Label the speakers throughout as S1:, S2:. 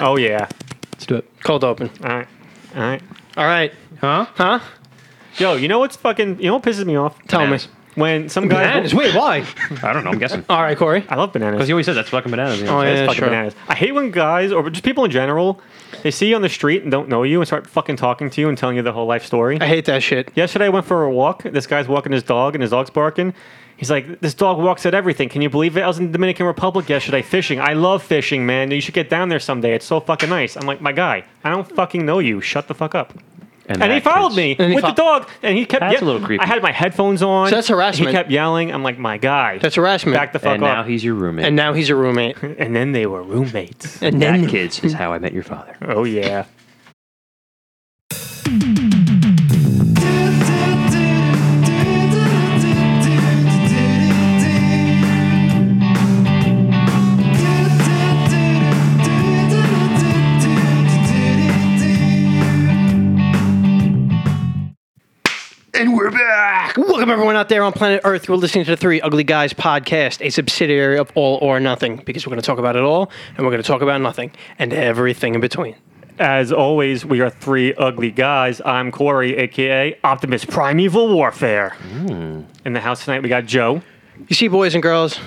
S1: Oh yeah.
S2: Let's do it.
S3: Cold open.
S1: All right. All right.
S3: All right.
S2: Huh?
S3: Huh?
S1: Yo, you know what's fucking? You know what pisses me off?
S3: Tell me.
S2: Bananas.
S1: When some guys.
S2: Bananas. Wait, why?
S4: I don't know. I'm guessing
S3: All right, Corey.
S1: I love bananas.
S4: because he always says that's fucking bananas. You know?
S3: Oh,
S1: That's
S3: yeah,
S1: fucking
S3: sure.
S1: bananas. I hate when guys or just people in general, they see you on the street and don't know you and start fucking talking to you and telling you their whole life story.
S3: I hate that shit.
S1: Yesterday, I went for a walk. This guy's walking his dog, and his dog's barking. He's like, "This dog walks at everything. Can you believe it? I was in the Dominican Republic yesterday fishing. I love fishing, man. You should get down there someday. It's so fucking nice." I'm like, "My guy, I don't fucking know you. Shut the fuck up." And he
S4: that
S1: followed
S4: kid's-
S1: me
S3: And he
S1: with
S3: fo-
S1: the dog, and he kept.
S4: That's a little creepy.
S1: I had my headphones on.
S3: So that's harassment.
S1: He kept yelling. I'm like, "My guy,
S3: That's harassment.
S1: back the fuck
S4: And
S1: up."
S4: now he's your roommate.
S3: and now he's a roommate.
S1: and then they were roommates.
S3: And
S4: that
S3: then
S4: kids is how I met your father.
S1: oh yeah.
S3: And we're back. Welcome everyone out there on planet Earth. You're listening to the Three Ugly Guys podcast, a subsidiary of All or Nothing, because we're going to talk about it all, and we're going to talk about nothing and everything in between.
S1: As always, we are three ugly guys. I'm Corey, aka Optimus Primeval Warfare.
S3: Hmm.
S1: In the house tonight, we got Joe.
S3: You see, boys and girls,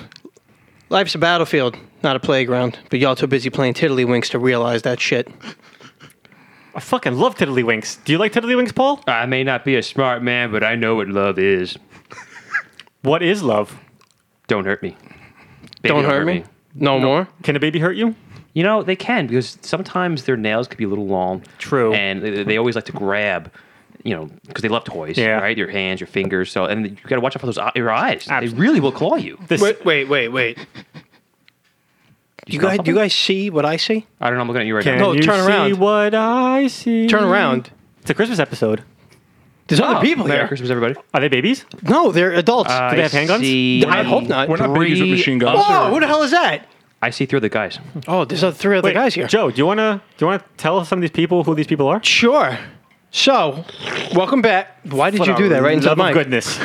S3: life's a battlefield, not a playground. But y'all too busy playing tiddlywinks to realize that shit.
S1: I fucking love Tiddlywinks. Do you like Tiddlywinks, Paul?
S3: Uh,
S4: I may not be a smart man, but I know what love is.
S1: What is love?
S4: Don't hurt me. Baby,
S3: don't, hurt, me. No, more.
S1: Can a baby hurt you?
S4: You know they can because sometimes their nails could be a little long.
S1: True.
S4: And they, they always like to grab, you know, because they love toys.
S1: Yeah.
S4: Right, your hands, your fingers. So and you got to watch out for those eye- your eyes. They
S1: Absolutely.
S4: really will claw you.
S1: This,
S3: Wait, wait, wait, wait. You guys, do you guys see what I see?
S4: I don't know. I'm looking at you right
S1: can
S4: now.
S3: No,
S1: you
S3: turn
S1: see
S3: around.
S1: what I see?
S3: Turn around.
S1: It's a Christmas episode.
S3: There's other
S4: Oh,
S3: people
S4: Merry
S3: here.
S4: Christmas, everybody.
S1: Are they babies?
S3: No, they're adults.
S1: they have handguns?
S4: see
S3: I hope not.
S2: We're not babies with
S4: three Oh!
S2: machine guns.
S3: Whoa, who the hell is that?
S4: I see through the guys.
S3: Oh, there's other three other
S1: Wait,
S3: guys here.
S1: Joe, do you wanna do you wanna tell some of these people who these people are?
S3: Sure. So, welcome back. Why did you do that right into the
S1: Love
S3: mic?
S1: of goodness.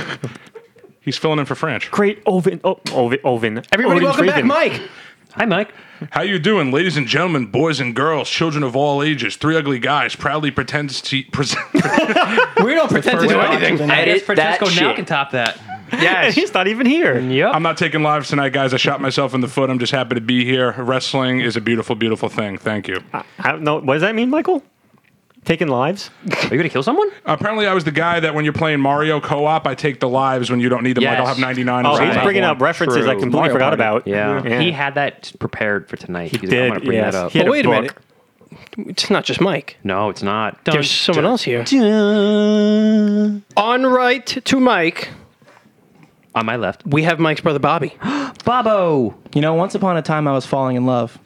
S2: He's filling in for French.
S1: Great Ovin. Oh, Ovin. Ovin.
S3: Everybody,
S1: Odin
S3: welcome back,
S1: Treven.
S3: Mike.
S4: Hi, Mike.
S5: How you doing, ladies and gentlemen, boys and girls, children of all ages? Three ugly guys proudly pretends to present.
S3: We don't pretend to do
S4: Well,
S3: anything.
S4: I guess
S6: Edit that
S4: Francesco now
S6: shit.
S4: can top that.
S1: And he's not even here.
S5: I'm not taking lives tonight, guys. I shot myself in the foot. I'm just happy to be here. Wrestling is a beautiful, beautiful thing. Thank you.
S1: I don't know. What does that mean, Michael? Taking lives?
S4: Are you gonna kill someone?
S1: Oh,
S5: Apparently, I was the guy that when you're playing Mario co-op, I take the lives when you don't need them. Like
S4: Yes.
S5: I'll have 99.
S1: Oh,
S5: or
S1: he's
S4: Right.
S5: something.
S1: bringing up references I
S4: True.
S1: completely
S4: Mario
S1: forgot
S4: Party.
S1: about.
S4: Yeah. he had that prepared for tonight. He, was like, I'm gonna bring
S1: yes.
S4: that up. Oh,
S1: He had
S3: But Oh, wait a
S1: book.
S3: minute. It's not just Mike.
S4: No, it's not.
S3: There's someone else here. On right to Mike,
S4: on my left.
S3: we have Mike's brother Bobby.
S4: Bobo.
S6: You know, once upon a time I was falling in love.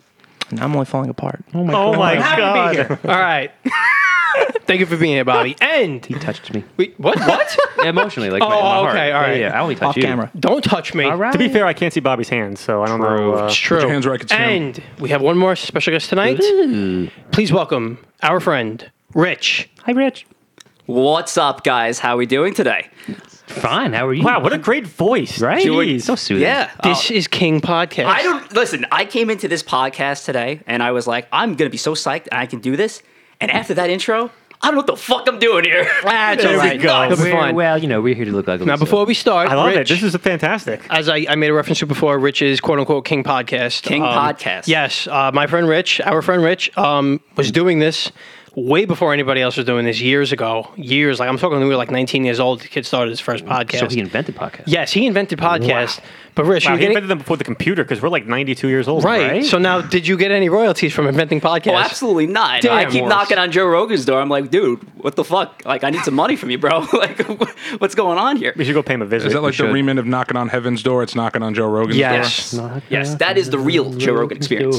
S6: And I'm only falling apart. Oh my
S1: Oh my
S3: Happy to be
S1: god.
S3: here. All right. Thank you for being here, Bobby. And
S4: He touched me
S3: we, what? What?
S4: emotionally, like oh, my,
S3: Oh,
S4: my heart.
S3: okay, all
S4: Yeah,
S3: right.
S4: Yeah, I only touched
S6: Off
S4: you.
S6: camera.
S3: Don't touch me.
S4: All right.
S1: To be fair, I can't see Bobby's hands, so I don't know. uh,
S3: It's true.
S5: your hands where I can see 'em.
S3: and we have one more special guest tonight. Please welcome our friend Rich.
S4: Hi, Rich.
S6: What's up, guys? How we doing today?
S4: Fine. How are you?
S1: wow, what a great voice.
S4: right.
S1: Jeez.
S4: So soothing.
S6: Yeah. Oh,
S3: This is King Podcast.
S6: I don't listen. I came into this podcast today, and I was like, I'm gonna be so psyched, and I can do this. And after that intro, I don't know what the fuck I'm doing here.
S3: That's
S6: This
S3: all
S6: is
S3: right.
S6: nuts.
S3: It'll be
S4: We're-
S3: fine.
S4: well, you know, we're here to look ugly.
S3: Now,
S4: so-
S3: before we start,
S1: I love
S3: Rich,
S1: it. This is fantastic.
S3: as I, I made a reference to before, Rich is quote unquote King Podcast. Um,
S6: King Podcast.
S3: Yes, uh, my friend Rich, our friend Rich, um, was doing this way before anybody else was doing this years ago. Years, like I'm talking, when we were like 19 years old. The kid started his first podcast.
S4: so he invented podcast.
S3: yes, he invented podcast. But Rich,
S1: Wow,
S3: you
S1: he
S3: getting,
S1: invented them before the computer because we're like 92 years old.
S3: right.
S4: right?
S3: So now, did you get any royalties from inventing podcasts?
S6: Oh, absolutely not.
S3: Damn,
S6: I keep
S3: Morris.
S6: knocking on Joe Rogan's door. I'm like, dude, what the fuck? Like, I need some money from you, bro. like, what's going on here?
S1: We should go pay him a visit.
S5: Is that like the
S4: should.
S5: remnant of knocking on heaven's door? It's knocking on Joe Rogan's
S3: Yes,
S6: Yes, that is the real Joe Rogan experience.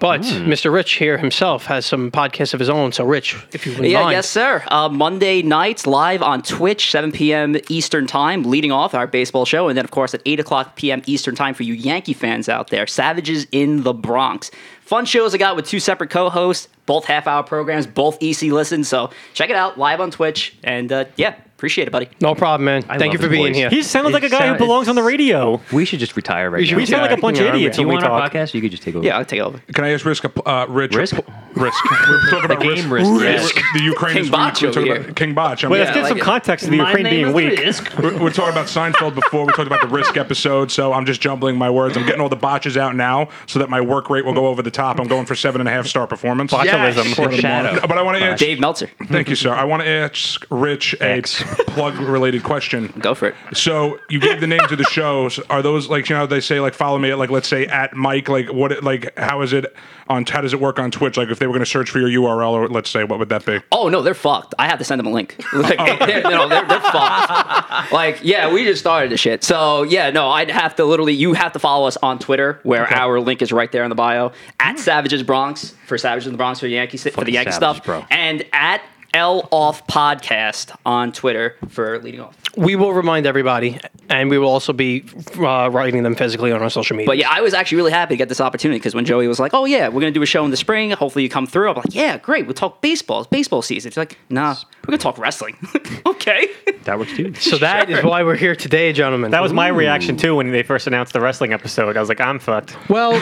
S3: but
S1: Hmm.
S3: Mr. Rich here himself has some podcasts of his own. So, Rich, if you wouldn't
S6: Yeah,
S3: mind,
S6: yes, sir. Uh, Monday nights live on Twitch, 7 p.m. Eastern Time, leading off our baseball show. And then, of course, at 8 o'clock p.m. Eastern Time for you Yankee fans out there, Savages in the Bronx. Fun shows I got with two separate co hosts, both half hour programs, both EC listens. So check it out live on Twitch. And uh, yeah, Appreciate it, buddy.
S3: No problem, man.
S4: I love
S3: Thank you
S4: his
S3: for being
S4: voice.
S3: here.
S1: He sounds like a
S4: It
S1: guy who
S4: sound-
S1: belongs on the
S4: it's-
S1: radio.
S4: We should just retire right now.
S1: We sound like a bunch of idiots
S4: Do you
S1: when we
S4: want our
S1: talk.
S4: podcast? You could just take over.
S6: Yeah, I'll take it over.
S5: Can I ask risk a p- uh, Rich?
S4: Risk?
S5: Risk. We're talking about
S4: game
S5: risk.
S4: risk,
S5: risk.
S4: yes.
S5: The Ukraine
S6: King
S5: is weak. We're
S6: Bach over
S5: talking
S6: here.
S5: about King Bach. I
S1: Wait,
S5: mean,
S1: let's get
S6: I
S1: some
S6: like it.
S1: context to the Ukraine being weak.
S5: we're, we're talking about Seinfeld before. We talked about the risk episode, so I'm just jumbling my words. I'm getting all the botches out now so that my work rate will go over the top. I'm going for seven and a half star performance.
S4: Botulism.
S5: For the
S4: Shadow.
S5: month. But I want to ask.
S6: Dave Meltzer,
S5: Thank you, sir. I want to ask Rich a
S4: X.
S5: plug related question.
S6: go for it.
S5: So you gave the names of the shows. Are those like you know how they say like follow me at like let's say at Mike like what it- like how is it on how does it work on Twitch like if they were going to search for your URL or let's say what would that be?
S6: Oh no, they're fucked. I have to send them a link. Like,
S4: Oh.
S6: they're, no, they're, they're fucked. Like, yeah, we just started the shit. So yeah, no, I'd have to literally. You have to follow us on Twitter, where our link is right there in the bio. At Savages Bronx for Savages in the Bronx for Yankee for the
S4: Hmm. Fucking
S6: Yankee
S4: savages,
S6: stuff,
S4: bro.
S6: and at L Off Podcast on Twitter for leading off.
S3: We will remind everybody, and we will also be uh, writing them physically on our social media.
S6: But yeah, I was actually really happy to get this opportunity because when Joey was like, "Oh yeah, we're gonna do a show in the spring. Hopefully you come through," I'm like, "Yeah, great. We'll talk baseball. It's baseball season." She's like, "Nah, we're gonna talk wrestling." okay.
S4: That works too.
S3: so that is why we're here today, gentlemen.
S1: That was my reaction too when they first announced the wrestling episode. I was like, I'm fucked.
S3: well,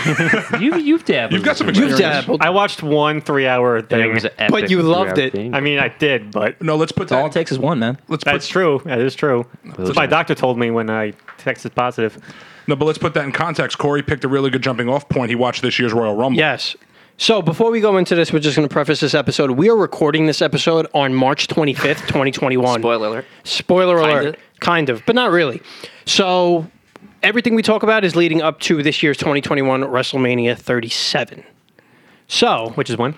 S4: you, you've dabbled.
S5: You've got some
S4: with it.
S5: experience.
S3: you've dabbled,
S1: I watched one three-hour
S4: And it
S1: thing.
S4: was an epic
S3: you loved
S4: throughout
S3: it.
S4: thing.
S1: I mean, I did, but
S5: No, let's put
S2: All it
S5: that.
S2: takes is one, man.
S5: Let's put
S1: that's true. That is true. That's what my doctor told me when I texted positive.
S5: no, but let's put that in context. Corey picked a really good jumping off point. He watched this year's Royal Rumble.
S3: yes. So before we go into this, we're just going to preface this episode. We are recording this episode on March 25th, 2021.
S6: Spoiler alert.
S3: Spoiler
S6: Kinda.
S3: alert. Kind of, but not really. So everything we talk about is leading up to this year's 2021 WrestleMania 37. So,
S1: Which is when?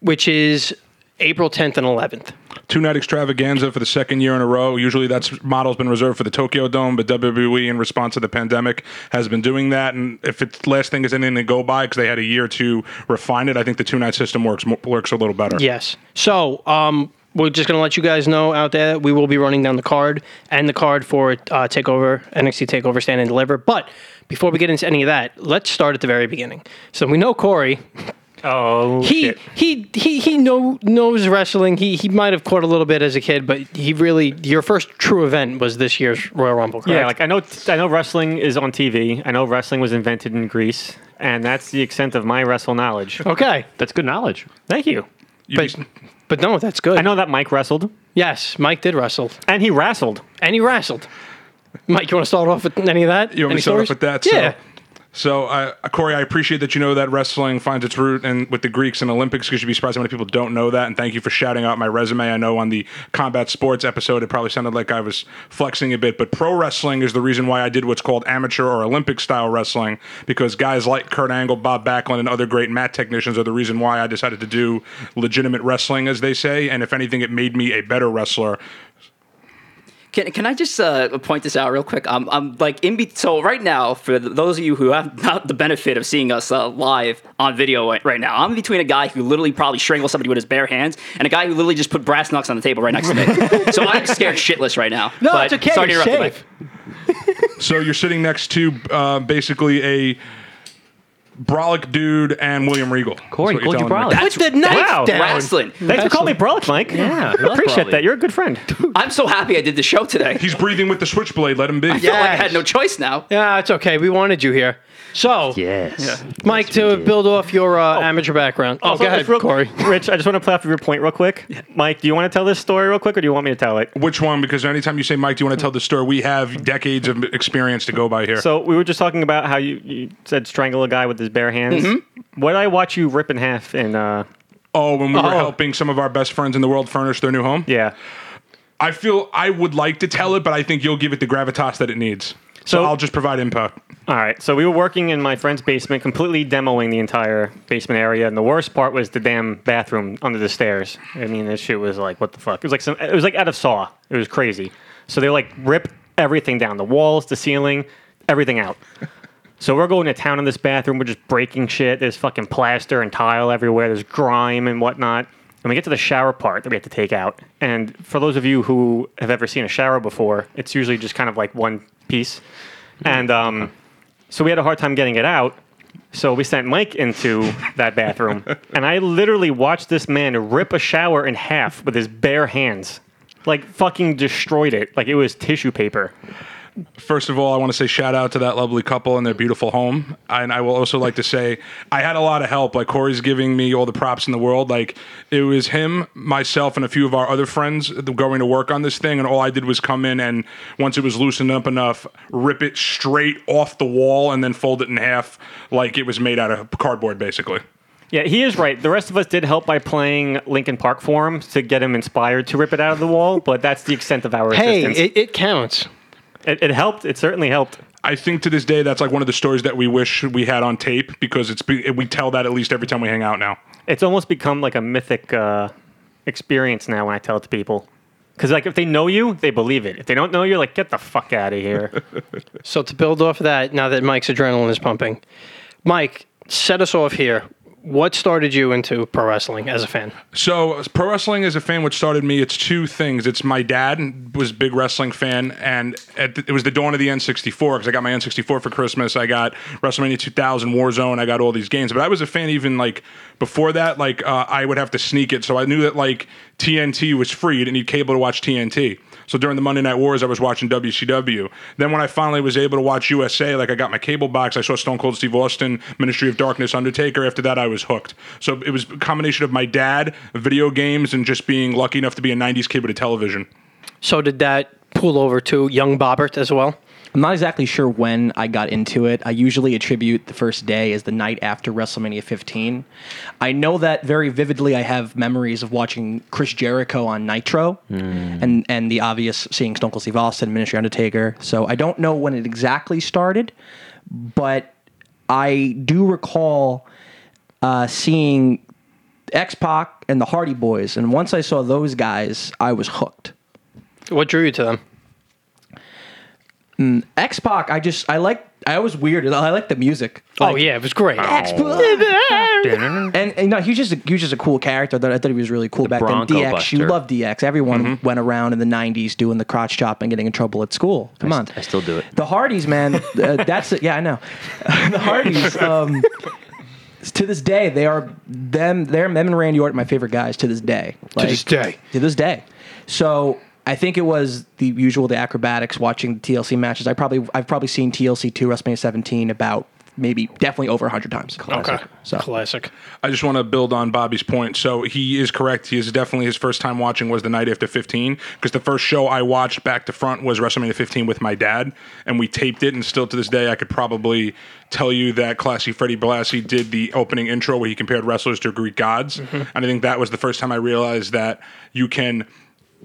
S3: which is April 10th and 11th.
S5: Two night extravaganza for the second year in a row. Usually that's model's been reserved for the Tokyo Dome, but WWE in response to the pandemic has been doing that. And if its last thing is anything to go by because they had a year to refine it, I think the two night system works mo- works a little better.
S3: Yes. So, um, we're just going to let you guys know out there we will be running down the card and the card for uh, Takeover NXT Takeover Stand and Deliver. But before we get into any of that, let's start at the very beginning. So we know Corey.
S1: Oh,
S3: He
S1: shit.
S3: he he he know, knows wrestling. He he might have caught a little bit as a kid, but he really your first true event was this year's Royal Rumble. Correct?
S1: Yeah, like I know, I know wrestling is on TV. I know wrestling was invented in Greece, and that's the extent of my wrestle knowledge.
S3: okay,
S4: Oh, That's good knowledge.
S1: Thank you.
S5: You
S3: but
S5: can-
S3: but no, that's good.
S1: I know that Mike wrestled,
S3: Yes, Mike did wrestle,
S1: and he wrestled.
S3: and he wrestled. Mike, you want to start off with any of that?
S5: You want me
S3: Any
S5: to start off
S3: stories?
S5: with that?
S3: Yeah.
S5: So, so uh, Corey, I appreciate that you know that wrestling finds its root in with the Greeks and Olympics because you'd be surprised how many people don't know that. And thank you for shouting out my resume. I know on the combat sports episode, it probably sounded like I was flexing a bit, but pro wrestling is the reason why I did what's called amateur or Olympic style wrestling because guys like Kurt Angle, Bob Backlund, and other great mat technicians are the reason why I decided to do legitimate wrestling, as they say. And if anything, it made me a better wrestler.
S6: Can, can I just uh, point this out real quick? I'm, I'm like in be- so right now for th- those of you who have not the benefit of seeing us uh, live on video right- right now. I'm between a guy who literally probably strangled somebody with his bare hands and a guy who literally just put brass knucks on the table right next to me. so I'm scared shitless right now.
S3: No,
S6: But
S3: it's okay.
S6: sorry to
S3: you're
S6: interrupt you, Mike.
S3: safe.
S5: So you're sitting next to uh, basically a brolic dude and William Regal. That's
S4: Corey,
S5: what you're
S4: called you
S5: telling me.
S4: brolic.
S3: Put the knife
S1: Wow.
S3: down.
S6: Wrestling.
S1: Thanks for calling me Brolic, Mike.
S4: Yeah,
S1: I appreciate
S4: Brolic.
S1: that. You're a good friend.
S6: I'm so happy I did the show today.
S5: He's breathing with the switchblade. Let him be.
S6: I feel like I
S3: Yes.
S6: had no choice now.
S3: Yeah, it's okay. We wanted you here. So,
S4: Yes.
S3: Mike, to build off your uh, amateur background. Oh,
S1: Also,
S3: go ahead,
S1: just real,
S3: Corey.
S1: Rich, I just want to play off of your point real quick. Mike, do you want to tell this story real quick, or do you want me to tell it?
S5: Which one? Because anytime you say, Mike, do you want to tell the story? We have decades of experience to go by here.
S1: So we were just talking about how you, you said strangle a guy with his bare hands. What did I watch you rip in half? And uh,
S5: oh, when we were helping some of our best friends in the world furnish their new home.
S1: yeah,
S5: I feel I would like to tell it, but I think you'll give it the gravitas that it needs. So,
S1: So-
S5: I'll just provide input.
S1: All right, so we were working in my friend's basement, completely demoing the entire basement area, and the worst part was the damn bathroom under the stairs. I mean, this shit was like, what the fuck? It was like some, it was like out of Saw. It was crazy. So they like rip everything down, the walls, the ceiling, everything out. So we're going to town in this bathroom. We're just breaking shit. There's fucking plaster and tile everywhere. There's grime and whatnot. And we get to the shower part that we have to take out. And for those of you who have ever seen a shower before, it's usually just kind of like one piece. And um, so we had a hard time getting it out. So we sent Mike into that bathroom. and I literally watched this man rip a shower in half with his bare hands. like fucking destroyed it. Like it was tissue paper.
S5: First of all, I want to say shout out to that lovely couple and their beautiful home. And I will also like to say I had a lot of help. Like Corey's giving me all the props in the world. Like it was him, myself, and a few of our other friends going to work on this thing. And all I did was come in and once it was loosened up enough, rip it straight off the wall and then fold it in half like it was made out of cardboard, basically.
S1: Yeah, he is right. The rest of us did help by playing Linkin Park for him to get him inspired to rip it out of the wall, but that's the extent of our
S3: Hey,
S1: assistance.
S3: it, it counts.
S1: it, it helped. It certainly helped.
S5: I think to this day that's like one of the stories that we wish we had on tape because it's be- we tell that at least every time we hang out now.
S1: It's almost become like a mythic uh, experience now when I tell it to people. Because like if they know you, they believe it. If they don't know you, like get the fuck out of here.
S3: So to build off of that, now that Mike's adrenaline is pumping, Mike, set us off here. What started you into pro wrestling as a fan?
S5: So pro wrestling as a fan, which started me, it's two things. It's my dad was a big wrestling fan, and at the, it was the dawn of the N64 because I got my N64 for Christmas. I got WrestleMania 2000, Warzone. I got all these games, but I was a fan even like before that. Like uh, I would have to sneak it, so I knew that like TNT was free. You didn't need cable to watch TNT. So during the Monday Night Wars, I was watching WCW. Then when I finally was able to watch USA, like I got my cable box, I saw Stone Cold Steve Austin, Ministry of Darkness, Undertaker. After that, I was hooked. So it was a combination of my dad, video games, and just being lucky enough to be a 90s kid with a television.
S3: So did that pull over to Young Bobbert as well?
S7: I'm not exactly sure when I got into it. I usually attribute the first day as the night after WrestleMania 15. I know that very vividly. I have memories of watching Chris Jericho on Nitro, and and the obvious seeing Stone Cold Steve Austin, Ministry Undertaker. So I don't know when it exactly started, but I do recall uh, seeing X Pac and the Hardy Boys, and once I saw those guys, I was hooked.
S3: What drew you to them?
S7: X Pac, I just I like. I was weird. I like the music.
S3: oh yeah, it was great.
S7: And, and no, he was just a, he was just a cool character. That I thought he was really cool back
S4: Bronco
S7: then. DX, you
S4: Buster. Mm-hmm.
S7: love DX. Everyone went around in the '90s doing the crotch chop and getting in trouble at school. Come on,
S4: st- I still do it.
S7: The Hardys, man. uh, that's it. Yeah, I know. the Hardys. Um, to this day, they are them. They're them and Randy Orton, my favorite guys. To this day, Like,
S3: this day.
S7: to this day. So I think it was the usual the acrobatics watching the TLC matches. I probably I've probably seen TLC two WrestleMania 17 about maybe definitely over hundred times.
S3: Okay.
S7: So-
S3: Classic.
S5: I just want to build on Bobby's point. So he is correct. He is definitely his first time watching was the night after 15 because the first show I watched back to front was WrestleMania 15 with my dad, and we taped it. And still to this day, I could probably tell you that classy Freddie Blassie did the opening intro where he compared wrestlers to Greek gods, and I think that was the first time I realized that you can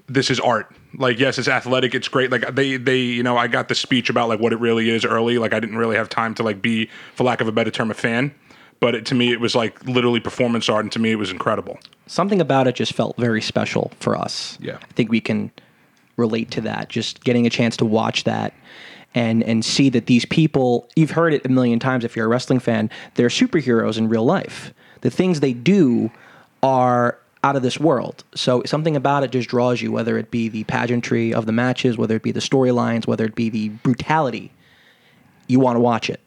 S5: this is art. Like yes, it's athletic, it's great. Like they they you know I got the speech about like what it really is early. Like I didn't really have time to like be for lack of a better term a fan, but it, to me it was like literally performance art, and to me it was incredible.
S7: something about it just felt very special for us.
S5: Yeah.
S7: I think we can relate to that. Just getting a chance to watch that and and see that these people, you've heard it a million times if you're a wrestling fan, they're superheroes in real life. The things they do are out of this world. So something about it just draws you, whether it be the pageantry of the matches, whether it be the storylines, whether it be the brutality. You want to watch it.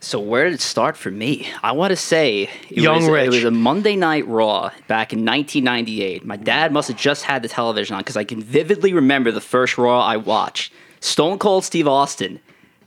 S6: So where did it start for me? I want to say it
S3: Young
S6: was,
S3: Rich.
S6: It was a Monday Night Raw back in 1998. My dad must have just had the television on because I can vividly remember the first Raw I watched. Stone Cold Steve Austin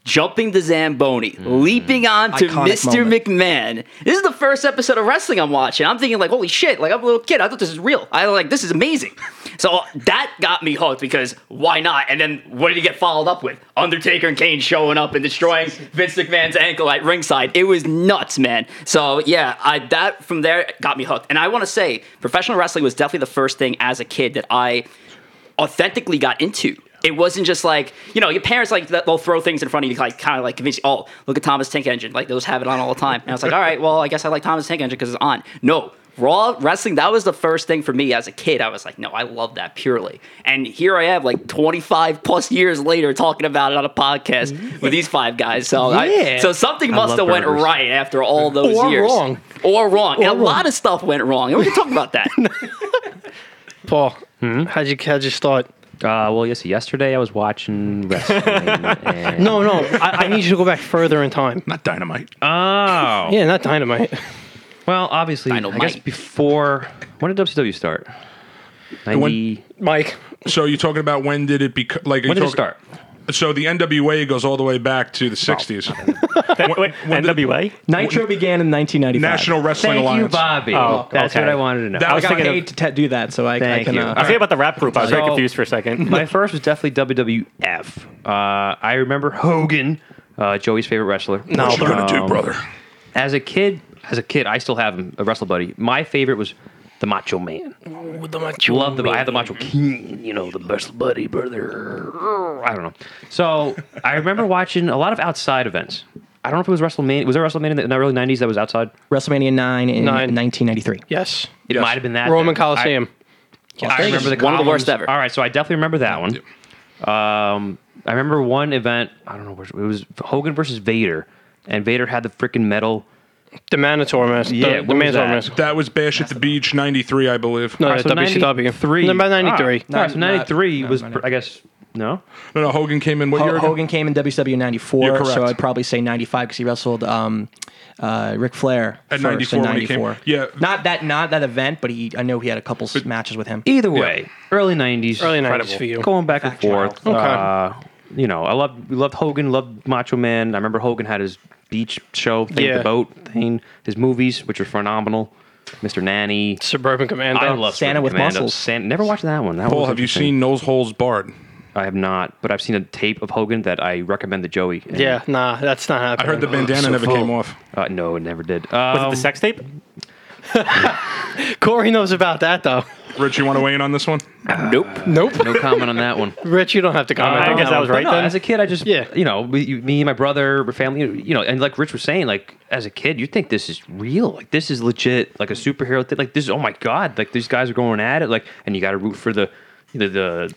S6: jumping the Zamboni, leaping onto
S7: Mm. Iconic
S6: Mr.
S7: moment.
S6: McMahon. This is the first episode of wrestling I'm watching. I'm thinking like, holy shit! Like I'm a little kid. I thought this is real. I like this is amazing. So that got me hooked because why not? And then what did he get followed up with? Undertaker and Kane showing up and destroying Vince McMahon's ankle at ringside. It was nuts, man. So yeah, I that from there got me hooked. And I want to say, professional wrestling was definitely the first thing as a kid that I authentically got into. It wasn't just like you know your parents like they'll throw things in front of you like kind of like convince you oh look at Thomas Tank Engine like those have it on all the time and I was like all right well I guess I like Thomas Tank Engine because it's on no Raw wrestling that was the first thing for me as a kid I was like no I love that purely and here I am like 25 plus years later talking about it on a podcast with these five guys so I,
S3: Yeah.
S6: so something must
S4: love
S6: have went
S4: burgers.
S6: right after all those
S3: Or
S6: years
S3: wrong.
S6: or wrong and a
S3: Or wrong.
S6: lot of stuff went wrong and we can talk about that
S3: Paul, how'd you how'd you start?
S4: Uh, well, yes. Yesterday I was watching wrestling. and
S3: No, no, I, I need you to go back further in time.
S5: Not dynamite.
S4: Oh.
S3: Yeah, not dynamite.
S4: Well, obviously, I guess
S6: Dynamite.
S4: before when did WCW E start? Ninety.
S3: Mike.
S5: So you're talking about when did it become like? are
S4: When
S5: you
S4: did it start?
S5: talking- So the NWA goes all the way back to the '60s.
S1: That, wait, NWA?
S7: Nitro began in 1995.
S5: National Wrestling
S8: Thank you,
S5: Alliance.
S8: Bobby.
S1: Oh,
S8: That's
S1: okay.
S8: what I wanted to know.
S1: That
S7: I,
S1: was
S7: got
S1: thinking
S7: paid
S1: of-
S7: to te- do that, so I, I
S8: Thank
S7: can.
S8: you.
S1: I
S7: Uh,
S1: forget about the rap group. I was very
S8: So-
S1: confused for a second.
S8: My first was definitely WWF. Uh, I remember Hogan, uh, Joey's favorite wrestler. No,
S5: What you gonna do, brother?
S8: As a kid, as a kid, I still have him, a wrestle buddy. My favorite was the Macho Man. Love the I had the Macho King, you know, the best buddy brother. I don't know. So I remember watching a lot of outside events. I don't know if it was WrestleMania. Was there WrestleMania in the in the early '90s that was outside?
S7: WrestleMania 9 in
S3: Nine.
S7: 1993.
S3: Yes.
S8: It
S5: Yes.
S8: might have been that.
S3: Roman
S8: I-
S3: Coliseum.
S8: I, remember the
S6: One of the
S8: columns.
S6: worst ever.
S8: All right, so I definitely remember that one. Um, I remember one event. I don't know where it was Hogan versus Vader, and Vader had the freaking medal.
S3: the Minotaur mask. the,
S8: Yeah, what
S3: the
S8: was
S3: Minotaur
S8: that?
S3: mask.
S5: That was Bash at the Beach '93, I believe.
S3: No,
S8: All right,
S3: that's WCW.
S8: Three.
S3: No, about 93.
S8: All right, so
S7: Not- not-
S8: '93
S7: no,
S8: was,
S7: not
S8: pr- I guess, no.
S5: No, no, Hogan came in. What year?
S7: Ho-
S5: again?
S7: Hogan came in WCW 94,
S5: You're correct.
S7: so I'd probably say 95 because he wrestled um, uh, Ric Flair
S5: At
S7: first
S5: 94
S7: in
S5: when he came-
S7: 94.
S5: yeah.
S7: not that not that event, but he I know he had a couple s- matches with him.
S8: Either way, early '90s.
S3: Early 90s for you.
S8: Going back and forth.
S3: Okay.
S8: Uh, you know, I loved we loved Hogan, loved Macho Man. I remember Hogan had his beach show thing,
S3: Yeah.
S8: the boat thing, his movies, which were phenomenal. Mr. Nanny.
S3: Suburban Commando.
S8: I love
S7: Santa
S8: Suburban
S7: with
S8: Commando.
S7: muscles.
S8: San- never watched that one. That
S5: Paul,
S8: was
S5: have you
S8: interesting.
S5: seen Nose Holes Barred?
S8: I have not, but I've seen a tape of Hogan that I recommend to Joey. And,
S3: Yeah, nah, that's not
S5: I
S3: happening.
S5: heard the bandana never came off.
S8: Uh, no, it never did.
S1: Was it
S8: Um,
S1: the sex tape?
S3: Corey knows about that though.
S5: Rich, you want to weigh in on this one?
S3: Nope.
S8: no comment on that one.
S3: Rich, you don't have to comment.
S1: I
S3: on
S1: guess
S3: that
S1: I was
S3: one.
S1: right
S8: No,
S1: then.
S8: as a kid, I just
S3: Yeah.
S8: yeah. you know, we, you, me and my brother, my family, you know, and like Rich was saying, like as a kid, you think this is real, like this is legit, like a superhero thing, like this. Oh my god, like these guys are going at it, like, and you got to root for the the the,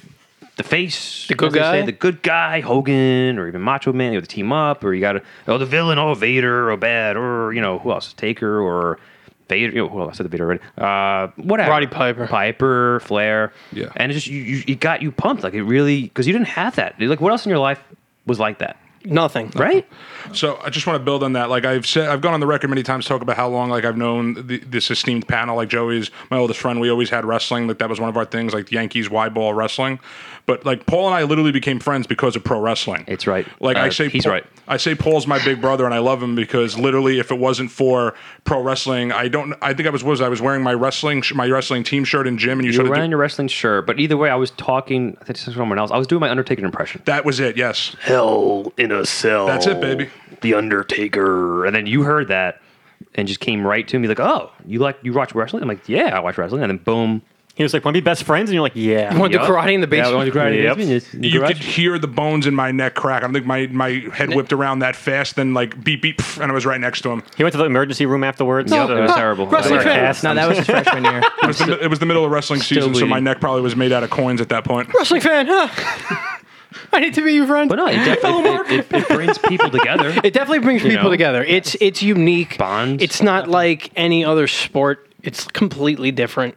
S8: the face, the
S3: good guy?
S8: the good guy, Hogan, or even Macho Man, you know, the team up, or you got to oh the villain, oh Vader, oh bad, or you know who else, Taker, or. Vader, you know, well, I said the Vader already. Uh, whatever.
S3: Roddy Piper.
S8: Piper, Flair.
S5: Yeah.
S8: And it just you, you it got you pumped. Like it really because you didn't have that. Like what else in your life was like that?
S3: Uh-huh. Nothing.
S8: Right?
S5: So I just want to build on that. Like I've said, I've gone on the record many times to talk about how long like I've known the, this esteemed panel. Like Joey's my oldest friend. We always had wrestling. Like that was one of our things. Like Yankees wide ball wrestling. But like Paul and I literally became friends because of pro wrestling.
S8: It's right.
S5: Like I
S8: Uh,
S5: say,
S8: he's
S5: Paul-
S8: right.
S5: I say Paul's my big brother, and I love him because literally, if it wasn't for pro wrestling, I don't. I think I was was I was wearing my wrestling sh- my wrestling team shirt in gym, and you
S8: You
S5: should
S8: were wearing
S5: have.
S8: your wrestling shirt, but either way, I was talking. I think this is someone else. I was doing my Undertaker impression.
S5: That was it. Yes,
S8: Hell in a cell.
S5: That's it, baby.
S8: The Undertaker, and then you heard that, and just came right to me like, "Oh, you like you watch wrestling?" I'm like, "Yeah, I watch wrestling." And then boom,
S1: He was like, want to be best friends? And you're like, yeah.
S3: Want to
S8: Yup.
S3: karate in the
S8: Yeah, I
S3: basement?
S8: wanna grind
S1: Yep.
S8: this- this-
S5: you
S8: garage.
S5: could hear the bones in my neck crack. I think my my head whipped around that fast. Then like beep beep, pff, and I was right next to him.
S1: He went to the emergency room afterwards.
S8: Yep, it was terrible.
S3: wrestling
S8: I-
S1: fan.
S8: I-
S7: No, that was his freshman year.
S5: It was, the, it was the middle of wrestling season, so
S8: bleeding.
S5: my neck probably was made out of coins at that point.
S3: Wrestling fan, huh? I need to be your friend.
S8: But no, it definitely it, it, it brings people together.
S3: It definitely brings people
S8: know?
S3: together. It's it's unique.
S8: Bonds.
S3: It's not like any other sport. It's completely different.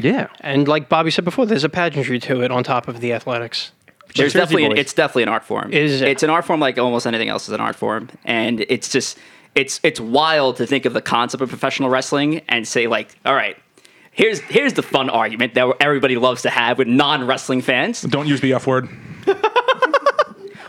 S8: yeah,
S3: And like Bobby said before, there's a pageantry to it on top of the athletics.
S6: There's
S1: Jersey
S6: definitely an,
S1: Boys.
S6: it's definitely an art form.
S3: It is.
S6: It's an art form like almost anything else is an art form, and it's just it's it's wild to think of the concept of professional wrestling and say like, all right, here's here's the fun argument that everybody loves to have with non wrestling fans.
S5: Don't use the F word.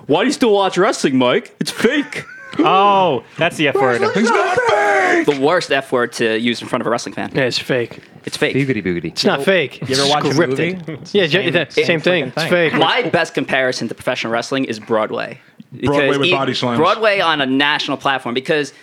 S6: Why do you still watch wrestling, Mike? It's fake.
S1: Oh, that's the F word.
S5: He's not fake!
S6: the worst F word to use in front of a wrestling fan.
S3: Yeah, it's fake.
S6: It's fake.
S8: boogity boogity.
S3: It's not fake.
S7: You ever watch a movie?
S3: Scripted. Yeah, same, same, thing.
S7: freaking
S3: It's
S7: thing.
S3: fake.
S6: My best comparison to professional wrestling is Broadway.
S5: Broadway
S6: Because
S5: with
S6: e-
S5: body slams.
S6: Broadway on a national platform because,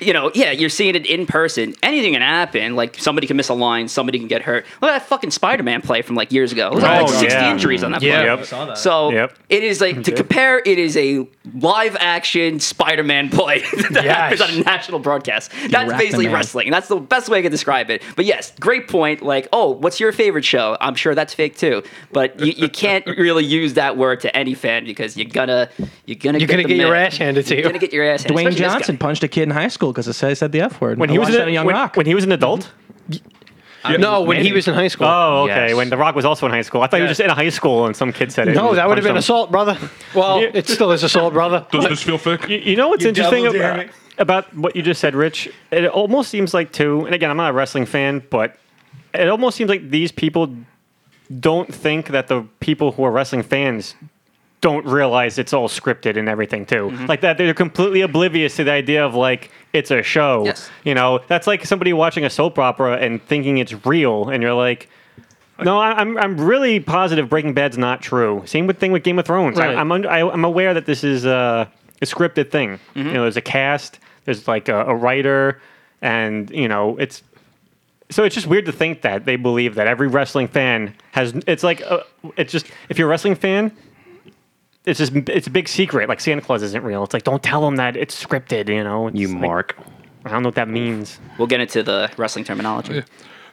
S6: you know, yeah, you're seeing it in person. Anything can happen. Like somebody can miss a line, somebody can get hurt. Look at that fucking Spider Man play from like years ago. It was
S1: Oh,
S6: like 60
S1: yeah.
S6: injuries on that
S1: Yeah.
S6: play.
S1: Yep. I
S6: So
S1: Yep.
S6: it is like to compare. It is a live action Spider Man play that happens on a national broadcast. That's
S7: wrapped
S6: basically
S7: him in.
S6: wrestling. That's the best way I can describe it. But yes, great point. Like, oh, what's your favorite show? I'm sure that's fake too. But you, you can't really use that word to any fan because you're gonna you're gonna
S3: You're
S6: get
S3: gonna
S6: the
S3: get your
S6: man-
S3: ass handed to
S6: You're gonna
S3: you.
S6: get your ass. handed,
S7: Dwayne
S6: especially this
S7: Johnson
S6: guy.
S7: punched a kid in high school because I said the F word.
S1: When
S7: I
S1: he was
S7: watched that
S1: an,
S7: in Young
S1: when,
S7: Rock.
S1: when he was an adult.
S3: No, Oh, when he was in high school.
S1: Oh, okay.
S8: Yes.
S1: When The Rock was also in high school, I thought he was just in a high school and some kid said it.
S3: no,
S1: and
S3: that would
S1: punched
S3: have been
S1: him.
S3: assault, brother. Well, it still is assault, brother.
S5: Does this feel fake?
S1: You, you know what's interesting
S7: double
S1: about, about what you just said, Rich? It almost seems like too, and again, I'm not a wrestling fan, but it almost seems like these people don't think that the people who are wrestling fans don't realize it's all scripted and everything too. Like that they're completely oblivious to the idea of like it's a show.
S6: Yes.
S1: You know, that's like somebody watching a soap opera and thinking it's real and you're like no, I- I'm I'm really positive Breaking Bad's not true. Same with thing with Game of Thrones.
S3: Right.
S1: I, I'm un, I, I'm aware that this is a, a scripted thing. You know, there's a cast, there's like a, a writer, and you know, it's so it's just weird to think that they believe that every wrestling fan has. It's like uh, it's just if you're a wrestling fan, it's just it's a big secret. Like Santa Claus isn't real. It's like don't tell them that it's scripted. You know, It's
S8: You
S1: like,
S8: mark.
S1: I don't know what that means.
S6: We'll get into the wrestling terminology.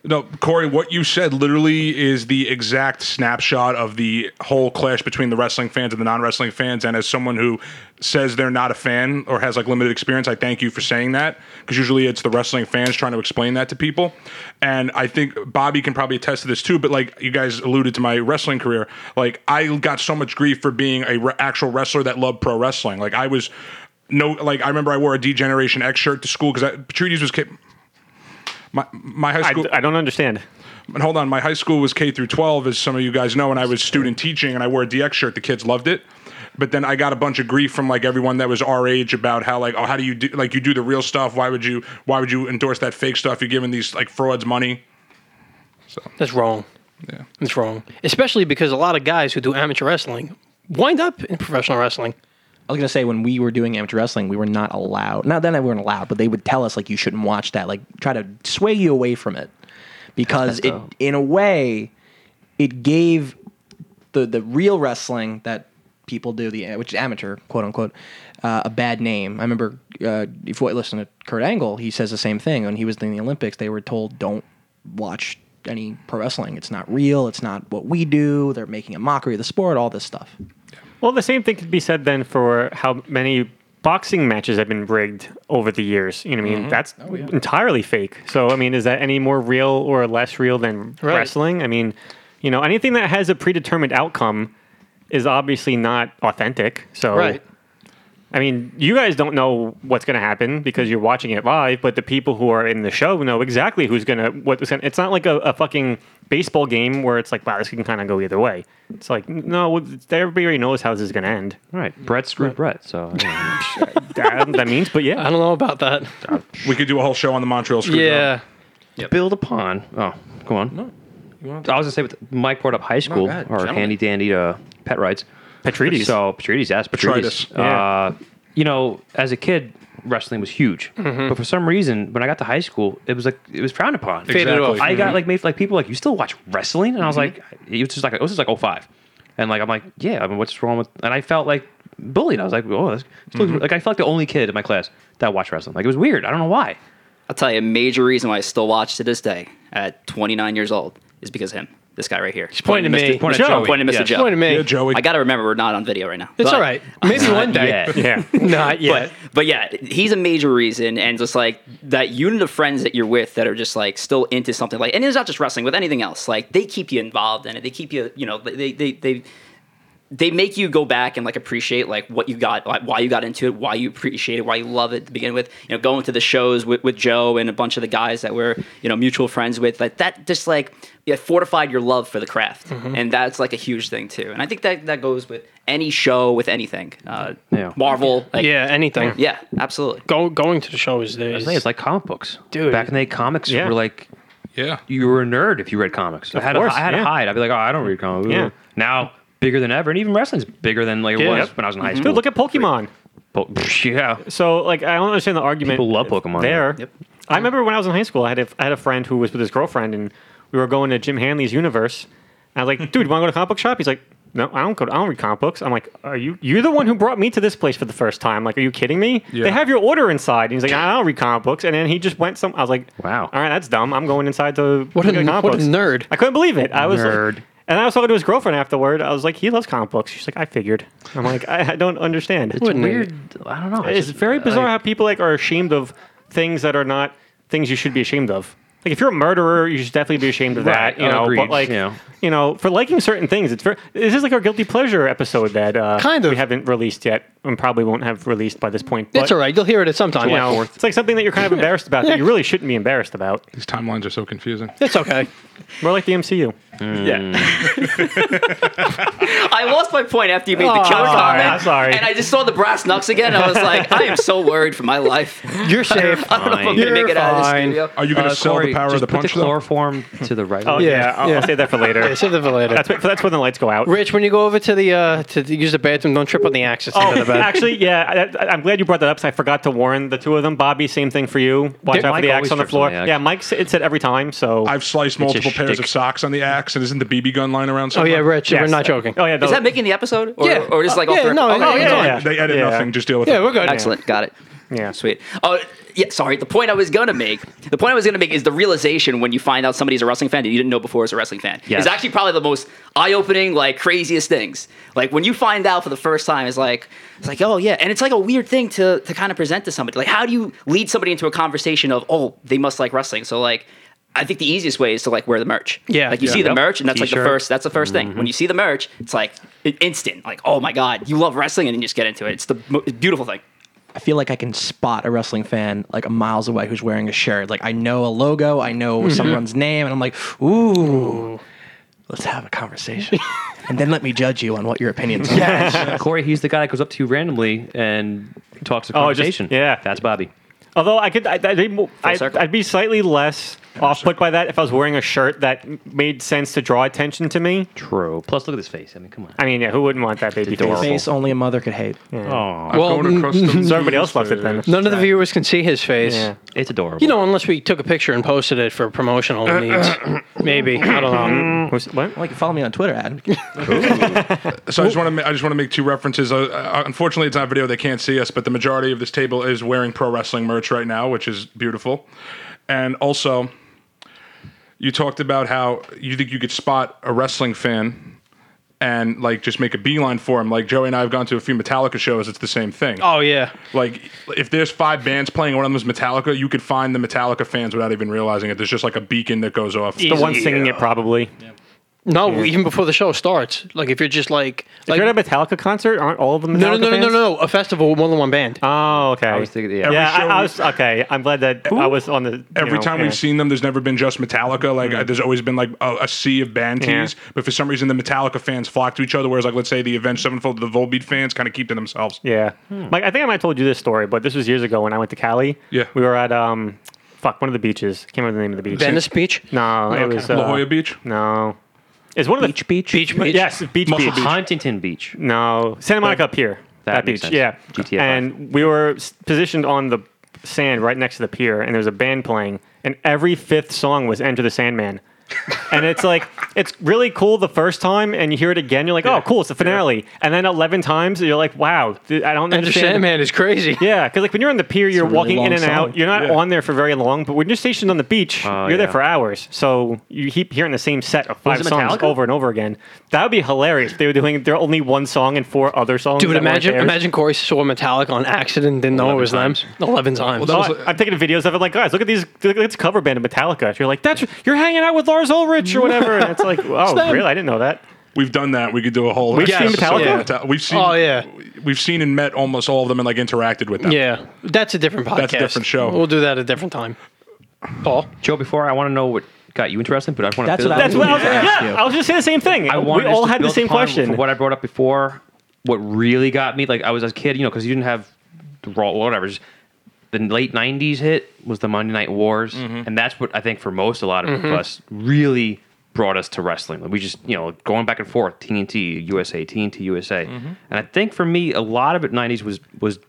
S5: No, Corey, what you said literally is the exact snapshot of the whole clash between the wrestling fans and the non wrestling fans. And as someone who says they're not a fan or has like limited experience, I thank you for saying that because usually it's the wrestling fans trying to explain that to people. And I think Bobby can probably attest to this too, but like you guys alluded to my wrestling career, like I got so much grief for being a re- actual wrestler that loved pro wrestling. Like I was. No, like I remember, I wore a D Generation X shirt to school because Patrides was ca- my my high
S1: I,
S5: school.
S1: d- I don't understand.
S5: And hold on, my high school was K through 12, as some of you guys know, and I was student teaching, and I wore a DX shirt. The kids loved it. But then I got a bunch of grief from like everyone that was our age about how like oh how do you do like you do the real stuff why would you why would you endorse that fake stuff you're giving these like frauds money
S3: That's wrong.
S5: yeah
S3: That's wrong. Especially because a lot of guys who do amateur wrestling wind up in professional wrestling.
S7: I was gonna say when we were doing amateur wrestling, we were not allowed. Not then we weren't allowed, but they would tell us like you shouldn't watch that. Like try to sway you away from it because it, in a way, it gave the the real wrestling that people do the which is amateur quote unquote uh, a bad name. I remember uh, if you listen to Kurt Angle, he says the same thing when he was in the Olympics. They were told don't watch any pro wrestling. It's not real. It's not what we do. They're making a mockery of the sport. All this stuff.
S1: Well, the same thing could be said then for how many boxing matches have been rigged over the years. You know, what I mean, that's entirely fake. So, I mean, is that any more real or less real than
S3: Right.
S1: wrestling? I mean, you know, anything that has a predetermined outcome is obviously not authentic. So, I mean, you guys don't know what's going to happen because you're watching it live, but the people who are in the show know exactly who's going to what's going. to It's not like a, a fucking baseball game where it's like, wow, this can kind of go either way. It's like, no, everybody already knows how this is going to end.
S8: All right. Brett screwed Brett. So I don't know.
S1: I don't know what that means, but
S3: I
S1: yeah.
S3: don't know about that.
S5: we could do a whole show on the Montreal Screwjob
S3: Yeah.
S8: build upon. Oh, go on. No. I was gonna say with Mike brought up high school
S7: ahead,
S8: or
S7: gentlemen.
S8: handy dandy uh, pet rides.
S1: Petrides.
S8: So Petrides, yes, Petrides.
S5: Petrides.
S1: Yeah.
S8: Uh, you know, as a kid, wrestling was huge, but for some reason, when I got to high school, it was like it was frowned upon.
S3: Faded off.
S8: I got like made like people like you still watch wrestling, and I was like, it was just like it was just like 05. and like I'm like, yeah, I mean, what's wrong with? And I felt like bullied. I was like, oh, that's, like I felt like the only kid in my class that watched wrestling. Like it was weird. I don't know why.
S6: I'll tell you a major reason why I still watch to this day at 29 years old is because of him. This guy right here. He's
S3: pointing at me.
S6: Point
S3: Joe.
S6: Joe. Pointing at Mr.
S8: Yeah.
S6: Joe.
S3: Point at me.
S5: yeah Joey
S6: I got to remember we're not on video right now.
S3: It's
S6: But-
S3: all right. Maybe one day.
S8: Yeah.
S1: yeah.
S3: Not yet.
S6: But yeah, he's a major reason, and just like that unit of friends that you're with that are just like still into something like, and it's not just wrestling with anything else. Like they keep you involved in it. They keep you, you know, they they they they make you go back and like appreciate like what you got, like why you got into it, why you appreciate it, why you love it to begin with. You know, going to the shows with, with Joe and a bunch of the guys that we're you know mutual friends with, like that just like yeah, fortified your love for the craft, and that's like a huge thing too. And I think that that goes with any show with anything, uh,
S8: Yeah.
S6: Marvel, like,
S3: Yeah, anything.
S6: yeah, absolutely.
S3: Go, going to the show is there.
S8: I think it's like comic books.
S3: Dude.
S8: Back in the day, comics
S1: Yeah.
S8: were like
S5: yeah
S8: you were a nerd if you read comics. I had
S1: course,
S8: a, I had
S1: yeah.
S8: to hide. I'd be like, oh, I don't read comics.
S1: Yeah.
S8: Now bigger than ever, and even wrestling's bigger than like it
S1: Yeah.
S8: was
S1: Yep.
S8: when I was in high school.
S1: Dude, look at Pokemon.
S8: Po- yeah,
S1: So, like, I don't understand the argument.
S8: People love Pokemon.
S1: There. I remember when I was in high school, I had a, I had a friend who was with his girlfriend, and we were going to Jim Hanley's universe. And I was like, dude, want to go to a comic book shop? He's like, no, I don't go. To, I don't read comic books. I'm like, are you? You're the one who brought me to this place for the first time. Like, are you kidding me?
S5: Yeah.
S1: They have your order inside. And he's like, I don't read comic books. And then he just went some. I was like,
S8: Wow.
S1: all right, that's dumb. I'm going inside to
S3: What a-
S1: look at comic
S3: what a
S1: books."
S3: nerd.
S1: I couldn't believe it. I was
S8: Nerd.
S1: Like, and I was talking to his girlfriend afterward. I was like, he loves comic books. She's like, I figured. I'm like, I, I don't understand.
S8: it's weird. I don't know.
S1: It's
S8: just,
S1: very
S8: uh,
S1: bizarre
S8: like-
S1: how people like are ashamed of things that are not things you should be ashamed of. Like if you're a murderer, you should definitely be ashamed of
S8: Right,
S1: that. You know,
S8: agreed,
S1: but like
S8: yeah.
S1: you know, for liking certain things, it's very. This is like our guilty pleasure episode that uh,
S3: Kind of.
S1: we haven't released yet and probably won't have released by this point. But,
S3: It's all right. You'll hear it at some time.
S1: You know, it's like something that you're kind of embarrassed about that you really shouldn't be embarrassed about.
S5: these timelines are so confusing
S3: It's okay.
S1: We're like the MCU. Yeah.
S6: I lost my point after you made the
S3: Oh,
S6: killer
S3: I'm
S1: sorry,
S6: comment.
S1: I'm sorry.
S6: And I just saw the brass knucks again. And I was like, I am so worried for my life.
S3: You're safe.
S6: I don't know if I'm
S3: You're
S6: gonna make it out of the
S3: fine.
S6: studio.
S5: Are you going to
S8: Uh,
S5: sell
S8: Corey,
S5: the power of
S8: just
S5: the
S8: put
S5: punch
S8: the
S5: though?
S8: chloroform to the right.
S1: Oh yeah. I'll,
S3: yeah.
S1: I'll save that for later.
S3: Yeah, save that for later.
S1: That's, that's when the lights go out.
S3: Rich, when you go over to the uh, to the- use the bathroom, don't trip on the axis. under
S1: Oh,
S3: the bed.
S1: actually, yeah. I, I, I'm glad you brought that up. 'cause I forgot to warn the two of them. Bobby, same thing for you. Watch out for
S8: Mike
S1: the axe
S8: always
S1: on the
S8: trips
S1: floor.
S8: on the axe.
S1: yeah, Mike said it every time. So
S5: I've sliced multiple pairs
S8: shtick.
S5: of socks on the axe, and isn't the BB gun lying around
S3: oh
S5: somewhere?
S3: yeah, Rich,
S1: Yes.
S3: we're not joking.
S1: Oh yeah,
S6: Is
S1: those-
S6: that making the episode? Or,
S3: Yeah.
S6: Or is it like off
S3: Yeah,
S6: the record?
S3: no,
S6: Okay,
S3: yeah,
S6: it's
S3: yeah,
S6: on.
S1: yeah.
S5: They edit
S1: Yeah.
S5: nothing. Just deal with
S3: yeah,
S5: it.
S3: we're good.
S6: Excellent. Got it.
S1: Yeah.
S6: Sweet. Oh, yeah. Sorry. The point I was gonna make. The point I was gonna make is the realization when you find out somebody's a wrestling fan that you didn't know before was a wrestling fan.
S8: Yes.
S6: Is actually probably the most eye-opening, like craziest things. Like when you find out for the first time, it's like it's like oh yeah, and it's like a weird thing to to kind of present to somebody. Like how do you lead somebody into a conversation of oh they must like wrestling? So like. I think the easiest way is to like wear the merch.
S3: Yeah.
S6: like you
S3: Yeah.
S6: see the merch, and that's like
S8: T-shirt.
S6: the first. That's the 1st thing. When you see the merch, it's like i- instant. Like, oh my god, you love wrestling, and then you just get into it. It's the mo- beautiful thing.
S7: I feel like I can spot a wrestling fan like miles away who's wearing a shirt. Like I know a logo, I know
S3: Mm-hmm.
S7: someone's name, and I'm like, ooh, let's have a conversation, and then let me judge you on what your opinions are.
S8: Corey, he's the guy that goes up to you randomly and talks a
S1: Oh, just-
S8: conversation.
S1: yeah.
S8: that's Bobby.
S1: Although I could, I, I'd, be mo- I'd,
S6: circle.
S1: I'd be slightly less off put by that if I was wearing a shirt that m- made sense to draw attention to me.
S8: True. Plus, look at his face. I mean, come on.
S1: I mean, yeah, who wouldn't want that baby
S8: Adorable.
S1: face?
S7: Face only a mother could hate.
S8: Oh,
S3: Well,
S5: Going across the-
S1: So everybody else left it then.
S3: none of the viewers can see his face.
S1: Yeah.
S8: it's adorable.
S3: You know, unless we took a picture and posted it for promotional needs. Maybe I don't know.
S1: Who's- what?
S7: Well, you can follow me on Twitter, Adam.
S5: So I just want to ma- I just want to make two references. Uh, Uh, unfortunately, it's not video; they can't see us. But the majority of this table is wearing pro wrestling merch right now, which is beautiful. And also, you talked about how you think you could spot a wrestling fan and like just make a beeline for him. Like Joey and I have gone to a few Metallica shows; it's the same thing.
S3: Oh yeah,
S5: Like if there's five bands playing, one of them is Metallica. You could find the Metallica fans without even realizing it. There's just like a beacon that goes off.
S1: The one singing it probably.
S3: no, even before the show starts. Like if you're just like
S1: If
S3: like
S1: you're at a Metallica concert, aren't all of them Metallica
S3: no, no, no, no, no,
S1: fans?
S3: no, a festival with more than one band.
S1: Oh, okay.
S8: I was thinking, yeah.
S1: yeah, I,
S5: show
S1: I
S5: we-
S1: was okay. I'm glad that I was on the. you
S5: Every
S1: know,
S5: time
S1: yeah. Mm-hmm.
S5: we've seen them, there's never been just Metallica. Like uh, there's always been like a, a sea of band tees,
S1: Yeah.
S5: but for some reason the Metallica fans flock to each other. Whereas like let's say the Avenged Sevenfold, the Volbeat fans kind of keep to themselves.
S1: Yeah. Mike, I think I might have told you this story, but this was years ago when I went to Cali.
S5: Hmm. Yeah.
S1: We were at um, fuck, one of the beaches. Can't remember the name of the beach.
S3: Venice Beach.
S1: No, it was uh,
S5: Oh, La Jolla Beach.
S1: No, it's one of the
S7: Beach, beach,
S3: Beach, beach.
S1: Yes, beach
S5: Muscle
S1: beach.
S5: Beach.
S8: Huntington Beach.
S1: No, Santa Monica Pier. That, beach.
S8: makes sense.
S1: Yeah.
S8: GTA five.
S1: And we were s- positioned on the sand right next to the pier, and there was a band playing, and every fifth song was Enter the Sandman. and it's like it's really cool the first time, and you hear it again, you're like, oh, cool, it's the finale. And then eleven times, you're like, wow, dude, I don't
S3: And the
S1: understand.
S3: Sandman is crazy.
S1: Yeah, because like when you're on the pier, you're
S7: really
S1: walking
S7: long
S1: in and out.
S7: song.
S1: You're not
S5: Yeah.
S1: on there for very long, but when you're stationed on the beach,
S8: Oh,
S1: you're there
S8: yeah.
S1: for hours. So you keep hearing the same set of five
S8: it
S1: songs
S8: Metallica?
S1: over and over again. That would be hilarious. if They were doing their only one song and four other songs.
S3: Dude,
S1: that weren't
S3: imagine
S1: theirs.
S3: imagine Corey saw Metallica on accident, didn't know it was them. Eleven times.
S5: that was-
S1: Oh, I- I'm taking videos of it, like guys, look at these. Look at this cover band of Metallica. You're like, that's you're hanging out with Lars Ulrich or whatever, and it's like, oh,
S3: them.
S1: really? I didn't know that.
S5: We've done that. We could do a whole.
S1: We've seen
S5: episode
S1: Metallica?
S5: on Metal- We've seen.
S3: Oh, yeah.
S5: We've seen and met almost all of them and like interacted with them.
S3: yeah, that's a different podcast.
S5: That's a different show.
S3: We'll do that a different time. Paul,
S8: Joe, before I want to know what got you interested, but I just want to.
S7: That's
S8: build on
S7: what
S1: That's what I was.
S7: Yeah.
S1: Yeah, I was just saying the same thing.
S8: I
S1: we
S8: wanted
S1: all
S8: us to
S1: had the
S8: build
S1: same
S8: upon
S1: question.
S8: From what I brought up before, what really got me, like I was as a kid, you know, because you didn't have the raw whatever. just The late '90s hit was the Monday Night Wars,
S1: Mm-hmm.
S8: and that's what I think for most a lot of us really brought us to wrestling. Like we just you know going back and forth TNT USA TNT USA,
S1: Mm-hmm.
S8: and I think for me a lot of it '90s was was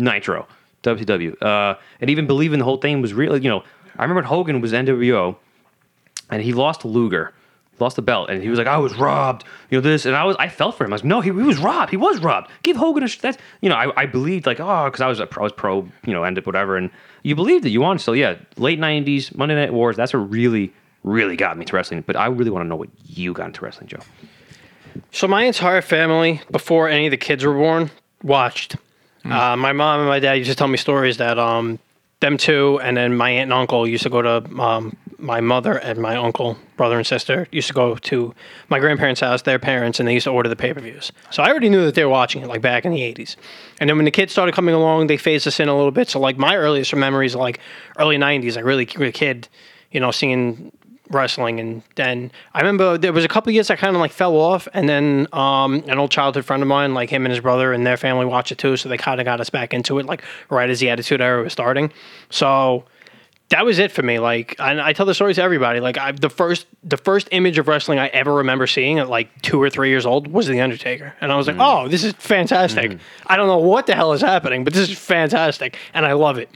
S8: Nitro, WCW, uh, and even believing the whole thing was real. You know, I remember when Hogan was NWO, and he lost to Luger, lost the belt, and he was like, "I was robbed," you know this, and I was, I felt for him. I was, no, he, he was robbed. He was robbed. Give Hogan a sh-. that's, you know, I, I believed like, oh, because I was a pro, I was pro, you know, end up whatever, and you believed it. You wanted so yeah, late '90s Monday Night Wars. That's what really, really got me to wrestling. But I really want to know what you got into wrestling, Joe.
S3: So my entire family, before any of the kids were born, watched. Uh, my mom and my dad used to tell me stories that um, them two, and then my aunt and uncle used to go to um, my mother and my uncle, brother and sister, used to go to my grandparents' house, their parents, and they used to order the pay per views. So I already knew that they were watching it, like back in the '80s. And then when the kids started coming along, they phased us in a little bit. So like my earliest memories, are, like early '90s, like really a kid, you know, seeing wrestling, and then I remember there was a couple years I kind of like fell off, and then um, an old childhood friend of mine, like him and his brother and their family, watched it too, so they kind of got us back into it, like right as the Attitude Era was starting. So that was it for me. Like, and I tell the story to everybody. Like, I, the first the first image of wrestling I ever remember seeing at like two or three years old was the Undertaker, and I was like, oh, this is fantastic. I don't know what the hell is happening, but this is fantastic, and I love it.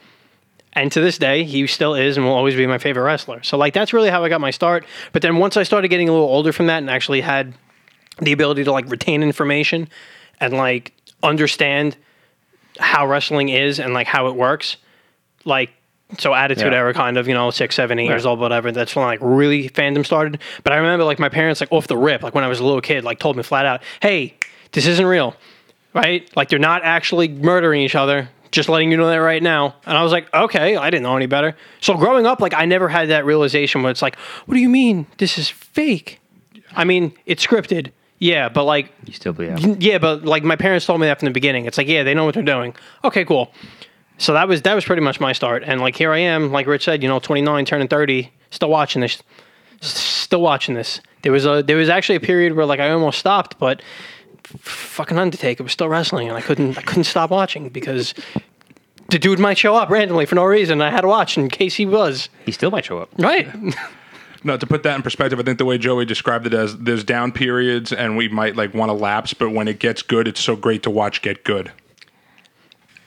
S3: And to this day, he still is and will always be my favorite wrestler. So like that's really how I got my start. But then once I started getting a little older from that and actually had the ability to like retain information and like understand how wrestling is and like how it works, like so attitude
S8: Yeah.
S3: era kind of, you know, six, seven, eight years old, whatever. That's when like really fandom started. But I remember like my parents like off the rip, like when I was a little kid, like told me flat out, Hey, this isn't real right? Like they're not actually murdering each other. Just letting you know that right now. And I was like, okay, I didn't know any better. So growing up, like I never had that realization where it's like, what do you mean this is fake? I mean, it's scripted. Yeah, but like
S8: You still believe that.
S3: yeah, but like my parents told me that from the beginning. It's like, yeah, they know what they're doing. Okay, cool. So that was that was pretty much my start. And like here I am, like Rich said, you know, 29, turning 30, still watching this. S- Still watching this. There was a there was actually a period where like I almost stopped, but fucking Undertaker was still wrestling and I couldn't I couldn't stop watching because the dude might show up randomly for no reason. and I had to watch in case he was.
S8: He still might show up.
S3: Right.
S5: No, to put that in perspective, I think the way Joey described it as there's down periods and we might like want to lapse, but when it gets good, it's so great to watch get good.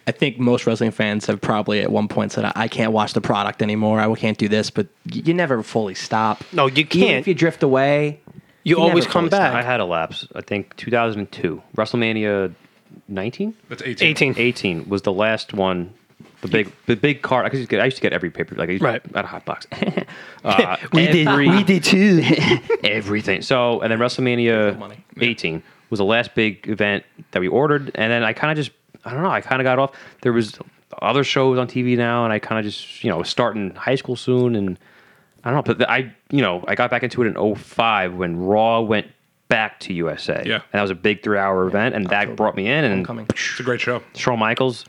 S7: I think most wrestling fans have probably at one point said, "I- "I can't watch the product anymore. I can't do this." But y- you never fully stop.
S3: No, you
S7: Even
S3: can't.
S7: if you drift away,
S3: You
S7: never
S3: always come
S7: fully stop.
S3: back.
S8: I had a lapse. I think 2002, WrestleMania 19,
S5: That's 18.
S3: 18.
S8: 18 was the last one. The big, the big card. I used to get, I used to get every paper, like I used
S3: Right.
S8: at a hot box. Uh, every-
S3: did too.
S8: everything. So, and then WrestleMania 18 was the last big event that we ordered, and then I kind of just, I don't know, I kind of got off. There was other shows on TV now, and I kind of just, you know, was starting high school soon, and I don't know, but I, you know, I got back into it in 05 when Raw went back to USA.
S5: Yeah.
S8: and that was a big three-hour event, and that brought me in, and
S7: coming
S5: It's a great show.
S8: Shawn Michaels.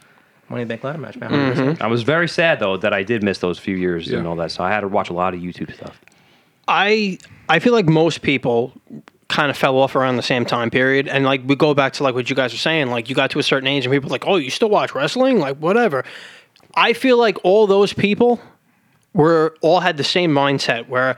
S7: Money in the Bank ladder match. Man.
S3: Mm-hmm.
S8: I was very sad though that I did miss those few years and
S5: Hmm? Yeah.
S8: all that, so I had to watch a lot of YouTube stuff.
S3: I I feel like most people kind of fell off around the same time period and like we go back to like what you guys were saying like you got to a certain age and people were like oh you still watch wrestling like whatever i feel like all those people were all had the same mindset where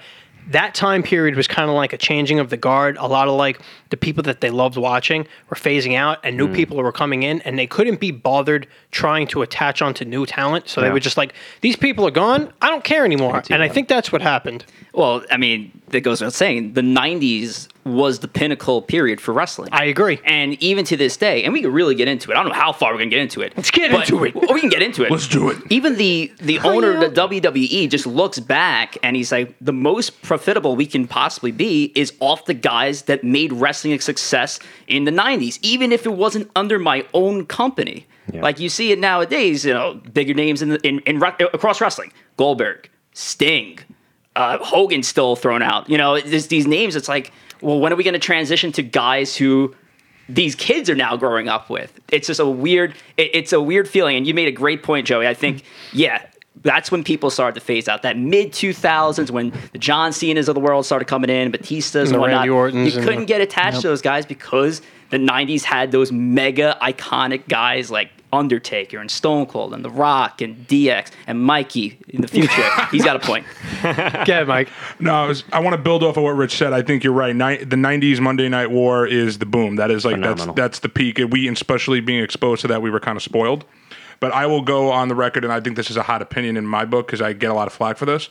S3: that time period was kind of like a changing of the guard a lot of like the people that they loved watching were phasing out and new people were coming in and they couldn't be bothered trying to attach onto new talent so they
S8: Yeah.
S3: were just like these people are gone i don't care anymore and i think that's what happened
S6: Well, I mean, that goes without saying. The '90s was the pinnacle period for wrestling.
S3: I agree.
S6: and even to this day, and we can really get into it. I don't know how far we're gonna get into it. Let's
S3: get into it.
S6: We can get into it.
S5: Let's do it.
S6: Even the the owner of the WWE just looks back and he's like, the most profitable we can possibly be is off the guys that made wrestling a success in the '90s, even if it wasn't under my own company. Like you see it nowadays, you know, bigger names in the, in, in re- across wrestling, Goldberg, Sting, uh, Hogan still thrown out. You know, there's these names. It's like, well, when are we going to transition to guys who these kids are now growing up with. It's just a weird, it- it's a weird feeling. And you made a great point, Joey. I think,
S3: Mm-hmm.
S6: yeah, that's when people started to phase out. That mid two thousands when the John Cena's of the world started coming in, Batista's and,
S3: the
S6: whatnot.
S3: Randy Ortons
S6: you
S3: and
S6: couldn't
S3: the-
S6: get attached to those guys because the nineties had those mega iconic guys like. Undertaker and Stone Cold and The Rock and DX and Mikey in the future. He's got a point.
S3: yeah mike
S5: No, I, was- I want to build off of what Rich said. I think you're right. Ni- the '90s Monday Night War is the boom. That is like
S8: Phenomenal.
S5: that's that's the peak. And We, especially being exposed to that, we were kind of spoiled. But I will go on the record, and I think this is a hot opinion in my book because I get a lot of flack for this.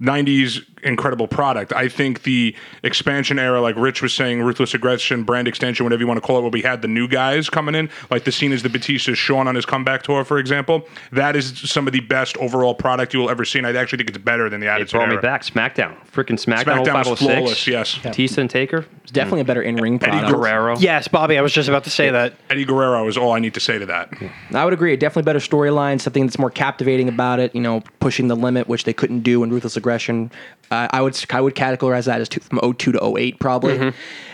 S5: '90s incredible product. I think the expansion era, like Rich was saying, ruthless aggression, brand extension, whatever you want to call it, where we had the new guys coming in, like the scene is the Batista, Sean on his comeback tour, for example. That is some of the best overall product you will ever see, and I actually think it's better than the
S8: It
S5: Attitude
S8: brought me
S5: Era.
S8: back. SmackDown, freaking SmackDown,
S5: SmackDown
S8: 0506.
S5: was flawless, yes.
S8: Batista and Taker,
S7: It's definitely a better in-ring product.
S8: Guerrero.
S3: Yes, Bobby, I was just about to say that.
S5: Eddie Guerrero is all I need to say to that.
S7: I would agree. Definitely better storyline, something that's more captivating about it. You know, pushing the limit, which they couldn't do in Ruthless oh
S3: Mm-hmm.
S7: Aggression. Uh, I would I would categorize that as two, from 02 to 08 probably.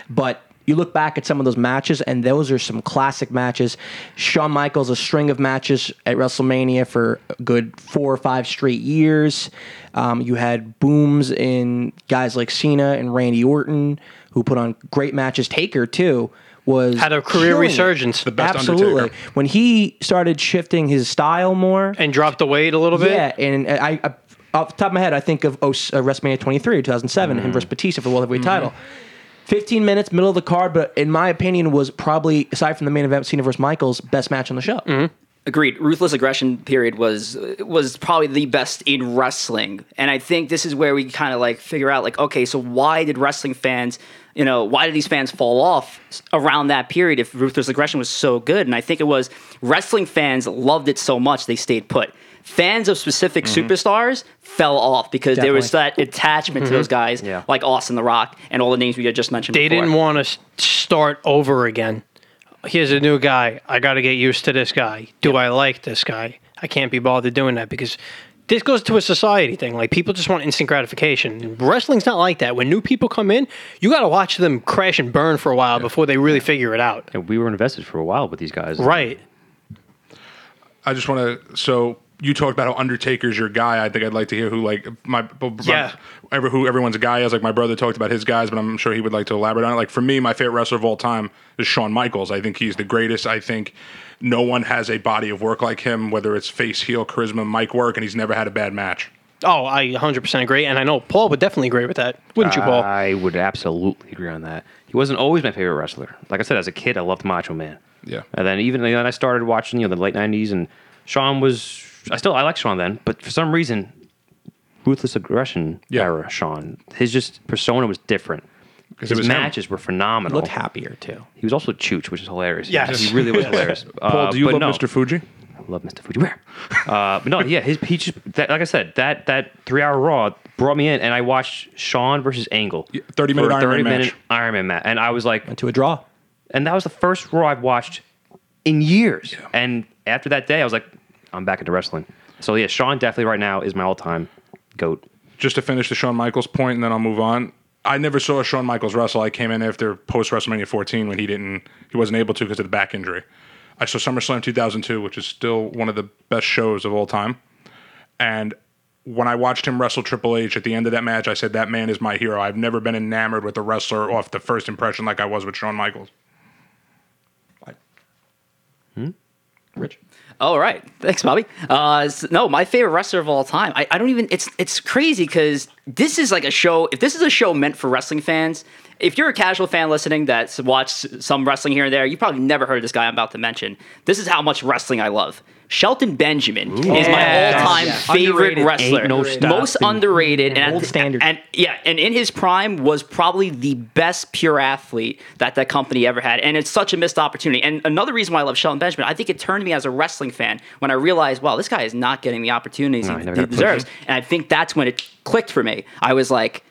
S7: But You look back at some of those matches, and those are some classic matches. Shawn Michaels a string of matches at WrestleMania for a good four or five straight years. Um, you had booms in guys like Cena and Randy Orton, who put on great matches. Taker too was
S3: Had a career
S7: killing it.
S3: resurgence. The
S5: best
S7: Absolutely,
S5: Undertaker.
S7: when he started shifting his style more
S3: and dropped the weight a little bit.
S7: yeah, and I, I off the top of my head, I think of Os- uh, WrestleMania 23, 2007,
S3: Mm-hmm.
S7: him versus Batista for the World Heavyweight title. 15 minutes, middle of the card, but in my opinion, was probably, aside from the main event, Cena versus Michaels, best match on the show.
S3: Mm-hmm.
S6: Agreed. Ruthless aggression period was was probably the best in wrestling, and I think this is where we kind of like figure out like, okay, so why did wrestling fans, you know, why did these fans fall off s- around that period if ruthless aggression was so good? And I think it was wrestling fans loved it so much they stayed put. Fans of specific
S3: Mm-hmm.
S6: superstars fell off because there was that attachment to those guys,
S8: Yeah.
S6: like Austin, The Rock, and all the names we had just mentioned.
S3: Mm-hmm. They
S6: before.
S3: didn't want to start over again. Here's a new guy. I got to get used to this guy. Do I like this guy? I can't be bothered doing that because this goes to a society thing. Like people just want instant gratification. Wrestling's not like that. When new people come in, you got to watch them crash and burn for a while before they really figure it out.
S8: And we were invested for a while with these guys.
S3: Right.
S5: I just want to. So you talked about how Undertaker's your guy. I think I'd like to hear who like my, my
S3: Yeah.
S5: ever who everyone's guy is. Like my brother talked about his guys, but I'm sure he would like to elaborate on it. Like for me, my favorite wrestler of all time is Shawn Michaels. I think he's the greatest. I think no one has a body of work like him, whether it's face, heel, charisma, mic work, and he's never had a bad match.
S3: Oh, I 100% agree. And I know Paul would definitely agree with that. Wouldn't you, Paul?
S8: I would absolutely agree on that. He wasn't always my favorite wrestler. Like I said, as a kid, I loved Macho Man.
S5: Yeah.
S8: And then even then, I started watching you know the late '90s, and Sean was. I still I like Sean then, but for some reason, ruthless aggression
S5: Yeah.
S8: era Sean. His just persona was different.
S5: it
S8: His
S5: was him.
S8: matches were phenomenal.
S7: Looked happier, too.
S8: He was also Chooch, which is hilarious. He
S3: Yes.
S8: was- he really was hilarious.
S5: Paul,
S8: Uh,
S5: do you
S8: but
S5: love
S8: no.
S5: Mr. Fuji?
S8: I love Mr. Fujiwara. Uh, but no, yeah, his he just that, like I said that that three hour Raw brought me in, and I watched Sean versus Angle,
S5: 30 minute
S8: for a
S5: Iron Man
S8: 30 minute
S5: match.
S8: Iron Man match, and I was like,
S7: Went to a draw.
S8: and that was the first Raw I've watched in years. And after that day, I was like, I'm back into wrestling. So yeah, Sean definitely right now is my all time goat.
S5: just to finish the Shawn Michaels point, and then I'll move on. I never saw Shawn Michaels wrestle. I came in after post WrestleMania 14 when he didn't, he wasn't able to because of the back injury. I saw SummerSlam 2002, which is still one of the best shows of all time. And when I watched him wrestle Triple H at the end of that match, I said, "That man is my hero." I've never been enamored with a wrestler off the first impression like I was with Shawn Michaels.
S6: All right, thanks, Bobby. Uh, s- no, my favorite wrestler of all time. I, I don't even. It's it's crazy because this is like a show. If this is a show meant for wrestling fans, if you're a casual fan listening that's watched some wrestling here and there, you probably never heard this guy I'm about to mention. This is how much wrestling I love. Shelton Benjamin is
S7: Yes.
S6: my all-time
S7: Yes.
S6: favorite
S7: Underrated.
S6: wrestler.
S7: Ain't no
S6: Most
S7: stopping.
S6: underrated and
S7: Gold
S6: at-
S7: standard.
S6: And yeah, and in his prime was probably the best pure athlete that that company ever had, and it's such a missed opportunity. And another reason why I love Shelton Benjamin, I think it turned me as a wrestling fan when I realized, wow, this guy is not getting the opportunities
S8: No, he
S6: he,
S8: never
S6: he
S8: got pushed.
S6: deserves. And I think that's when it clicked for me. I was like,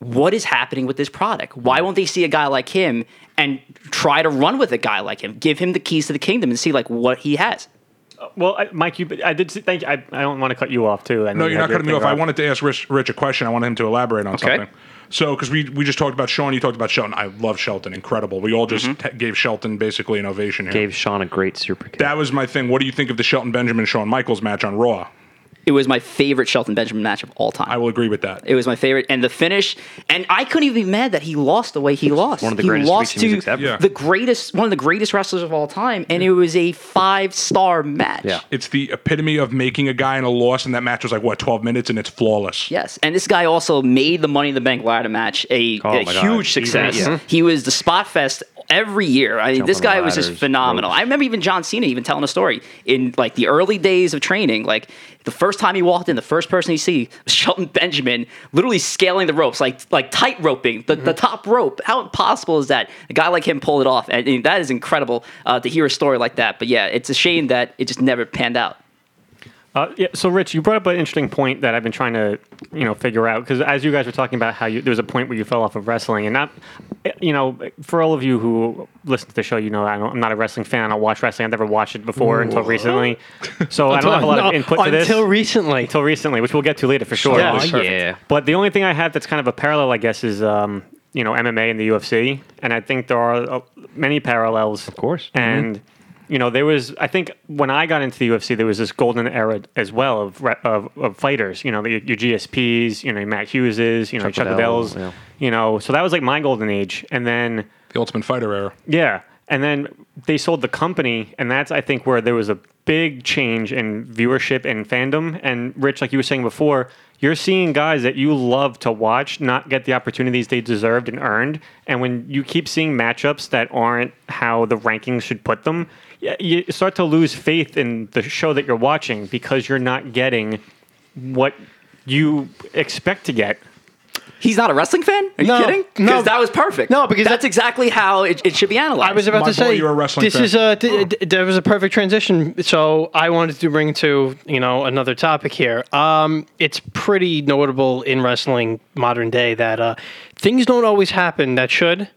S6: what is happening with this product? Why won't they see a guy like him and try to run with a guy like him, give him the keys to the kingdom, and see like what he has?
S1: Well, I, Mike, you, I did. see- Thank you. I, I don't want to cut you off too. I know
S5: No,
S1: you
S5: you're
S1: had
S5: not
S1: your
S5: cutting me
S1: thing
S5: off. I
S1: up.
S5: wanted to ask Rich, Rich a question. I wanted him to elaborate on something. So, because we, we just talked about Shawn, you talked about Shelton. I love Shelton. Incredible. We all just
S3: Mm-hmm.
S5: t- gave Shelton basically an ovation here.
S8: Gave Sean a great super kick.
S5: That was my thing. What do you think of the Shelton Benjamin Shawn Michaels match on Raw?
S6: It was my favorite Shelton Benjamin match of all time.
S5: I will agree with that.
S6: It was my favorite, and the finish. And I couldn't even be mad that he lost the way he lost.
S8: one of the
S6: he
S8: greatest weeks
S6: lost
S8: in
S6: to
S8: music's ever.
S5: Yeah.
S6: the greatest, one of the greatest wrestlers of all time, and it was a five-star match.
S8: Yeah.
S5: It's the epitome of making a guy in a loss, and that match was like what twelve minutes, and it's flawless.
S6: Yes, and this guy also made the Money in the Bank ladder match a,
S8: Oh
S6: a
S8: my God.
S6: huge
S8: He
S6: success.
S8: really- yeah.
S6: He was the spot fest every year. I mean,
S8: Jumping
S6: this guy was just
S8: ladders,
S6: phenomenal.
S8: ropes.
S6: I remember even John Cena even telling a story in like the early days of training. Like the first time he walked in, the first person he see was Shelton Benjamin, literally scaling the ropes, like like tight roping the,
S8: Mm-hmm.
S6: the top rope. How impossible is that? A guy like him pulled it off, and, and that is incredible uh, to hear a story like that. But yeah, it's a shame that it just never panned out.
S1: Uh, yeah, so Rich, you brought up an interesting point that I've been trying to, you know, figure out because as you guys were talking about how you, there was a point where you fell off of wrestling, and not, you know, for all of you who listen to the show, you know, I don't, I'm not a wrestling fan. I don't watch wrestling. I've never watched it before until recently, so I don't have a lot of
S3: No,
S1: input to this
S3: Until recently.
S1: until recently, which we'll get to later for sure.
S8: Yeah, Oh, perfect. yeah.
S1: But the only thing I have that's kind of a parallel, I guess, is um, you know MMA and the UFC, and I think there are uh, many parallels. Of
S8: course. Mm-hmm.
S1: and you know there was I think when I got into the UFC, there was this golden era as well of re- of, of fighters. You know, the, your GSPs, you know, your Matt Hugheses, you know,
S8: Chuck
S1: Chuck
S8: Liddell,
S1: Liddell's,
S8: yeah.
S1: you know. So that was like my golden age, and then.
S5: The Ultimate Fighter era.
S1: Yeah. And then they sold the company, and that's I think where there was a big change in viewership and fandom. And Rich, like you were saying before, you're seeing guys that you love to watch not get the opportunities they deserved and earned. And when you keep seeing matchups that aren't how the rankings should put them, y- you start to lose faith in the show that you're watching because you're not getting what you expect to get.
S6: He's not a wrestling fan? Are you
S3: No,
S6: kidding?
S3: no.
S6: that was perfect.
S3: No, because
S6: that's
S3: that-
S6: exactly how it, it should be analyzed.
S3: I was about
S5: My
S3: to
S5: boy,
S3: say
S5: you're a wrestling
S3: this
S5: fan.
S3: is a th- th- there was a perfect transition. So I wanted to bring to you know another topic here. Um, it's pretty notable in wrestling modern day that uh, things don't always happen that should,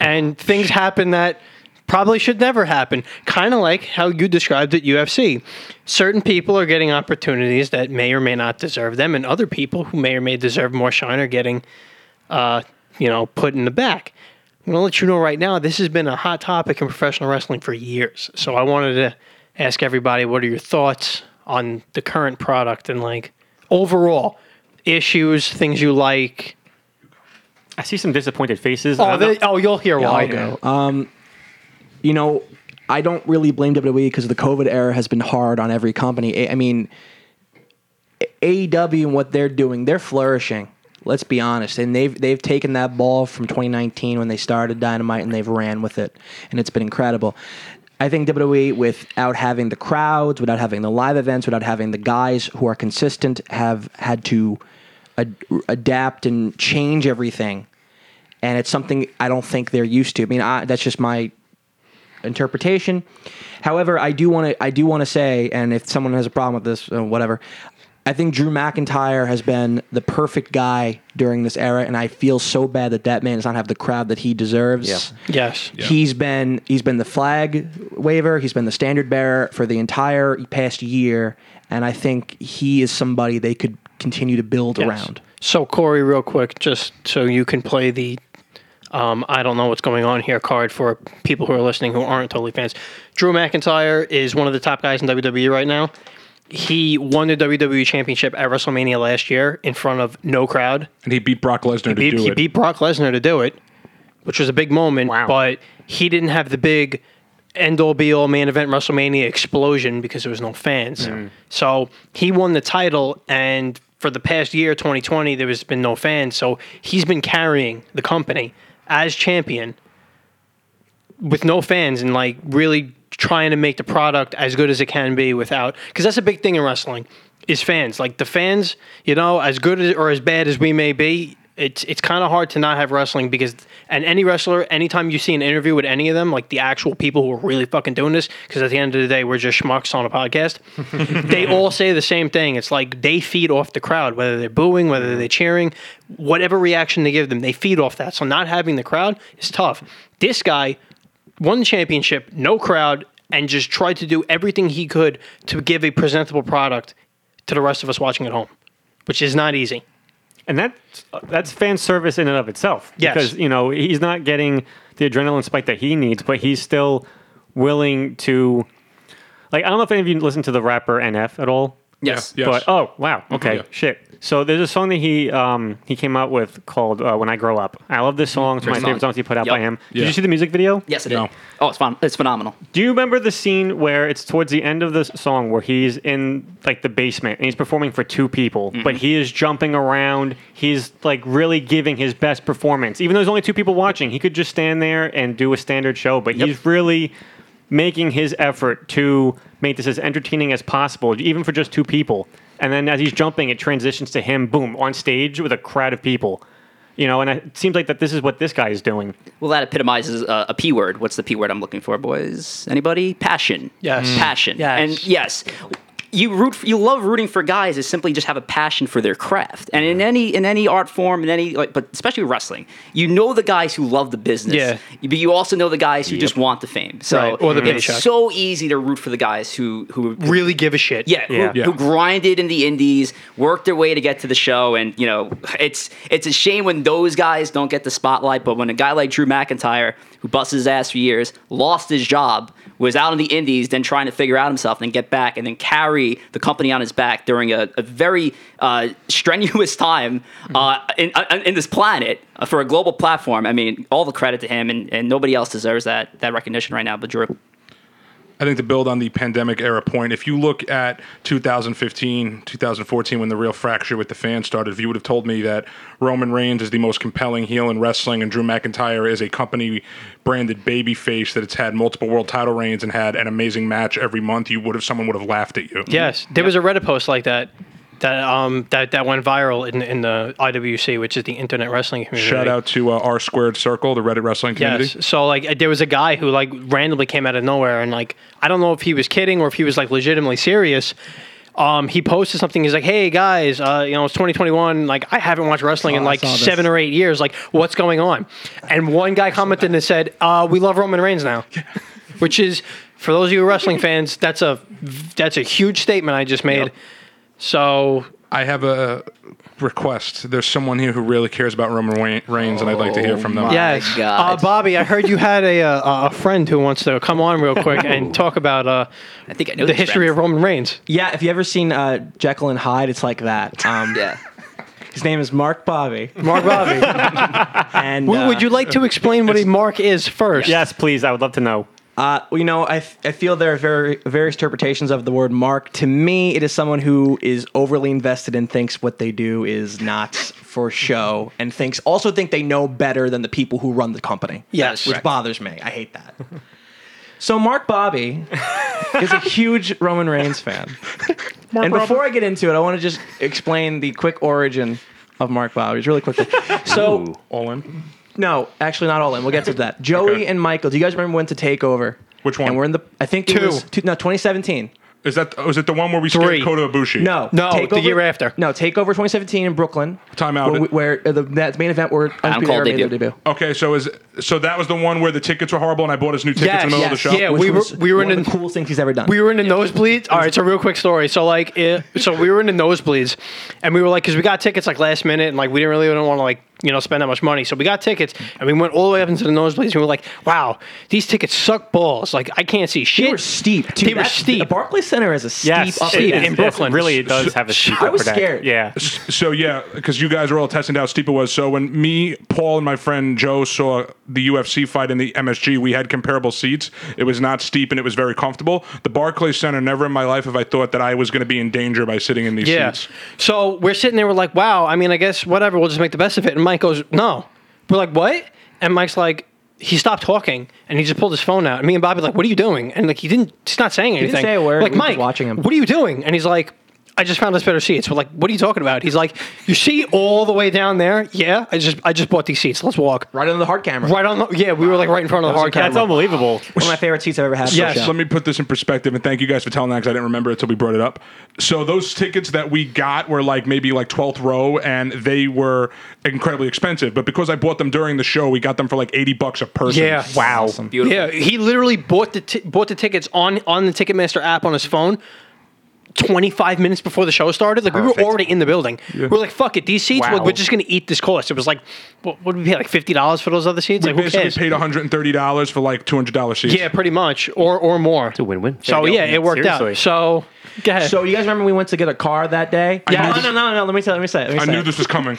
S3: and things happen that probably should never happen. Kind of like how you described at UFC. Certain people are getting opportunities that may or may not deserve them, and other people who may or may deserve more shine are getting uh, you know, put in the back. I'm going to let you know right now, this has been a hot topic in professional wrestling for years. So I wanted to ask everybody, what are your thoughts on the current product and like overall issues, things you like?
S1: I see some disappointed faces. and
S3: Oh,
S1: I'm not-
S3: they, oh you'll hear why.
S7: I'll go. Um, you know, I don't really blame WWE because the COVID era has been hard on every company. I, I mean, A- AEW and what they're doing, they're flourishing. Let's be honest, and they've they've taken that ball from 2019 when they started Dynamite and they've ran with it, and it's been incredible. I think WWE, without having the crowds, without having the live events, without having the guys who are consistent, have had to ad- adapt and change everything and it's something I don't think they're used to. I mean, I, that's just my interpretation. However, I do want to I do want to say, and if someone has a problem with this, uh, whatever, I think Drew McIntyre has been the perfect guy during this era, and I feel so bad that that man does not have the crowd that he deserves.
S3: Yes.
S7: He's been he's been the flag waver. He's been the standard bearer for the entire past year, and I think he is somebody they could continue to build around.
S3: So Corey, real quick, just so you can play the um, I don't know what's going on here card for people who are listening who aren't totally fans. Drew McIntyre is one of the top guys in WWE right now. He won the WWE Championship at WrestleMania last year in front of no crowd.
S5: And he beat Brock Lesnar to
S3: He,
S5: do
S3: he
S5: it.
S3: beat Brock Lesnar to do it, which was a big moment.
S1: Wow.
S3: But he didn't have the big end all be all main event WrestleMania explosion because there was no fans.
S5: Mm.
S3: So he won the title, and for the past year, 2020, there has been no fans. So he's been carrying the company as champion with no fans and like really trying to make the product as good as it can be without because that's a big thing in wrestling is fans like the fans you know as good as, or as bad as we may be it's it's kind of hard to not have wrestling because and any wrestler anytime you see an interview with any of them like the actual people who are really fucking doing this because at the end of the day we're just schmucks on a podcast they all say the same thing it's like they feed off the crowd whether they're booing whether they're cheering whatever reaction they give them they feed off that so not having the crowd is tough this guy won the championship, no crowd, and just tried to do everything he could to give a presentable product to the rest of us watching at home, which is not easy.
S1: and that's that's fan service in and of itself.
S3: Yes.
S1: because you know he's not getting the adrenaline spike that he needs, but he's still willing to. Like I don't know if any of you listen to the rapper NF at all.
S6: yes.
S5: Yeah, yeah.
S1: But oh wow, okay,
S5: yeah.
S1: shit. So there's a song that he um he came out with called uh, "When I Grow Up." I love this song. It's my
S6: song.
S1: favorite song he put out
S6: Yep.
S1: by him. Did
S5: Yeah.
S1: you see the music video?
S6: Yes, it is.
S5: No.
S6: Oh, it's fun. It's phenomenal.
S1: Do you remember the scene where it's towards the end of the song where he's in like the basement and he's performing for two people, but he is jumping around. He's like really giving his best performance. Even though there's only two people watching, he could just stand there and do a standard show, but he's really making his effort to make this as entertaining as possible, even for just two people. And then as he's jumping, it transitions to him, boom, on stage with a crowd of people. You know, and it seems like that this is what this guy is doing.
S6: Well, that epitomizes uh, a P word. What's the P word I'm looking for, boys? Anybody? Passion.
S3: Yes.
S6: Passion.
S3: Yes.
S6: And yes, you root you love rooting for guys that simply just have a passion for their craft and in any in any art form in any like but especially wrestling you know the guys who love the business
S3: Yeah.
S6: but you also know the guys who just want the fame so
S3: Right, or the
S6: it's
S3: paycheck.
S6: so easy to root for the guys who who
S3: really give a shit.
S6: yeah, who-
S1: Yeah.
S6: Who, grinded in the indies, worked their way to get to the show, and you know, it's it's a shame when those guys don't get the spotlight. But when a guy like Drew McIntyre, who busted his ass for years, lost his job, was out in the indies, then trying to figure out himself, then get back, and then carry the company on his back during a, a very uh, strenuous time uh,
S3: Mm-hmm.
S6: in, uh, in this planet uh, for a global platform. I mean, all the credit to him, and, and nobody else deserves that that recognition right now. But Drew,
S5: I think to build on the pandemic era point, if you look at 2015, 2014, when the real fracture with the fans started, if you would have told me that Roman Reigns is the most compelling heel in wrestling and Drew McIntyre is a company branded babyface that it's had multiple world title reigns and had an amazing match every month, you would have someone would have laughed at you.
S3: Yes, there was a Reddit post like that that um that, that went viral in in the IWC, which is the Internet Wrestling Community.
S5: Shout out to uh, R Squared Circle, the Reddit wrestling community.
S3: Yes. So like uh, there was a guy who like randomly came out of nowhere and like I don't know if he was kidding or if he was like legitimately serious. Um, he posted something. He's like, "Hey guys, uh, you know it's 2021. Like I haven't watched wrestling in
S7: Oh, I
S3: like
S7: saw this.
S3: seven or eight years. Like what's going on?" And one guy commented and said, uh, "We love Roman Reigns now," which is for those of you wrestling fans, that's a that's a huge statement I just made. So
S5: I have a request. There's someone here who really cares about Roman Wei- Reigns, and I'd like to hear from them.
S3: Yes. Uh,
S6: God.
S3: Bobby, I heard you had a, uh, a friend who wants to come on real quick and talk about uh,
S6: I think I know
S3: the history of Roman Reigns.
S7: Yeah, if you ever seen uh, Jekyll and Hyde, it's like that. Um,
S6: yeah.
S7: His name is Mark Bobby,
S3: Mark Bobby.
S7: and
S3: W-
S7: uh,
S3: Would you like to explain what a mark is first?
S1: Yes, please. I would love to know.
S7: Uh, you know, I, f- I feel there are very, various interpretations of the word mark. To me, it is someone who is overly invested and thinks what they do is not for show, and thinks also think they know better than the people who run the company.
S3: Yes.
S7: which
S3: Correct.
S7: bothers me. I hate that. So Mark Bobby is a huge Roman Reigns fan, and before I get into it, I want to just explain the quick origin of Mark Bobby, just really quickly. So.
S5: All in.
S7: No, actually, not all in. We'll get to that. Joey and Michael, do you guys remember when to take over?
S5: Which one?
S7: And we're in the. I think it
S3: Two.
S7: was two, no 2017.
S5: Is that? Oh, is it the one where we
S3: Three.
S5: scared Kota Ibushi?
S7: No,
S3: No, the year after.
S7: No, takeover 2017 in Brooklyn.
S5: Time out.
S7: Where, we- where uh, the that main event where Undisputed
S6: Cole
S7: Era made
S6: debut.
S7: their debut.
S5: Okay, so is so that was the one where the tickets were horrible, and I bought us new tickets in the middle
S3: yes,
S5: of the show.
S3: yeah.
S7: Which
S3: we were-
S7: was
S3: we were
S7: one
S3: in
S7: of the
S3: the-
S7: coolest things he's ever done.
S3: We were in the nosebleeds. All right, so real quick story. So like, it, so we were in the nosebleeds, and we were like, because we got tickets like last minute, and like we didn't really want to like you know spend that much money, so we got tickets, and we went all the way up into the nosebleeds, and we were like, wow, these tickets suck balls. Like I can't see shit.
S7: they were steep. Too.
S3: They were
S7: That's- The
S3: steep.
S7: Barclays Center is a steep
S1: Yes,
S7: up.
S1: it-
S3: in
S1: it's-
S3: Brooklyn.
S1: It really does have a steep
S7: I was
S1: upper deck.
S7: scared.
S1: Yeah.
S5: So yeah, because you guys were all testing how steep it was. So when me, Paul, and my friend Joe saw the UFC fight in the MSG, we had comparable seats. It was not steep and it was very comfortable. The Barclays Center. Never in my life have I thought that I was going to be in danger by sitting in these
S3: Yeah.
S5: seats.
S3: So we're sitting there, we're like, wow, I mean, I guess whatever, we'll just make the best of it. And Mike goes, no. We're like, what? And Mike's like, he stopped talking and he just pulled his phone out. And me and Bobby like, what are you doing? And like, he didn't, he's not saying anything.
S7: didn't say a
S3: We're
S7: word,
S3: Like,
S7: we were
S3: Mike,
S7: just watching him.
S3: what are you doing? And he's like, I just found us better seats. We're like, what are you talking about? He's like, you see all the way down there? Yeah, I just, I just bought these seats. Let's walk.
S7: Right under the hard camera.
S3: Right on the, yeah, we were like right in front of the hard
S7: was a
S1: That's
S3: camera.
S1: unbelievable.
S7: One of my favorite seats I've ever had. for
S3: Yes.
S7: a show.
S5: Let me put this in perspective, and thank you guys for telling that because I didn't remember it until we brought it up. So those tickets that we got were like maybe like twelfth row, and they were incredibly expensive. But because I bought them during the show, we got them for like eighty bucks a person.
S3: Yeah.
S1: Wow.
S6: Beautiful.
S3: Yeah, he literally bought the ti- bought the tickets on on the Ticketmaster app on his phone. 25 minutes before the show started, like we
S4: Perfect.
S3: were already in the building. We We're like, fuck it, these seats, like, we're just gonna eat this cost. It was like, what what did we pay, like fifty dollars for those other seats?
S5: We
S3: Like, who
S5: basically
S3: cares?
S5: paid one hundred and thirty dollars for like two hundred dollars seats.
S3: Yeah, pretty much, or or more. It's
S8: a win-win.
S3: So
S8: There you
S3: yeah,
S8: go.
S3: it worked
S1: Seriously.
S3: out. So go ahead.
S7: So you guys remember we went to get a car that day?
S5: Yeah.
S7: No, no, no, no, no. Let me say. Let me say. Let me
S5: I
S7: say
S5: knew
S7: it.
S5: this was coming.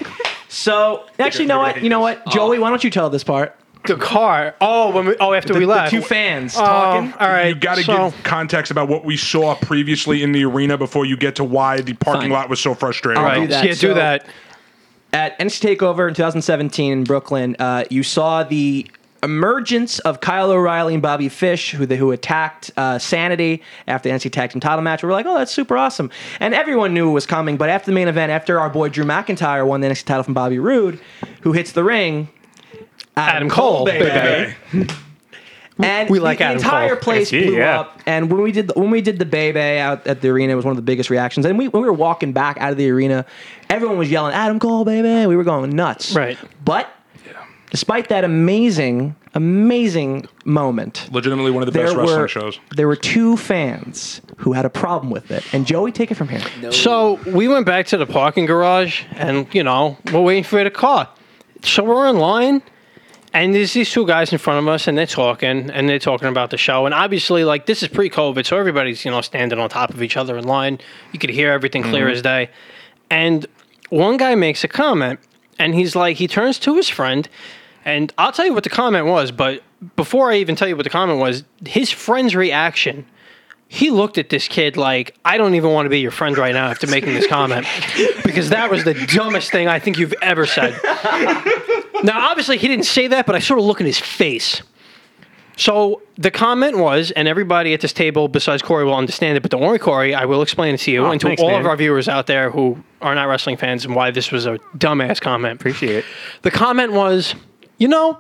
S7: So actually, you know what? You know what? Joey, why don't you tell this part?
S3: the car. Oh, when we, oh after we
S7: The
S3: left.
S7: two fans
S3: Oh,
S7: talking.
S3: all right.
S5: you got to
S3: so,
S5: give context about what we saw previously in the arena before you get to why the parking
S7: Fine.
S5: lot was so frustrating.
S7: All right.
S3: Right.
S7: do that.
S3: Yeah, do
S7: So-
S3: that.
S7: at NC Takeover in 2017 in Brooklyn, uh, you saw the emergence of Kyle O'Reilly and Bobby Fish, who they, who attacked uh, Sanity after the NC Tag Team Title match. We were like, oh, that's super awesome, and everyone knew it was coming. But after the main event, after our boy Drew McIntyre won the NXT title from Bobby Roode, who hits the ring,
S3: Adam Cole,
S7: baby. And
S3: We
S7: the-
S3: like
S7: the
S3: Adam
S7: entire
S3: Cole.
S7: place
S1: Yes, he-
S7: blew
S1: yeah.
S7: up. And when we did the, when we did the Bebe out at the arena, it was one of the biggest reactions. And we when we were walking back out of the arena, everyone was yelling Adam Cole, Bebe. We were going nuts.
S3: Right.
S7: But despite that amazing, amazing moment,
S5: Legitimately one of the
S7: there
S5: best
S7: were
S5: wrestling shows.
S7: there were two fans who had a problem with it. And Joey, take it from here.
S3: So we went back to the parking garage, and you know we're waiting for the car. So we're in line, and there's these two guys in front of us, and they're talking, and they're talking about the show. And obviously, like this is pre-COVID, so everybody's you know standing on top of each other in line. You could hear everything clear as day. And one guy makes a comment, and he's like, he turns to his friend, and I'll tell you what the comment was. But before I even tell you what the comment was, his friend's reaction he looked at this kid like, I don't even want to be your friend right now after making this comment because that was the dumbest thing I think you've ever said. now, obviously, he didn't say that, but I sort of look in his face. So the comment was, and everybody at this table besides Corey will understand it, but don't worry, Corey, I will explain it to you
S1: Oh,
S3: and to
S1: thanks,
S3: all
S1: man.
S3: of our viewers out there who are not wrestling fans and why this was a dumbass comment.
S1: Appreciate it.
S3: The comment was, you know,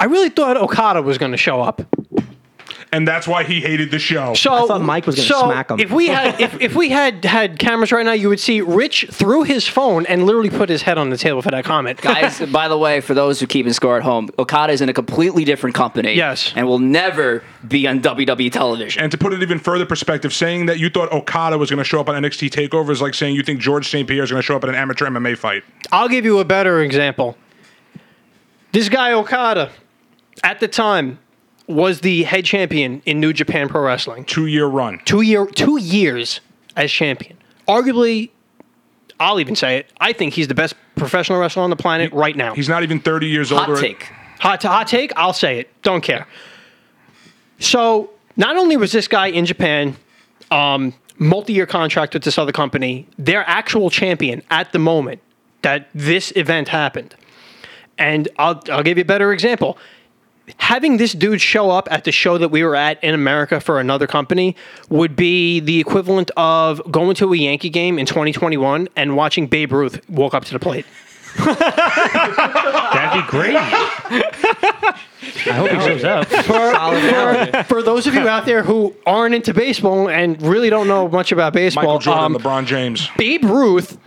S3: I really thought Okada was going to show up.
S5: And that's why he hated the show.
S3: So
S7: I thought Mike was gonna
S3: so
S7: smack him.
S3: If we had if, if we had had cameras right now, you would see Rich threw his phone and literally put his head on the table for that comment.
S6: Guys, by the way, for those who keep in score at home, Okada is in a completely different company.
S3: Yes.
S6: And will never be on WWE television.
S5: And to put it even further perspective, saying that you thought Okada was going to show up on NXT Takeover is like saying you think George St. Pierre is going to show up at an amateur MMA fight.
S3: I'll give you a better example. This guy Okada, at the time, was the head champion in New Japan Pro Wrestling.
S5: Two year run.
S3: two year two years as champion. Arguably, I'll even say it. I think he's the best professional wrestler on the planet right now.
S5: He's not even 30 years old.
S6: Hot
S5: or-
S6: take.
S3: Hot to hot take, I'll say it. Don't care. So not only was this guy in Japan, um, multi-year contract with this other company, their actual champion at the moment that this event happened. And I'll I'll give you a better example. Having this dude show up at the show that we were at in America for another company would be the equivalent of going to a Yankee game in 2021 and watching Babe Ruth walk up to the plate.
S8: That'd be great. I hope he shows up.
S3: for, for those of you out there who aren't into baseball and really don't know much about
S5: Michael
S3: baseball,
S5: Jordan,
S3: um,
S5: LeBron James.
S3: Babe Ruth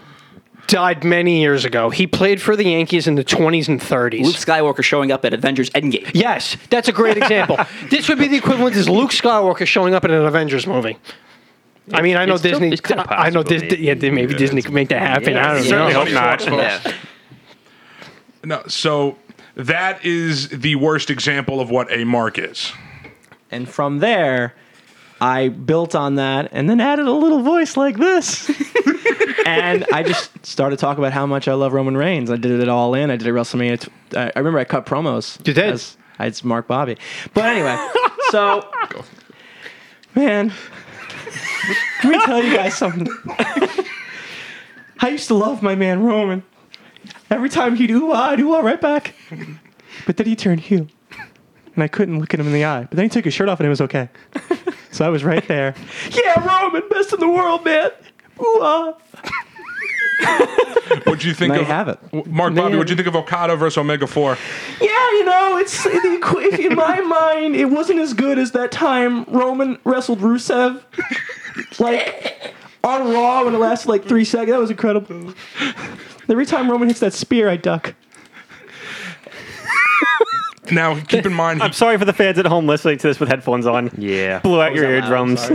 S3: died many years ago. He played for the Yankees in the 20s and 30s.
S6: Luke Skywalker showing up at Avengers Endgame.
S3: Yes, that's a great example. this would be the equivalent as Luke Skywalker showing up in an Avengers movie. I mean, I know
S8: It's still-
S3: Disney.
S8: it's kinda
S3: I know
S8: possible,
S3: Disney. Yeah, maybe Disney could make that happen. I don't
S1: Certainly
S3: know.
S1: hope not.
S5: No, so that is the worst example of what a mark is.
S7: And from there, I built on that and then added a little voice like this. and I just started talking about how much I love Roman Reigns. I did it all in. I did a WrestleMania. T- I I remember I cut promos.
S3: You did.
S7: As, it's Mark Bobby. But anyway, so, man, let me tell you guys something. I used to love my man Roman. Every time he'd ooh ah, I'd ooh ah right back. But then he turned heel. And I couldn't look at him in the eye. But then he took his shirt off and it was okay. so I was right there. Yeah, Roman, best in the world, man. Ooh ah.
S5: What'd you think
S7: And I
S5: of
S7: have it.
S5: W- Mark Bobby,
S7: Man.
S5: what'd you think of Okada versus Omega 4?
S7: Yeah, you know, it's the, equ- if in my mind, it wasn't as good as that time Roman wrestled Rusev. like on Raw when it lasted like three seconds. That was incredible. Every time Roman hits that spear, I duck.
S5: Now, keep in mind, he,
S1: I'm sorry for the fans at home listening to this with headphones on.
S8: Yeah.
S1: Blew out your
S7: Uh,
S1: eardrums.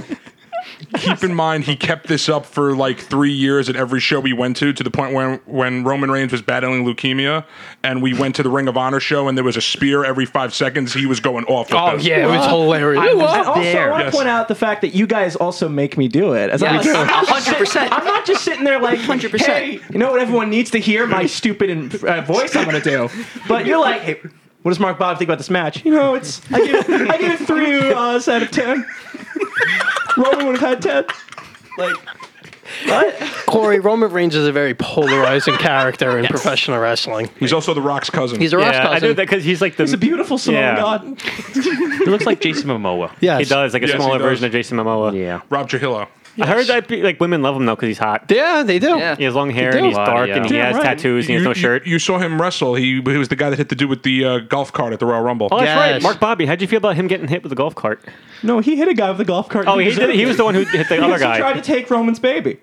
S5: keep in mind he kept this up for like three years at every show we went to, to the point where when Roman Reigns was battling leukemia, and we went to the Ring of Honor show, and there was a spear every five seconds. He was going off. With
S3: Oh
S5: this.
S3: yeah, it was hilarious.
S8: Oh,
S7: And also, I want to
S5: Yes.
S7: point out the fact that you guys also make me do it. As I
S6: Yes,
S7: do. I'm
S6: 100%.
S7: I'm not just sitting there like,
S6: 100%.
S7: hey, you know what everyone needs to hear? My stupid and, uh, voice I'm going to do. But you're like, hey, what does Mark Bob think about this match? You know, it's I give it, I give it three uh, out of ten. Roman would have had ten. Like,
S3: Corey Roman Reigns is a very polarizing character in professional wrestling.
S5: He's also The Rock's cousin.
S3: He's a Ross
S1: Yeah, I
S3: cousin.
S1: do that because he's like the.
S7: it's a beautiful Samoan
S1: Yeah.
S7: god.
S8: He looks like Jason Momoa.
S3: Yes.
S1: he does like a
S5: Yes, he
S1: smaller
S5: does.
S1: version of Jason Momoa.
S8: Yeah.
S5: Rob Trujillo.
S1: I heard that be, like women love him though because he's hot.
S3: Yeah, they do.
S6: Yeah.
S1: He has long hair
S3: They
S1: and
S3: do.
S1: he's
S8: Bloody
S1: dark and
S8: hell.
S1: he
S5: Damn
S1: has
S5: right.
S1: tattoos and he has
S5: You-
S1: no
S5: you-
S1: shirt.
S5: You, saw him wrestle. He, he was the guy that hit the dude with the uh, golf cart at the Royal Rumble.
S1: Oh, that's right,
S3: Yes.
S1: Mark Bobby. How'd you feel about him getting hit with a golf cart?
S7: No, he hit a guy with a golf cart.
S1: Oh, he did,
S7: deserved
S1: he
S7: it.
S1: was the one who hit the
S7: Because
S1: other
S7: he tried to
S1: guy.
S7: take Roman's baby.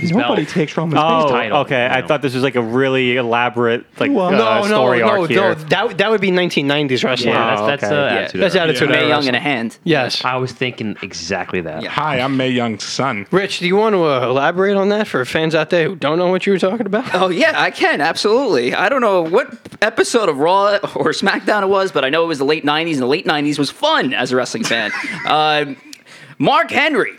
S7: Nobody
S8: belt.
S7: takes Roman's
S1: Oh,
S8: title,
S1: okay.
S8: you
S1: I
S8: know.
S1: thought this was like a really elaborate like
S7: Well,
S1: uh,
S3: No, no,
S1: story
S3: no,
S1: arc here.
S3: no. That, that would be 1990s wrestling.
S1: Yeah.
S8: Yeah,
S1: Oh,
S8: that's that's
S1: okay.
S8: uh,
S1: Yeah.
S8: attitude.
S3: That's
S8: error.
S3: attitude.
S5: Yeah.
S6: May
S3: error.
S6: Young in a hand.
S3: Yes.
S8: I was thinking exactly that.
S6: Yeah.
S5: Hi, I'm May Young's son.
S3: Rich, do you want to uh, elaborate on that for fans out there who don't know what you were talking about?
S6: Oh yeah, I can absolutely. I don't know what episode of Raw or SmackDown it was, but I know it was the late '90s, and the late '90s was fun as a wrestling fan. um, Mark Henry,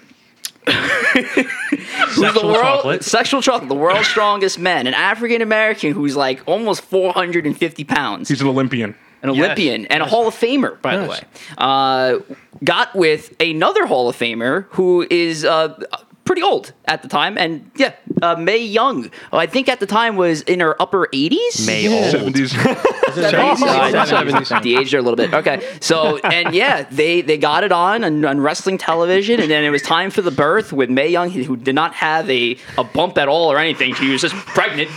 S6: who's the
S8: Sexual
S6: world
S8: chocolate.
S6: sexual chocolate, the world's strongest man, an African American who's like almost 450 pounds
S5: He's an Olympian.
S6: an Olympian and a Hall of Famer, by the way, uh, got with another Hall of Famer who is uh, pretty old at the time, and yeah, uh, May Young, who I think at the time was in her upper 80s.
S8: May old.
S5: 70s.
S6: Yeah, the age there a little bit. Okay, so and yeah, they they got it on, on on wrestling television, and then it was time for the birth with May Young, who did not have a a bump at all or anything. She was just pregnant.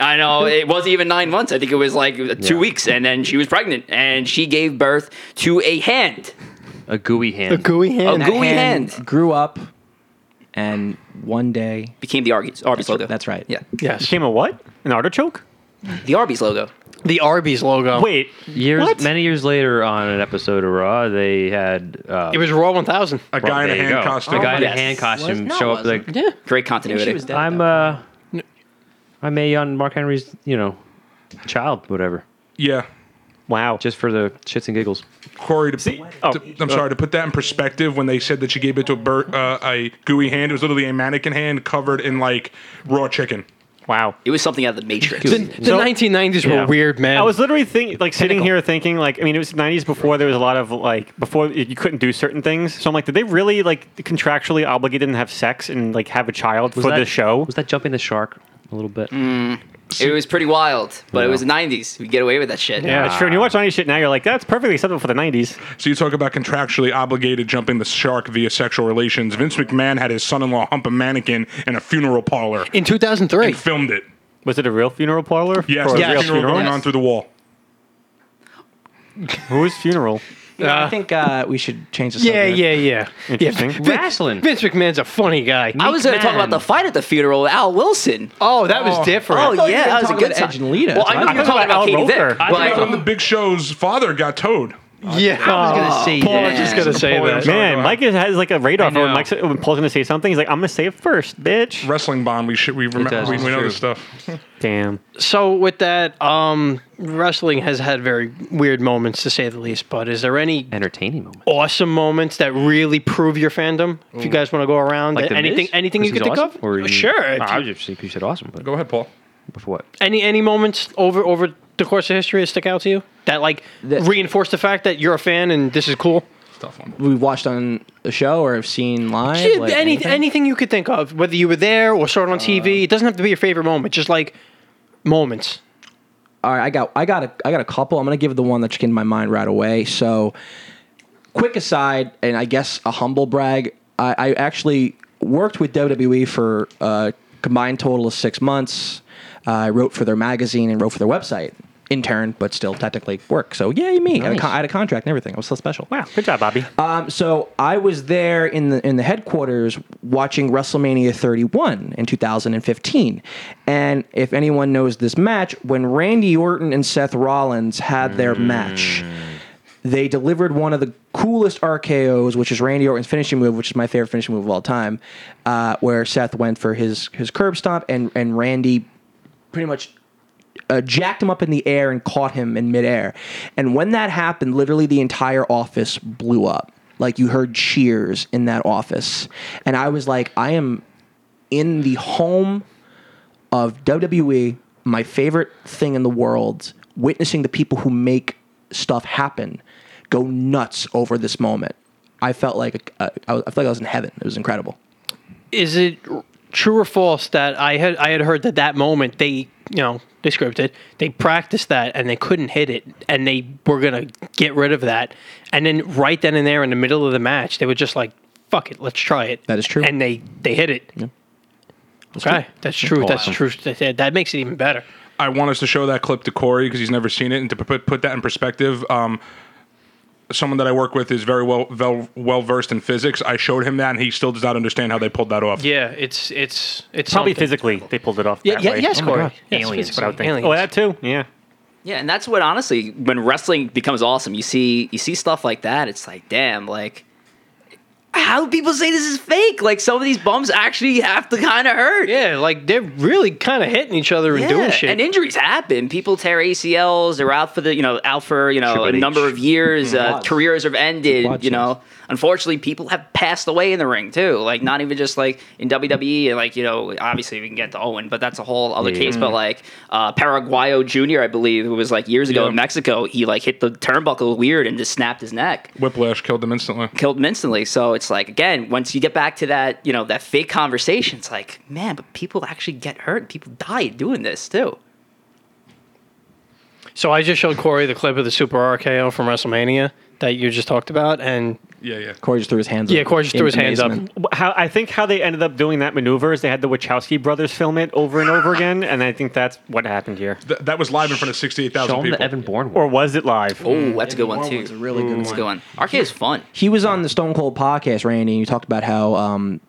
S6: I know it wasn't even nine months. I think it was like two weeks, and then she was pregnant, and she gave birth to a hand.
S8: A gooey hand.
S3: gooey hand.
S6: A Oh, gooey
S7: hand
S6: hand
S7: grew up, and one day
S6: became the Arby's Arby's logo.
S7: that's right.
S6: Yeah,
S3: Yes.
S1: Became a what? An artichoke?
S6: the Arby's logo.
S3: The Arby's logo.
S1: Wait,
S8: Years,
S1: What?
S8: many years later, on an episode of Raw, they had uh,
S3: It was Raw 1000.
S5: A guy in a
S8: there you
S5: hand
S8: go.
S5: costume.
S8: A guy in a
S6: Yes.
S8: hand costume
S7: No,
S8: show
S7: it
S8: up like
S7: wasn't.
S6: Great
S7: Maybe
S6: continuity.
S7: she was dead.
S8: I'm
S7: though.
S8: uh, I'm a on Mark Henry's, you know, child, whatever,
S5: Yeah.
S1: wow. Just
S8: just for the shits and giggles.
S5: Corey, to,
S1: See-
S5: to-
S1: oh.
S5: I'm sorry, to put that in perspective, when they said that she gave it to a, bur- uh, a gooey hand, it was literally a mannequin hand covered in like raw chicken.
S1: wow.
S6: It was something out of the Matrix.
S3: The, the
S1: So-
S3: 1990s were
S1: Yeah.
S3: weird, man.
S1: I was literally thinking, like sitting
S3: Pinnacle.
S1: here thinking, like I mean, it was the '90s before there was a lot of like before you couldn't do certain things. So I'm like, did they really like contractually obligate them to have sex and like have a child for
S8: that,
S1: the show?
S8: was that jumping the shark a little bit?
S6: It was pretty wild, but it was the 90s. We get away with that shit.
S1: Yeah, it's true. When you watch 90s shit now, you're like, that's perfectly acceptable for the 90s.
S5: So you talk about contractually obligated jumping the shark via sexual relations. Vince McMahon had his son-in-law hump a mannequin in a funeral parlor
S3: in 2003.
S5: and filmed it.
S1: Was it a real funeral parlor?
S5: Yes,
S1: Or a
S5: there's
S1: real
S5: a funeral going on through the wall.
S1: Whose funeral?
S7: I think uh, we should change the
S3: Yeah,
S7: subject.
S3: yeah, yeah.
S1: Interesting.
S3: Yeah,
S8: Wrestling.
S3: Vince McMahon's a funny guy.
S6: I was going to talk
S8: Man.
S6: about the fight at the funeral with Al Wilson.
S3: oh, that was different.
S6: Oh,
S7: thought you
S6: yeah,
S7: were
S6: that was a
S7: talking
S6: good
S7: about
S6: time.
S7: Edge and Lita.
S6: Well,
S7: That's
S6: I
S7: what Oh,
S6: know
S7: I
S6: you were
S1: thought
S6: talking about
S1: Al
S6: Katie
S1: Roker.
S6: Vick,
S1: I
S6: but
S5: When the Big Show's father got towed.
S3: yeah. I was
S8: say
S3: Paul
S8: that.
S3: was just going to say
S5: Napoleon
S3: that.
S5: Dynamite.
S1: Man, Mike is, has like a radar for when,
S8: know.
S1: Mike's, when Paul's going to say something. He's like, I'm going to say it first, bitch.
S5: Wrestling bond. We should we remember
S8: does,
S5: we,
S8: it's
S5: we know
S8: true.
S5: this stuff.
S1: Damn.
S3: So with that, um, wrestling has had very weird moments to say the least. But is there any
S8: Entertaining moment.
S3: awesome moments that really prove your fandom? If you guys want to go around,
S8: The
S3: anything,
S8: Miz?
S3: anything you
S8: Because
S3: could
S8: he's awesome?
S3: think
S8: Or
S3: of? Uh,
S8: you-
S3: Sure. if
S8: Nah, I
S3: you-
S8: was just thinking Oh, you said awesome, but
S5: Go ahead, Paul.
S8: before what?
S3: any any moments over over the course of history that stick out to you that like reinforce the fact that you're a fan and this is cool?
S5: Tough one.
S7: We've watched on the show or have seen live.
S3: Shit,
S7: like,
S3: any, anything? you could think of, whether you were there or
S8: Uh,
S3: saw it on TV, it doesn't have to be your favorite moment. Just like moments.
S7: All right, I got I got a I got a couple. I'm gonna give the one that came to my mind right away. So, quick aside, and I guess a humble brag. I, I actually worked with WWE for a combined total of six months. Uh, I wrote for their magazine and wrote for their website. Intern, but still technically work. So yay me! I, had a con- I had a contract and everything. I was so special.
S1: Wow. Good job, Bobby.
S7: Um, so I was there in the in the headquarters watching WrestleMania 31 in 2015, and if anyone knows this match, when Randy Orton and Seth Rollins had their match, they delivered one of the coolest RKO's, which is Randy Orton's finishing move, which is my favorite finishing move of all time, uh, where Seth went for his his curb stomp and and Randy pretty much uh, jacked him up in the air and caught him in midair. And when that happened, literally the entire office blew up. Like you heard cheers in that office. And I was like, I am in the home of WWE, my favorite thing in the world, witnessing the people who make stuff happen go nuts over this moment. I felt like uh, I, was- I felt like I was in heaven. It was incredible.
S3: is it true or false that I had I had heard that that moment they you know they scripted they practiced that and they couldn't hit it and they were gonna get rid of that and then right then and there in the middle of the match they were just like fuck it, let's try it.
S7: That is true.
S3: And they they hit it. okay, that's true. That's true. That, that makes it even better.
S5: I want us to show that clip to Corey because he's never seen it, and to put put that in perspective. Um, someone that I work with is very well well well versed in physics. I showed him that, and he still does not understand how they pulled that off.
S3: Yeah, it's it's it's
S1: Probably
S3: something.
S1: physically, they pulled it off.
S3: Yeah,
S1: that
S3: yeah
S1: way.
S3: yes,
S1: Oh my
S3: Corey.
S1: God.
S3: Yes,
S8: Aliens,
S3: physically.
S1: I would think.
S3: Aliens.
S1: Oh, that too. Yeah.
S6: Yeah, and that's what honestly, when wrestling becomes awesome, you see you see stuff like that. It's like, damn, like how do people say this is fake? Like some of these bums actually have to kind of hurt.
S3: yeah, like they're really kind of hitting each other and doing shit.
S6: And injuries happen. People tear ACLs. They're out for the you know out for you know a
S8: Triple H.
S6: number of years. Uh, careers have ended.
S7: Quad
S6: You know,
S7: chins.
S6: unfortunately, people have passed away in the ring too. Like not even just like in WWE and like you know obviously we can get to Owen, but that's a whole other case. But like uh, Paraguayo Junior, I believe, who was like years ago
S5: Yeah.
S6: in Mexico, he like hit the turnbuckle weird and just snapped his neck
S5: Whiplash killed them instantly.
S6: killed him instantly. So it's like again, once you get back to that, you know, that fake conversation, it's like, man, but people actually get hurt. People die doing this too.
S3: so I just showed Corey the clip of the Super RKO from WrestleMania that you just talked about, and
S5: Yeah, yeah.
S7: Corey just threw his hands up.
S3: yeah, Corey just threw
S7: in
S3: his hands up.
S7: amazement.
S1: How I think how they ended up doing that maneuver is they had the Wachowski brothers film it over and over again, and I think that's what happened here.
S5: Th- that was live in front of sixty-eight
S8: Show
S5: thousand
S8: him
S5: people.
S8: the Evan Bourne one.
S1: Or was it live?
S6: Oh, that's a good one too.
S7: one's a really good
S6: That's a good one. Arcade is fun.
S7: He was on the Stone Cold podcast, Randy, and you talked about how um,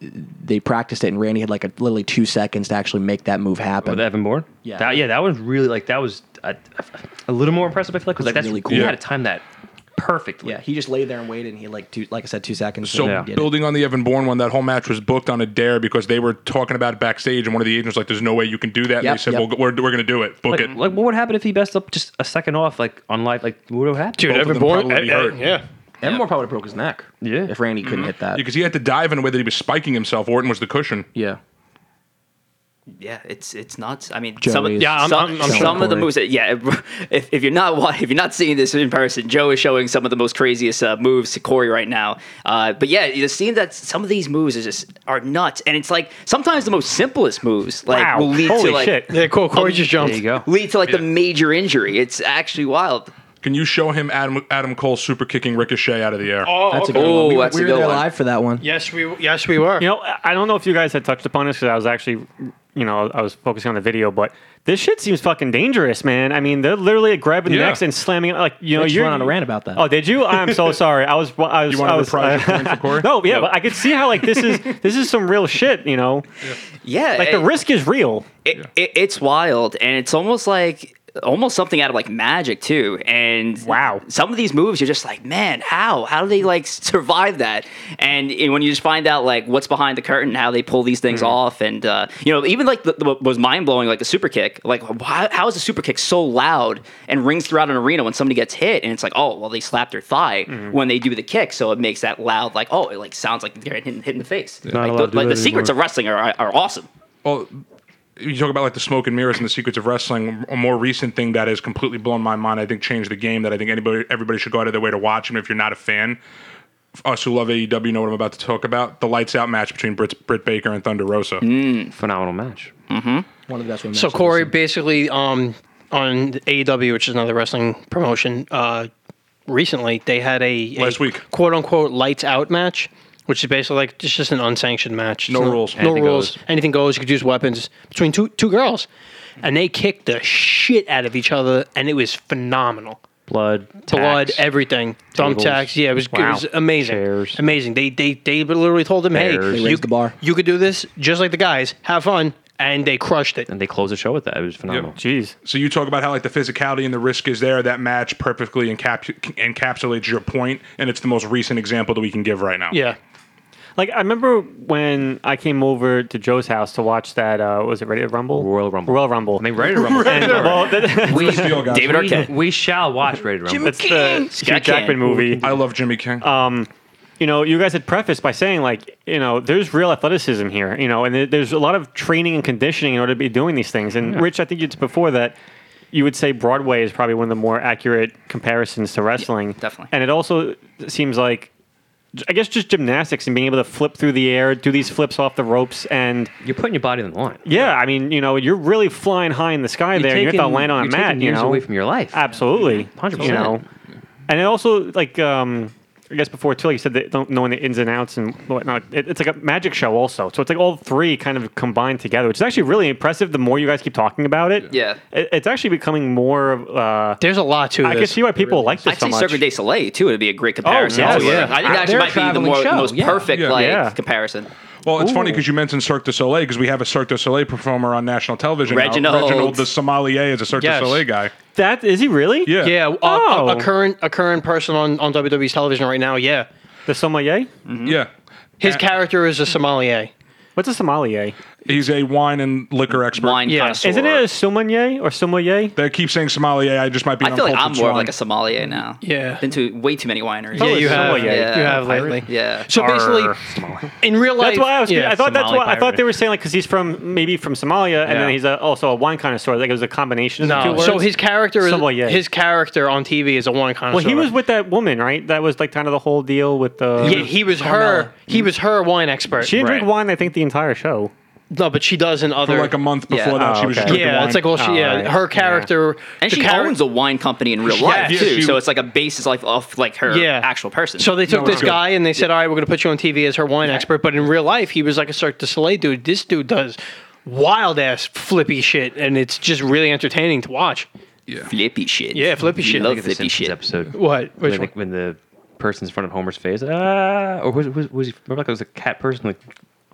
S7: they practiced it, and Randy had like a, literally two seconds to actually make that move happen.
S8: With Oh, Evan Bourne?
S7: Yeah.
S8: That, yeah, that was really like, that was a, a little more impressive, I feel like. Cause like
S7: That's
S8: that's
S7: really
S8: really
S7: cool.
S8: cool. You
S7: Yeah.
S8: had to time that perfectly.
S7: yeah, he just laid there and waited, and he like two, like I said, two seconds.
S5: So
S7: and he
S8: Yeah.
S7: did it.
S5: building on the Evan Bourne one, that whole match was booked on a dare because they were talking about it backstage, and one of the agents was like, "There's no way you can do that."
S7: Yep,
S5: and they said,
S7: yep.
S5: "Well, we're, we're going to do it. Book
S8: Like,
S5: it."
S8: like, what would happen if he best up just a second off, like on live? Like, what would happen?
S3: Dude,
S5: Both of
S3: Evan
S5: them
S3: Bourne,
S5: probably
S3: eh, eh,
S5: hurt.
S3: yeah.
S7: Evan Moore probably would've broke his neck.
S8: Yeah.
S7: if Randy couldn't hit that.
S5: because he had to dive in a way that he was spiking himself. Orton was the cushion.
S7: yeah,
S6: Yeah, it's it's nuts. I mean,
S7: Joey
S6: some, of-
S7: is- Yeah,
S3: I'm-
S6: some,
S3: I'm- I'm
S6: some
S7: sure.
S6: of the moves. That, yeah, if, if you're not wa- if you're not seeing this in person, Joe is showing some of the most craziest uh, moves to Corey right now. Uh, but yeah, you're seeing that some of these moves are just are nuts, and it's like sometimes the most simplest moves like
S1: Wow.
S6: will lead
S1: Holy
S6: to like um,
S1: shit.
S3: Yeah, cool. Corey just jumped.
S8: Oh, There you go.
S6: lead to like the major injury. It's actually wild.
S5: Can you show him Adam Adam Cole super kicking Ricochet out of the air?
S3: Oh,
S7: that's a
S3: okay.
S7: good one.
S6: Oh,
S7: We, were-
S6: that's
S7: we
S6: a
S7: were
S6: good
S7: there
S6: one.
S7: live for that one.
S3: Yes, we yes we were.
S1: You know, I- I don't know if you guys had touched upon this because I was actually, you know, I was focusing on the video, but this shit seems fucking dangerous, man. I mean, they're literally grabbing
S5: Yeah.
S1: necks and slamming, like, you know,
S7: just
S1: you're
S7: went on a rant about that.
S1: Oh, did you? I'm so sorry. I was, I was,
S5: You wanna
S1: I was,
S5: reprise your point for Corey?
S1: no, yeah, but I could see how like this is, this is some real shit, you know.
S6: Yeah,
S1: Like the
S6: it-
S1: risk is real.
S6: it, it, it's wild and it's almost like almost something out of like magic too and
S1: Wow.
S6: some of these moves you're just like man how how do they like survive that and, and when you just find out like what's behind the curtain how they pull these things
S8: Mm-hmm.
S6: off and uh, you know even like the, the, what was mind-blowing like the super kick like why, how is the super kick so loud and rings throughout an arena when somebody gets hit and it's like oh well they slapped their thigh
S8: Mm-hmm.
S6: when they do the kick so it makes that loud like oh it like sounds like they're getting hit, hit in the face like,
S8: allowed to
S6: the,
S8: do
S6: like,
S8: that
S6: the secrets of wrestling are, are awesome
S5: Well, you talk about like the smoke and mirrors and the secrets of wrestling. A more recent thing that has completely blown my mind, I think, changed the game. That I think anybody, everybody should go out of their way to watch. And if you're not a fan, us who love AEW know what I'm about to talk about. The lights out match between Britt, Britt Baker and Thunder Rosa.
S3: Mm.
S8: Phenomenal match.
S7: One of the best women.
S3: So Corey basically um, on AEW, which is another wrestling promotion, uh, recently they had a, a
S5: Last week.
S3: quote unquote lights out match, which is basically like it's just an unsanctioned match. It's
S5: No
S3: not-
S5: rules.
S3: no
S8: Anything
S3: rules.
S8: goes.
S3: Anything goes. You could use weapons between two two girls, and they kicked the shit out of each other, and it was phenomenal.
S8: Blood,
S3: Blood,
S8: tax.
S3: everything, thumbtacks. Yeah, it was, it
S1: Wow.
S3: was amazing.
S8: Chairs.
S3: Amazing. They they they literally told them, hey,
S8: Bears. They
S7: raised
S3: you,
S7: the bar.
S3: you could do this just like the guys. Have fun, and they crushed it.
S8: and they closed the show with that. It was phenomenal.
S1: Jeez.
S5: So you talk about how like the physicality and the risk is there. That match perfectly encap- encapsulates your point, and it's the most recent example that we can give right now.
S3: Yeah.
S1: Like I remember when I came over to Joe's house to watch that. Uh, was it Ready to Rumble?
S8: Royal Rumble.
S1: Royal Rumble.
S8: And they ready to rumble.
S1: And, well, that-
S5: We, guys.
S6: David
S8: we,
S6: Arquette.
S8: we shall watch Ready to Rumble.
S1: that's the Hugh
S6: Scat
S1: Jackman
S6: King.
S1: movie.
S5: I love Jimmy King.
S3: Uh,
S1: you know, you guys had prefaced by saying like, you know, there's real athleticism here, you know, and there- there's a lot of training and conditioning in order to be doing these things. And Rich, I think it's before that. You would say Broadway is probably one of the more accurate comparisons to wrestling.
S6: definitely.
S1: And it also seems like, I guess, just gymnastics and being able to flip through the air, do these flips off the ropes, and
S8: You're putting your body on the line.
S1: yeah, I mean, you know, you're really flying high in the sky there. and you have to
S8: taking-
S1: land on a
S8: you're
S1: mat,
S8: taking
S1: you
S8: years
S1: know,
S8: away from your life.
S1: Absolutely,
S8: 100%.
S1: You know, and it also like um, I guess before Till, you said that don't knowing the ins and outs and whatnot. It, it's like a magic show, also. So it's like all three kind of combined together, which is actually really impressive. The more you guys keep talking about it,
S6: Yeah.
S1: it, it's actually becoming more. of, Uh,
S3: There's a lot to
S1: I
S3: this.
S1: can see why people like this
S6: I'd
S1: so
S6: say
S1: much.
S6: Cirque du Soleil too. It'd be a great comparison.
S1: yeah,
S6: to it.
S1: yeah.
S6: I think that actually
S7: They're a
S6: might be the
S7: traveling
S6: more,
S7: show,
S6: most
S7: yeah.
S6: perfect
S5: Yeah.
S6: like
S1: Yeah.
S6: comparison.
S5: Well, it's funny because you mentioned Cirque du Soleil because we have a Cirque du Soleil performer on national television. now.
S6: Reginald.
S5: Reginald the sommelier is a Cirque
S3: Yes.
S5: du Soleil guy.
S1: that is he really?
S5: Yeah.
S3: Yeah, a-
S1: Oh.
S3: a, a current a current person on, on WWE's television right now. Yeah,
S1: The sommelier.
S6: Mm-hmm.
S5: Yeah.
S3: his
S5: Uh,
S3: character is a sommelier.
S1: What's a sommelier?
S5: He's a wine and liquor expert.
S6: Mm, Wine
S3: Yeah.
S6: connoisseur.
S1: Isn't it a sommelier or sommelier?
S5: They keep saying sommelier. I just might be.
S6: I feel like I'm
S5: uncultured
S6: more of like a
S5: swine.
S6: sommelier now.
S3: Yeah.
S6: Been to way too many wineries.
S3: Yeah, you have.
S1: Oh, sommelier.
S3: You have lately.
S6: Yeah.
S3: So basically, in real life,
S1: That's why I was.
S3: yeah,
S1: I thought that's
S8: Somali
S1: why I thought
S8: pirate.
S1: they were saying like because he's from maybe from Somalia and then
S8: Yeah.
S1: he's a, also a wine connoisseur. Like it was a combination of the two
S3: no.
S1: words.
S3: So his character is
S1: Sommelier.
S3: his character on TV is a one connoisseur.
S1: well, he was with that woman, right? That was like kind of the whole deal with the.
S3: yeah, he was her. He was her wine expert.
S1: she didn't drink
S8: Right.
S1: wine. I think the entire show.
S3: no, but she does in
S5: For
S3: other.
S5: like a month before
S6: Yeah.
S5: that, she
S1: Oh,
S5: was just
S1: okay.
S5: drinking
S3: yeah,
S5: wine.
S3: it's like well, she, yeah,
S1: Alright,
S3: her character.
S6: And
S3: the
S6: she
S3: char-
S6: owns a wine company in real life
S5: Yeah,
S6: too,
S5: she-
S6: so it's like a basis like of like her
S3: Yeah.
S6: actual person.
S3: So they took
S5: No,
S3: this
S5: it's good.
S3: guy and they said, "All right, we're going to put you on TV as her wine expert." But in real life, he was like a Cirque du Soleil dude. This dude does wild ass flippy shit, and it's just really entertaining to watch.
S6: flippy shit.
S3: Yeah, flippy
S6: We
S3: shit.
S6: Love
S3: Look
S8: the
S6: flippy
S8: Simpsons
S6: shit.
S8: episode.
S3: What? Which one?
S8: when, the- when the person's in front of Homer's face, ah, or was was, was he remember like it was a cat person like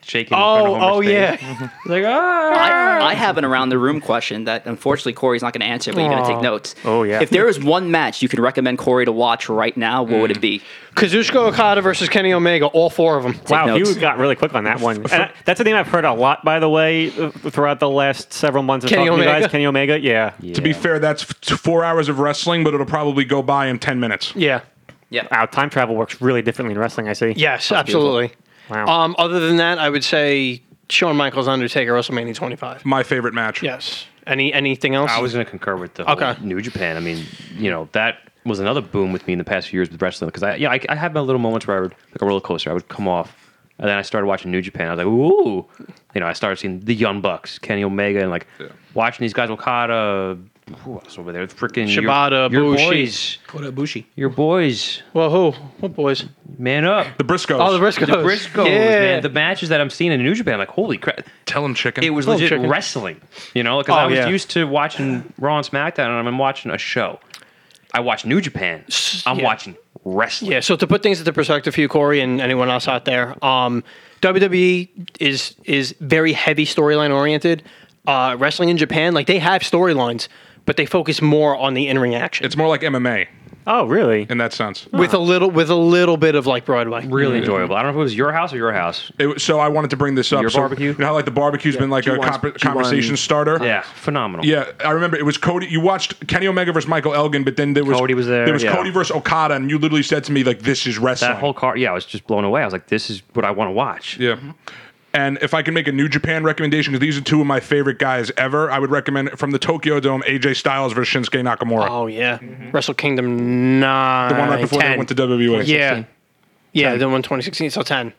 S8: shaking? in front
S3: Oh,
S8: of
S3: oh
S8: Homer's face?
S3: yeah.
S8: like ah.
S6: I, I have an around the room question that unfortunately Corey's not going to answer, but you're going to take notes.
S1: Oh, yeah.
S6: If there is one match you could recommend Corey to watch right now, what would it be?
S3: Kazuchika Okada versus Kenny Omega, all four of them.
S1: Wow,
S6: notes.
S1: you got really quick on that one. And I- that's a name I've heard a lot, by the way, uh, throughout the last several months of
S3: Kenny
S1: talking to you
S3: Omega?
S1: guys. Kenny Omega, yeah.
S5: to be fair, that's f- t- four hours of wrestling, but it'll probably go by in ten minutes.
S3: Yeah.
S6: Yeah.
S1: Wow, time travel works really differently in wrestling. I see.
S3: Yes,
S1: That's beautiful.
S3: absolutely.
S1: Wow.
S3: Um, other than that, I would say Shawn Michaels Undertaker WrestleMania 25.
S5: My favorite match.
S3: Yes. Any anything else?
S8: I was going to concur with the
S3: Okay.
S8: whole New Japan. I mean, you know, that was another boom with me in the past few years with wrestling because I, yeah, I, I had my little moments where I would like a roller coaster. I would come off, and then I started watching New Japan. I was like, ooh, you know, I started seeing the Young Bucks, Kenny Omega, and like watching these guys, Okada, who else over there, freaking your-
S3: Shibata,
S8: your,
S3: Bushi.
S8: boys, your boys,
S3: well, who? What boys?
S8: man up.
S5: The Briscoes.
S3: Oh, the Briscoes.
S8: The Briscoes,
S3: Yeah.
S8: man. The matches that I'm seeing in New Japan, I'm like, holy crap.
S5: Tell him chicken.
S8: It was
S3: Oh,
S8: legit
S3: chicken. Oh,
S8: wrestling, you know, because I was
S3: yeah.
S8: used to watching Raw and SmackDown, and I'm watching a show. I watch New Japan. I'm
S3: yeah.
S8: watching wrestling.
S3: Yeah, so to put things into perspective for you, Corey, and anyone else out there, um, WWE is is very heavy storyline oriented. Uh, wrestling in Japan, like they have storylines, but they focus more on the in ring action
S5: It's more like MMA
S1: Oh, really?
S5: in that sense.
S3: with a little with a little bit of like Broadway.
S8: Really enjoyable. I don't know if it was your house or your house.
S5: It- so I wanted to bring this up.
S8: Your
S5: so,
S8: barbecue?
S5: You know how like the barbecue's been like a
S2: G1's
S5: comp- conversation starter.
S8: Yeah, phenomenal.
S5: Yeah, I remember it was Cody. You watched Kenny Omega versus Michael Elgin, but then there was
S8: Cody was there,
S5: There was
S8: yeah.
S5: Cody versus Okada, and you literally said to me like, "This is wrestling."
S8: that whole car. Yeah, I was just blown away. I was like, this is what I want to watch.
S5: Yeah. And if I can make a New Japan recommendation, because these are two of my favorite guys ever, I would recommend from the Tokyo Dome AJ Styles versus Shinsuke Nakamura.
S3: Oh yeah,
S8: Mm-hmm.
S3: Wrestle Kingdom nine.
S5: the one right before they
S3: 10.
S5: went to E. WWE.
S3: Yeah, yeah, the one 2016. So ten.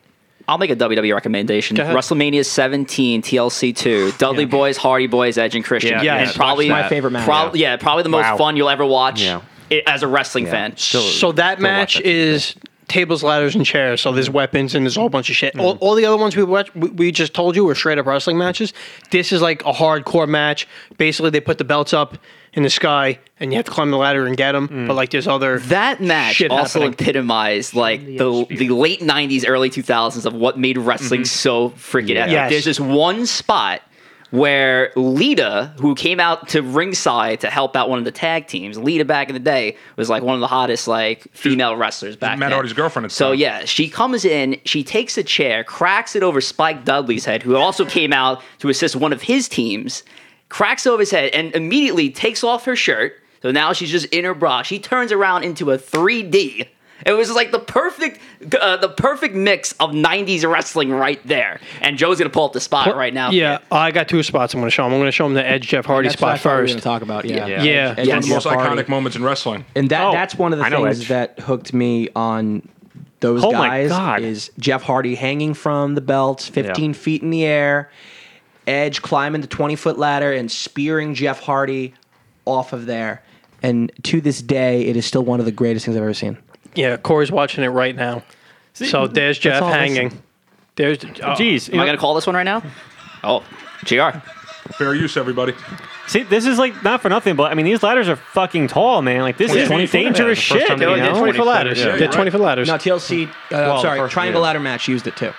S6: I'll make a WWE recommendation.
S3: ahead.
S6: WrestleMania 17, TLC 2, Dudley Boys, Hardy Boys, Edge, and Christian.
S8: Yeah, Yeah,
S6: And
S3: yes,
S6: probably
S7: watch that. My favorite match.
S6: prob- yeah, probably the most
S1: Wow.
S6: fun you'll ever watch
S8: Yeah.
S6: i- as a wrestling fan.
S8: Still-
S3: So that
S8: still
S3: match
S8: watch that.
S3: is tables, ladders, and chairs. So there's weapons and there's a whole bunch of shit. All, all the other ones we watched, we, we just told you were straight up wrestling matches. This is like a hardcore match. Basically, they put the belts up in the sky, and you have to climb the ladder and get them. But like there's other
S6: That match
S3: Shit
S6: also
S3: happening.
S6: epitomized like the the late '90s, early 2000s of what made wrestling
S5: Mm-hmm.
S6: so freaking epic.
S3: Yes.
S6: There's this one spot where Lita, who came out to ringside to help out one of the tag teams, Lita back in the day was like one of the hottest like female wrestlers back.
S5: Matt
S6: then.
S5: Hardy's girlfriend at the
S6: So
S5: time.
S6: yeah, she comes in, she takes a chair, cracks it over Spike Dudley's head, who also came out to assist one of his teams, cracks over his head, and immediately takes off her shirt. So now she's just in her bra. She turns around into a 3D. It was like the perfect, uh, the perfect mix of '90s wrestling right there. And Joe's gonna pull up the spot right now.
S3: Yeah, I got two spots. I'm going to show them. I'm going to show them the Edge Jeff Hardy
S7: That's what I
S3: spot
S7: thought we were going
S3: first.
S7: to talk about. Yeah,
S8: Yeah.
S3: Yeah.
S5: One of
S7: Edge- Edge and
S5: the most
S7: Jeff Hardy.
S5: iconic moments in wrestling.
S7: And that
S1: Oh,
S7: that's one of the
S1: I know
S7: things
S1: Edge.
S7: that hooked me on those
S1: Oh my
S7: guys
S1: God.
S7: is Jeff Hardy hanging from the belt, 15
S8: Yeah.
S7: feet in the air, Edge climbing the 20 foot ladder and spearing Jeff Hardy off of there. And to this day, it is still one of the greatest things I've ever seen.
S3: yeah, Corey's watching it right now. so there's Jeff
S1: all this-
S3: hanging. There's oh,
S1: Jeez, you
S6: Am I
S1: know-
S6: going to call this one right now? Oh, GR.
S5: Fair use, everybody.
S1: See, this is like not for nothing, but I mean, these ladders are fucking tall, man. Like this is
S5: 20 foot,
S1: dangerous
S8: yeah, the first
S1: shit.
S8: time
S1: you know?
S8: they-
S3: they're
S8: Yeah.
S3: 20 foot ladders.
S5: Yeah,
S3: they're
S5: right.
S3: 20 foot ladders.
S7: No, TLC. Uh,
S8: the
S7: sorry,
S8: first-
S7: Triangle
S8: yeah.
S7: Ladder Match used it too.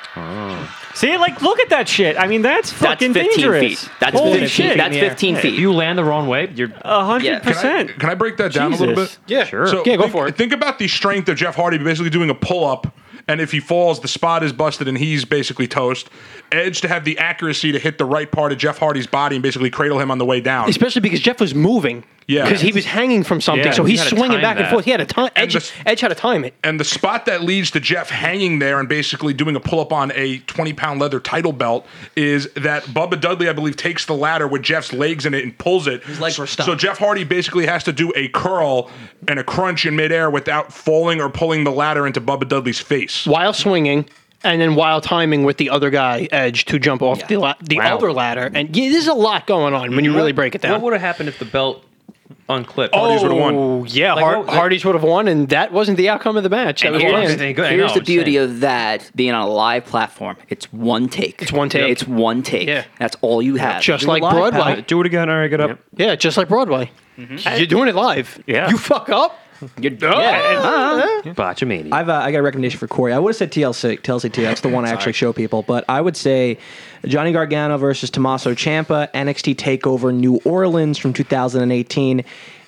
S1: See, like look at that shit. I mean, that's
S6: That's
S1: fucking
S6: 15
S1: dangerous.
S6: feet. That's
S1: Holy
S6: 15
S1: shit.
S6: That's
S1: That's
S7: in the air.
S6: 15
S8: If
S6: feet.
S8: you land the wrong way, you're
S1: hundred
S6: Yeah.
S5: Can I,
S1: percent.
S5: can I break that down a little
S1: Jesus.
S5: bit?
S3: Uh, Yeah. Sure.
S5: So
S3: Yeah, go
S5: think,
S3: for it.
S5: Think about the strength of Jeff Hardy basically doing a pull up, and if he falls, the spot is busted and he's basically toast. Edge to have the accuracy to hit the right part of Jeff Hardy's body and basically cradle him on the way down.
S3: Especially because Jeff was moving.
S5: Yeah.
S3: Because he was hanging from something.
S1: Yeah,
S3: so
S1: he
S3: he's
S8: had to
S3: swinging
S8: time
S3: back and
S8: that.
S3: forth. He had a time. Edge,
S5: the s-
S3: Edge had to time it.
S5: And the spot that leads to Jeff hanging there and basically doing a pull up on a 20 pound leather title belt is that Bubba Dudley, I believe, takes the ladder with Jeff's legs in it and pulls it. His
S7: legs were stuck.
S5: So Jeff Hardy basically has to do a curl and a crunch in midair without falling or pulling the ladder into Bubba Dudley's face.
S3: While swinging. And then while timing with the other guy, Edge, to jump off the, la- the
S8: Wow.
S3: other ladder. And yeah, there's a lot going on when you really break it down.
S8: What would have happened if the belt unclipped?
S3: Oh,
S5: Hardy's would've won.
S3: yeah,
S8: Like,
S3: Har-
S8: what-
S3: Hardy's would have won, and that wasn't the outcome of the match. That
S8: And
S3: was
S8: he
S3: planned.
S8: lost it. Good, I
S6: Here's
S8: know,
S6: the
S8: Oh, I'm
S6: beauty
S8: saying.
S6: of that being on a live platform. It's one take. It's
S3: one take.
S6: It's one take.
S3: Yeah.
S6: That's all you have.
S3: just
S8: Do it
S3: like
S8: live,
S3: Broadway.
S8: pal. Do it again. All right, get up.
S3: Yeah, just like Broadway. You're doing it live.
S1: Yeah.
S3: You fuck up.
S6: You're done.
S8: Botchamania.
S7: I've uh, I got a recommendation for Corey. I would have said TLC, TLC too. That's the one I actually show people. But I would say Johnny Gargano versus Tommaso Ciampa, NXT Takeover New Orleans from 2018.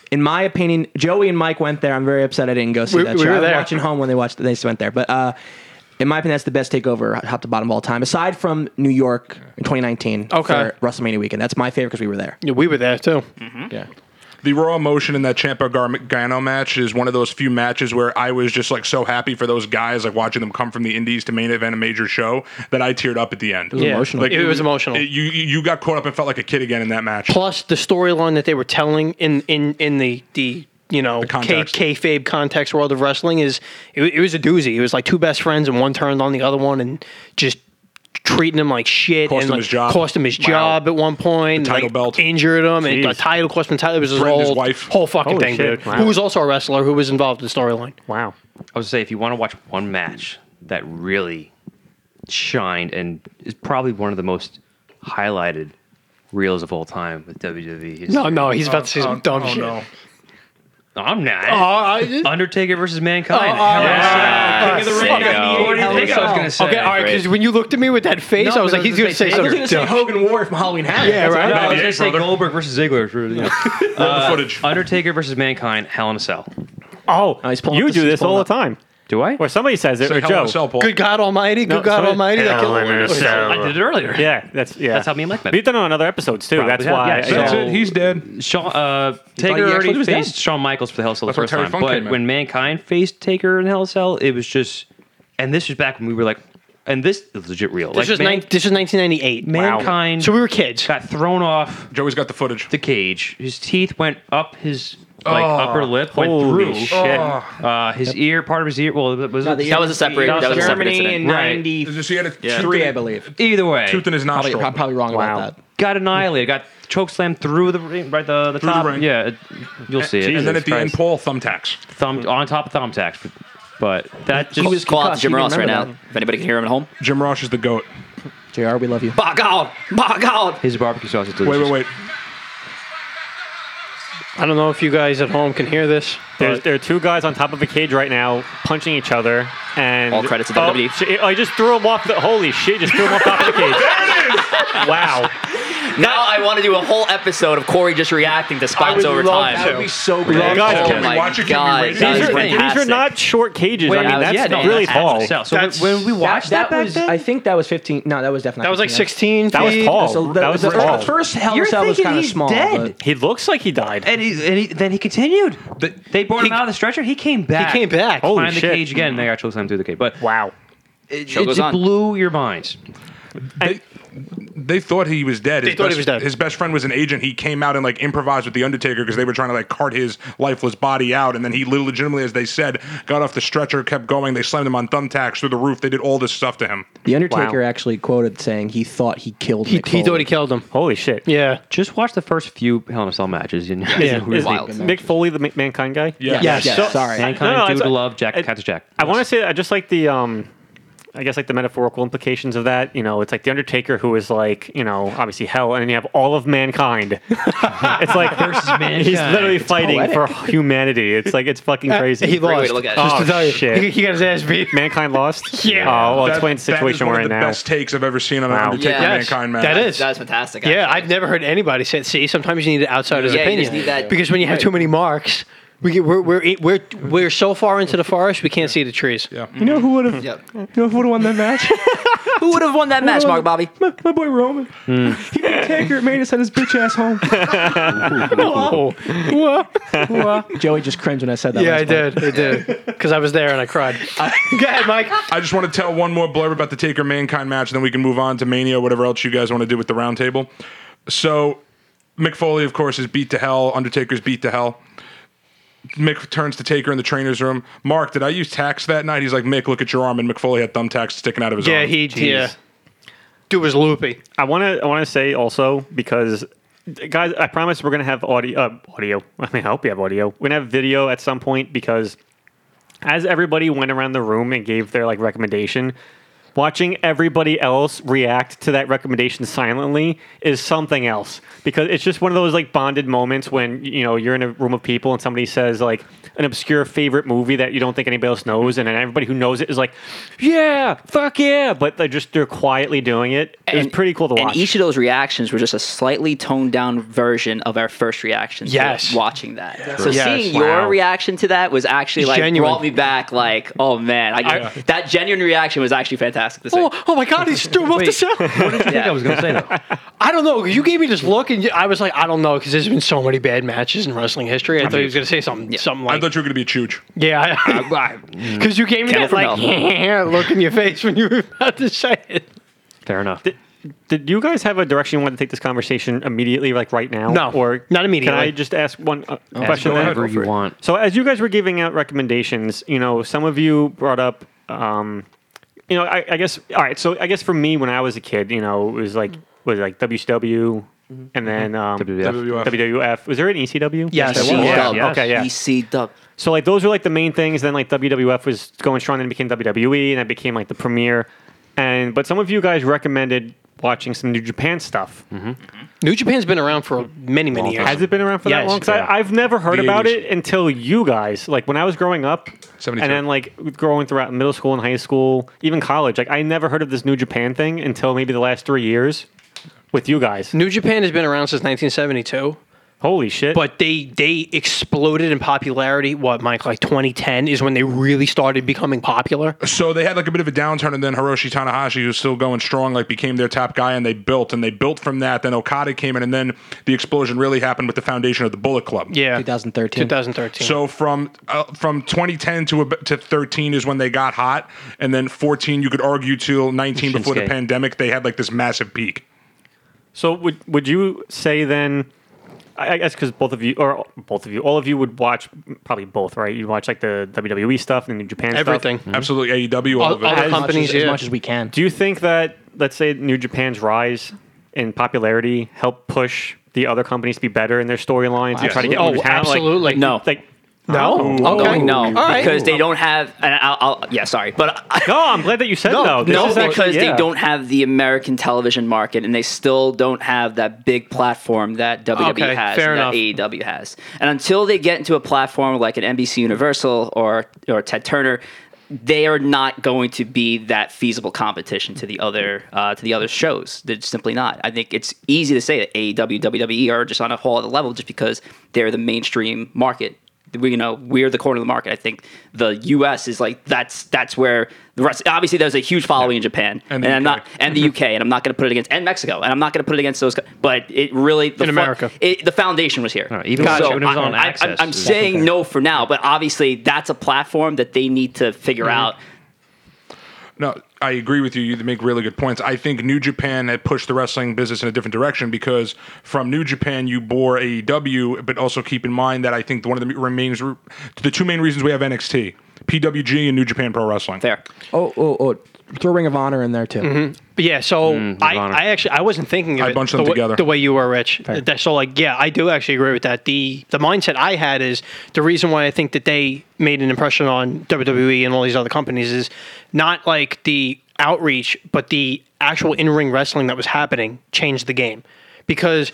S7: In my opinion, Joey and Mike went there. I'm very upset I didn't go see
S3: We-
S7: that.
S3: we
S7: show.
S3: were
S7: I was
S3: there.
S7: watching home when they watched. They went there, but. uh in my opinion, that's the best takeover top to bottom of all time, aside from New York in 2019
S3: Okay.
S7: for WrestleMania weekend. That's my favorite because we were there.
S3: Yeah, we were there too.
S5: The raw emotion in that Champa Gargano match is one of those few matches where I was just like so happy for those guys, like watching them come from the indies to main event a major show, that I teared up at the end. It was
S3: Yeah. emotional. It was emotional.
S5: you you you got caught up and felt like a kid again in that match.
S3: Plus the storyline that they were telling in in in the the you know K
S5: context.
S3: kayfabe context world of wrestling is it, wa- it was a doozy. It was like two best friends and one turned on the other one and just treating him like shit
S5: Cost
S3: and
S5: him
S3: like,
S5: his job.
S3: cost him his job at one point
S5: The title
S3: like,
S5: belt.
S3: injured him and got
S1: Jeez.
S3: title cost him title it was his
S5: Threatened
S3: whole
S5: his wife.
S3: whole fucking
S1: Holy
S3: thing
S1: shit,
S3: dude
S1: wow.
S3: who was also a wrestler who was involved in the storyline
S1: Wow.
S8: I was gonna say if you want to watch one match that really shined and is probably one of the most highlighted reels of all time with WWE. history.
S3: no no he's about to say some dumb
S5: oh
S3: shit
S5: no.
S8: I'm not.
S3: I-
S8: Undertaker versus Mankind.
S3: Oh, all right.
S8: Hell yeah.
S7: King of the
S8: There you
S7: Ring.
S8: go. uh, What do you think I was gonna say?
S3: Okay, all right. Because when you looked at me with that face,
S8: No,
S3: I was
S8: but
S3: like,
S8: I
S3: he's
S8: was gonna
S3: going to
S8: say
S3: say
S8: Taker.
S7: I was
S3: something
S7: going to say
S3: dumb.
S7: Hogan War from Halloween Havoc.
S3: Yeah,
S7: That's what
S3: right.
S8: No, I was
S5: Yeah,
S8: gonna uh, say
S5: brother.
S8: Goldberg versus Ziggler. for, you know.
S5: Roll the footage.
S8: Undertaker versus Mankind, Hell in a Cell.
S1: Oh,
S7: he's pulling
S1: you
S7: up-
S1: do
S7: he's
S1: this
S7: pulling
S1: all
S7: up.
S1: the time,
S8: Do I?
S1: or somebody says it,
S5: Say
S1: or
S5: hello to
S1: Joe.
S5: Cell, Paul.
S3: Good God Almighty! Good
S1: No,
S3: God
S1: somebody-
S3: Almighty! that killed-
S8: I did it earlier.
S1: Yeah, that's yeah.
S8: That's how me and Mike met.
S1: We've done it on other episodes too.
S8: Probably
S1: That's
S8: have,
S1: why.
S8: yeah.
S1: you
S5: That's
S1: know,
S5: it. He's dead.
S8: Shawn, uh, Taker
S7: actually
S8: already
S7: was dead.
S8: faced Shawn Michaels for the Hell Cell the
S5: That's when
S8: first
S5: Terry
S8: time,
S5: Funk
S8: but
S5: came in.
S8: when Mankind faced Taker in Hell Cell, it was just, and this was back when we were like, and this is legit real.
S3: This
S8: like
S3: was nine this was 1998.
S8: mankind.
S3: So we were kids.
S8: got thrown off
S5: Joey's got the footage.
S8: the cage. His teeth went up his like upper lip, went
S1: Holy
S8: through
S1: shit.
S8: uh, his ear, part of his ear. Well, it was
S7: No, the-
S6: That was a separate. That was a separate
S7: Germany
S6: incident.
S7: in
S8: Right.
S7: '93,
S5: Just he had a
S7: I believe.
S8: either way.
S5: tooth in his
S7: Probably,
S5: nostril.
S7: I'm probably wrong
S1: Wow.
S7: about that.
S8: got annihilated. Got choke slammed through the ring, right the, the
S5: the
S8: top.
S5: ring.
S8: Yeah, it, you'll see it.
S5: and then at the end,
S8: Christ.
S5: Paul thumbtacks.
S8: thumb on top of thumbtacks. But that just
S6: Call- Call out to Jim
S7: He
S6: Ross right
S7: remembered
S6: now. If anybody can hear him at home.
S5: Jim Ross is the goat.
S7: Jr., we love you.
S6: By God! By God!
S8: his barbecue sauce is
S5: Wait,
S8: delicious.
S5: wait, wait.
S3: I don't know if you guys at home can hear this.
S1: There's, there are two guys on top of a cage right now, punching each other, and
S6: All credits to
S1: oh,
S6: WWE.
S1: shit, I just threw him off the. Holy shit! Just threw him off top of the cage. Wow.
S6: Now I want to do a whole episode of Corey just reacting to spots over
S7: That would
S6: time.
S7: be so good.
S1: Guys,
S6: oh
S1: can
S5: we
S6: my
S5: watch it? Can we
S6: God!
S5: rate it?
S6: that
S1: These
S6: was
S1: are, these are
S6: fantastic.
S1: not short cages. I
S8: Wait,
S1: mean,
S6: that
S1: that's
S6: was- yeah, no,
S1: really
S6: that's
S1: tall.
S8: So, so when- when we watched that, back
S7: was,
S8: then,
S7: I think that was 15. No, that was definitely.
S3: That was like Oh, 16.
S1: That was
S3: feet.
S1: tall.
S7: So
S1: that was
S7: the,
S1: tall.
S7: the first Hell in a
S8: You're
S7: Cell was
S8: thinking
S7: kind of
S8: he's
S7: small.
S8: dead.
S1: he looks like he died.
S8: and, he, and he, then he continued. they brought him out of the stretcher. He came back.
S3: came back.
S8: Climbed
S1: Holy
S8: the
S1: shit.
S8: cage again. They got choke slammed through the cage. But
S1: Wow.
S8: it,
S6: Show
S8: it
S6: goes
S8: just
S6: on.
S8: blew your minds.
S5: They, they thought he was dead. They
S3: thought he
S5: best,
S3: was dead.
S5: His best friend was an agent. He came out and like improvised with the Undertaker because they were trying to like cart his lifeless body out, and then he lit- legitimately, as they said, got off the stretcher, kept going. They slammed him on thumbtacks through the roof. They did all this stuff to him.
S7: The Undertaker actually quoted saying he thought he killed.
S3: He,
S7: Mick
S3: he
S7: Foley.
S3: thought he killed him.
S1: Holy shit.
S3: Yeah.
S8: Just watch the first few Hell in a Cell matches. You know,
S3: Yeah.
S8: Who is
S1: Is
S8: he?
S1: Mick- Mick Foley, the Ma- Mankind guy? Yeah.
S7: Yes,
S3: Yes.
S7: yes, sorry.
S8: Mankind,
S1: No, no,
S8: Dude
S1: it's-
S8: to Love, Jack,
S1: I-
S8: Cats Jack.
S1: I want to say that I just like the um I guess like the metaphorical implications of that, you know, it's like the Undertaker who is like, you know, obviously hell, and then you have all of mankind. it's like he's literally fighting for humanity. It's like it's fucking crazy.
S3: He lost.
S6: way to look at it.
S3: Just
S1: Oh,
S3: to tell you,
S1: shit.
S3: He, he got his ass beat.
S1: mankind lost.
S3: Yeah.
S1: Oh, well,
S5: That-
S1: explain the
S5: that is
S1: situation
S5: one
S1: we're
S5: of
S1: in
S5: the
S1: now.
S5: best takes I've ever seen on an
S1: Wow.
S5: Undertaker
S6: Yeah.
S3: Yes,
S5: Mankind match.
S3: that is.
S6: That was fantastic.
S3: Yeah,
S6: actually.
S3: I've never heard anybody say. See, sometimes you need an outsider's
S6: Yeah, you
S3: opinion
S6: just need that-
S3: because when you have
S6: Right.
S3: too many marks, we get, we're, we're we're we're so far into the forest we can't see the trees.
S5: Yeah.
S7: You know who would have?
S6: Yep.
S7: You know who would have won that match?
S6: Who would have won that match, Mark Bobby?
S7: my, my boy Roman.
S3: Hmm.
S7: He beat Taker. Made us send his bitch ass home. Joey just cringed when I said that.
S3: Yeah,
S7: last
S3: I
S7: part.
S3: did. I did because I was there and I cried. Go ahead, Mike.
S5: I just want to tell one more blurb about the Taker Mankind match, and then we can move on to Mania, whatever else you guys want to do with the roundtable. So, Mick Foley, of course, is beat to hell. Undertaker's beat to hell. Mick turns to Taker in the trainer's room. Mark, did I use tacks that night? He's like, Mick, look at your arm. And Mick Foley had thumbtacks sticking out of his
S3: Yeah,
S5: arm.
S3: he yeah. Dude was loopy.
S1: I want to I want to say also because guys, I promise we're gonna have audio. Uh, audio. I mean, I hope we have audio. We're gonna have video at some point because as everybody went around the room and gave their like recommendation. Watching everybody else react to that recommendation silently is something else because it's just one of those like bonded moments when you know you're in a room of people and somebody says like an obscure favorite movie that you don't think anybody else knows and then everybody who knows it is like yeah fuck yeah but they just they're quietly doing it. It was pretty cool to watch.
S6: And each of those reactions were just a slightly toned down version of our first reaction. to
S3: Yes.
S6: watching that. So
S3: Yes.
S6: seeing
S1: Wow.
S6: your reaction to that was actually like
S3: Genuine.
S6: brought me back. Like, oh man, I, that genuine reaction was actually fantastic. This
S3: Oh, oh my God, he's threw him off the cell.
S8: I think I was going to say that.
S3: I don't know. You gave me this look, and you- I was like, I don't know, because there's been so many bad matches in wrestling history. I, thought he was going to say something, something
S5: I
S3: like,
S5: thought you were going to be a chooch.
S3: yeah, because you gave me
S6: Tell
S3: that
S6: from
S3: like look in your face when you were about to say it.
S8: Fair enough.
S1: Did you guys have a direction you wanted to take this conversation immediately, like right now?
S3: No,
S1: or
S3: not immediately.
S1: Can I just ask one uh,
S8: Ask
S1: question? then?
S8: whatever you want.
S1: So, as you guys were giving out recommendations, you know, some of you brought up, um, you know, I, I guess, all right. So, I guess for me, when I was a kid, you know, it was like
S3: Mm-hmm.
S1: was it like WCW, and then um,
S8: WWF.
S1: WWF. Was there an E ECW?
S3: Yes,
S6: ECW.
S1: Yeah, okay, yeah.
S6: ECW.
S1: So like those were like the main things. Then like WWF was going strong, then it became WWE, and that became like the premier. And but some of you guys recommended watching some New Japan stuff.
S3: New Japan's been around for many, many years.
S1: Has it been around for that
S3: Yes.
S1: long? Because
S3: Yeah.
S1: I've never heard
S5: The
S1: about
S5: 80s.
S1: it until you guys. Like when I was growing up,
S5: 72.
S1: and then like growing throughout middle school and high school, even college. Like I never heard of this New Japan thing until maybe the last three years with you guys.
S3: New Japan has been around since 1972,
S1: Holy shit!
S3: but they they exploded in popularity. What, Mike? Like 2010 is when they really started becoming popular.
S5: So they had like a bit of a downturn, and then Hiroshi Tanahashi, who's still going strong, like became their top guy, and they built and they built from that. Then Okada came in, and then the explosion really happened with the foundation of the Bullet Club.
S3: Yeah,
S7: 2013.
S3: 2013.
S5: So from uh, from 2010 to ab to 13 is when they got hot, and then 14 you could argue till 19 before the
S8: Shinsuke.
S5: pandemic they had like this massive peak.
S1: So would would you say then? I I guess because both of you, or both of you, all of you would watch probably both, right? You watch like the WWE stuff and the New Japan stuff.
S3: everything.
S5: Absolutely, AEW, all,
S3: All-
S5: of it.
S3: all
S7: As much
S3: companies,
S7: as,
S3: yeah.
S7: as much as we can.
S1: Do you think that let's say New Japan's rise in popularity helped push the other companies to be better in their storylines and try to get more
S3: Oh,
S1: talent? Like-
S3: absolutely.
S1: Like,
S6: No.
S1: like
S3: No,
S6: I'm going no
S3: All right.
S6: because they don't have. And I'll, I'll yeah, sorry, but I,
S1: no, I'm glad that you said no. This
S6: no,
S1: is actually-
S6: because
S1: yeah.
S6: they don't have the American television market, and they still don't have that big platform that WWE
S3: Okay,
S6: has,
S3: fair
S6: and
S3: enough.
S6: that AEW E has. And until they get into a platform like an NBC Universal or or Ted Turner, they are not going to be that feasible competition to the other uh, to the other shows. They're simply not. I think it's easy to say that E AEW, WWE are just on a whole other level just because they're the mainstream market we you know we're the corner of the market. I think the U.S. is like that's that's where the rest. Obviously, there's a huge following in Japan,
S5: And
S6: and,
S5: the
S6: I'm
S5: UK.
S6: not and the U.K. and I'm not going to put it against and Mexico, and I'm not going to put it against those. co- But it really the
S3: In
S6: fu-
S3: America.
S6: it, the foundation was here.
S8: All right, even
S6: So
S8: when it was
S6: I,
S8: on
S6: I,
S8: Access,
S6: am
S8: it was-
S6: saying
S3: Mm-hmm.
S6: no for now, but obviously that's a platform that they need to figure out.
S5: No, I agree with you. You make really good points. I think New Japan had pushed the wrestling business in a different direction because from New Japan you bore AEW, but also keep in mind that I think one of the remains the two main reasons we have NXT, PWG, and New Japan Pro Wrestling.
S6: Fair.
S7: Oh, oh, oh. Throw Ring of Honor in there too.
S3: But yeah, so I, I actually I wasn't thinking of
S5: I
S3: it
S5: bunched
S3: the,
S5: them
S3: way,
S5: together.
S3: the way you were, Rich. That- So like, yeah, I do actually agree with that. The the mindset I had is the reason why I think that they made an impression on WWE and all these other companies is not like the outreach, but the actual in ring wrestling that was happening changed the game because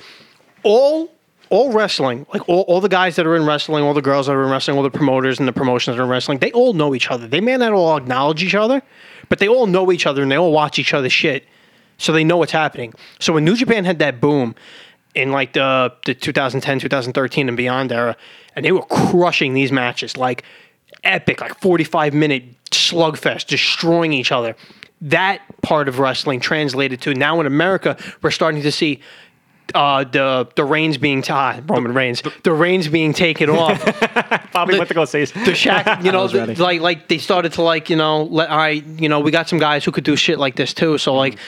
S3: all all wrestling, like all, all the guys that are in wrestling, all the girls that are in wrestling, all the promoters and the promotions that are in wrestling, they all know each other. They may not all acknowledge each other, but they all know each other and they all watch each other's shit. So they know what's happening. So when New Japan had that boom in like the, the 2010, 2013 and beyond era, and they were crushing these matches, like epic, like 45 minute slugfest, destroying each other. That part of wrestling translated to now in America, we're starting to see uh, the the reins being tied, Roman Reigns, the reins being taken off.
S1: Bobby went to go say
S3: the Shaq, you know, the- like like they started to like you know, let, all right, you know, we got some guys who could do shit like this too. So like,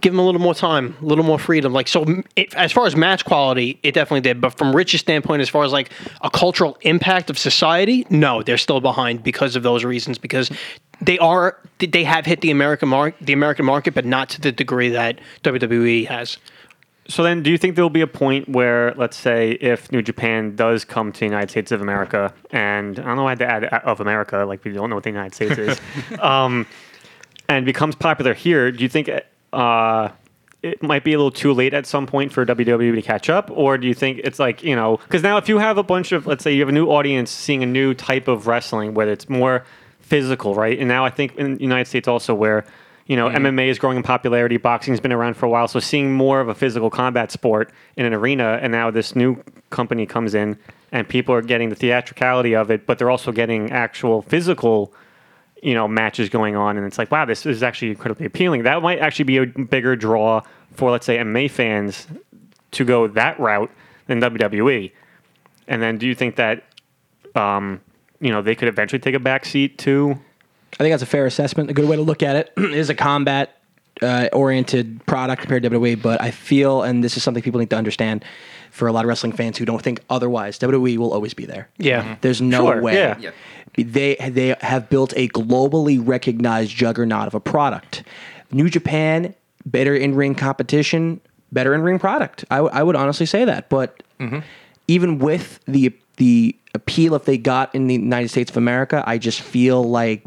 S3: give them a little more time, a little more freedom. Like so, m- it, as far as match quality, it definitely did. But from Rich's standpoint, as far as like a cultural impact of society, no, they're still behind because of those reasons. Because they are they have hit the American mark, the American market, but not to the degree that WWE has.
S1: So then, do you think there'll be a point where, let's say, if New Japan does come to the United States of America, and I don't know why I had to add uh, of America, like we don't know what the United States is, um, and becomes popular here, do you think uh, it might be a little too late at some point for WWE to catch up, or do you think it's like you know? Because now, if you have a bunch of, let's say, you have a new audience seeing a new type of wrestling, whether it's more physical, right? And now I think in the United States also where you know MMA is growing in popularity, boxing's been around for a while, so seeing more of a physical combat sport in an arena, and now this new company comes in and people are getting the theatricality of it, but they're also getting actual physical you know matches going on and it's like wow this is actually incredibly appealing that might actually be a bigger draw for let's say MMA fans to go that route than WWE and then do you think that um you know they could eventually take a back seat to
S7: I think that's a fair assessment. A good way to look at it is a combat uh, oriented product compared to WWE, but I feel, and this is something people need to understand for a lot of wrestling fans who don't think otherwise, WWE will always be there.
S3: Yeah. Mhm.
S7: There's no
S1: Sure,
S7: way.
S1: yeah.
S4: Yeah.
S7: They, they have built a globally recognized juggernaut of a product. New Japan, better in ring competition, better in ring product. I would- I would honestly say that, but even with the the appeal if they got in the United States of America, I just feel like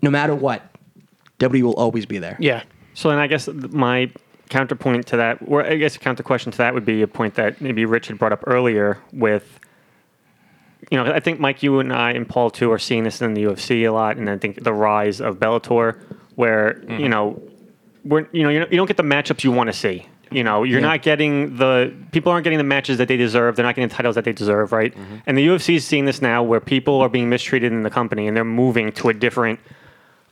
S7: no matter what, WWE will always be there.
S3: Yeah.
S1: So then I guess th- my counterpoint to that, or I guess a counter question to that would be a point that maybe Rich had brought up earlier with, you know, I think Mike, you and I and Paul too are seeing this in the UFC a lot, and I think the rise of Bellator, where you know, we're you know you don't- you don't get the matchups you want to see. You know, you're not getting the people aren't getting the matches that they deserve. They're not getting the titles that they deserve, right? And the UFC is seeing this now, where people are being mistreated in the company, and they're moving to a different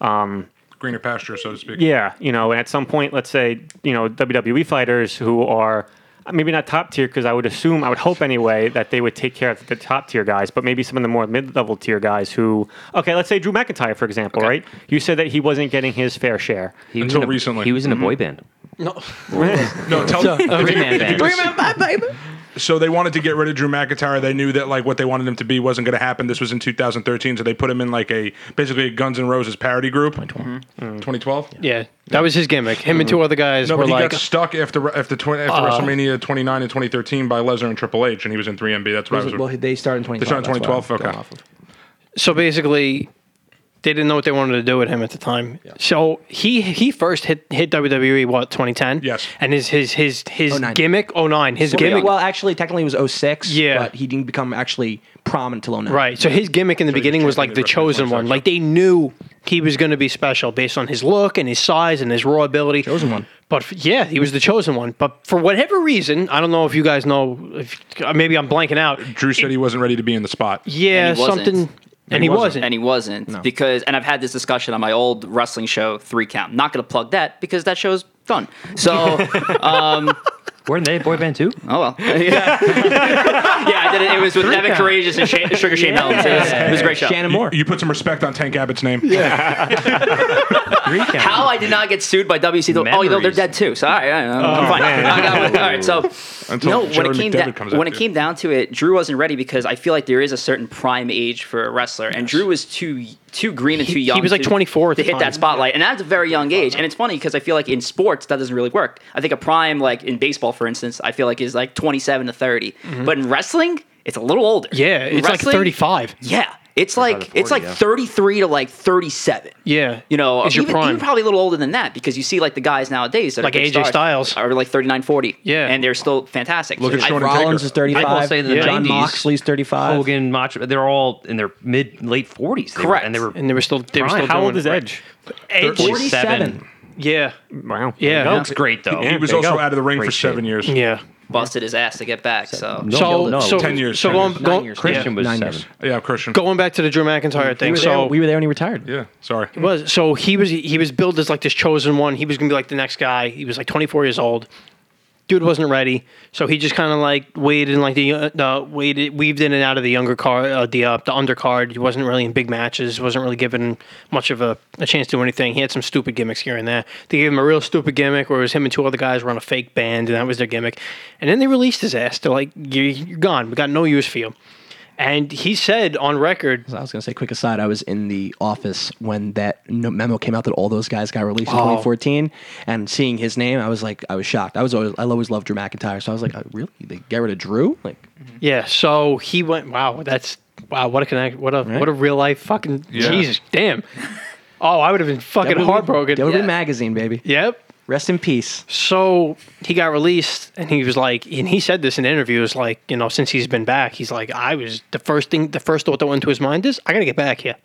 S5: Greener pasture, so to speak.
S1: yeah, you know, and at some point, let's say, you know, WWE fighters who are maybe not top tier, because I would assume, I would hope anyway, that they would take care of the top tier guys, but maybe some of the more mid level tier guys who, okay, let's say Drew McIntyre, for example, right? You said that he wasn't getting his fair share.
S8: He was
S5: Until
S8: in a-
S5: recently.
S8: he was in a boy band.
S5: No, tell
S8: Three man band.
S5: So they wanted to get rid of Drew McIntyre. They knew that like what they wanted him to be wasn't going to happen. This was in 2013, so they put him in like a basically a Guns N' Roses parody group. Mm. 2012. 2012.
S3: Yeah, that was his gimmick. Him and two other guys
S5: No,
S3: were
S5: but he
S3: like,
S5: got stuck after after, twen- after WrestleMania 29 and 2013 by Lesnar and Triple H, and he was in 3MB. That's what I was.
S7: Well, they start in 2012.
S5: They start in
S7: that's what I'm
S5: 2012, okay.
S7: going off of.
S3: so basically, they didn't know what they wanted to do with him at the time. So he he first hit hit WWE what 2010.
S5: Yes.
S3: and his his his his
S7: 09.
S3: gimmick 09, his
S7: Well,
S3: gimmick.
S7: well, actually, technically it was 06.
S3: Yeah.
S7: But he didn't become actually prominent until 09.
S3: Right. So his gimmick in the
S5: he's
S3: beginning was
S5: trying to
S3: like the
S5: be referenced
S3: chosen
S5: on
S3: one.
S5: Sasha.
S3: Like they knew he was going to be special based on his look and his size and his raw ability. Chosen
S7: one.
S3: But f- yeah, he was the chosen one. But for whatever reason, I don't know if you guys know. If uh, maybe I'm blanking out.
S5: Drew said he wasn't ready to be in the spot.
S3: Yeah,
S6: And he wasn't.
S3: something. And, he wasn't.
S6: And he wasn't because, and I've had this discussion on my old wrestling show, Three Count. Not going to plug that because that show's done. So, um,
S8: Weren't they a boy band too?
S6: Oh well. yeah. yeah, I did it. It was with Evan Courageous and Sha- Sugar Shane Helms. It was, it was a great show.
S7: Shannon Moore.
S5: You put some respect on Tank Abbott's name. Yeah.
S6: How I did not get sued by WCW? Oh, you know they're
S8: Memories.
S6: dead too. Sorry, I,
S3: Oh,
S6: I'm fine. I got one. All right, so
S5: Until
S6: no, when
S5: Jerry
S6: it
S5: McDevitt
S6: came down,
S5: comes
S6: when
S5: after
S6: it
S5: you.
S6: came down to it, Drew wasn't ready because I feel like there is a certain prime age for a wrestler, and Drew was too too green and too young.
S3: was like
S6: to-
S3: 24 at
S6: to
S3: the
S6: hit
S3: time.
S6: that spotlight, and that's a very young age. And it's funny because I feel like in sports that doesn't really work. I think a prime, like in baseball, for instance, I feel like is like 27 to 30, but in wrestling, it's a little older.
S3: Mm-hmm. Yeah,
S6: In
S3: it's like
S6: wrestling,
S3: 35.
S6: Yeah, it's like
S8: 40,
S6: it's like
S8: yeah.
S6: 33 to like 37.
S3: Yeah.
S6: You know,
S3: It's your
S6: even,
S3: prime.
S6: even probably a little older than that because you see like the guys nowadays that
S3: Like
S6: are big
S3: AJ
S6: stars
S3: Styles.
S6: are like 39, 40.
S3: Yeah.
S6: And they're still fantastic.
S5: Look
S6: So
S5: at
S6: I-
S5: Sean
S7: Rollins is
S5: Taker.
S7: 35.
S8: I'd say in the
S7: John
S8: 90s,
S7: Moxley's 35.
S8: Hogan, Macho, they're all in their mid late forties.
S6: Correct.
S8: and they were
S3: And they were still they were
S8: Brian,
S3: still
S1: How
S3: doing
S1: old is
S3: right.
S1: Edge?
S3: Edge?
S7: 47.
S3: Yeah.
S1: Wow.
S3: Yeah.
S8: That looks great though.
S5: He was
S1: There you go.
S5: also out of the ring for
S8: Great
S5: seven years.
S3: Yeah.
S6: busted his ass to get back. So
S8: No,
S3: so,
S8: no, no.
S3: so
S5: 10 years,
S3: So
S5: 10
S3: going,
S5: years.
S3: going,
S7: years.
S8: Christian
S7: Yeah,
S8: was
S7: nine
S8: seven.
S7: years.
S5: Yeah, Christian.
S3: going back to the Drew McIntyre
S7: We
S3: thing.
S7: were,
S3: so
S7: there, we were there when he retired.
S5: Yeah, sorry.
S3: It was so he was he was billed as like this chosen one. He was gonna be like the next guy. He was like 24 years old. Dude wasn't ready, so he just kind of like waited in like the uh, the waited weaved in and out of the younger car uh, the uh, the undercard. He wasn't really in big matches. wasn't really given much of a, a chance to do anything. He had some stupid gimmicks here and there. They gave him a real stupid gimmick where it was him and two other guys were on a fake band and that was their gimmick. And then they released his ass. They're like, "You- "You're gone. We got no use for you." And he said on record,
S7: I was going to say, quick aside, I was in the office when that no- memo came out that all those guys got released in 2014. And seeing his name, I was like, I was shocked. I was always, I always loved Drew McIntyre. So I was like, uh, really? They got rid of Drew? Like,
S3: Yeah, so he went. Wow, that's wow. What a connect. What a what a real life fucking Jesus damn. Oh, I would have been fucking
S7: WWE
S3: heartbroken.
S7: WWE
S3: Yeah.
S7: Magazine, baby.
S3: Yep.
S7: Rest in peace.
S3: So he got released, and he was like, and he said this in interviews, like you know, since he's been back, he's like, I was the first thing, the first thought that went to his mind is, I gotta get back here.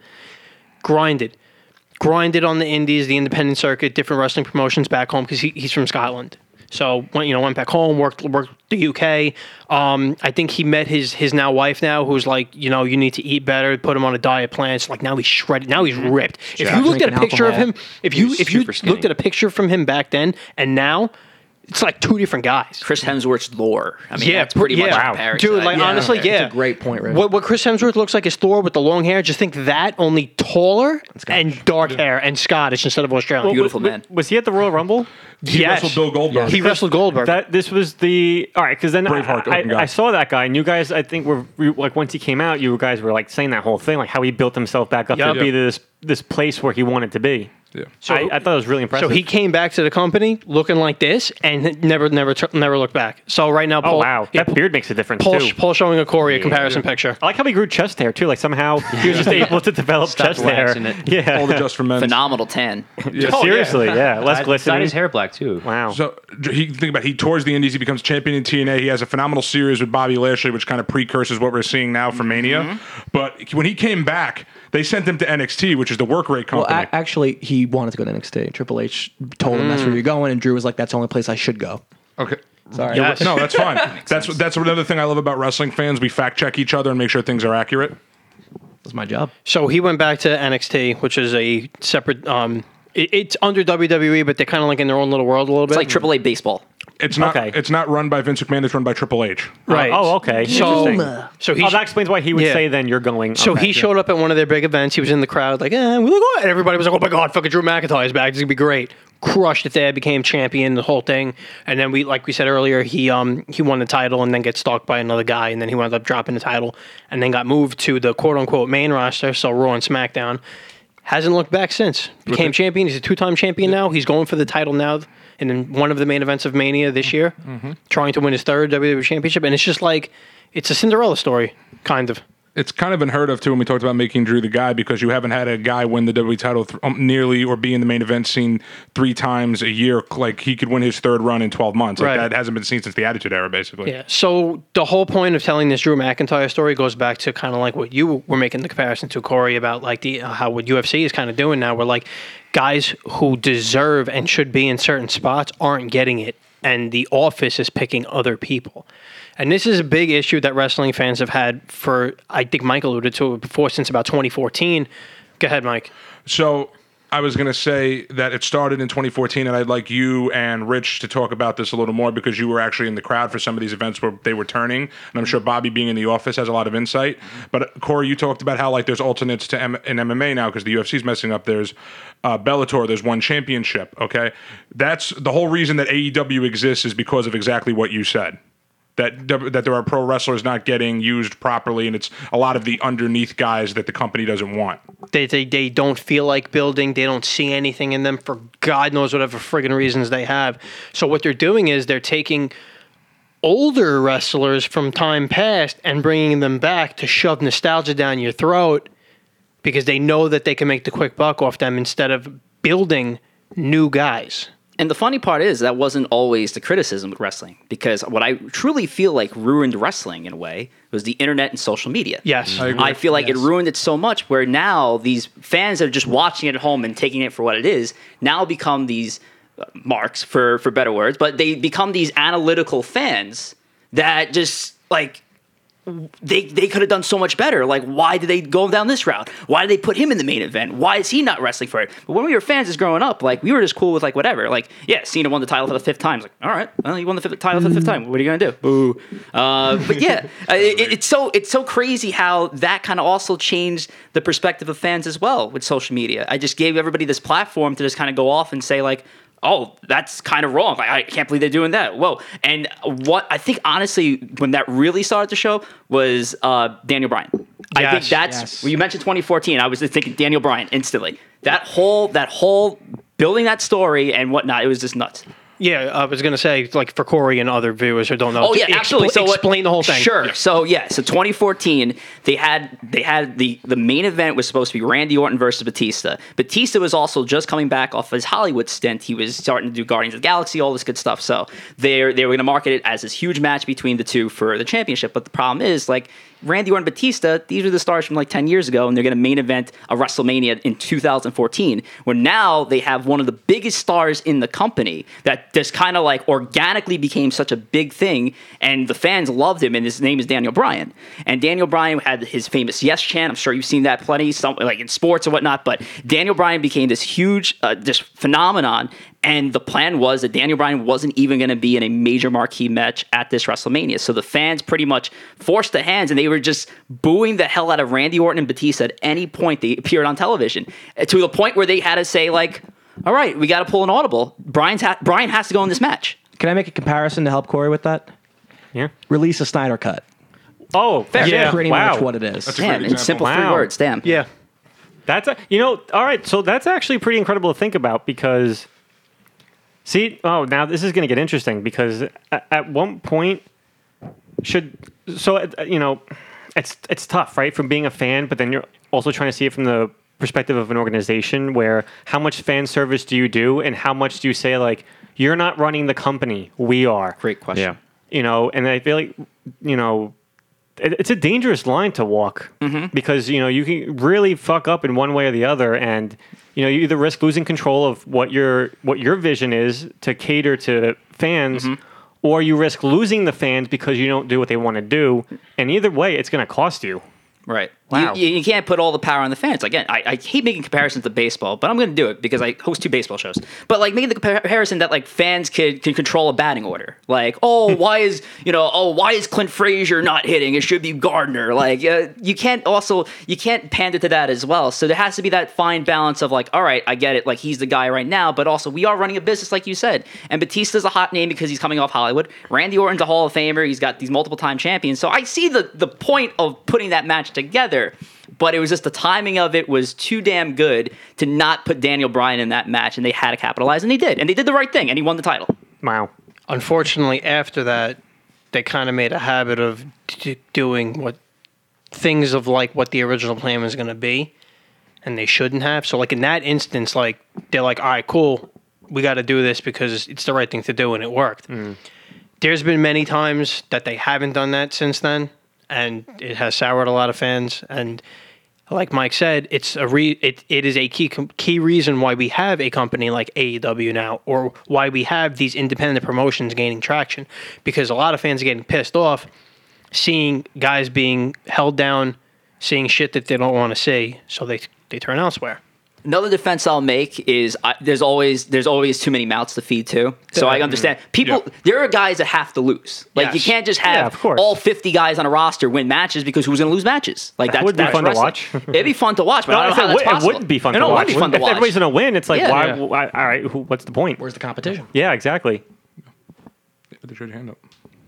S3: Grinded, grinded on the indies, the independent circuit, different wrestling promotions back home because he, he's from Scotland. So went, you know, went back home, worked worked the UK. Um, I think he met his his now wife now, who's like, you know, you need to eat better. Put him on a diet plan. So like now he's shredded, now
S8: Mm-hmm.
S3: he's ripped. If
S7: Yeah.
S3: you looked at a
S7: Drinking
S3: picture
S7: alcohol.
S3: of him, if you
S8: was
S3: if you
S8: super skinny.
S3: looked at a picture from him back then and now, it's like two different guys.
S6: Chris Hemsworth's lore. I mean,
S3: yeah,
S6: that's pretty
S3: yeah.
S6: much a comparison.
S3: dude. Like
S6: Yeah.
S3: honestly, yeah,
S7: That's a great point, right?
S3: What, what Chris Hemsworth looks like is Thor with the long hair. Just think that only taller and dark hair and Scottish instead of Australian.
S6: Beautiful
S1: was,
S6: man.
S1: Was he at the Royal Rumble?
S5: He wrestled Bill Goldberg.
S3: He wrestled Goldberg.
S1: That this was the all right because then
S5: Braveheart,
S1: I,
S5: open guy.
S1: I, I saw that guy and you guys I think were we- like once he came out you guys were like saying that whole thing like how he built himself back up
S3: Yeah.
S1: to be this this place where he wanted to be.
S5: Yeah.
S1: I, I thought it was really impressive.
S3: so he came back to the company looking like this and never, never, tur- never looked back. So right now,
S1: oh
S3: Paul,
S1: wow
S3: yeah,
S1: that beard makes a difference
S3: Paul,
S1: too.
S3: Paul showing a Corey a comparison picture.
S1: I like how he grew chest hair too. Like somehow he was just able to develop
S8: Stopped
S1: chest hair.
S8: waxing it.
S1: Yeah.
S5: All the just for men.
S6: Phenomenal 10.
S5: Oh, Yeah.
S1: Oh, Seriously, yeah. Less
S8: Dyed
S1: glistening.
S8: his hair black too.
S1: Wow.
S5: So he think about it, he tours the Indies, he becomes champion in TNA. He has a phenomenal series with Bobby Lashley, which kind of precursors what we're seeing now for Mania. But when he came back, they sent him to NXT, which is the work rate
S7: Well,
S5: company.
S7: a- actually, he wanted to go to NXT. Triple H told him that's where you're going, and Drew was like, "That's the only place I should go."
S5: okay.
S7: Sorry,
S5: No, that's fine. that's that's another thing I love about wrestling fans. We fact check each other and make sure things are accurate.
S7: that was my job.
S3: So he went back to NXT, which is a separate. Um, it, it's under WWE, but they're kind of like in their own little world a little
S6: It's
S3: bit.
S6: like AAA baseball.
S5: It's not
S1: Okay.
S5: it's not run by Vince McMahon. It's run by Triple H.
S3: right?
S1: Oh, okay.
S3: So,
S1: Interesting.
S3: so he
S1: oh, that explains why he would
S3: Yeah.
S1: say then you're going.
S3: So
S1: Okay.
S3: he showed up at one of their big events. He was in the crowd, like, eh, we look good. And everybody was like, oh my God, fucking Drew McIntyre's back. This is going to be great. Crushed it there, became champion, the whole thing. And then we, like we said earlier, he um he won the title and then gets stalked by another guy. And then he wound up dropping the title and then got moved to the quote unquote main roster. So Raw and SmackDown. Hasn't looked back since. Became champion. He's a two time champion now. He's going for the title now and in one of the main events of Mania this year, trying to win his third WWE championship. And it's just like, it's a Cinderella story, kind of.
S5: It's kind of unheard of too when we talked about making Drew the guy because you haven't had a guy win the WWE title th- um, nearly or be in the main event scene three times a year. Like he could win his third run in twelve months. Like
S3: Right.
S5: that hasn't been seen since the Attitude Era, basically.
S3: Yeah. So the whole point of telling this Drew McIntyre story goes back to kind of like what you were making the comparison to Corey about like the uh, how what UFC is kind of doing now. We're like guys who deserve and should be in certain spots aren't getting it, and the office is picking other people. And this is a big issue that wrestling fans have had for I think Mike alluded to it before since about 2014. Go ahead, Mike.
S5: So. I was going to say that it started in 2014, and I'd like you and Rich to talk about this a little more because you were actually in the crowd for some of these events where they were turning, and I'm sure Bobby being in the office has a lot of insight. But uh, Corey, you talked about how like there's alternates to M- in MMA now because the UFC's messing up. There's uh, Bellator. There's one championship. Okay, that's the whole reason that AEW exists is because of exactly what you said that that there are pro wrestlers not getting used properly, and it's a lot of the underneath guys that the company doesn't want.
S3: They, they, they don't feel like building. They don't see anything in them for God knows whatever friggin' reasons they have. So what they're doing is they're taking older wrestlers from time past and bringing them back to shove nostalgia down your throat because they know that they can make the quick buck off them instead of building new guys.
S6: And the funny part is that wasn't always the criticism with wrestling because what I truly feel like ruined wrestling in a way was the internet and social media.
S3: Yes. I
S6: I, feel like it ruined it so much where now these fans that are just watching it at home and taking it for what it is now become these uh, marks for for better words, but they become these analytical fans that just like they they could have done so much better. Like, why did they go down this route? Why did they put him in the main event? Why is he not wrestling for it? But when we were fans as growing up, like we were just cool with like whatever. Like, yeah, Cena won the title for the fifth time. It's like, all right, well, you won the fifth, title for the fifth time. What are you gonna do? Boo. Uh, but yeah, uh, it, it- it's so it's so crazy how that kind of also changed the perspective of fans as well with social media. I just gave everybody this platform to just kind of go off and say like, oh, that's kind of wrong. Like, I can't believe they're doing that. Whoa. And what I think, honestly, when that really started to show was uh, Daniel Bryan. I
S3: Yes,
S6: think that's
S7: yes.
S6: when you mentioned 2014. I was just thinking Daniel Bryan instantly. That whole that whole building that story and whatnot. It was just nuts.
S3: Yeah, I was gonna say like for Corey and other viewers who don't know.
S6: Oh yeah,
S3: expl-
S6: absolutely. So what-
S3: explain the whole thing.
S6: Sure. So yeah, so 2014, they had they had the the main event was supposed to be Randy Orton versus Batista. Batista was also just coming back off his Hollywood stint. He was starting to do Guardians of the Galaxy, all this good stuff. So they are they were going to market it as this huge match between the two for the championship. But the problem is like Randy Orton, Batista, these are the stars from like 10 years ago, and they're going to main event a WrestleMania in 2014. Where now they have one of the biggest stars in the company that just kind of like organically became such a big thing, and the fans loved him. And his name is Daniel Bryan. And Daniel Bryan had his famous yes chant. I'm sure you've seen that plenty, some, like in sports and whatnot. But Daniel Bryan became this huge, uh, this phenomenon. And the plan was that Daniel Bryan wasn't even going to be in a major marquee match at this WrestleMania. So the fans pretty much forced the hands and they were just booing the hell out of Randy Orton and Batista at any point they appeared on television Uh, to the point where they had to say, like, all right, we got to pull an audible. Brian's ha- Brian has to go in this match.
S7: Can I make a comparison to help Corey with that?
S1: Yeah.
S7: Release a Snyder cut.
S1: Oh, fair.
S7: That's
S1: Yeah.
S7: pretty
S1: wow.
S7: much what it is.
S5: That's a-
S6: Damn,
S5: great
S6: in
S5: example.
S6: simple three
S1: Wow.
S6: words, damn.
S3: Yeah.
S1: That's a, you know, all right. So that's actually pretty incredible to think about because, see, oh, now this is going to get interesting because at, at one point should so uh, you know, it's it's tough, right? From being a fan, but then you're also trying to see it from the perspective of an organization where how much fan service do you do and how much do you say like you're not running the company, we are
S6: Great question.
S8: Yeah.
S1: you know, and I feel like, you know, it, it's a dangerous line to walk because, you know, you can really fuck up in one way or the other. And, you know, you either risk losing control of what your, what your vision is to cater to fans or you risk losing the fans because you don't do what they want to do. And either way, it's going to cost you.
S6: Right.
S8: Wow.
S6: You, you can't put all the power on the fans. Again, I, I hate making comparisons to baseball, but I'm going to do it because I host two baseball shows. But like making the compar- comparison that like fans can can control a batting order. Like, oh, why is you know, oh, why is Clint Frazier not hitting? It should be Gardner. Like, uh, you can't also you can't pander to that as well. So there has to be that fine balance of like, all right, I get it. Like he's the guy right now, but also we are running a business, like you said. And Batista's a hot name because he's coming off Hollywood. Randy Orton's a Hall of Famer. He's got these multiple time champions. So I see the the point of putting that match together, but it was just the timing of it was too damn good to not put Daniel Bryan in that match, and they had to capitalize, and they did, and they did the right thing, and he won the title.
S1: Wow.
S3: Unfortunately, after that, they kind of made a habit of d- doing what things of like what the original plan was going to be, and they shouldn't have. So, like in that instance, like they're like, "All right, cool, we got to do this because it's the right thing to do," and it worked. There's been many times that they haven't done that since then, and it has soured a lot of fans. And like Mike said, it's a re- it, it is a key com- key reason why we have a company like AEW now, or why we have these independent promotions gaining traction, because a lot of fans are getting pissed off seeing guys being held down, seeing shit that they don't want to see, so they they turn elsewhere.
S6: Another defense I'll make is I, there's always there's always too many mouths to feed too. So I understand
S1: Mm-hmm.
S6: people.
S5: Yeah.
S6: There are guys that have to lose. Like you
S3: Yes.
S6: can't just have
S1: of course.
S6: all 50 guys on a roster win matches because who's going to lose matches? Like that's,
S1: would be
S6: that's
S1: fun to
S6: wrestling.
S1: watch.
S6: It'd be fun to watch, but I don't
S1: it,
S6: know how that's
S1: would- it
S6: possible.
S1: wouldn't be fun
S6: I
S1: to
S6: know,
S1: watch.
S6: It would be fun to
S1: if
S6: watch.
S1: everybody's gonna win, it's like
S6: Yeah.
S1: why,
S6: Yeah.
S1: why? All right, who, what's the point?
S7: Where's the competition?
S1: Yeah, exactly.
S5: They showed your hand up.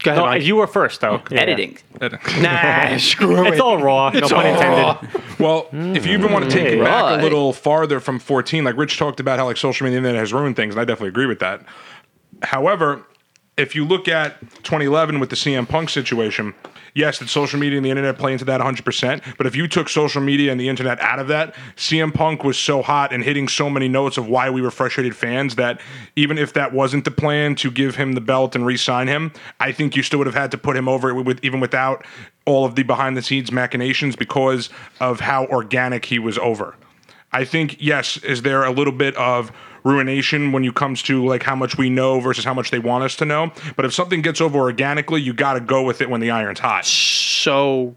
S3: Go ahead,
S1: No,
S3: Mike.
S1: you were first though. Yeah.
S6: Editing.
S3: nah, screw it.
S1: It's all raw. No pun intended.
S5: Well, if you even want to take it
S1: Hey.
S5: back
S6: Right.
S5: a little farther from 14, like Rich talked about how like social media and internet has ruined things, and I definitely agree with that. However, if you look at 2011 with the CM Punk situation, yes, did social media and the internet play into that 100%? But if you took social media and the internet out of that, CM Punk was so hot and hitting so many notes of why we were frustrated fans that even if that wasn't the plan to give him the belt and re sign him, I think you still would have had to put him over with, with even without all of the behind the scenes machinations because of how organic he was over. I think yes, is there a little bit of ruination when you comes to like how much we know versus how much they want us to know. But if something gets over organically, you got to go with it when the iron's hot.
S3: So,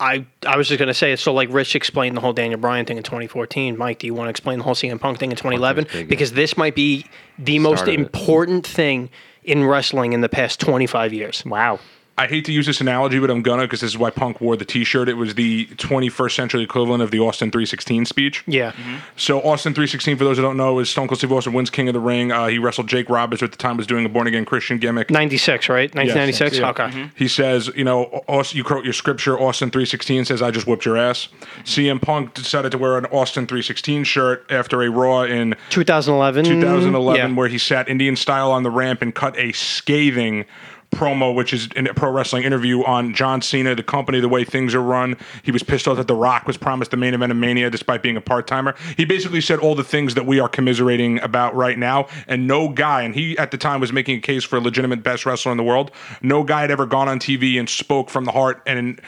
S3: I I was just gonna say so. Like Rich explained the whole Daniel Bryan thing in 2014. Mike, do you want to explain the whole CM Punk thing in 2011?
S8: big, yeah.
S3: Because this might be the most
S8: of it.
S3: important thing in wrestling in the past 25 years.
S1: Wow.
S5: I hate to use this analogy, but I'm gonna because this is why Punk wore the T-shirt. It was the 21st century equivalent of the Austin 316 speech.
S3: Yeah.
S5: So Austin 316, for those who don't know, is Stone Cold Steve Austin wins King of the Ring. Uh, he wrestled Jake Roberts, who at the time was doing a born again Christian gimmick.
S3: 96, right? 1996.
S5: Yeah.
S3: Okay.
S5: Mm-hmm. He says, you know, Austin, you quote your scripture, Austin 316 says, I just whipped your ass. CM Punk decided to wear an Austin 316 shirt after a Raw in
S3: 2011.
S5: 2011
S3: Mm, Yeah.
S5: where he sat Indian style on the ramp and cut a scathing promo, which is in a pro wrestling interview on John Cena, the company, the way things are run. He was pissed off that The Rock was promised the main event of Mania despite being a part timer. He basically said all the things that we are commiserating about right now, and no guy, and he at the time was making a case for a legitimate best wrestler in the world, no guy had ever gone on TV and spoke from the heart and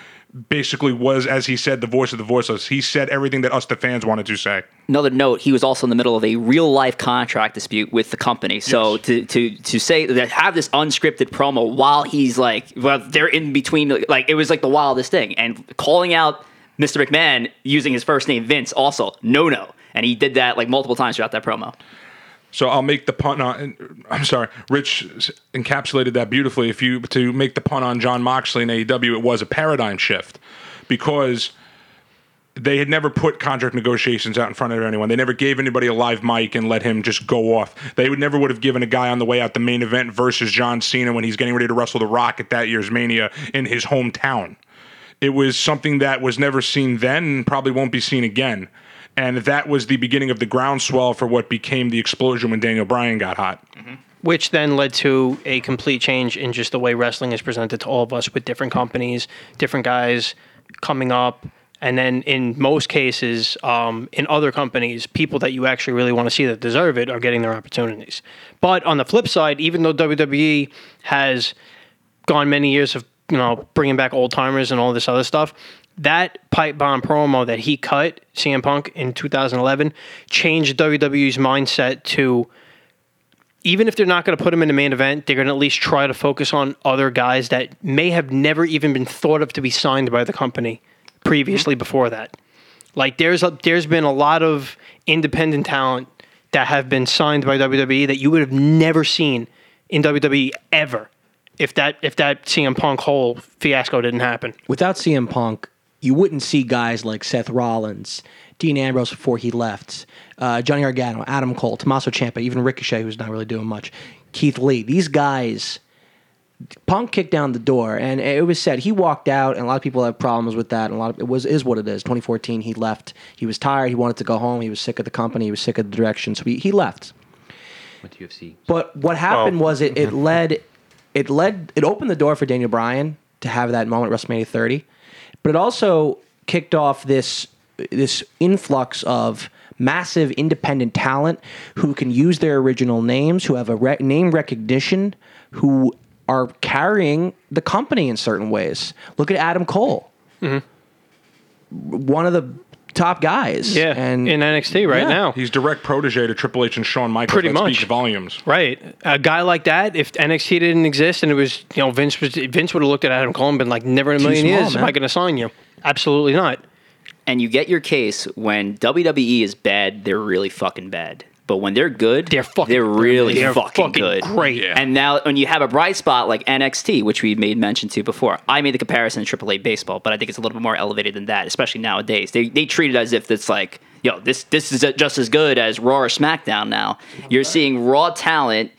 S5: basically was, as he said, the voice of the voiceless. He said everything that us, the fans, wanted to say.
S6: Another note: He was also in the middle of a real life contract dispute with the company. So to to to say that have this unscripted promo while he's like, well, they're in between. Like it was like the wildest thing, and calling out Mr. McMahon using his first name Vince also no no, and he did that like multiple times throughout that promo.
S5: So I'll make the pun on. I'm sorry, Rich s- encapsulated that beautifully. If you to make the pun on John Moxley in AEW, it was a paradigm shift because they had never put contract negotiations out in front of anyone. They never gave anybody a live mic and let him just go off. They would never would have given a guy on the way out the main event versus John Cena when he's getting ready to wrestle The Rock at that year's Mania in his hometown. It was something that was never seen then and probably won't be seen again. And that was the beginning of the groundswell for what became the explosion when Daniel Bryan got hot.
S3: which then led to a complete change in just the way wrestling is presented to all of us with different companies, different guys coming up. And then, in most cases, um, in other companies, people that you actually really want to see that deserve it are getting their opportunities. But on the flip side, even though WWE has gone many years of you know bringing back old timers and all this other stuff. That pipe bomb promo that he cut CM Punk in 2011 changed WWE's mindset to even if they're not going to put him in the main event, they're going to at least try to focus on other guys that may have never even been thought of to be signed by the company previously before that. Like there's a, there's been a lot of independent talent that have been signed by WWE that you would have never seen in WWE ever if that if that CM Punk whole fiasco didn't happen.
S7: Without CM Punk, you wouldn't see guys like Seth Rollins, Dean Ambrose before he left, uh, Johnny Gargano, Adam Cole, Tommaso Ciampa, even Ricochet, who's not really doing much, Keith Lee. These guys, Punk kicked down the door, and it was said he walked out, and a lot of people have problems with that. And a lot of it was is what it is. 2014, he left. He was tired. He wanted to go home. He was sick of the company. He was sick of the direction, so he, he left.
S8: Went to UFC.
S7: But what happened was it, it led it led it opened the door for Daniel Bryan to have that moment at WrestleMania 30, but it also kicked off this this influx of massive independent talent who can use their original names, who have a re- name recognition, who are carrying the company in certain ways. Look at Adam Cole, one of the top guys. and
S3: in NXT right
S7: Yeah.
S3: now.
S5: He's direct protege to Triple H and Shawn Michaels.
S3: Pretty
S5: that
S3: much.
S5: speaks volumes.
S3: Right, a guy like that. If NXT didn't exist and it was, you know, Vince was Vince would have looked at Adam Cole and been like, "Never in a million
S7: small,
S3: years am
S7: man.
S3: I going to sign you." Absolutely not.
S6: and you get your case when WWE is bad, they're really fucking bad. But when they're good,
S3: They're fucking-
S6: they're really
S3: they're
S6: fucking,
S3: fucking
S6: good.
S3: great. Yeah.
S6: And now when you have a bright spot like NXT, which we made mention to before, I made the comparison to AAA baseball, but I think it's a little bit more elevated than that, especially nowadays. They they treat it as if it's like, yo, this this is just as good as Raw or SmackDown now. You're seeing raw talent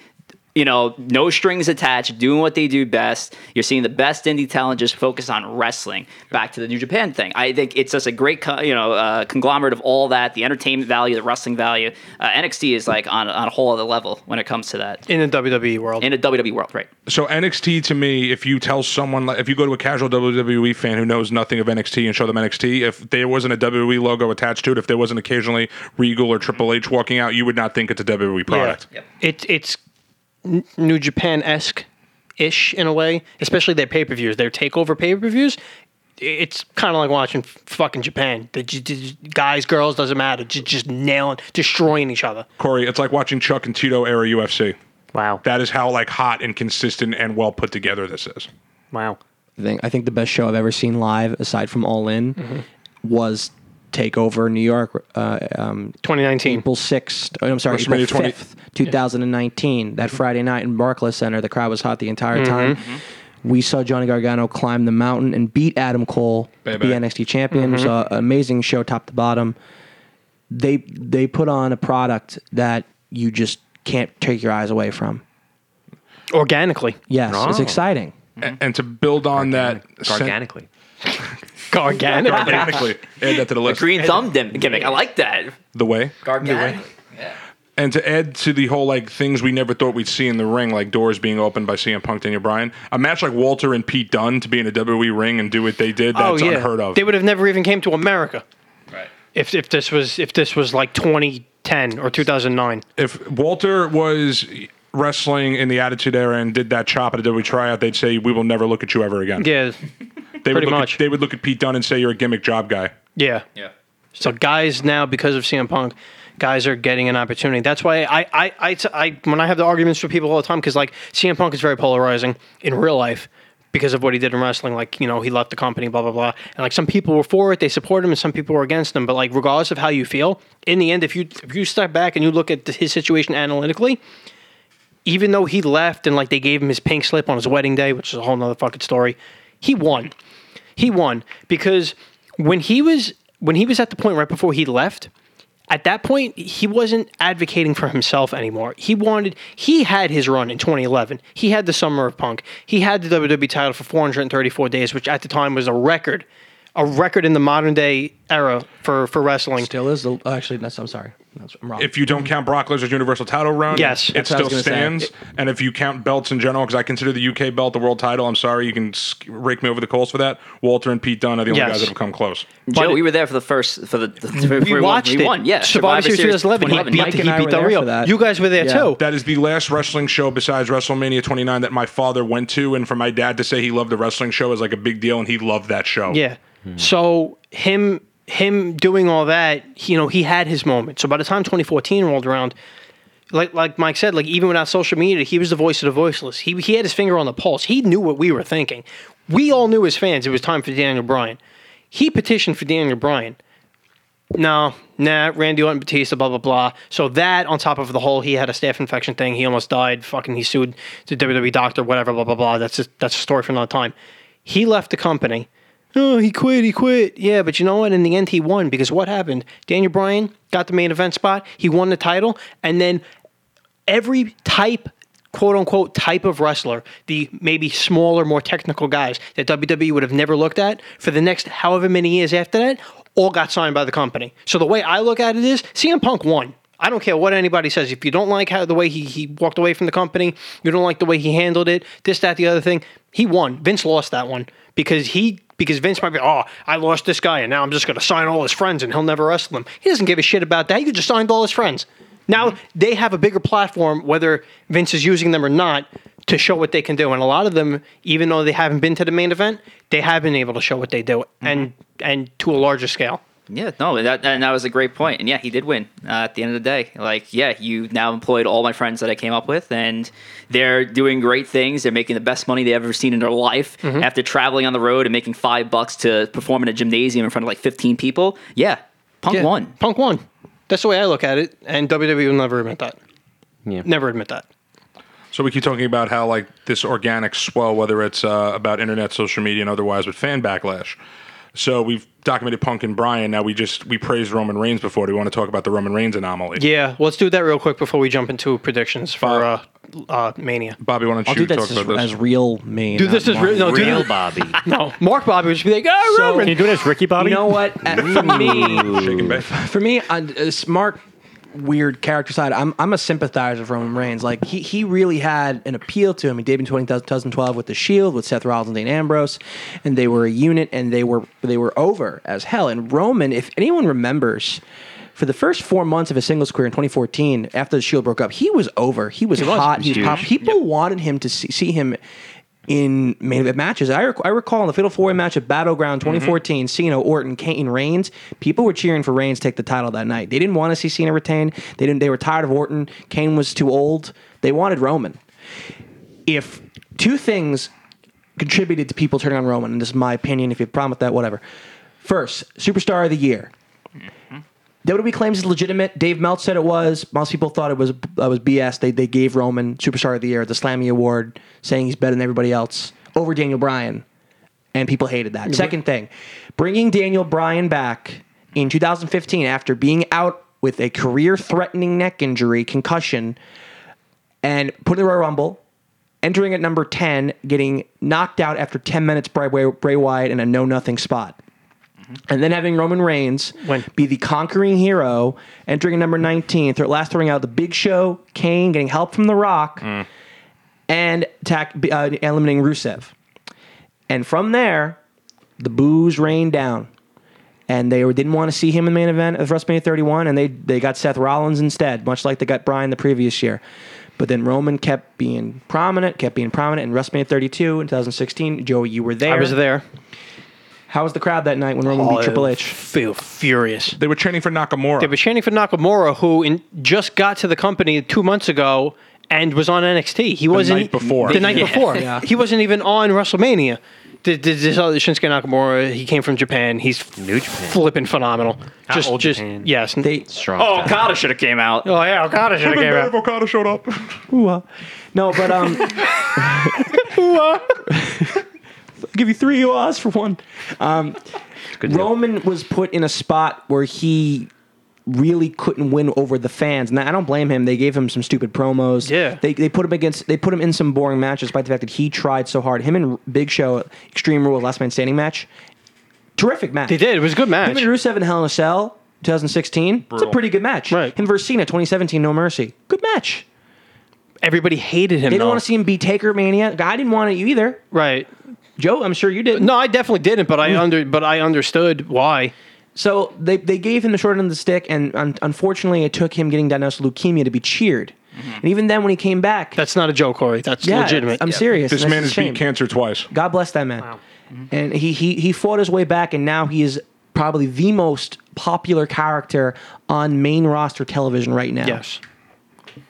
S6: you know, no strings attached, doing what they do best. You're seeing the best indie talent just focus on wrestling. Back to the New Japan thing, I think it's just a great, co- you know, uh, conglomerate of all that, the entertainment value, the wrestling value. Uh, NXT is like on, on a whole other level when it comes to that
S3: in the WWE world.
S6: in the WWE world, right?
S5: So NXT to me, if you tell someone, like, if you go to a casual WWE fan who knows nothing of NXT and show them NXT, if there wasn't a WWE logo attached to it, if there wasn't occasionally Regal or Triple H walking out, you would not think it's a WWE product.
S3: It, it's N- New Japan esque ish in a way, especially their pay per views, their takeover pay per views. It's kind of like watching f- fucking Japan. The, j- j- guys, girls, doesn't matter. Just, just nailing, destroying each other.
S5: Corey, it's like watching Chuck and Tito era UFC.
S1: Wow.
S5: That is how like hot and consistent and well put together this is.
S1: Wow.
S7: thing. I think the best show I've ever seen live, aside from All In, was Takeover New York, uh, um,
S3: 2019.
S7: April sixth. oh, I'm sorry, April
S5: WrestleMania 20
S7: fifth, two thousand and nineteen. That Friday night in Barclays Center, the crowd was hot the entire time. We saw Johnny Gargano climb the mountain and beat Adam Cole, to be
S5: Baby.
S7: NXT champion. We saw an amazing show, top to bottom. They they put on a product that you just can't take your eyes away from.
S3: Organically.
S7: Yes, it's exciting.
S5: A- And to build on that, sen-
S8: Organically.
S3: Organically.
S5: organically, add that to the list.
S6: Green thumb dim- gimmick, I like that.
S5: The way.
S6: Gargano.
S5: And to add to the whole like things we never thought we'd see in the ring, like doors being opened by CM Punk, Daniel Bryan, a match like Walter and Pete Dunne to be in a WWE ring and do what they did, that's unheard of.
S3: Oh, They would have never even came to America. If, if this was if this was like 2010 or 2009.
S5: if Walter was wrestling in the Attitude Era and did that chop at a WWE tryout, they'd say, "We will never look at you ever again."
S3: Yeah.
S5: they would
S3: pretty
S5: look
S3: much.
S5: At, they would look at Pete Dunne and say, "You're a gimmick job guy."
S3: Yeah.
S6: Yeah.
S3: So guys now because of CM Punk, guys are getting an opportunity. That's why I I I, I when I have the arguments with people all the time because like CM Punk is very polarizing in real life because of what he did in wrestling. Like you know he left the company, blah blah blah, and like some people were for it, they support him, and some people were against him. But like regardless of how you feel, in the end, if you if you step back and you look at the, his situation analytically. Even though he left and like they gave him his pink slip on his wedding day, which is a whole nother fucking story, he won he won because when he was when he was at the point right before he left at that point he wasn't advocating for himself anymore he wanted he had his run in 2011 he had the summer of punk he had the wwe title for 434 days which at the time was a record a record in the modern day era for for wrestling
S7: Still is the actually. That's, I'm sorry, That's- I'm wrong.
S5: If you don't count Brock Lesnar's Universal Title run,
S3: Yes.
S5: it
S7: That's what I
S5: still
S7: was gonna say.
S5: stands. and if you count belts in general, because I consider the UK belt the world title, I'm sorry, you can sk- rake me over the coals for that. Walter and Pete Dunne are the only
S3: Yes.
S5: guys that have come close.
S6: Joe, we were there for the first for the, the we
S3: watched
S6: we
S3: it.
S6: won. Yeah,
S3: Survivor, Series 2011. He
S6: 2011.
S3: beat,
S7: Mike
S3: the-
S7: and
S3: he
S7: I
S3: beat
S7: were
S3: Del
S7: there
S3: Rio.
S7: for that.
S3: You guys were there
S7: Yeah.
S3: too.
S5: That is the last wrestling show besides WrestleMania 29 that my father went to, and for my dad to say he loved the wrestling show is like a big deal, and he loved that show.
S3: Yeah. So him him doing all that, he- you know, he had his moment. So by the time 2014 rolled around, like like Mike said, like even without social media, he was the voice of the voiceless. He he had his finger on the pulse. He knew what we were thinking. We all knew as fans it was time for Daniel Bryan. He petitioned for Daniel Bryan. No, nah, Randy Orton, Batista, blah blah blah. So that on top of the whole, he had a staph infection thing. He almost died. Fucking, he sued the WWE doctor, whatever, blah blah blah. That's just, that's a story for another time. He left the company. Oh, he quit. He quit. Yeah, but you know what? In the end, he won because what happened? Daniel Bryan got the main event spot. He won the title, and then every type quote unquote type of wrestler the maybe smaller more technical guys that wwe would have never looked at for the next however many years after that all got signed by the company so the way i look at it is cm punk won i don't care what anybody says if you don't like how the way he, he walked away from the company you don't like the way he handled it this that the other thing he won vince lost that one because he because Vince might be, oh, I lost this guy and now I'm just going to sign all his friends and he'll never wrestle him. He doesn't give a shit about that. He just signed all his friends. Now they have a bigger platform, whether Vince is using them or not, to show what they can do. And a lot of them, even though they haven't been to the main event, they have been able to show what they do, and and to a larger scale.
S6: Yeah, no, that, and that was a great point. And yeah, he did win uh, at the end of the day. Like, yeah, you now employed all my friends that I came up with, and they're doing great things. They're making the best money they've ever seen in their life after traveling on the road and making five bucks to perform in a gymnasium in front of like 15 people. Yeah, Punk
S3: Yeah,
S6: won.
S3: Punk won. That's the way I look at it, and WWE will never admit that.
S8: Yeah.
S3: Never admit that.
S5: So we keep talking about how like this organic swell, whether it's uh, about internet, social media, and otherwise, with fan backlash. So we've documented Punk and Brian. Now we just we praised Roman Reigns before. Do we want to talk about the Roman Reigns anomaly?
S3: Yeah, well, let's do that real quick before we jump into predictions for uh, uh, Mania.
S5: Bobby, why don't
S7: I'll
S5: you
S7: do that
S5: talk
S7: as,
S5: about this?
S7: as real main.
S3: Dude, this is real. No,
S4: Real
S3: dude,
S4: Bobby.
S3: no. Mark Bobby would just be like, oh,
S7: So-
S1: Can
S3: Roman.
S1: you do it as Ricky Bobby?
S7: You know what? Uh, For me,
S5: Shaking back.
S7: for me, on uh, smart, weird character side, I'm I'm a sympathizer of Roman Reigns. Like he he really had an appeal to him. He debuted in 2012 with the Shield with Seth Rollins and Dean Ambrose, and they were a unit, and they were they were over as hell. And Roman, if anyone remembers. For the first four months of his singles career in 2014, after the Shield broke up, he was over. He was, hot. He was pop- People wanted him to see, see him in main event matches. I, rec- I recall in the Fatal Four Way match at Battleground
S3: Mm-hmm.
S7: 2014, Cena, Orton, Kane, Reigns. People were cheering for Reigns to take the title that night. They didn't want to see Cena retain. They didn't. They were tired of Orton. Kane was too old. They wanted Roman. If two things contributed to people turning on Roman, and this is my opinion. If you have a problem with that, whatever. First, Superstar of the Year. WWE claims it's legitimate. Dave Meltz said it was. Most people thought it was uh, was BS. They they gave Roman Superstar of the Year the Slammy Award, saying he's better than everybody else over Daniel Bryan, and people hated that. Second thing, bringing Daniel Bryan back in 2015 after being out with a career-threatening neck injury, concussion, and putting the Royal Rumble, entering at number 10, getting knocked out after 10 minutes by Bray, Bray Wyatt in a no nothing spot. And then having Roman Reigns
S3: When?
S7: be the conquering hero, entering at number 19, th- last throwing out the Big Show, Kane, getting help from The Rock,
S3: Mm.
S7: and attack, uh, eliminating Rusev. And from there, the boos rained down. And they were, didn't want to see him in the main event of WrestleMania 31, and they, they got Seth Rollins instead, much like they got Bryan the previous year. But then Roman kept being prominent, kept being prominent in WrestleMania 32 in 2016. Joey, you were there.
S3: I was there.
S7: How was the crowd that night when Roman beat Triple H?
S3: Feel furious.
S5: They were chanting for Nakamura.
S3: They were chanting for Nakamura, who in, just got to the company two months ago and was on NXT. He wasn't e-,
S5: night before.
S3: The night before, he wasn't even on WrestleMania. Th- th- This other Shinsuke Nakamura, he came from Japan. He's
S8: New Japan.
S3: flipping phenomenal. just,
S8: old
S3: just
S8: Japan.
S3: yes.
S7: They
S8: Strong.
S6: Oh, Okada should have came out.
S3: oh yeah, Okada should have came out.
S5: Okada showed up.
S7: Ooh-ah. No, but um, Ooh-ah. give you three oohs for one. Um, Roman was put in a spot where he really couldn't win over the fans, and I don't blame him. They gave him some stupid promos.
S3: Yeah.
S7: they, they put him against they put him in some boring matches, despite the fact that he tried so hard. Him and Big Show, Extreme Rules, Last Man Standing match, terrific match.
S3: They did. It was a good match.
S7: Him and Rusev in Hell in a Cell, 2016. It's a pretty good match.
S3: Right.
S7: Him versus Cena, 2017, No Mercy. Good match.
S3: Everybody hated him.
S7: They don't
S3: though.
S7: want to see him be Taker Mania. I didn't want it either.
S3: right.
S7: Joe, I'm sure you didn't.
S3: No, I definitely didn't, but I under but I understood why.
S7: So they, they gave him the short end of the stick, and un- unfortunately, it took him getting diagnosed with leukemia to be cheered. And even then, when he came back,
S3: Mm-hmm. That's not a joke, Corey. That's
S7: yeah,
S3: legitimate.
S7: I'm
S3: Yeah.
S7: serious.
S5: This
S7: and
S5: man
S7: that's
S5: has
S7: a
S5: beat
S7: shame.
S5: cancer twice.
S7: God bless that man.
S3: Mm-hmm.
S7: And he, he he fought his way back, and now he is probably the most popular character on main roster television right now.
S3: Yes.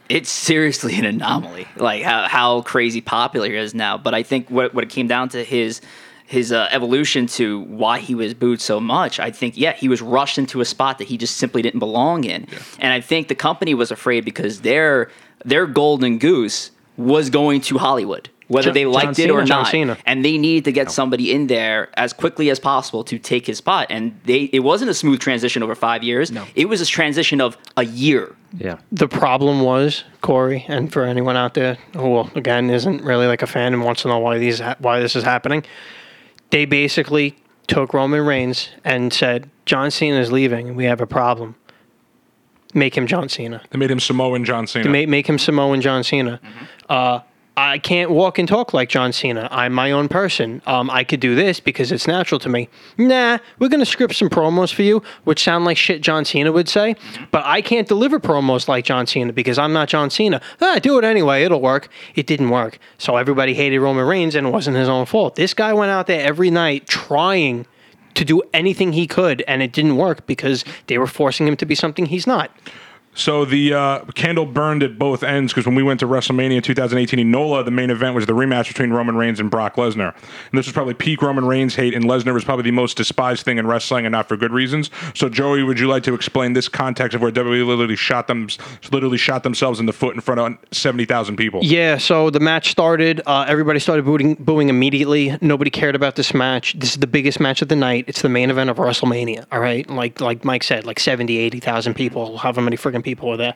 S6: it's seriously an anomaly, like how, how crazy popular he is now. But I think what, what it came down to his his uh, evolution to why he was booed so much. I think yeah, he was rushed into a spot that he just simply didn't belong in, and I think the company was afraid because their their golden goose was going to Hollywood, whether
S3: John-
S6: they liked
S7: John
S6: it or
S7: Cena.
S3: John
S6: not
S3: Cena.
S6: and they needed to get somebody in there as quickly as possible to take his spot. And they it wasn't a smooth transition over five years. No. It was a transition of a year.
S8: Yeah.
S3: the problem was Corey, and for anyone out there who, well, again, isn't really like a fan and wants to know why these ha- why this is happening, they basically took Roman Reigns and said John Cena is leaving, and we have a problem. Make him John Cena.
S5: They made him Samoan John Cena. Mm-hmm.
S3: Make make him Samoan John Cena. Uh, I can't walk and talk like John Cena. I'm my own person. Um, I could do this because it's natural to me. Nah, we're gonna script some promos for you, which sound like shit John Cena would say,
S5: Mm-hmm.
S3: but I can't deliver promos like John Cena because I'm not John Cena. Ah, do it anyway. It'll work. It didn't work. So everybody hated Roman Reigns, and it wasn't his own fault. This guy went out there every night trying to do anything he could, and it didn't work because they were forcing him to be something he's not.
S5: So the uh, candle burned at both ends because when we went to WrestleMania 2018 in NOLA, the main event was the rematch between Roman Reigns and Brock Lesnar. And this was probably peak Roman Reigns hate, and Lesnar was probably the most despised thing in wrestling and not for good reasons. So, Joey, would you like to explain this context of where WWE literally shot them, literally shot themselves in the foot in front of 70,000 people?
S3: Yeah, so the match started. Uh, everybody started booting, booing immediately. Nobody cared about this match. This is the biggest match of the night. It's the main event of WrestleMania. All right, like like Mike said, like 70, 80,000 people, however many freaking people were there.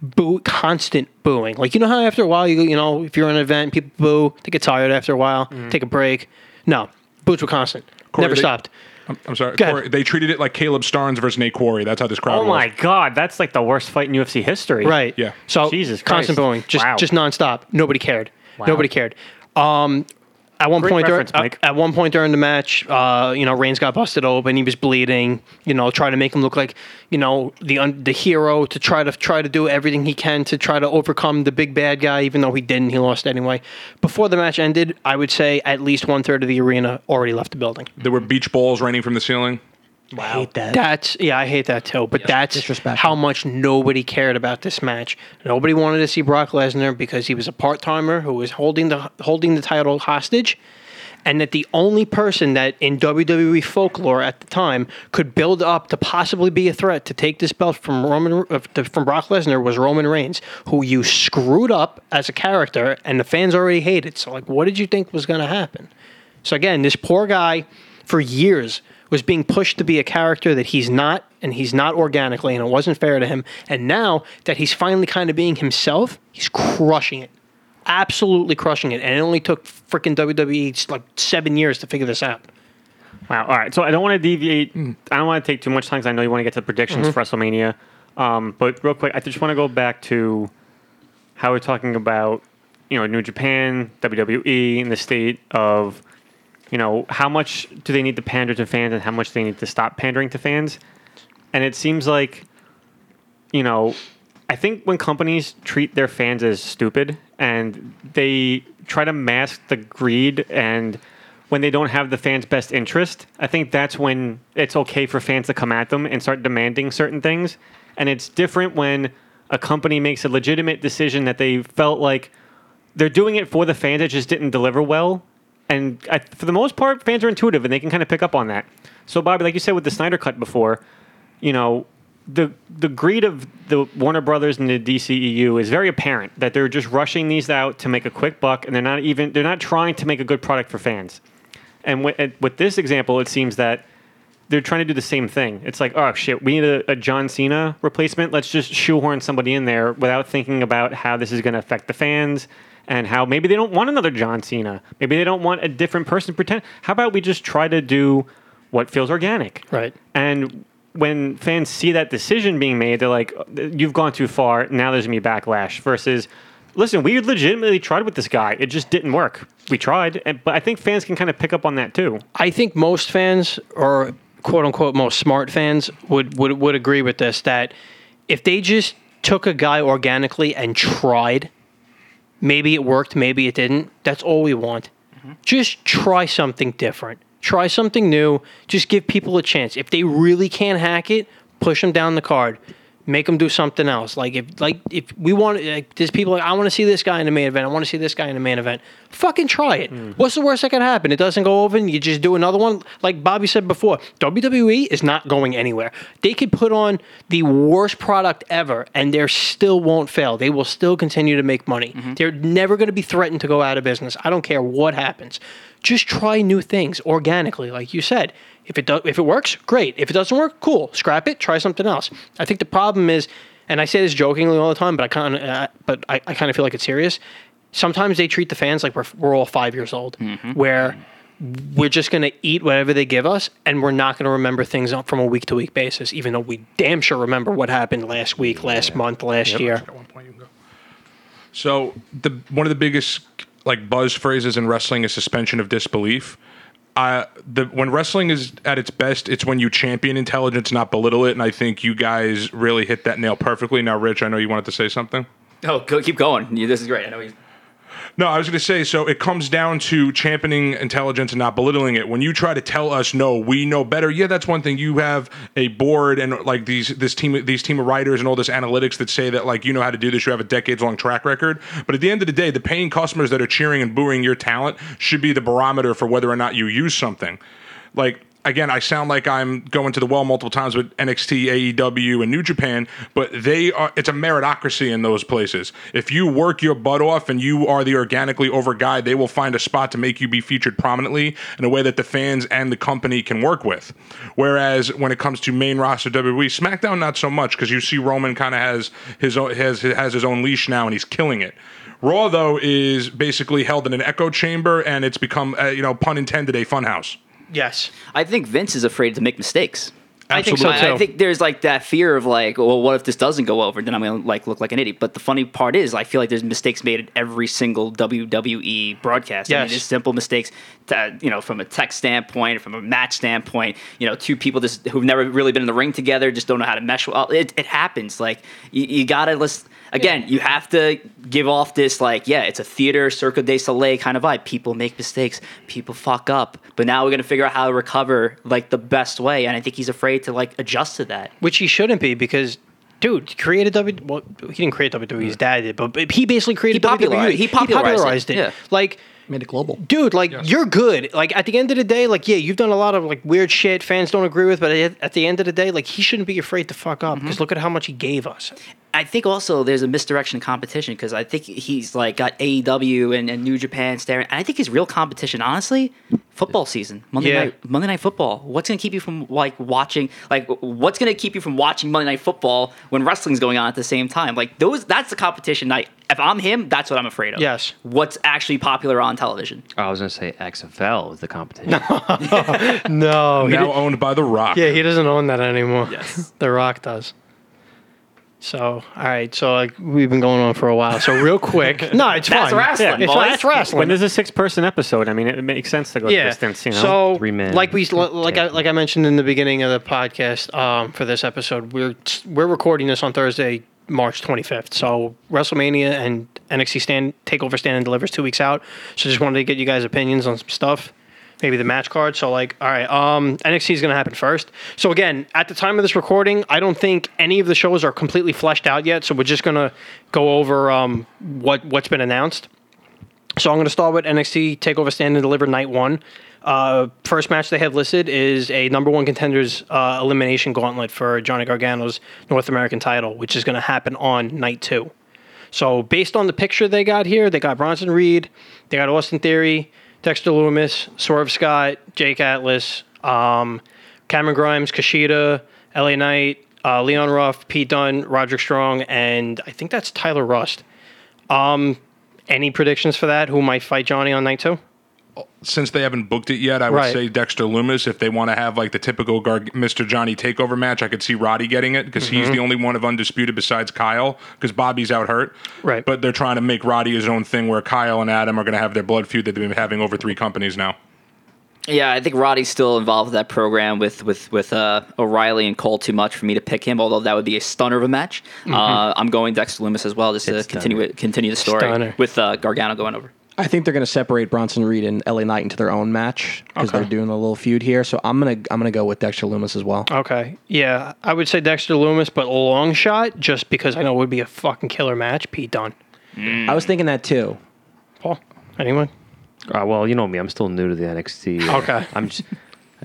S3: Boo, constant booing. Like you know how after a while you you know if you're in an event, people boo. They get tired after a while. Take a break. No, boos were constant. Never
S5: they-
S3: stopped.
S5: I'm, I'm sorry.
S3: Good.
S5: Corey, they treated it like Caleb Starnes versus Nate Quarry. That's how this crowd
S1: Oh
S5: was.
S1: my God, that's like the worst fight in UFC history.
S3: Right.
S5: Yeah.
S3: So
S1: Jesus
S3: constant
S1: Christ.
S3: booing, just
S1: Wow.
S3: just nonstop. Nobody cared. Nobody cared. Um, at one
S1: Great
S3: point, during,
S1: reference,
S3: at,
S1: Mike.
S3: at one point during the match, uh, you know, Reigns got busted open. He was bleeding. You know, trying to make him look like you know the un- the hero to try to try to do everything he can to try to overcome the big bad guy. Even though he didn't, he lost anyway. Before the match ended, I would say at least one third of the arena already left the building.
S5: There were beach balls raining from the ceiling.
S7: I hate that.
S3: That's yeah, I hate that too. But that's
S7: Disrespectful.
S3: how much nobody cared about this match. Nobody wanted to see Brock Lesnar because he was a part timer who was holding the holding the title hostage, and that the only person that in WWE folklore at the time could build up to possibly be a threat to take this belt from Roman uh, to- from Brock Lesnar was Roman Reigns, who you screwed up as a character, and the fans already hated. So like, what did you think was going to happen? So again, this poor guy for years was being pushed to be a character that he's not and he's not organically and it wasn't fair to him. And now that he's finally kind of being himself, he's crushing it. Absolutely crushing it. And it only took freaking WWE just, E, like 7 years to figure this out.
S1: Wow. All right. So I don't want to deviate. I don't want to take too much time because I know you want to get to the predictions for WrestleMania. Um, but real quick, I just want to go back to how we're talking about, you know, New Japan, WWE, and the state of, you know, how much do they need to pander to fans and how much they need to stop pandering to fans. And it seems like, you know, I think when companies treat their fans as stupid and they try to mask the greed and when they don't have the fans' best interest, I think that's when it's okay for fans to come at them and start demanding certain things. And it's different when a company makes a legitimate decision that they felt like they're doing it for the fans that just didn't deliver well. And I, for the most part, fans are intuitive and they can kind of pick up on that. So, Bobby, like you said with the Snyder Cut before, you know, the the greed of the Warner Brothers and the DCEU is very apparent that they're just rushing these out to make a quick buck and they're not even they're not trying to make a good product for fans. And with, and with this example, it seems that they're trying to do the same thing. It's like, oh shit, we need a, a John Cena replacement. Let's just shoehorn somebody in there without thinking about how this is going to affect the fans and how maybe they don't want another John Cena. Maybe they don't want a different person. Pretend. How about we just try to do what feels organic?
S3: Right.
S1: And when fans see that decision being made, they're like, "You've gone too far. Now there's gonna be backlash." Versus, listen, we legitimately tried with this guy. It just didn't work. We tried, and but I think fans can kind of pick up on that too.
S3: I think most fans, or quote unquote most smart fans, would would would agree with this that if they just took a guy organically and tried, maybe it worked, maybe it didn't. That's all we want. Just try something different. Try something new. Just give people a chance. If they really can't hack it, push them down the card. Make them do something else. Like if like if we want like there's people like I want to see this guy in the main event. I want to see this guy in the main event. Fucking try it. What's the worst that can happen? It doesn't go over and you just do another one. Like Bobby said before, WWE is not going anywhere. They could put on the worst product ever and they still won't fail. They will still continue to make money. They're never going to be threatened to go out of business. I don't care what happens. Just try new things organically, like you said. If it do- if it works, great. If it doesn't work, cool. Scrap it. Try something else. I think the problem is, and I say this jokingly all the time, but I kind of uh, but I, I kind of feel like it's serious. Sometimes they treat the fans like we're, we're all five years old, where we're just going to eat whatever they give us and we're not going to remember things on- from a week to week basis even though we damn sure remember what happened last week last month last year
S5: At one point you can go. So the one of the biggest like buzz phrases in wrestling is suspension of disbelief. Uh, the when wrestling is at its best, it's when you champion intelligence, not belittle it. And I think you guys really hit that nail perfectly. Now, Rich, I know you wanted to say something.
S6: Oh, go, keep going. You- This is great. I know you.
S5: No, I was going to say, so it comes down to championing intelligence and not belittling it. When you try to tell us no, we know better. Yeah, that's one thing. You have a board and like these this team these team of writers and all this analytics that say that like you know how to do this. You have a decades long track record. But at the end of the day, the paying customers that are cheering and booing your talent should be the barometer for whether or not you use something. Like again, I sound like I'm going to the well multiple times with NXT, AEW, E and New Japan, but they are it's a meritocracy in those places. If you work your butt off and you are the organically over guy, they will find a spot to make you be featured prominently in a way that the fans and the company can work with. Whereas when it comes to main roster WWE, SmackDown not so much because you see Roman kind of has his own has has his own leash now and he's killing it. Raw though is basically held in an echo chamber and it's become uh, you know pun intended a funhouse.
S3: Yes.
S6: I think Vince is afraid to make mistakes.
S3: I think so,
S6: I, I
S3: too.
S6: think there's like that fear of like, well, what if this doesn't go over? Then I'm gonna like look like an idiot. But the funny part is, I feel like there's mistakes made at every single WWE broadcast. I mean,
S3: Yes.
S6: there's simple mistakes, to, you know, from a tech standpoint, from a match standpoint. You know, two people just who've never really been in the ring together just don't know how to mesh well. It, it happens. Like you, you gotta list again. You have to give off this like, yeah, it's a theater, Cirque de Soleil kind of vibe. People make mistakes. People fuck up. But now we're gonna figure out how to recover like the best way. And I think he's afraid to like adjust to that.
S3: Which he shouldn't be because, dude, created W. Well, he didn't create WWE. His dad did, but but he basically created
S6: He
S3: WWE.
S6: popularized- he popularized it,
S3: popularized it.
S6: yeah.
S3: Like.
S7: Made it global.
S3: Dude, like you're good. Like at the end of the day, like yeah, you've done a lot of like weird shit fans don't agree with, but at at the end of the day, like he shouldn't be afraid to fuck
S6: Mm-hmm.
S3: up because look at how much he gave us.
S6: I think also there's a misdirection in competition because I think he's like got AEW and, and New Japan staring. And I think his real competition, honestly, football season, Monday
S3: Yeah.
S6: night, Monday night football. What's gonna keep you from like watching? Like, what's gonna keep you from watching Monday night football when wrestling's going on at the same time? Like those, that's the competition. I, if I'm him, that's what I'm afraid of.
S3: Yes.
S6: What's actually popular on television?
S8: Oh, I was gonna say XFL is the competition.
S3: No, he
S5: now owned by The Rock.
S3: yeah, he doesn't own that anymore.
S6: Yes.
S3: the Rock does. So all right, so like we've been going on for a while. So real quick, no, it's
S6: That's
S3: fine.
S6: wrestling,
S3: Yeah, it's, fine.
S6: boys.
S3: It's wrestling.
S1: When there's a six person episode, I mean, it, makes sense to go
S3: yeah.
S1: distance, you know?
S3: So,
S8: Three men.
S3: like we like I, like I mentioned in the beginning of the podcast um, for this episode, we're we're recording this on Thursday, March 25th. So WrestleMania and NXT Stand Takeover Stand and Delivers two weeks out. So just wanted to get you guys' opinions on some stuff. Maybe the match card. So like, all right, um, NXT is going to happen first. So again, at the time of this recording, I don't think any of the shows are completely fleshed out yet. So we're just going to go over um, what what's been announced. So I'm going to start with NXT Takeover Stand and Deliver Night One. Uh, first match they have listed is a number one contenders uh, elimination gauntlet for Johnny Gargano's North American title, which is going to happen on night two. So based on the picture they got here, they got Bronson Reed, they got Austin Theory, Dexter Loomis, Swerve Scott, Jake Atlas, um, Cameron Grimes, Kushida, LA Knight, uh, Leon Ruff, Pete Dunne, Roderick Strong, and I think that's Tyler Rust. Any predictions for that? Who might fight Johnny on night two?
S5: Since they haven't booked it yet, I would
S3: Right.
S5: say Dexter Loomis. If they want to have like the typical Gar- Mr. Johnny takeover match, I could see Roddy getting it because he's the only one of undisputed besides Kyle because Bobby's out hurt.
S3: Right.
S5: But they're trying to make Roddy his own thing where Kyle and Adam are going to have their blood feud that they've been having over three companies now.
S6: Yeah, I think Roddy's still involved with that program with with with uh, O'Reilly and Cole too much for me to pick him. Although that would be a stunner of a match. Uh, I'm going Dexter Loomis as well, just to
S8: It's
S6: continue it- continue the story
S3: Stunner.
S6: with uh, Gargano going over.
S7: I think they're going to separate Bronson Reed and LA Knight into their own match because they're doing a little feud here. So I'm gonna I'm gonna go with Dexter Loomis as well.
S3: Okay. Yeah, I would say Dexter Loomis, but long shot, just because I know it would be a fucking killer match. Pete Dunne. Mm.
S7: I was thinking that too.
S3: Paul? Anyone?
S8: Uh, well, you know me. I'm still new to the NXT.
S3: Okay.
S8: I'm just.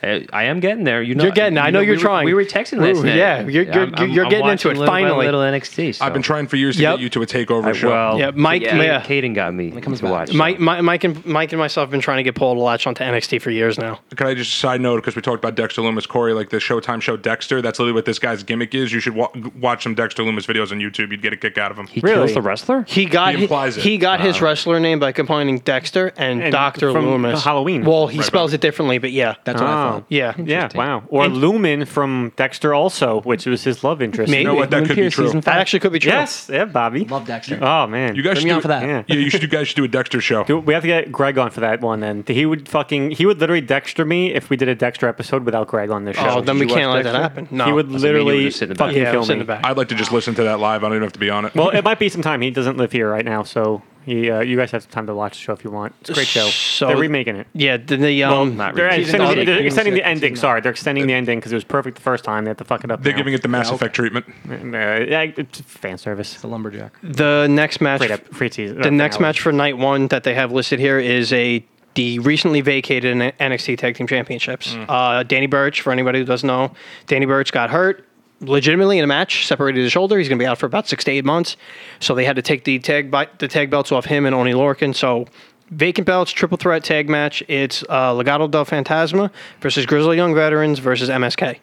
S8: I, I am getting there. You know,
S3: You're getting there. I know
S8: we
S3: you're
S8: were-
S3: trying.
S8: We were texting
S3: Ooh,
S8: last night.
S3: yeah, you're- you're-
S8: I'm- I'm-
S3: you're
S8: I'm
S3: getting into
S8: watching
S3: it,
S8: little by
S3: finally.
S8: Little NXT. so-
S5: I've been trying for years to
S3: Yep.
S5: get you to a takeover
S8: I-
S5: show.
S8: Well,
S3: Yeah, Mike-
S8: Kate-
S3: yeah.
S8: Kaden got me.
S7: comes
S8: to
S7: back.
S8: watch.
S3: Mike, my, Mike, and Mike and myself have been trying to get Paul to latch onto NXT for years now.
S5: Can I just side note because we talked about Dexter Loomis, Corey, like the Showtime show Dexter? That's literally what this guy's gimmick is. You should wa- watch some Dexter Loomis videos on YouTube. You'd get a kick out of him.
S8: He
S3: Really?
S8: kills the wrestler.
S3: He got
S5: He implies it.
S3: he got his wrestler name by combining Dexter and,
S1: And
S3: Doctor
S1: from
S3: Loomis.
S1: Halloween.
S3: Well, he spells it differently, but yeah,
S7: That's what I thought.
S3: yeah,
S1: Oh, yeah, wow. Or Lumen from Dexter, also, which was his love interest.
S3: Maybe.
S5: you know what? That
S7: Lumen
S5: could be
S7: Pierce
S5: true.
S7: season
S3: That
S7: five.
S3: actually could be true.
S1: Yes, yeah, Bobby.
S7: Love Dexter.
S1: Oh, man.
S5: You guys
S7: Bring
S5: should
S7: me
S5: do
S7: on for that.
S1: Yeah.
S5: Yeah, you should. You guys should do a Dexter show.
S1: Dude, we have to get Greg on for that one. Then he would fucking he would literally Dexter me if we did a Dexter episode without Greg on this show.
S3: Oh, then we
S8: you watch
S3: can't let that
S8: Dexter?
S3: happen. No,
S1: he would
S8: mean you would
S1: literally
S8: just sit in the back.
S1: fucking
S3: yeah,
S1: kill
S3: it's in
S1: me.
S3: the back.
S5: I'd like to just listen to that live. I don't even have to be on it.
S1: Well, it might be some time. He doesn't live here right now, so You, uh, you guys have time to watch the show if you want. It's a great show.
S3: So-
S1: They're remaking it.
S3: Yeah, the, the um,
S8: not
S1: They're
S8: really.
S1: extending,
S3: nine.
S1: they're extending the
S3: Season
S1: ending. Sorry, they're extending the ending because it was perfect the first time. They have to fuck it up.
S5: They're
S1: now.
S5: giving it the Mass Effect treatment.
S1: Uh, yeah, it's fan service.
S7: The lumberjack.
S3: the next match.
S1: Free, up, free season.
S3: The next match for night one that they have listed here is a the recently vacated N- NXT Tag Team Championships. Uh, Danny Burch, for anybody who doesn't know, Danny Burch got hurt legitimately in a match, separated his shoulder. He's going to be out for about six to eight months. So they had to take the tag bi- the tag belts off him and Oni Lorcan. So vacant belts, triple threat tag match. It's uh, Legado del Fantasma versus Grizzly Young Veterans versus MSK.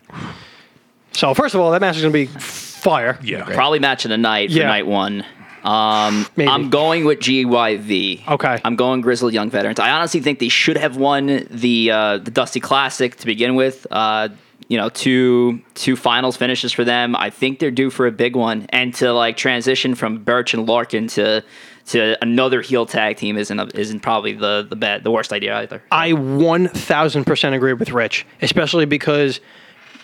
S3: So first of all, that match is going to be fire.
S5: Yeah.
S6: Probably match of the night for
S3: Yeah.
S6: night one. Um,
S3: Maybe.
S6: I'm going with GYV.
S3: Okay.
S6: I'm going Grizzly Young Veterans. I honestly think they should have won the uh, the Dusty Classic to begin with. Uh, you know, two two finals finishes for them. I think they're due for a big one. And to like transition from Birch and Larkin to to another heel tag team isn't a, isn't probably the the bad, the worst idea either.
S3: I 1000% agree with Rich, especially because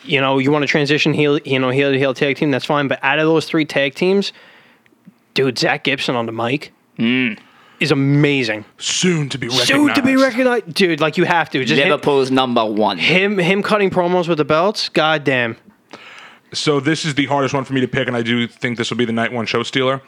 S3: you know, you want to transition heel, you know, heel to heel tag team, that's fine, but out of those three tag teams, dude, Zach Gibson on the mic
S6: Hmm.
S3: is amazing.
S5: Soon to be recognized.
S3: Dude to be recognized, dude, like you have to. Just him,
S6: Liverpool's number one.
S3: him him cutting promos with the belts, goddamn.
S5: So this is the hardest one for me to pick, and I do think this will be the night one show stealer.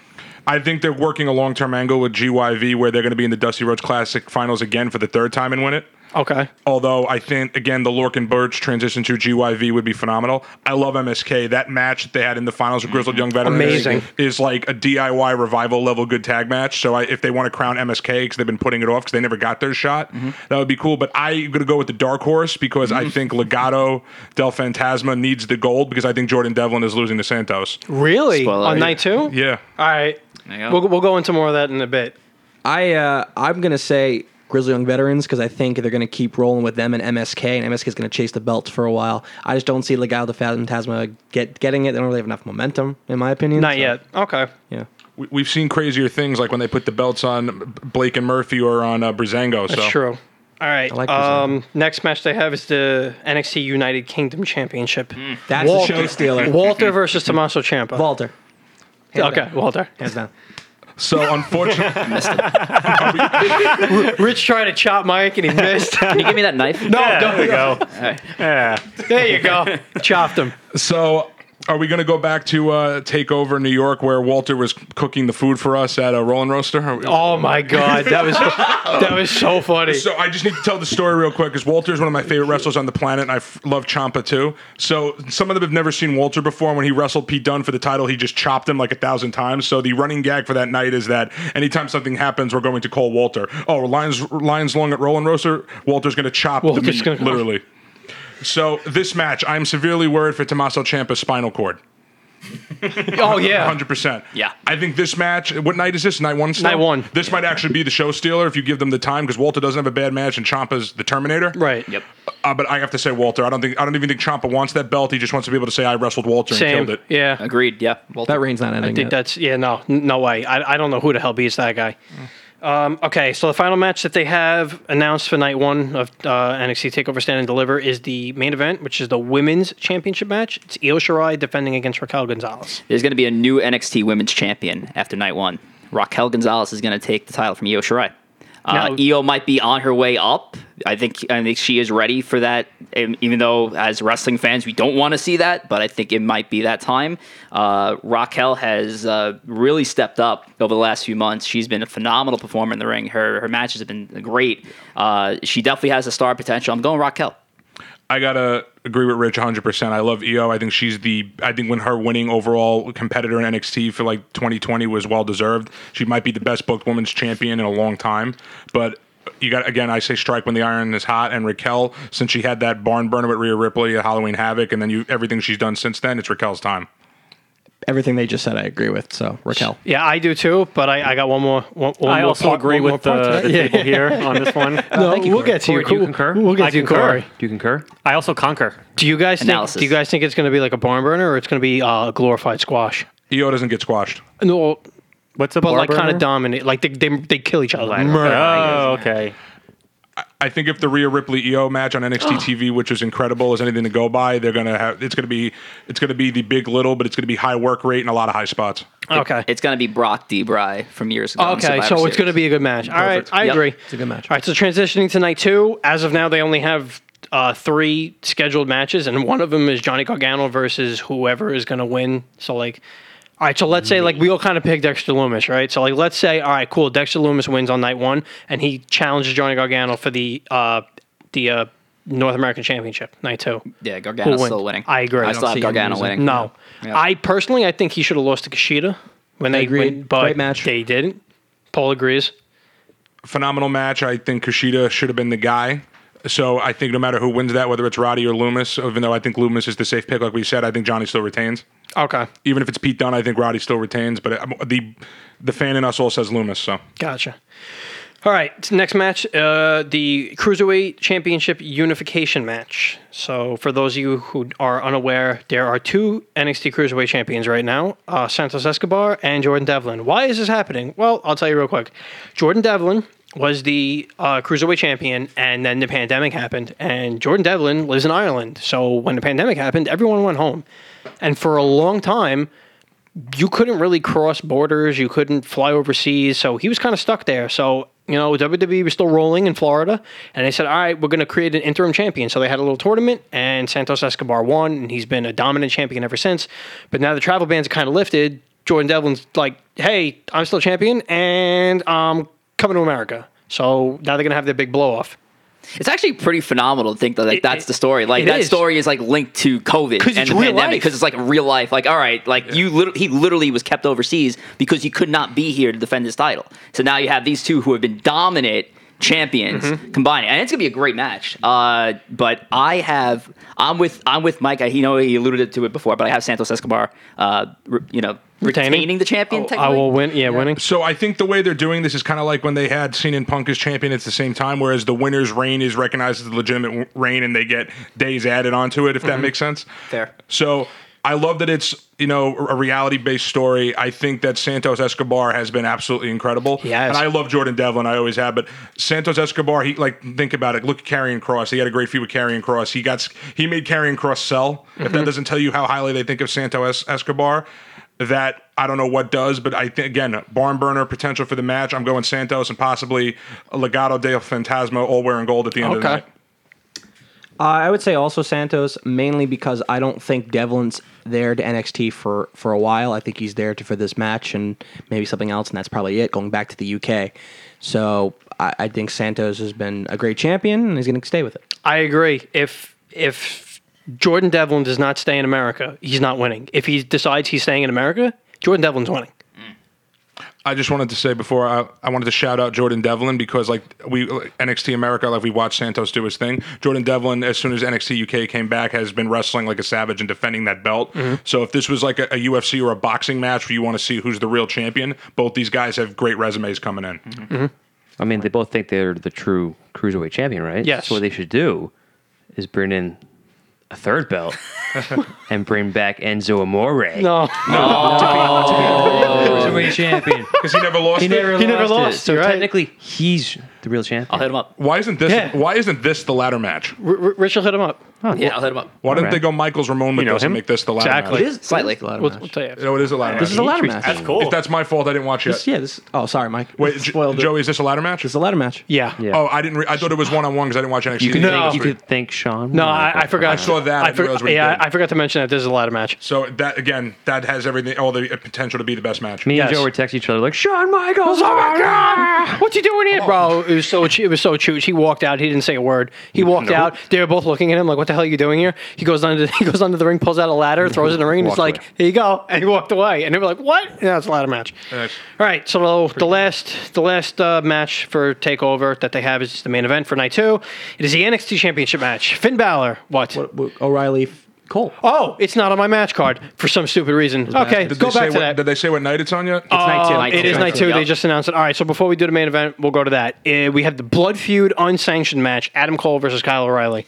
S5: I think they're working a long term angle with GYV where they're going to be in the Dusty Rhodes Classic finals again for the third time and win it.
S3: Okay.
S5: Although I think again the Lorcan Birch transition to GYV would be phenomenal. I love MSK. That match that they had in the finals with Grizzled Young Veterans
S3: Amazing.
S5: is like a DIY revival level good tag match. So I, if they want to crown MSK because they've been putting it off because they never got their shot,
S3: Mm-hmm.
S5: that would be cool. But I'm gonna go with the dark horse because I think Legato del Fantasma needs the gold because I think Jordan Devlin is losing to Santos.
S3: Really?
S6: Spoiler.
S3: On night 2? All
S5: Yeah.
S3: right.
S6: you go.
S3: We'll, we'll go into more of that in a bit.
S7: I uh, I'm gonna say Grizzly Young Veterans because I think they're gonna keep rolling with them and MSK, and MSK is gonna chase the belts for a while. I just don't see Legado de Phantasma get getting it. They don't really have enough momentum, in my opinion.
S3: Not
S7: so,
S3: yet. Okay.
S7: Yeah.
S5: We- We've seen crazier things like when they put the belts on Blake and Murphy or on uh, Brizango.
S3: That's
S5: so
S3: true. All right.
S7: like this
S3: um, next match they have is the NXT United Kingdom Championship.
S7: That's
S3: Walter.
S7: the show stealer.
S3: Walter versus Tommaso Ciampa.
S7: Walter. Hands
S3: okay,
S7: down.
S3: Walter.
S7: Hands down.
S5: so unfortunately.
S3: Rich tried to chop Mike and he missed.
S6: Can you give me that knife?
S3: no,
S1: Yeah,
S3: don't-
S1: there we go. Yeah.
S3: there you go. Chopped him.
S5: So, are we going to go back to uh, Takeover New York, where Walter was cooking the food for us at a Rolling Roaster? Are we-
S3: Oh my god, that was that was so funny.
S5: So I just need to tell the story real quick because Walter is one of my favorite wrestlers on the planet, and I f- love Champa too. So some of them have never seen Walter before. And when he wrestled Pete Dunne for the title, he just chopped him like a thousand times. So the running gag for that night is that anytime something happens, we're going to call Walter. Oh, lines lines long at Rolling Roaster. Walter's going to chop the
S3: Walter's
S5: meat,
S3: gonna-
S5: literally. So this match, I'm severely worried for Tommaso Ciampa's spinal cord.
S3: oh yeah.
S5: hundred percent.
S6: Yeah.
S5: I think this match. What night is this? Night one. Still?
S3: Night one.
S5: This might actually be the show stealer if you give them the time because Walter doesn't have a bad match and Champa's the Terminator.
S3: Right.
S6: Yep.
S5: Uh, but I have to say Walter. I don't think. I don't even think Champa wants that belt. He just wants to be able to say I wrestled Walter and
S3: Same.
S5: killed it.
S3: Yeah.
S6: Agreed. Yeah.
S7: That reign's not ending.
S3: I think
S7: yet.
S3: that's yeah. No, n- no way. I, I don't know who the hell beats that guy. Um, okay, so the final match that they have announced for night one of uh, NXT Takeover Stand and Deliver is the main event, which is the women's championship match. It's Io Shirai defending against Raquel Gonzalez.
S6: There's going to be a new NXT Women's Champion after night one. Raquel Gonzalez is going to take the title from Io Shirai. Uh,
S3: Now-
S6: Io might be on her way up. I think I think she is ready for that. um, Even though, as wrestling fans, we don't want to see that, but I think it might be that time. Uh, Raquel has uh, really stepped up over the last few months. She's been a phenomenal performer in the ring. Her her matches have been great. Uh, she definitely has a star potential. I'm going Raquel.
S5: I gotta agree with Rich 100. percent I love EO. I think she's the. I think when her winning overall competitor in NXT for like 2020 was well deserved. She might be the best booked women's champion in a long time. But you got again. I say strike when the iron is hot. And Raquel, since she had that barn burner with Rhea Ripley at Halloween Havoc, and then you everything she's done since then, it's Raquel's time.
S7: Everything they just said, I agree with. So Raquel.
S3: Yeah, I do too, but I, I got one more. One, one
S1: I
S3: more
S1: also
S3: part-
S1: agree
S3: one
S1: with
S3: more part to
S1: the,
S3: that.
S1: the people
S3: Yeah.
S1: here on this one.
S3: No,
S7: Thank you,
S3: we'll
S7: Corey.
S3: get to you.
S8: Corey, do you
S3: Cool.
S8: concur?
S3: We'll get
S1: I
S3: to you,
S1: concur.
S3: Corey.
S8: Do you concur?
S1: I also conquer.
S3: Do you guys think?
S6: Analysis.
S3: Do you guys think it's going to be like a barn burner, or it's going to be uh, a glorified squash?
S5: EO E doesn't get squashed.
S3: No,
S1: What's a
S3: but like
S1: barber?
S3: kind of dominate. Like they, they they kill each other.
S1: Oh, okay.
S5: I- I think if the Rhea Ripley EO match on NXT TV, which was incredible, is anything to go by, they're gonna have it's gonna be it's gonna be the big little, but it's gonna be high work rate and a lot of hhy spots.
S3: Okay.
S6: It's going to be Brock D. Bry from years ago. in
S3: Oh, Okay,
S6: Survivor
S3: so it's
S6: Series.
S3: going to be a good match. All right,
S6: Perfect.
S3: I
S6: Yep.
S3: agree.
S7: It's a good match.
S3: All right, so transitioning to night two. As of now, they only have uh, three scheduled matches, and one of them is Johnny Gargano versus whoever is going to win. So, like, all right, so let's say, like, we all kind of pick Dexter Loomis, right? So, like, let's say, all right, cool, Dexter Loomis wins on night one, and he challenges Johnny Gargano for the uh, the uh, North American Championship, night two.
S6: Yeah, Gargano's
S3: Who
S6: still
S3: wins?
S6: winning.
S3: I agree. I
S6: I
S3: don't
S6: still have
S7: see him
S6: Gargano
S7: losing.
S6: winning.
S3: No. I personally, I think he should have lost to Kushida when they
S7: Agreed.
S3: went, but
S7: Great match.
S3: they didn't. Paul agrees.
S5: Phenomenal match. I think Kushida should have been the guy. So I think no matter who wins that, whether it's Roddy or Loomis, even though I think Loomis is the safe pick, like we said, I think Johnny still retains.
S3: Okay,
S5: Even if it's Pete Dunne, I think Roddy still retains. But um, the the fan in us all says Loomis. So
S3: gotcha. All right, next match, uh, the Cruiserweight Championship unification match. So, for those of you who are unaware, there are two NXT Cruiserweight champions right now uh, Santos Escobar and Jordan Devlin. Why is this happening? Well, I'll tell you real quick. Jordan Devlin was the uh, Cruiserweight champion, and then the pandemic happened, and Jordan Devlin lives in Ireland. So, when the pandemic happened, everyone went home. And for a long time, you couldn't really cross borders. You couldn't fly overseas. So he was kind of stuck there. So, you know, WWE was still rolling in Florida. And they said, all right, we're going to create an interim champion. So they had a little tournament, and Santos Escobar won. And he's been a dominant champion ever since. But now the travel ban's kind of lifted. Jordan Devlin's like, hey, I'm still champion, and I'm coming to America. So now they're going to have their big blow off.
S6: It's actually pretty phenomenal to think that like
S3: It-
S6: that's
S3: it-
S6: the story. Like
S3: it
S6: that
S3: is.
S6: story is like linked to COVID
S3: 'Cause
S6: and
S3: it's
S6: the
S3: real
S6: pandemic
S3: life.
S6: because it's like real life. Like all right, like you lit- he literally was kept overseas because he could not be here to defend his title. So now you have these two who have been dominant champions
S3: Mm-hmm.
S6: combining, and it's gonna be a great match. Uh, but I have I'm with I'm with Mike. I, he know he alluded to it before, but I have Santos Escobar. Uh, re- you know. Retaining,
S3: Retaining?
S6: the champion,
S3: I
S6: technically.
S3: will win. Yeah, winning.
S5: So I think the way they're doing this is kind of like when they had Cena and Punk as champion at the same time, whereas the winner's reign is recognized as the legitimate w- reign, and they get days added onto it. If that makes sense.
S6: Fair.
S5: So I love that it's you know a reality based story. I think that Santos Escobar has been absolutely incredible.
S3: has.
S5: And I love Jordan Devlin. I always have, but Santos Escobar. He like think about it. Look at Carrying Cross. He had a great feud with Carrying Cross. He got s- he made Carrying Cross sell. If that doesn't tell you how highly they think of Santos Es- Escobar. That I don't know what does, but I think again barn burner potential for the match. I'm going Santos and possibly Legado del Fantasma, all wearing gold at the end of the
S3: Okay.
S5: night.
S7: Uh, I would say also Santos, mainly because I don't think Devlin's there to NXT for, for a while. I think he's there to, for this match and maybe something else, and that's probably it, going back to the UK. So I, I think Santos has been a great champion, and he's going to stay with it.
S3: I agree. If if Jordan Devlin does not stay in America, he's not winning. If he decides he's staying in America, Jordan Devlin's winning.
S5: I just wanted to say before I, I wanted to shout out Jordan Devlin because like we like, NXT America like we watched Santos do his thing. Jordan Devlin as soon as NXT UK came back has been wrestling like a savage and defending that belt. So if this was like a, a UFC or a boxing match where you want to see who's the real champion, both these guys have great resumes coming in.
S8: I mean, they both think they're the true cruiserweight champion, right?
S3: Yes.
S8: So what they should do is bring in a third belt and bring back Enzo Amore.
S3: No,
S8: cruiserweight champion.
S5: Because he never lost.
S8: He
S5: it.
S8: never
S3: He
S8: lost
S3: never
S8: it.
S3: lost,
S8: So
S3: you're right.
S8: technically, he's the real champion.
S6: I'll hit him up.
S5: Why isn't this?
S3: Yeah.
S5: Why isn't this the ladder match?
S3: R- R- Rich will hit him up.
S6: Oh, yeah, I'll hit him up.
S5: Why didn't
S8: Alright.
S5: they go Michaels Ramon with
S1: know
S5: this and
S1: him?
S5: make this the ladder
S3: Exactly.
S5: match?
S3: It is-
S6: Slightly.
S3: We'll, we'll tell you. after.
S5: No, it is a ladder
S7: This is
S5: match.
S7: a ladder match.
S1: That's cool.
S5: If that's my fault, I didn't watch it.
S7: yeah, this. Oh, sorry, Mike.
S5: Wait, J-
S7: Spoiled it.
S5: Joey, is this a ladder match?
S7: It's a ladder match.
S3: Yeah.
S5: Oh, I didn't. Re- I thought it was one on one because I didn't watch NXT.
S8: You could,
S3: No.
S8: thank, you
S5: This week.
S8: could thank Sean.
S3: No, I, I forgot.
S5: I saw that. I
S3: I,
S5: didn't
S3: for-
S5: realize we
S3: yeah,
S5: did.
S3: I forgot to mention that this is a ladder match.
S5: So that again, that has everything, all the potential to be the best match.
S8: Me and
S3: Yes.
S8: Joe were texting each other like, Shawn Michaels.
S3: Oh my god! What's he doing here, bro? It was so it was so chute. He walked out. He didn't say a word. He walked out. They were both looking at him like, "What the hell are you doing here?" He goes under. He goes under the ring, pulls out a ladder, throws it in the ring, and it's
S5: Walked
S3: like,
S5: Mm-hmm. away.
S3: "Here you go," and he walked away. And they were like, "What?" Yeah, it's a ladder match.
S5: Yes.
S3: All right. So the last the last uh, match for Takeover that they have is the main event for night two. It is the NXT Championship match. Finn Balor. What?
S7: W- O'Reilly, F- Cole.
S3: Oh, it's not on my match card for some stupid reason. Okay,
S5: Did
S3: go
S5: they say
S3: back to
S5: what,
S3: that.
S5: Did they say what night it's on yet?
S6: night two.
S3: Uh,
S6: Night
S3: It
S6: two.
S3: is night two. They
S6: Yep.
S3: just announced it. All right. So before we do the main event, we'll go to that. Uh, we have the blood feud unsanctioned match: Adam Cole versus Kyle O'Reilly.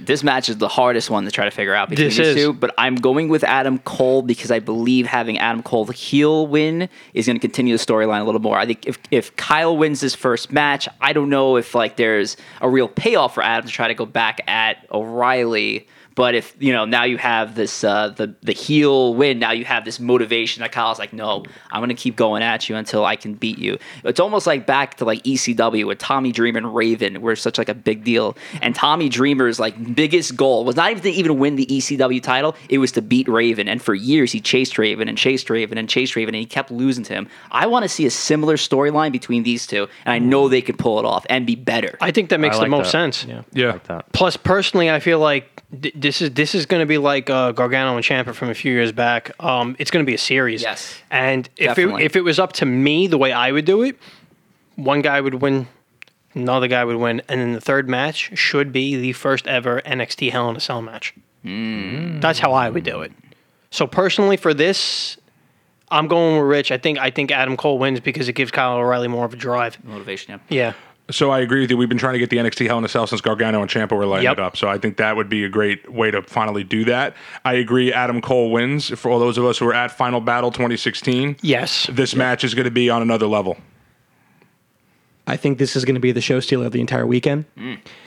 S6: This match is the hardest one to try to figure out between
S3: This
S6: these
S3: is.
S6: two, but I'm going with Adam Cole because I believe having Adam Cole the heel win is going to continue the storyline a little more. I think if, if Kyle wins this first match, I don't know if like there's a real payoff for Adam to try to go back at O'Reilly. But if you know now you have this uh, the the heel win, now you have this motivation that Kyle's like, no, I'm gonna keep going at you until I can beat you. It's almost like back to like ECW with Tommy Dreamer and Raven, were such like a big deal. And Tommy Dreamer's like biggest goal was not even to even win the ECW title; it was to beat Raven. And for years he chased Raven and chased Raven and chased Raven, and he kept losing to him. I want to see a similar storyline between these two, and I know they can pull it off and be better.
S3: I think that makes
S8: I
S3: the
S8: like
S3: most
S8: that.
S3: sense.
S5: Yeah.
S3: Plus, personally, I feel like th- this is this is going to be like uh, Gargano and Champa from a few years back. Um, it's going to be a series.
S6: Yes.
S3: And if it,
S6: Definitely.
S3: if it was up to me, the way I would do it, one guy would win, another guy would win, and then the third match should be the first ever NXT Hell in a Cell match.
S6: Mm.
S3: That's how I would do it. So personally, for this. I'm going with Rich. I think I think Adam Cole wins because it gives Kyle O'Reilly more of a drive.
S6: motivation,
S3: Yeah.
S6: yeah.
S5: So I agree with you. We've been trying to get the NXT Hell in a Cell since Gargano and Champa were lighting
S3: Yep.
S5: it up. So I think that would be a great way to finally do that. I agree. Adam Cole wins for all those of us who were at Final Battle 2016.
S3: Yes.
S5: This match is going to be on another level.
S7: I think this is going to be the show stealer of the entire weekend.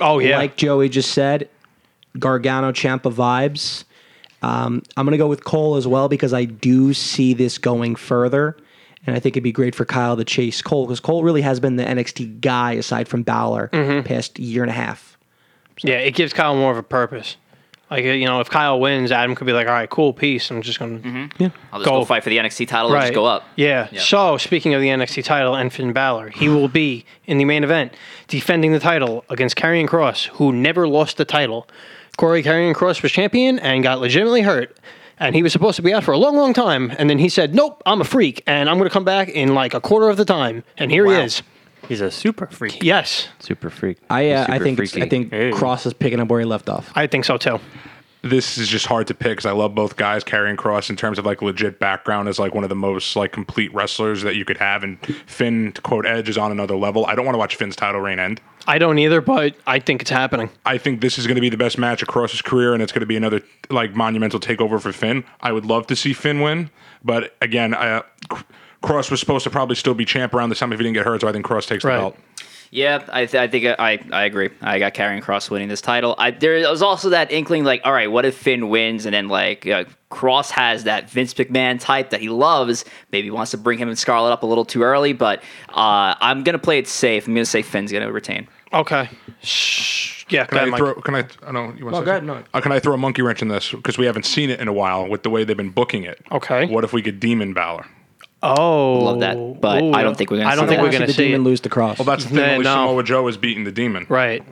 S3: Oh yeah.
S7: Like Joey just said, Gargano Champa vibes. Um, I'm going to go with Cole as well because I do see this going further. And I think it'd be great for Kyle to chase Cole because Cole really has been the NXT guy aside from Balor
S3: Mm-hmm.
S7: past year and a half.
S3: Yeah, it gives Kyle more of a purpose. Like uh, you know, if Kyle wins, Adam could be like, "All right, cool, peace. I'm just gonna
S6: I'll just go,
S3: Go.
S6: fight for the NXT title and just go up.
S3: Yeah.
S6: Yeah.
S3: So speaking of the NXT title and Finn Balor, he will be in the main event defending the title against Karrion Cross, who never lost the title. Corey Karrion Cross was champion and got legitimately hurt. And he was supposed to be out for a long, long time. And then he said, Nope, I'm a freak. And I'm going to come back in like a quarter of the time. And here he is.
S1: He's a super freak.
S3: Yes,
S8: Super freak.
S7: I uh,
S8: Super
S7: I think it's, I
S8: freaky.
S7: think
S1: Hey.
S7: Cross is picking up where he left off.
S3: I think so too.
S5: This is just hard to pick because I love both guys. Carrying Cross in terms of like legit background is like one of the most like complete wrestlers that you could have. And Finn to quote Edge is on another level. I don't want to watch Finn's title reign end.
S3: I don't either, but I think it's happening.
S5: I think this is going to be the best match across his career, and it's going to be another like monumental takeover for Finn. I would love to see Finn win, but again, I, uh, Cross was supposed to probably still be champ around this time if he didn't get hurt, so I think Cross takes
S3: Right.
S5: the belt.
S6: Yeah, I, th- I think uh, I, I agree. I got Karrion Cross winning this title. I, there was also that inkling, like, all right, what if Finn wins? And then, like, uh, Cross has that Vince McMahon type that he loves. Maybe he wants to bring him and Scarlett up a little too early, but uh, I'm going to play it safe. I'm going to say Finn's going to retain.
S3: Okay. Shh. Yeah,
S5: Can
S3: go ahead,
S5: I
S3: Mike.
S5: throw? Can I? I don't. You want
S7: No,
S5: to
S7: go
S5: say
S7: ahead,
S5: something?
S7: no.
S5: Uh, can I throw a monkey wrench in this because we haven't seen it in a while with the way they've been booking it?
S3: Okay.
S5: What if we get Demon Balor?
S3: Oh,
S6: Love that, but I don't think we're gonna
S3: I don't think
S6: see that.
S3: we're
S6: Why should
S3: gonna
S7: the
S3: see
S7: demon
S3: it.
S7: lose to Cross.
S5: Well, that's the thing.
S3: Yeah,
S5: Only
S1: uh,
S3: no.
S5: Samoa Joe is beating the Demon.
S3: right.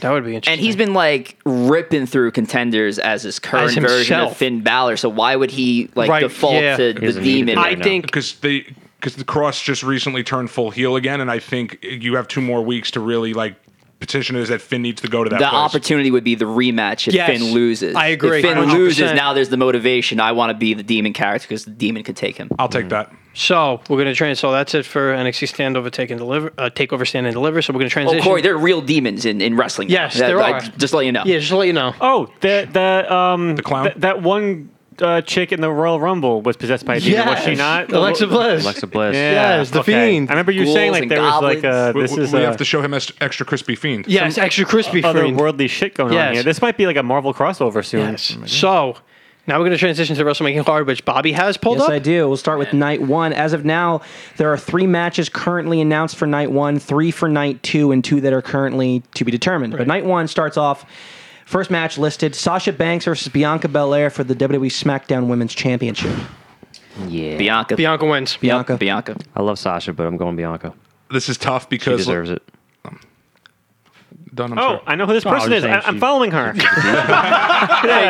S3: That would be interesting.
S6: And he's been like ripping through contenders as his current
S3: As
S6: version of
S3: himself.
S6: Finn Balor. So why would he like
S3: Right,
S6: default
S3: yeah.
S6: to
S8: He
S6: the
S8: doesn't need to
S6: demon?
S8: do
S3: I
S8: right now.
S3: think
S5: because they because the cross just recently turned full heel again, and I think you have two more weeks to really like petition is that Finn needs to go to that.
S6: the
S5: place.
S6: opportunity would be the rematch if
S3: Yes.
S6: Finn loses.
S3: I agree,
S6: If Finn
S3: 100%.
S6: loses, now there's the motivation. I want to be the demon character because the demon could take him. Oh,
S5: I'll take that.
S3: so. We're gonna trans. So that's it for NXT Standover Take and Deliver. Uh, takeover Stand and Deliver. So we're gonna
S6: Oh,
S3: transition.
S6: Corey, there are real demons in, in wrestling. now.
S3: Yes, there
S6: I-
S3: are.
S6: just to let you know.
S3: yeah, just to let you know.
S1: Oh, that that um the
S5: clown?
S1: that one uh, chick in the Royal Rumble was possessed by a demon, was she not?
S3: Alexa Bliss.
S8: Alexa Bliss.
S1: Yeah,
S3: Yes, the
S1: okay.
S3: Fiend.
S1: I remember you
S6: Ghouls
S1: saying like
S6: and
S1: there was like uh,
S5: We,
S1: this
S5: we-
S1: is
S5: we
S1: uh,
S5: have to show him as extra crispy fiend.
S3: Yes, extra crispy friend.
S1: otherworldly shit going
S3: Yes.
S1: on here. This might be like a Marvel crossover soon.
S3: Yes. So now we're gonna transition to WrestleMania card, which Bobby has pulled
S7: Yes,
S3: up.
S7: I do. We'll start with night one. As of now, there are three matches currently announced for night one, three for night two, and two that are currently to be determined. But night one starts off. First match listed: Sasha Banks versus Bianca Belair for the WWE SmackDown Women's Championship.
S8: Yeah.
S6: Bianca.
S3: Bianca wins.
S7: Bianca.
S6: Bianca.
S8: I love Sasha, but I'm going Bianca.
S5: This is tough
S8: She
S5: because
S8: deserves it.
S5: Done, I'm
S1: Oh,
S5: sorry.
S1: I know who this person is. I, I'm following her.
S6: There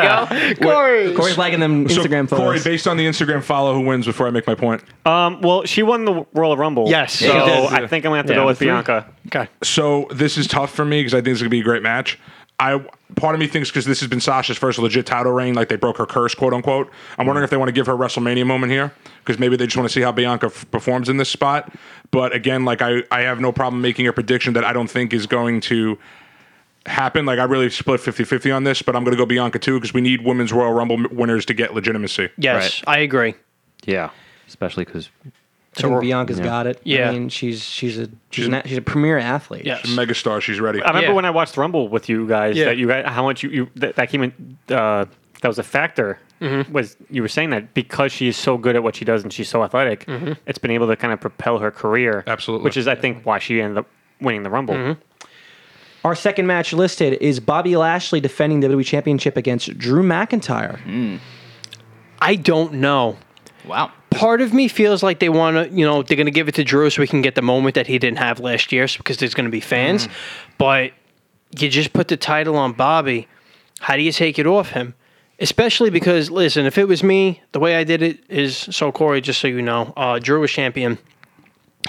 S6: you go. Corey.
S7: Corey's liking them
S5: So,
S7: Instagram
S5: Corey,
S7: photos.
S5: based on the Instagram follow, who wins before I make my point?
S1: Um, well, she won the Royal Rumble.
S3: Yes.
S1: so
S3: She
S5: did.
S1: I think I'm gonna have to go with Bianca.
S3: Okay.
S5: So this is tough for me because I think it's gonna be a great match. I part of me thinks because this has been Sasha's first legit title reign, like they broke her curse, quote unquote. I'm wondering if they want to give her a WrestleMania moment here because maybe they just want to see how Bianca f- performs in this spot. But again, like I, I have no problem making a prediction that I don't think is going to happen. Like I really split 50-50 on this, but I'm going to go Bianca too because we need women's Royal Rumble m- winners to get legitimacy.
S3: Yes, I agree.
S8: Yeah. Especially because
S7: I think Bianca's got it.
S3: Yeah.
S7: I mean, she's she's a she's, an a she's a premier athlete.
S3: Yes.
S5: Megastar, she's ready.
S1: I remember
S3: Yeah.
S1: when I watched Rumble with you guys
S3: Yeah.
S1: that you guys how much you, you that, that came in uh, that was a factor was you were saying that because she is so good at what she does and she's so athletic, it's been able to kind of propel her career.
S5: Absolutely.
S1: which is I think why she ended up winning the Rumble.
S7: Our second match listed is Bobby Lashley defending the WWE Championship against Drew McIntyre.
S3: I don't know.
S6: Wow.
S3: Part of me feels like they want to, you know, they're going to give it to Drew so we can get the moment that he didn't have last year so- because there's going to be fans.
S6: Mm.
S3: But you just put the title on Bobby. How do you take it off him? Especially because, listen, if it was me, the way I did it is so, Corey, just so you know, uh, Drew was champion.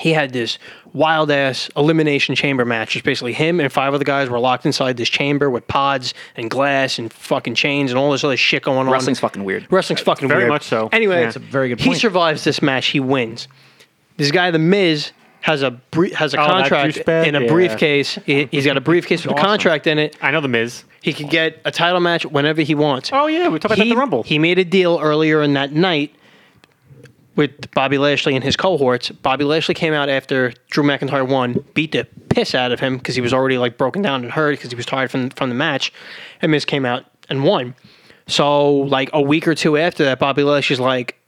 S3: he had this wild ass elimination chamber match. It's basically him and five other guys were locked inside this chamber with pods and glass and fucking chains and all this other shit going on.
S6: Wrestling's fucking weird.
S3: Wrestling's fucking
S1: Very
S3: weird.
S1: much so.
S3: Anyway,
S1: Yeah. That's a
S7: very good
S3: He
S7: point.
S3: survives this match. He wins. This guy, the Miz, has a brie- has a
S1: Oh, that
S3: contract
S1: douchebag?
S3: in a
S1: Yeah.
S3: briefcase. He, has got a briefcase with a contract in it.
S1: I know the Miz.
S3: He could get a title match whenever he wants.
S1: Oh yeah, we talked about that at
S3: he,
S1: the Rumble.
S3: He made a deal earlier in that night with Bobby Lashley and his cohorts. Bobby Lashley came out after Drew McIntyre won, beat the piss out of him because he was already like broken down and hurt because he was tired from from the match, and Miz came out and won. So like a week or two after that, Bobby Lashley's like,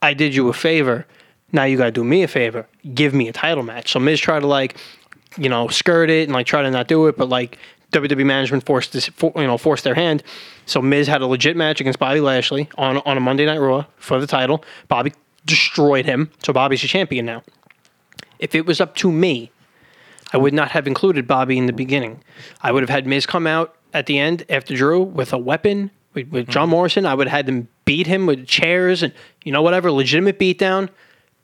S3: "I did you a favor. Now you gotta do me a favor. Give me a title match." So Miz tried to like, you know, skirt it and like try to not do it, but like WWE management forced this, for, you know, forced their hand. So Miz had a legit match against Bobby Lashley on on a Monday Night Raw for the title. Bobby destroyed him, so Bobby's the champion now. If it was up to me, I would not have included Bobby in the beginning. I would have had Miz come out at the end after Drew with a weapon with, with John Morrison. I would have had them beat him with chairs and you know whatever legitimate beatdown.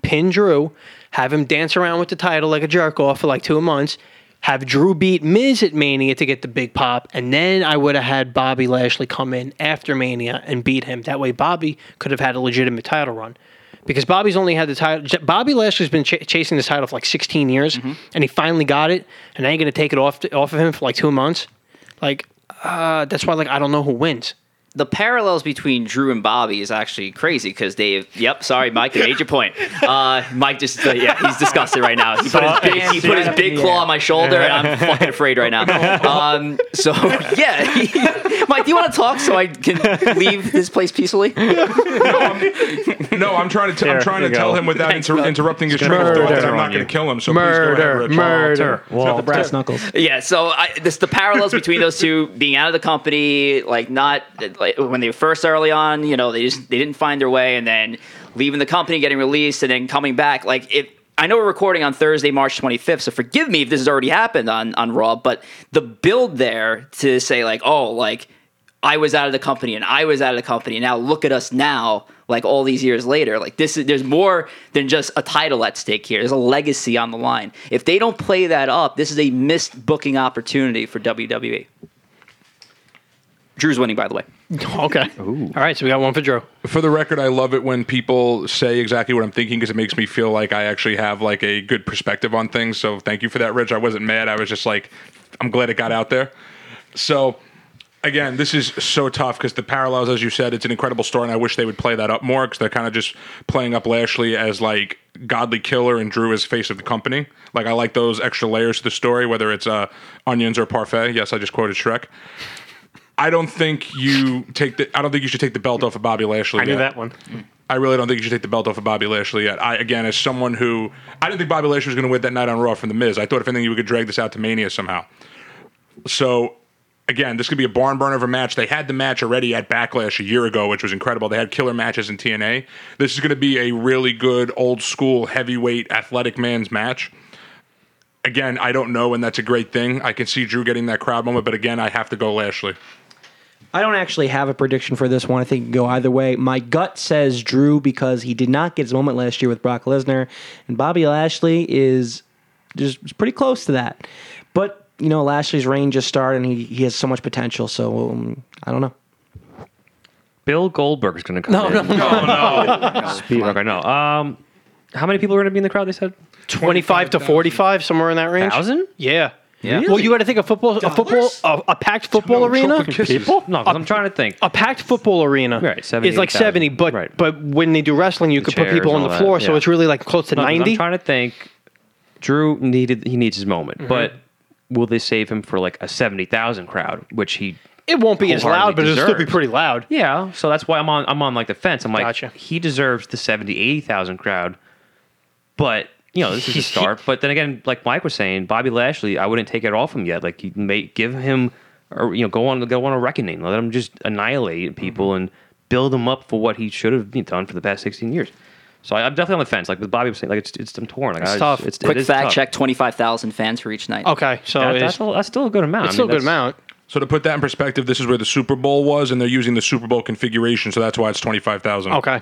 S3: Pin Drew, have him dance around with the title like a jerk off for like two months. Have Drew beat Miz at Mania to get the big pop, and then I would have had Bobby Lashley come in after Mania and beat him. That way, Bobby could have had a legitimate title run because Bobby's only had the title. J- Bobby Lashley's been ch- chasing this title for like 16 years, and he finally got it. And now you're gonna take it off off of him for like two months. Like uh, that's why like I don't know who wins.
S6: the parallels between Drew and Bobby is actually crazy because they. Yep, sorry, Mike, you made your point. Uh, Mike just, uh, yeah, he's disgusted right now. He put his big, he put his big claw on my shoulder, and I'm fucking afraid right now. Um, so yeah, Mike, do you want to talk so I can leave this place peacefully?
S5: no, I'm trying to. T- I'm
S1: There,
S5: trying to
S1: you
S5: tell
S1: go.
S5: him without inter- interrupting his train of
S1: Murder.
S5: thought that I'm
S1: Murder
S5: not
S1: on
S5: going
S1: you.
S5: to kill him. So please go ahead,
S3: Murder,
S5: Rich.
S3: murder.
S7: Not the brass knuckles.
S6: Yeah, so I, this the parallels between those two being out of the company, like not like when they were first early on, you know, they just they didn't find their way, and then leaving the company, getting released, and then coming back. Like if I know we're recording on Thursday, March 25th, so forgive me if this has already happened on on Raw, but the build there to say like, oh, like I was out of the company and I was out of the company. and Now look at us now, like all these years later. Like this is there's more than just a title at stake here. There's a legacy on the line. If they don't play that up, this is a missed booking opportunity for WWE. Drew's winning, by the way.
S3: okay. All right, so we got one for Drew.
S5: for the record, I love it when people say exactly what I'm thinking because it makes me feel like I actually have like a good perspective on things. So thank you for that, Rich. I wasn't mad. I was just like, I'm glad it got out there. So again, this is so tough because the parallels, as you said, it's an incredible story, and I wish they would play that up more because they're kind of just playing up Lashley as like godly killer and Drew as face of the company. Like I like those extra layers to the story, whether it's uh, onions or parfait. Yes, I just quoted Shrek. I don't think you take the. I don't think you should take the belt off of Bobby Lashley.
S1: I knew
S5: yet.
S1: that one.
S5: I really don't think you should take the belt off of Bobby Lashley yet. I again, as someone who I didn't think Bobby Lashley was going to win that night on Raw from the Miz. I thought if anything, you could drag this out to Mania somehow. So again, this could be a barn burner of a match. They had the match already at Backlash a year ago, which was incredible. They had killer matches in TNA. This is going to be a really good old school heavyweight athletic man's match. Again, I don't know, and that's a great thing. I can see Drew getting that crowd moment, but again, I have to go Lashley.
S7: I don't actually have a prediction for this one. I think it can go either way. My gut says Drew because he did not get his moment last year with Brock Lesnar, and Bobby Lashley is just is pretty close to that. But you know, Lashley's reign just started, and he, he has so much potential. So um, I don't know.
S8: Bill Goldberg is going to come in. Speed rock, I know. Um, how many people are going to be in the crowd? They said
S3: 25 to 45, somewhere in that range.
S8: thousand.
S3: Yeah.
S6: Yeah.
S3: Well, you got to think a football, a football, a, a packed football arena.
S8: People? No, 'cause I'm trying to think.
S3: A packed football arena
S8: Right, 70,
S3: is like
S8: 80,000.
S3: 70, but
S8: Right.
S3: but when they do wrestling, you could put
S8: chairs
S3: people on
S8: and
S3: the
S8: all
S3: floor,
S8: that,
S3: so
S8: yeah.
S3: it's really like close to
S8: No, 'cause
S3: 90.
S8: I'm trying to think. Drew needed he needs his moment, but will they save him for like a seventy thousand crowd, which he?
S3: it won't be as loud, but
S8: wholeheartedly
S3: it'll still be
S8: deserves.
S3: pretty loud.
S8: Yeah, so that's why I'm on. I'm on like the fence. I'm like,
S3: Gotcha.
S8: he deserves the 70, 80,000 crowd, but you know this is a start. but then again, like Mike was saying, Bobby Lashley, I wouldn't take it off him yet. Like you may give him, or you know, go on, go on a reckoning. Let him just annihilate people
S3: Mm-hmm.
S8: and build him up for what he should have been done for the past sixteen years. So I, I'm definitely on the fence. Like with Bobby was saying, like it's, it's I'm torn. Like I just-
S3: tough.
S8: It's, it
S6: Quick
S8: is
S6: fact
S8: tough. Oh,
S6: check: twenty-five thousand fans for each night.
S3: Okay, so
S8: That-
S3: it's,
S8: that's, a, that's still a good amount.
S3: it's
S8: I
S3: still a
S8: mean,
S3: good
S8: that's-
S3: amount.
S5: So to put that in perspective, this is where the Super Bowl was, and they're using the Super Bowl configuration, so that's why it's twenty five thousand.
S3: Okay.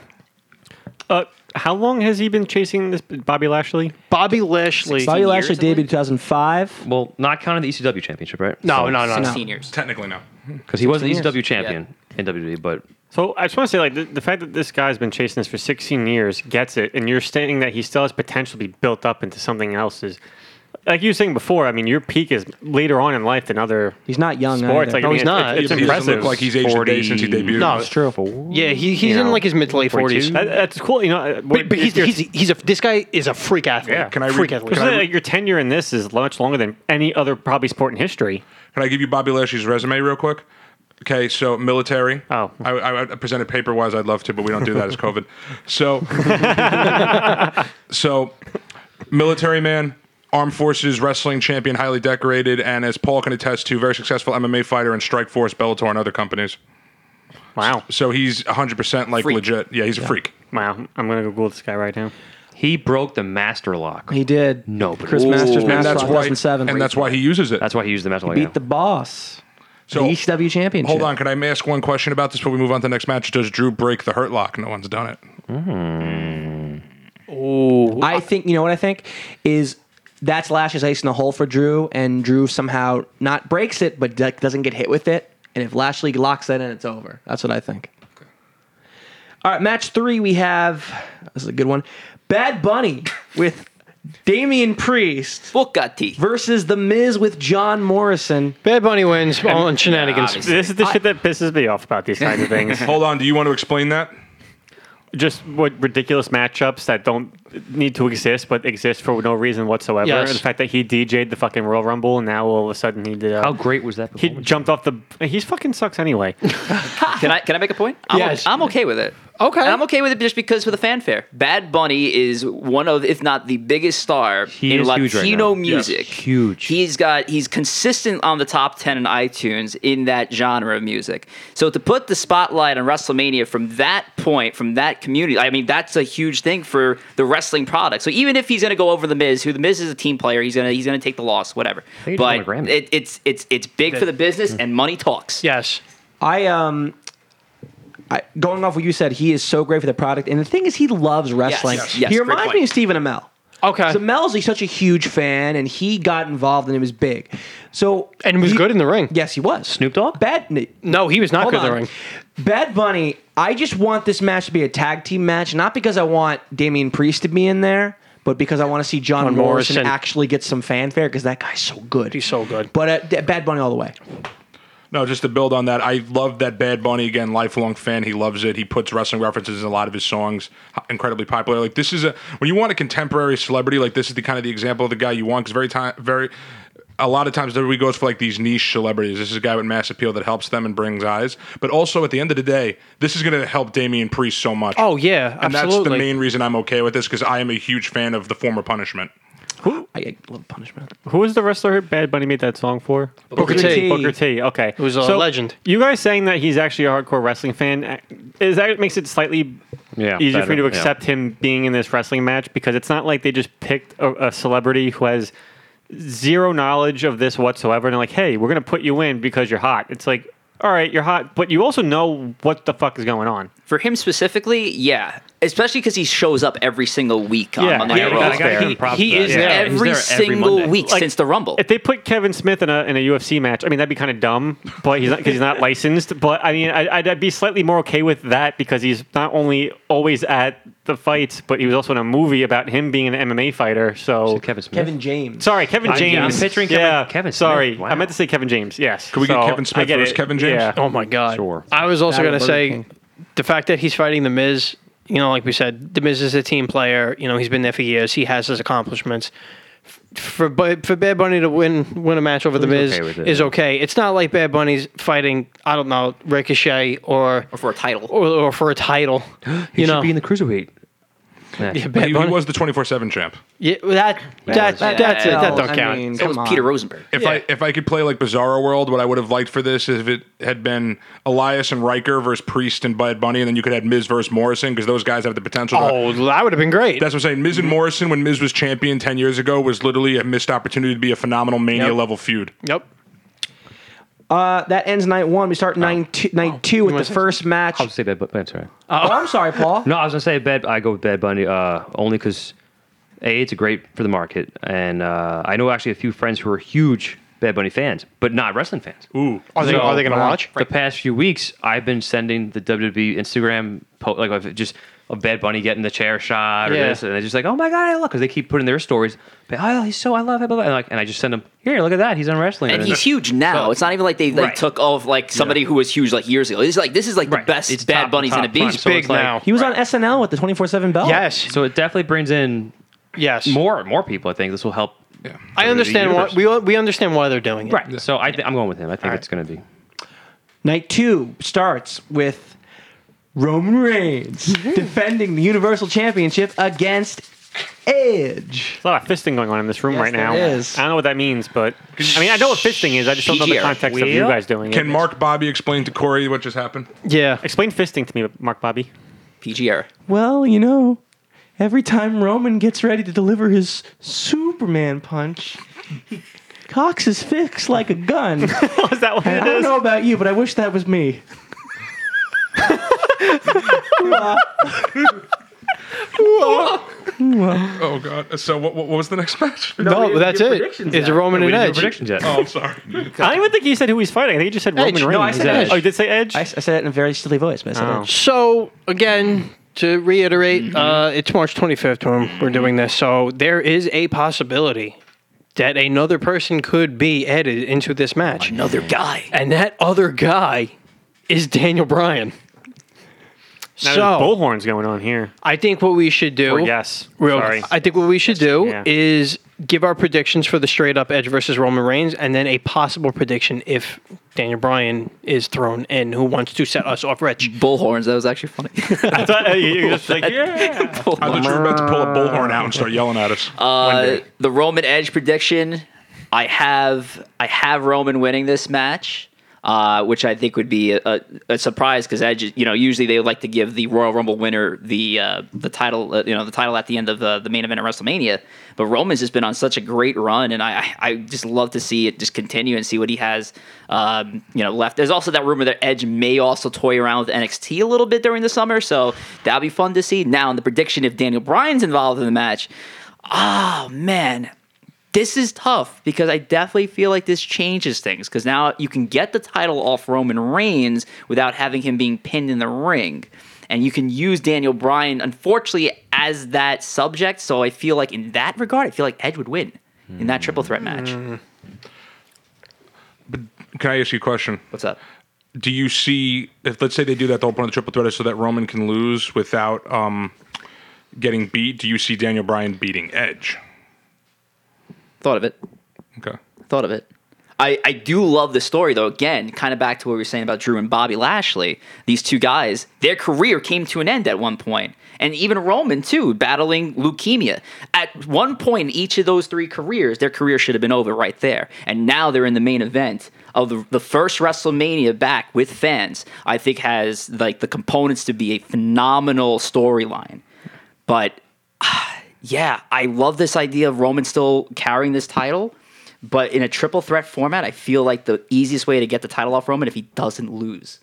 S1: Uh, how long has he been chasing this Bobby Lashley?
S3: Bobby Lashley.
S7: Bobby Lashley
S6: years, I believe?
S7: debuted 2005.
S8: Well, not counting the ECW championship, right?
S3: Oh, No, no, no, no.
S6: sixteen years.
S5: Technically, no.
S8: because he was the ECW champion in WWE, but
S1: So I just want to say, like, the, the fact that this guy's been chasing this for 16 years gets it, and you're stating that he still has potential to be built up into something else is, like you were saying before. I mean, your peak is later on in life than other.
S7: He's not young
S1: sports.
S7: either.
S1: Like,
S3: No,
S1: I mean,
S3: he's
S1: it's- It's,
S3: not.
S5: He
S1: it's
S5: doesn't
S1: impressive.
S5: look like he's aged a day since he debuted.
S3: No,
S7: It's true.
S3: Yeah, he, he's in like his mid to late 40s.
S1: That- that's cool. You know, uh,
S3: But, but
S1: if
S3: he's,
S1: you're-
S3: he's he's a this guy is a freak athlete.
S5: Yeah, can I
S3: freak
S5: read-
S3: athlete?
S5: can I-
S1: Because, like, your tenure in this is much longer than any other probably sport in history.
S5: Can I give you Bobby Lashley's resume real quick? Okay, so military.
S1: Oh.
S5: I, I, I presented paper wise. I'd love to, but we don't do that. It's COVID. So, so military man, armed forces wrestling champion, highly decorated, and as Paul can attest to, very successful MMA fighter in Strike Force, Bellator, and other companies.
S1: Wow,
S5: So he's 100 percent like
S6: Freak.
S5: legit. Yeah, he's a freak.
S1: wow. I'm gonna Google this guy right now.
S8: he broke the master lock.
S7: He did.
S8: No, but-
S7: Chris
S8: Ooh.
S7: Masters,
S5: And
S7: Master
S5: that's
S7: Lock
S5: why.
S7: 2007.
S5: And that's why he uses it.
S8: That's why he used the master lock.
S7: beat
S8: yeah.
S7: the boss.
S5: so.
S7: the ECW championship.
S5: Hold on, can I ask one question about this before we move on to the next match? Does Drew break the Hurt Lock? No one's done it.
S6: Uh,
S7: I think you know what I think is that's Lash's ace in the hole for Drew, and Drew somehow not breaks it, but d- doesn't get hit with it. And if Lashley locks that in, it's over. That's what I think. All right, match three we have. This is a good one. Bad Bunny with Damian Priest
S6: Bugatti.
S7: versus The Miz with John Morrison.
S3: Bad Bunny wins on shenanigans.
S1: This is the shit that pisses me off about these kinds of things.
S5: Hold on, do you want to explain that?
S1: Just what ridiculous matchups that don't need to exist, but exist for no reason whatsoever.
S3: Yes.
S1: And the fact that he DJ'd the fucking Royal Rumble, and now all of a sudden he did. Uh,
S8: How great was that?
S1: He
S8: performance?
S1: jumped off the. He's fucking sucks anyway.
S6: Can I can I make a point? I'm,
S3: Yes.
S6: I'm okay with it.
S3: Okay.
S6: And I'm okay with it just because of the fanfare. Bad Bunny is one of, if not the biggest star
S8: He
S6: in
S8: is huge right
S6: Latino
S8: now.
S6: music.
S8: Yes, huge.
S6: He's got he's consistent on the top ten in iTunes in that genre of music. So to put the spotlight on WrestleMania from that point, from that community, I mean that's a huge thing for the wrestling product. So even if he's gonna go over the Miz, who the Miz is a team player, he's gonna he's gonna take the loss, whatever.
S8: he just
S6: But
S8: won a Grammy. Mm-hmm.
S6: it, it's it's it's big for the business and money talks.
S3: yes.
S7: I um. I, going off what you said, he is so great for the product, and the thing is, he loves wrestling.
S6: Yes, yes,
S7: he
S6: great
S7: reminds
S6: point.
S7: me of Stephen Amell.
S3: Okay.
S7: So Mel's he's such a huge fan, and he got involved, and it was big. So
S3: And he was good in the ring.
S7: Yes, he was.
S8: Snoop Dogg?
S7: Bad. n-
S3: No, he was not
S7: Hold
S3: good in
S7: on.
S3: the ring.
S7: Bad Bunny. I just want this match to be a tag team match, not because I want Damian Priest to be in there, but because I want to see John,
S3: John
S7: Morrison,
S3: Morrison.
S7: actually get some fanfare because that guy's so good.
S3: He's so good.
S7: But uh, D- Bad Bunny all the way.
S5: No, just to build on that, I love that Bad Bunny again. Lifelong fan, he loves it. He puts wrestling references in a lot of his songs. h- Incredibly popular. Like this is a when you want a contemporary celebrity, like this is the kind of the example of the guy you want because very time very. A lot of times, WWE goes for like these niche celebrities. This is a guy with mass appeal that helps them and brings eyes. But also, at the end of the day, this is going to help Damian Priest so much.
S3: Oh yeah,
S5: and
S3: absolutely.
S5: that's the main reason I'm okay with this because I am a huge fan of the former Punishment.
S7: I, I love punishment.
S1: Who was the wrestler Bad Bunny made that song for?
S3: Booker
S7: Booker
S3: T.
S7: T.
S1: Booker T. Okay,
S3: Who's a legend.
S1: You guys saying that he's actually a hardcore wrestling fan uh, is that makes it slightly
S8: Yeah,
S1: easier for me
S8: better,
S1: to
S8: yeah.
S1: accept him being in this wrestling match because it's not like they just picked a, a celebrity who has zero knowledge of this whatsoever and they're like, hey, we're gonna put you in because you're hot. It's like, all right, you're hot, but you also know what the fuck is going on.
S6: For him specifically, yeah, especially because he shows up every single week on
S1: Yeah,
S6: Monday
S1: yeah,
S6: Night Raw.
S1: that's fair.
S6: He-
S8: Props
S6: He,
S8: to that.
S6: is
S8: Yeah.
S6: there
S8: He's
S6: every
S8: there every
S6: single
S8: Monday.
S6: week
S1: Like,
S6: since the Rumble.
S1: If they put Kevin Smith in a in a UFC match, I mean that'd be kind of dumb, but he's not because he's not licensed. But I mean, I, I'd, I'd be slightly more okay with that because he's not only always at the fights, but he was also in a movie about him being an MMA fighter. So
S8: Kevin Smith.
S7: Kevin James.
S1: Sorry, Kevin
S8: I'm-
S1: James.
S8: I'm picturing Kevin-
S1: Yeah,
S8: Kevin Smith.
S1: Sorry, I
S8: Wow.
S1: meant to say Kevin James. Yes. Can
S5: we get Kevin Smith versus Kevin James?
S1: Yeah.
S3: Oh my god!
S8: Sure.
S3: I was also
S7: Battle
S3: going to
S7: Burger
S3: say
S7: King.
S3: the fact that he's fighting the Miz. You know, like we said, the Miz is a team player. You know, he's been there for years. He has his accomplishments. F- For Bu- for Bad Bunny to win win a match over the Miz
S8: okay with it,
S3: is
S8: yeah.
S3: okay. It's not like Bad Bunny's fighting. I don't know Ricochet or
S6: for a title.
S3: or, or for a title. you know,
S8: the cruiserweight.
S3: yeah,
S5: He,
S3: Bad
S5: he
S3: Bunny.
S5: was the E 24 7 champ.
S3: yeah, that that,
S6: was-
S3: that's it. That
S6: Well,
S3: don't
S7: I
S3: count.
S7: mean,
S6: That was
S7: come
S6: Peter
S7: on.
S6: Rosenberg.
S5: If I if I could play like Bizarro World, what I would have liked for this is if it had been Elias and Riker versus Priest and Bud Bunny, and then you could have Miz versus Morrison because those guys have the potential. to
S3: oh, that would have been great.
S5: That's what I'm saying. Miz and Morrison, when Miz was champion 10 years ago, was literally a missed opportunity to be a phenomenal mania
S7: Yep.
S5: level feud.
S3: yep.
S7: Uh, that ends night one. We
S3: Oh.
S7: start night two, night two with the first match.
S8: I'll just say Bad Bunny. I'm sorry.
S7: Oh, I'm sorry, Paul.
S8: No, I was gonna say Bad. I go with Bad Bunny uh, only because a it's great for the market, and uh, I know actually a few friends who are huge Bad Bunny fans, but not wrestling fans.
S5: Ooh.
S3: Are they
S8: So- uh,
S3: are they going to watch?
S8: The past few weeks, I've been sending the WWE Instagram po- like I've just a Bad Bunny getting the chair shot or
S3: Yeah.
S8: this, and they're just like, "Oh my god, I love!" Because they keep putting their stories. But oh, he's so I love him, blah, blah," and like, and I just send them here. Look at that, he's on wrestling,
S6: And he's huge now. it's not even like they like
S8: Right.
S6: took off like somebody who was huge like years ago. It's like this is like
S8: Right.
S6: the best
S8: It's
S6: Bad
S8: top-
S6: Bunny's
S8: top
S6: gonna be.
S8: front, so it's like-
S7: He was on SNL with the 24 7 belt.
S3: Yes.
S8: So it definitely brings in
S3: Yes.
S8: more more people. I think this will help.
S3: I understand why
S8: universe.
S3: we we understand why they're doing it.
S8: Right. So I th- I'm going with him. I think it's going to be.
S7: Night two starts with Roman Reigns defending the Universal Championship against Edge.
S1: There's a lot of fisting going on in this room right
S7: there
S1: now.
S7: is.
S1: I don't know what that means, but I mean, I know what fisting is. I just don't know the
S6: PGR.
S1: context of you
S8: Well,
S1: guys doing
S5: Can
S1: it.
S5: Mark Bobby explain to Corey what just happened?
S3: Yeah.
S1: Explain fisting to me, Mark Bobby.
S6: PG era.
S7: Well, you know, every time Roman gets ready to deliver his Superman punch, he cocks his fix like a gun.
S1: Is that what
S7: And I
S1: it
S7: don't
S1: is?
S7: know about you, but I wish that was me.
S5: Oh, God. So, what, what what was the next match?
S3: No, but that's it. It's Roman and
S8: We didn't do
S3: Edge.
S8: predictions yet.
S5: Oh, I'm sorry.
S1: I don't even think he said who he's fighting. I think he just said Roman
S3: No,
S1: Reigns.
S7: I said Edge.
S1: Oh, you did say Edge.
S7: I, I said it in a very silly voice, but I said
S1: Oh.
S7: Edge.
S3: So again, to reiterate, uh, it's March 25th when we're doing this, so there is a possibility that another person could be added into this match,
S6: Another guy.
S3: and that other guy is Daniel Bryan.
S1: now
S3: so Oh.
S1: there's bullhorns going on here.
S3: I think what we should do.
S1: Or yes.
S3: Real,
S1: Sorry.
S3: I think what we should do
S1: Yeah.
S3: is give our predictions for the straight up Edge versus Roman Reigns, and then a possible prediction if Daniel Bryan is thrown in, who wants to set us off rich.
S6: Mm-hmm. Bullhorns. That was actually funny.
S1: I thought you were just like, yeah.
S5: I thought you were about to pull a bullhorn out and start yelling at us.
S6: Uh, the Roman Edge prediction. I have I have Roman winning this match, uh, which I think would be a, a, a surprise because Edge. You know, usually they like to give the Royal Rumble winner the uh, the title. Uh, you know, the title at the end of the, the main event at WrestleMania. But Roman's just been on such a great run, and I I- I just love to see it just continue and see what he has. Um, you know, left. There's also that rumor that Edge may also toy around with NXT a little bit during the summer, so that'll be fun to see. Now, in the prediction, if Daniel Bryan's involved in the match. Oh man, this is tough because I definitely feel like this changes things because now you can get the title off Roman Reigns without having him being pinned in the ring. And you can use Daniel Bryan, unfortunately, as that subject. So I feel like in that regard, I feel like Edge would win in that triple threat match.
S5: Can I ask you a question?
S6: What's up?
S5: Do you see, if let's say they do that, the whole point of the triple threat is so that Roman can lose without um, getting beat, do you see Daniel Bryan beating Edge?
S6: Thought of it.
S5: Okay.
S6: Thought of it. I, I do love the story though. Again, kind of back to what we were saying about Drew and Bobby Lashley. These two guys, their career came to an end at one point, and even Roman too, battling leukemia. At one point, in each of those three careers, their career should have been over right there, and now they're in the main event of the, the first WrestleMania back with fans. I think has like the components to be a phenomenal storyline, but yeah, I love this idea of Roman still carrying this title, but in a triple threat format, I feel like the easiest way to get the title off Roman if he doesn't lose.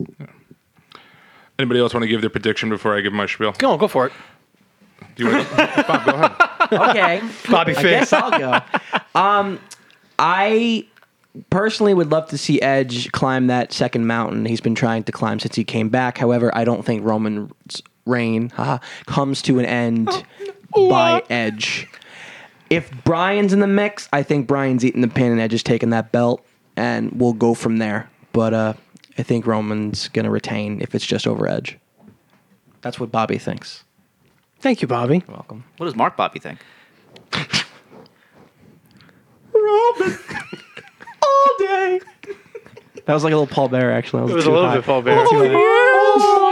S5: Anybody else want to give their prediction before I give my spiel?
S3: Go on, go for it.
S5: Do you wanna- Bob, go ahead.
S7: okay.
S3: Bobby
S7: I
S3: Fish.
S7: guess I'll go. Um, I personally would love to see Edge climb that second mountain he's been trying to climb since he came back. However, I don't think Roman's reign haha, comes to an
S3: Oh,
S7: end by Edge. If Brian's in the mix, I think Brian's eating the pin and Edge is taking that belt, and we'll go from there. But uh, I think Roman's gonna retain if it's just over Edge. That's what Bobby thinks.
S3: Thank you, Bobby.
S7: Welcome.
S6: What does Mark Bobby think?
S7: all day. That was like a little Paul Bear, actually. That
S3: It was a little bit Paul Bear.
S1: Oh,
S7: No,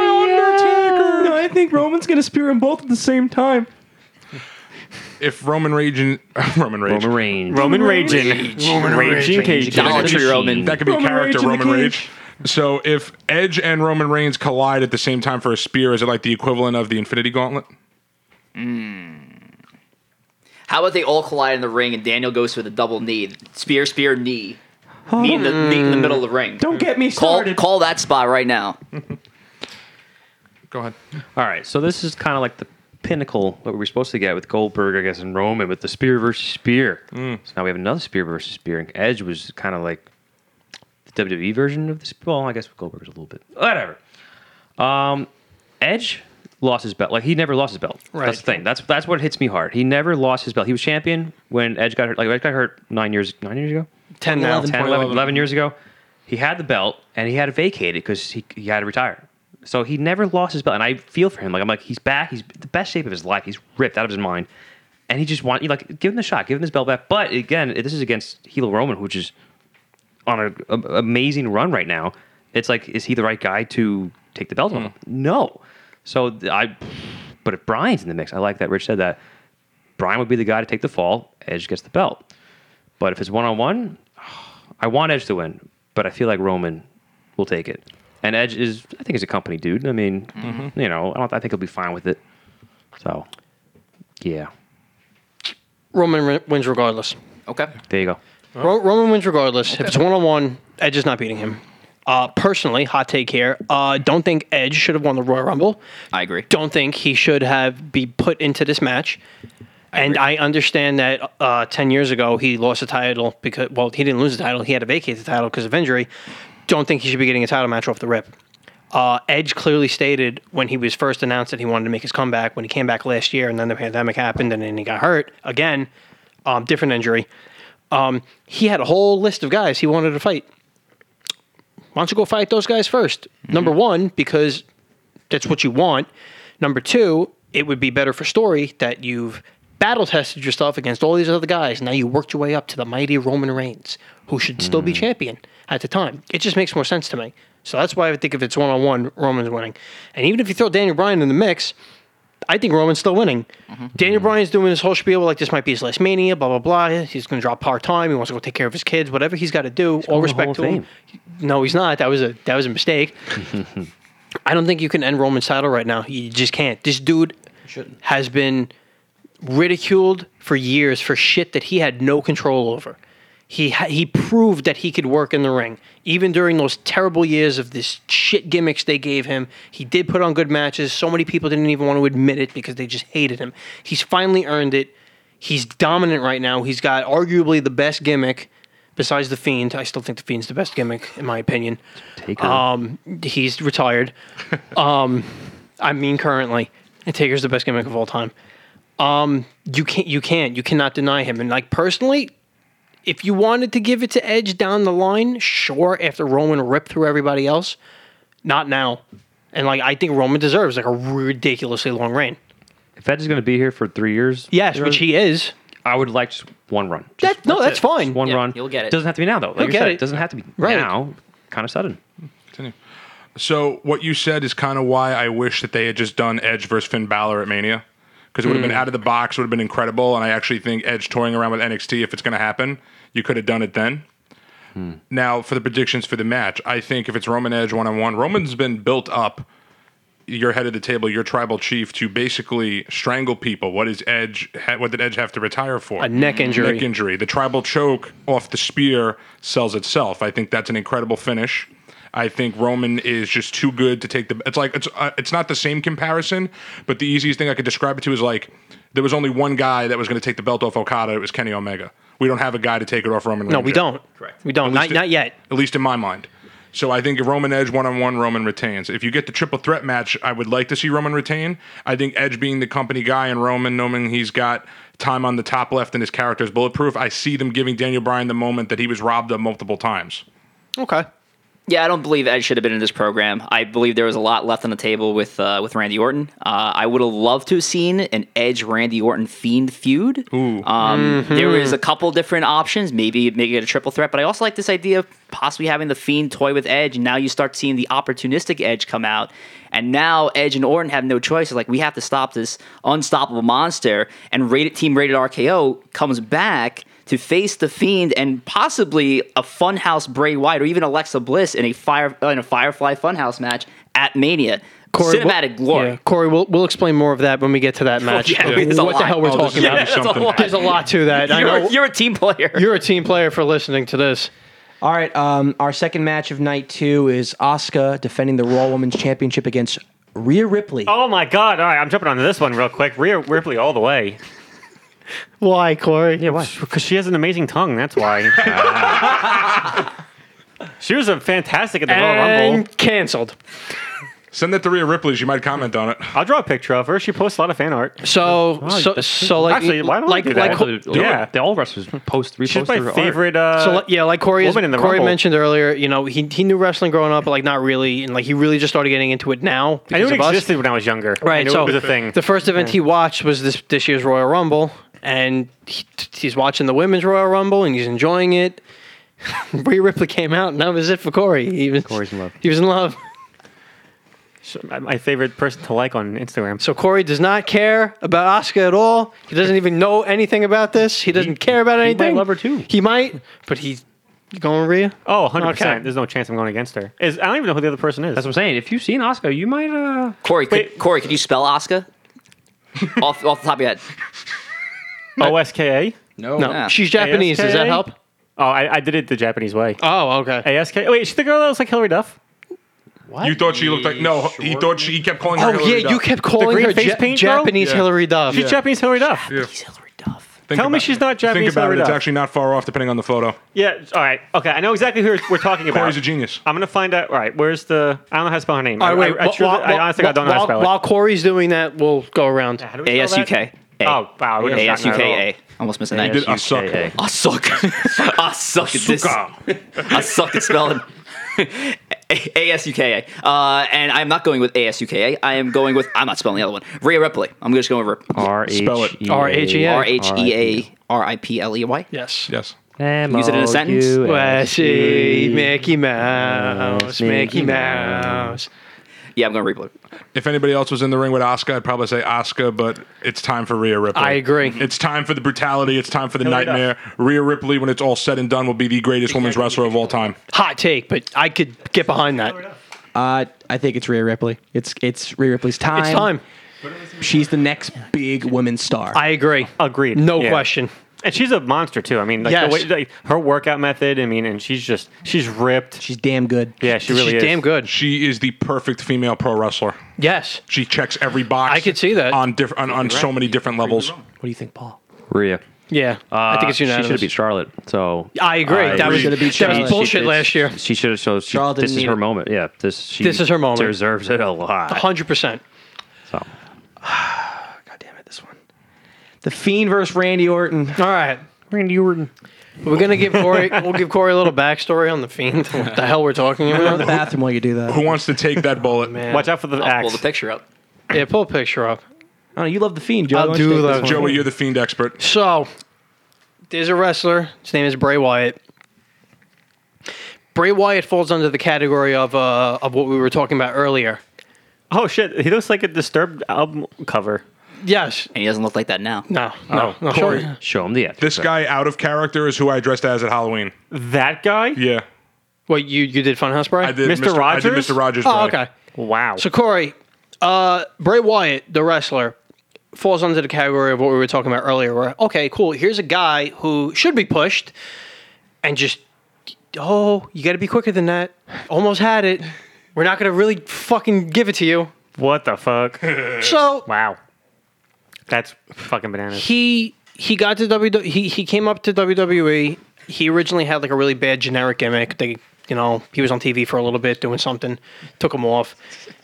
S7: Oh, I think Roman's gonna spear him both at the same time.
S5: If Roman Raging, Roman Rage,
S8: Roman Reigns.
S1: Roman Raging. Roman Raging Cage.
S6: Dollar
S8: Against the
S6: Tree
S8: machine.
S6: Roman.
S5: that could be
S7: Roman
S5: a character
S7: Rage in the
S5: Roman
S7: cage.
S5: Rage. So if Edge and Roman Reigns collide at the same time for a spear, is it like the equivalent of the Infinity Gauntlet?
S6: How about they all collide in the ring and Daniel goes for the double knee, spear, spear, knee, knee, in the, knee in the middle of the ring.
S7: Don't get me
S6: call
S7: started.
S6: call that spot right now.
S5: Go ahead.
S8: All right, so this is kind of like the pinnacle what we were supposed to get with Goldberg, I guess, and Roman with the spear versus spear.
S1: Mm.
S8: So now we have another spear versus spear, and Edge was kind of like the WWE version of this. Well, I guess Goldberg's a little bit whatever. Um, Edge lost his belt. Like he never lost his belt. That's the thing. That's that's what hits me hard. He never lost his belt. He was champion when Edge got hurt. Like Edge got hurt nine years nine years ago.
S3: 10 now.
S8: 10, 11, 11 years ago, he had the belt and he had to vacate it because he, he had to retire. So he never lost his belt. And I feel for him. Like, I'm like, he's back. He's the best shape of his life. He's ripped out of his mind. And he just want you like, give him the shot, give him his belt back. But again, this is against Hilo Roman, which is on an amazing run right now. It's like, is he the right guy to take the belt off? No. So th- I, but if Brian's in the mix, I like that Rich said that. Brian would be the guy to take the fall. Edge gets the belt. But if it's one on one, I want Edge to win, but I feel like Roman will take it. And Edge is, I think, he's a company dude. I mean,
S3: Mm-hmm.
S8: you know, I, don't, I think he'll be fine with it. So, yeah,
S3: Roman re- wins regardless.
S6: Okay.
S8: there you go.
S3: Ro- Roman wins regardless. If it's one on one, Edge is not beating him. Uh, personally, hot take here. Uh, don't think Edge should have won the Royal Rumble.
S6: I agree.
S3: Don't think he should have be put into this match. and I understand that uh, ten years ago he lost the title because well he didn't lose the title he had to vacate the title because of injury. Don't think he should be getting a title match off the rip. Uh, Edge clearly stated when he was first announced that he wanted to make his comeback when he came back last year, and then the pandemic happened, and then he got hurt again, um, different injury. Um, he had a whole list of guys he wanted to fight. Why don't you go fight those guys 1st Number one, because that's what you want. Number two, it would be better for story that you've battle tested yourself against all these other guys. Now you worked your way up to the mighty Roman Reigns, who should still
S8: Hmm.
S3: be champion at the time. It just makes more sense to me. So that's why I think if it's one on one, Roman's winning. And even if you throw Daniel Bryan in the mix, I think Roman's still winning.
S8: Mm-hmm.
S3: Daniel Bryan's doing his whole spiel like this might be his last mania, blah blah blah. He's going to drop part time. He wants to go take care of his kids, whatever he's got to do. all
S8: going to the
S3: respect to
S8: Hall of
S3: him. No, he's not. That was a that was a mistake. I don't think you can end Roman's title right now. You just can't. This dude has been ridiculed for years for shit that he had no control over. He ha- he proved that he could work in the ring, even during those terrible years of this shit gimmicks they gave him. He did put on good matches. So many people didn't even want to admit it because they just hated him. He's finally earned it. He's dominant right now. He's got arguably the best gimmick besides the Fiend. I still think the Fiend's the best gimmick in my opinion.
S8: Take
S3: Um, he's retired. um, I mean, currently, and Taker's the best gimmick of all time. Um, you can't, you can't, you cannot deny him. And like personally, if you wanted to give it to Edge down the line, sure. After Roman ripped through everybody else, not now. And like, I think Roman deserves like a ridiculously long reign.
S8: if Edge is going to be here for three years,
S3: Yes, which he is.
S8: I would like just one run. Just
S3: That, no, that's fine.
S8: one
S6: Yeah,
S8: run.
S6: you'll get it.
S8: Doesn't have to be now though. Like
S3: You'll
S8: you
S3: get
S8: said,
S3: it.
S8: it doesn't have to be
S3: Right.
S8: now. Kind of sudden.
S5: So what you said is kind of why I wish that they had just done Edge versus Finn Balor at Mania because it would have been out of the box, would have been incredible, and I actually think Edge touring around with NXT if it's going to happen, you could have done it then. Now for the predictions for the match, I think if it's Roman Edge one on one, Roman's been built up. Your head of the table, your tribal chief, to basically strangle people. What is Edge? ha- What did Edge have to retire for?
S3: A neck injury.
S5: Neck injury. The tribal choke off the spear sells itself. I think that's an incredible finish. I think Roman is just too good to take the. It's like it's uh, it's not the same comparison, but the easiest thing I could describe it to is like there was only one guy that was going to take the belt off Okada. It was Kenny Omega. We don't have a guy to take it off Roman.
S3: No, we don't.
S5: Correct.
S3: We don't.
S5: At least
S3: Not, not
S5: it-
S3: yet.
S5: At least in my mind. So I think if Roman Edge one on one, Roman retains. If you get the triple threat match, I would like to see Roman retain. I think Edge being the company guy and Roman knowing he's got time on the top left and his character is bulletproof, I see them giving Daniel Bryan the moment that he was robbed of multiple times.
S3: Okay.
S6: Yeah, I don't believe Edge should have been in this program. I believe there was a lot left on the table with uh, with Randy Orton. Uh, I would have loved to have seen an Edge Randy Orton Fiend feud. Ooh. Um, There was a couple different options, maybe make it a triple threat, but I also like this idea of possibly having the Fiend toy with Edge, and now you start seeing the opportunistic Edge come out, and now Edge and Orton have no choice. It's like we have to stop this unstoppable monster, and rated Team Rated RKO comes back to face the fiend and possibly a Funhouse Bray Wyatt or even Alexa Bliss in a fire in a Firefly Funhouse match at Mania.
S3: we'll-
S6: Cinematic glory.
S3: yeah, Corey, we'll, we'll explain more of that when we get to
S1: Oh,
S3: that match.
S6: yeah,
S3: of
S6: there's a
S3: what the
S6: lot.
S3: hell we're
S5: Oh,
S3: talking
S5: there's-
S3: about.
S5: yeah,
S6: That's a
S5: something.
S6: lot.
S3: There's a lot to that. I know
S6: You're, you're a team player.
S3: you're a team player for listening to this.
S7: All right, um, our second match of night two is Asuka defending the Raw Women's Championship against Rhea Ripley.
S1: Oh my god! All right, I'm jumping onto this one real quick. Rhea Ripley all the way.
S3: Why, Corey? Yeah, why?
S1: Because she has an amazing tongue, that's why. she was a fantastic at the Royal Rumble.
S3: And canceled.
S5: Send that to Rhea Ripley. She might comment on it.
S1: I'll draw a picture of her. She posts a lot of fan art.
S3: So, so, so like,
S1: Actually, why don't we
S3: like,
S1: do
S3: like,
S1: that?
S3: so,
S1: Yeah.
S8: yeah, the all wrestlers post repost
S1: She's my
S8: their art.
S1: favorite. Uh,
S3: like- yeah, like Corey, is,
S1: Woman in the
S3: Corey
S1: Rumble.
S3: mentioned earlier. You know, he he knew wrestling growing up, but like not really, and like he really just started getting into it now.
S1: I knew
S3: because
S1: it
S3: of us.
S1: existed when I was younger. I
S3: Right.
S1: knew
S3: So
S1: it was a thing.
S3: The first event he watched was this this year's Royal Rumble, and he, he's watching the women's Royal Rumble, and he's enjoying it. Rhea Ripley came out, and that was it for Corey. He was
S8: Corey's in love.
S3: He was in love.
S1: She's my- my favorite person to like on Instagram.
S3: So Corey does not care about Asuka at all. He doesn't even know anything about this. He doesn't care about
S8: might
S3: anything.
S8: love her too.
S3: He might, but he's going with Rhea.
S1: Oh, 100 percent.
S3: Okay.
S1: There's no chance I'm going against her. Is I don't even know who the other person is.
S8: That's what I'm saying. If you've seen Oscar, you might. uh
S6: Corey, could, Corey, could you spell Oscar? off off the top of your head.
S1: Oh, OSKA.
S3: No,
S6: Yeah.
S3: she's Japanese. Does that
S1: ASK?
S3: help?
S1: Oh, I, I did it the Japanese way.
S3: Oh, okay.
S1: ASK. Wait, is she the girl that was like Hillary Duff?
S5: You thought she looked like no. He thought she. He kept calling her.
S3: Oh
S5: Hillary
S3: yeah,
S5: Duff.
S3: you kept calling
S1: green
S3: her
S1: face
S3: Ja-
S1: paint girl?
S3: Japanese
S5: Yeah.
S3: Hillary Duff.
S1: She's Japanese Hillary Duff.
S6: She's Hillary Duff.
S5: Think
S1: Tell me
S5: about-
S1: she's not Japanese
S5: Think about
S1: Hillary
S5: it. It's
S1: Duff.
S5: actually not far off, depending on the photo.
S1: Yeah. All right. Okay. I know exactly who we're talking about.
S5: Corey's a genius.
S1: I'm gonna find out. All right. Where's the? I don't know how to spell her name.
S3: All right, wait.
S1: I, I, I, truly- I honestly I don't know how to
S3: while,
S1: spell
S3: while
S1: it.
S3: Corey's doing that, we'll go around.
S1: How do we spell that?
S6: A-S-U-K. A.
S1: Oh wow. we didn't spell that at all.
S6: A-S-U-K-A. Almost missed an
S5: He
S6: A.
S5: did a suck.
S8: Hey,
S6: I suck. I suck at this. I suck at spelling. A S U K A. Uh, and I'm not going with A S U K A. I am going with, I'm not spelling the other one. Rhea Ripley. I'm just going with Rhea-
S8: R H
S5: Spell it.
S8: E A.
S3: R H E A.
S6: R H E A R I P L E Y.
S3: Yes.
S5: Yes.
S6: Use it in a sentence.
S3: Well, see, Mickey Mouse, Mickey
S8: Mickey
S3: Mouse.
S6: Yeah, I'm going to replay.
S5: If anybody else was in the ring with Asuka, I'd probably say Asuka, but it's time for Rhea Ripley. Mm-hmm.
S3: I agree.
S5: It's time for the brutality. It's time for the
S1: Hillary Duff.
S5: nightmare. Rhea Ripley, when it's all said and done, will be the greatest women's wrestler of all time.
S3: Hot take, but I could get behind that.
S7: Uh, I think it's Rhea Ripley. It's it's Rhea Ripley's time.
S3: It's time.
S7: She's the next big women's star.
S3: I agree.
S1: Agreed.
S3: No
S1: Oh, Yeah.
S3: question.
S1: And she's a monster too. I mean, like,
S3: Yes.
S1: the way, like her workout method. I mean, and she's just she's ripped.
S7: She's damn good.
S1: yeah, she really
S3: She's
S1: is.
S3: damn good.
S5: She is the perfect female pro wrestler.
S3: Yes.
S5: She checks every box.
S3: I could see that.
S5: on diff- on, on so many different levels.
S7: What do you think, Paul?
S8: Rhea.
S3: Yeah. I think it's
S8: Uh, She
S3: unanimous.
S8: should have beat Charlotte. So Uh,
S3: I agree. that was
S5: agree.
S3: that was
S8: Charlotte.
S3: bullshit
S8: She-
S3: last year.
S8: She should have. So she,
S7: Charlotte
S8: this
S7: didn't
S8: is
S7: need
S8: her
S7: it.
S8: moment. Yeah. This she.
S3: This is her moment.
S8: Deserves it a lot.
S3: Hundred percent.
S8: So.
S7: God damn it, this one. The Fiend versus Randy Orton.
S3: All right.
S8: Randy Orton.
S3: We're gonna give Corey. we'll give Corey a little backstory on the fiend. What the hell we're talking
S7: Go to the
S3: about?
S7: bathroom while you do that.
S5: Who wants to take
S3: Oh,
S5: that bullet?
S1: Watch out for the
S6: I'll pull
S1: axe.
S6: the picture up.
S3: Yeah, pull a picture up.
S7: Oh, you love the Fiend, Joe.
S3: I'll
S7: Why don't you
S3: do
S7: take
S3: love
S7: this one?
S5: Joey, you're the fiend expert.
S3: So, there's a wrestler. His name is Bray Wyatt. Bray Wyatt falls under the category of uh, of what we were talking about earlier.
S1: oh shit! He looks like a disturbed uh, album cover.
S3: Yes.
S6: And he doesn't look like that now.
S3: No. No. no.
S5: Corey,
S8: Show him the.
S5: this guy out of character is who I dressed as at Halloween.
S1: That guy.
S5: Yeah,
S3: What you you did Funhouse Bray?
S5: I did.
S1: Mr.
S5: I did
S1: Rogers?
S5: Mr. Rogers.
S3: Oh,
S5: Bray.
S3: okay.
S1: Wow.
S3: So Corey, uh, Bray Wyatt, the wrestler, falls under the category of what we were talking about earlier. Where okay, cool. Here's a guy who should be pushed, and just oh, you got to be quicker than that. Almost had it. We're not going to really fucking give it to you.
S1: What the fuck?
S3: So
S1: wow. That's fucking bananas.
S3: he he got to WWE. He he came up to WWE. He originally had like a really bad generic gimmick. They you know he was on TV for a little bit doing something, took him off,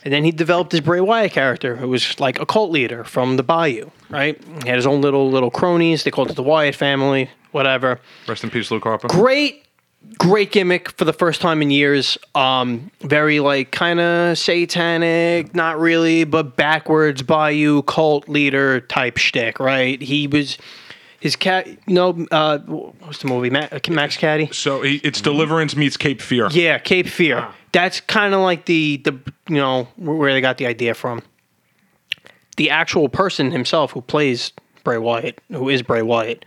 S3: and then he developed his Bray Wyatt character, who was like a cult leader from the Bayou. Right, he had his own little little cronies. They called it the Wyatt family, whatever
S5: Rest in peace, Luke Harper.
S3: great great gimmick for the first time in years um very like kind of satanic not really but backwards bayou cult leader type shtick, right he was his cat you know uh what was the movie Ma- max caddy
S5: So he, it's Deliverance meets Cape Fear.
S3: yeah cape fear
S5: Ah.
S3: that's kind of like the the you know where they got the idea from the actual person himself who plays Bray Wyatt, who is Bray Wyatt,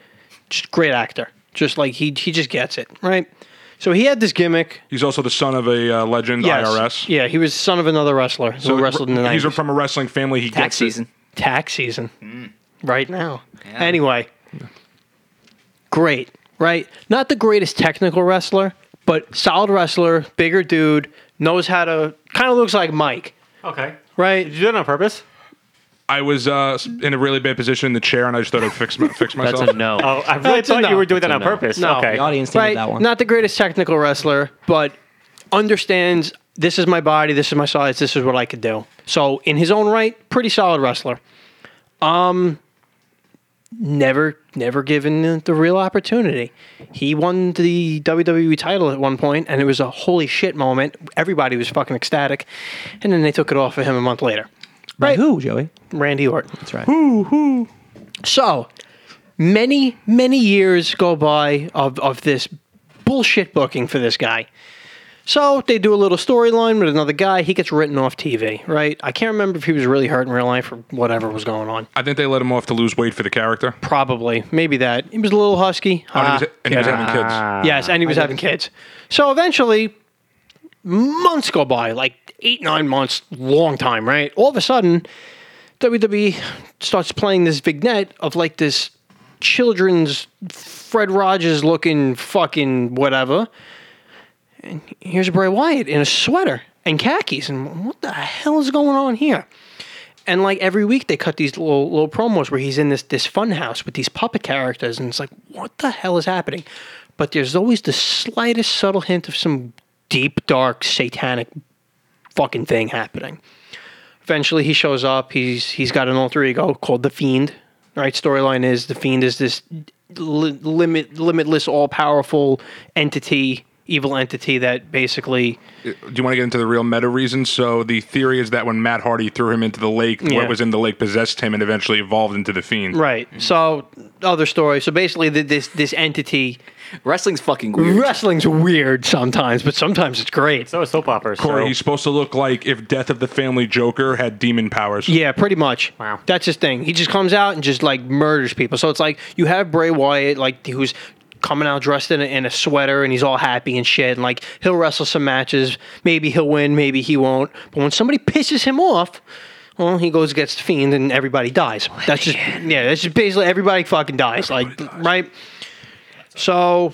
S3: just great actor. Just like he he just gets it, right? So he had this gimmick.
S5: He's also the son of a uh, legend,
S3: Yes.
S5: IRS.
S3: Yeah, he was son of another wrestler who wrestled in the
S5: He's
S3: 90s.
S5: from a wrestling family. He
S6: Tax
S5: gets it.
S6: season.
S3: tax season right now. Anyway, great, right? Not the greatest technical wrestler, but solid wrestler, bigger dude, knows how to kind of looks like Mike,
S1: Okay.
S3: right?
S1: Did you do that on purpose?
S5: I was uh,
S3: Mm-hmm.
S5: in a really bad position in the chair, and I just thought I'd fix my, fix myself.
S8: That's a no.
S1: Oh, I really
S3: That's a
S1: thought
S3: no.
S1: you were doing that on
S8: no.
S1: purpose.
S3: No.
S1: Okay.
S7: The audience needed that one.
S3: Not the greatest technical wrestler, but understands this is my body, this is my size, this is what I could do. So in his own right, pretty solid wrestler. Um never never given the- the real opportunity. He won the WWE title at one point and it was a holy shit moment. Everybody was fucking ecstatic. And then they took it off of him a month later.
S7: By who, Joey?
S3: Randy Orton.
S7: That's right.
S3: So many, many years go by of, of this bullshit booking for this guy. So they do a little storyline with another guy. He gets written off TV, right? I can't remember if he was really hurt in real life or whatever was going on.
S5: I think they let him off to lose weight for the character.
S3: Probably, maybe that. He was a little husky.
S5: and
S7: Uh,
S5: he
S3: Ah.
S5: was, and he was having kids.
S3: Yes, and he was having kids. So eventually, months go by, like eight, nine months, long time, right? All of a sudden, WWE starts playing this vignette of like this children's Fred Rogers looking fucking whatever. And here's Bray Wyatt in a sweater and khakis. And what the hell is going on here? And like every week, they cut these little little promos where he's in this this fun house with these puppet characters, and it's like, what the hell is happening? But there's always the slightest subtle hint of some deep, dark, satanic fucking thing happening. Eventually, he shows up. He's he's got an alter ego called the Fiend. Right? Storyline is the Fiend is this li- limit limitless, all powerful entity, evil entity that basically
S5: Do you want to get into the real meta reason? So the theory is that when Matt Hardy threw him into the lake,
S3: Yeah.
S5: what was in the lake possessed him and eventually evolved into the fiend.
S3: right. So other story. So basically, th this this entity
S6: Wrestling's fucking weird.
S3: Wrestling's weird sometimes, but sometimes it's great.
S1: So is soap operas.
S5: Corey,
S1: so-
S5: he's supposed to look like if Death of the Family Joker had demon powers.
S3: Yeah, pretty much.
S1: Wow.
S3: That's his thing. He just comes out and just like murders people. So it's like you have Bray Wyatt, like who's coming out dressed in a, in a sweater and he's all happy and shit. And like he'll wrestle some matches. Maybe he'll win, maybe he won't. But when somebody pisses him off, well, he goes against the fiend and everybody dies. That's just yeah. That's just basically everybody fucking dies. like right. So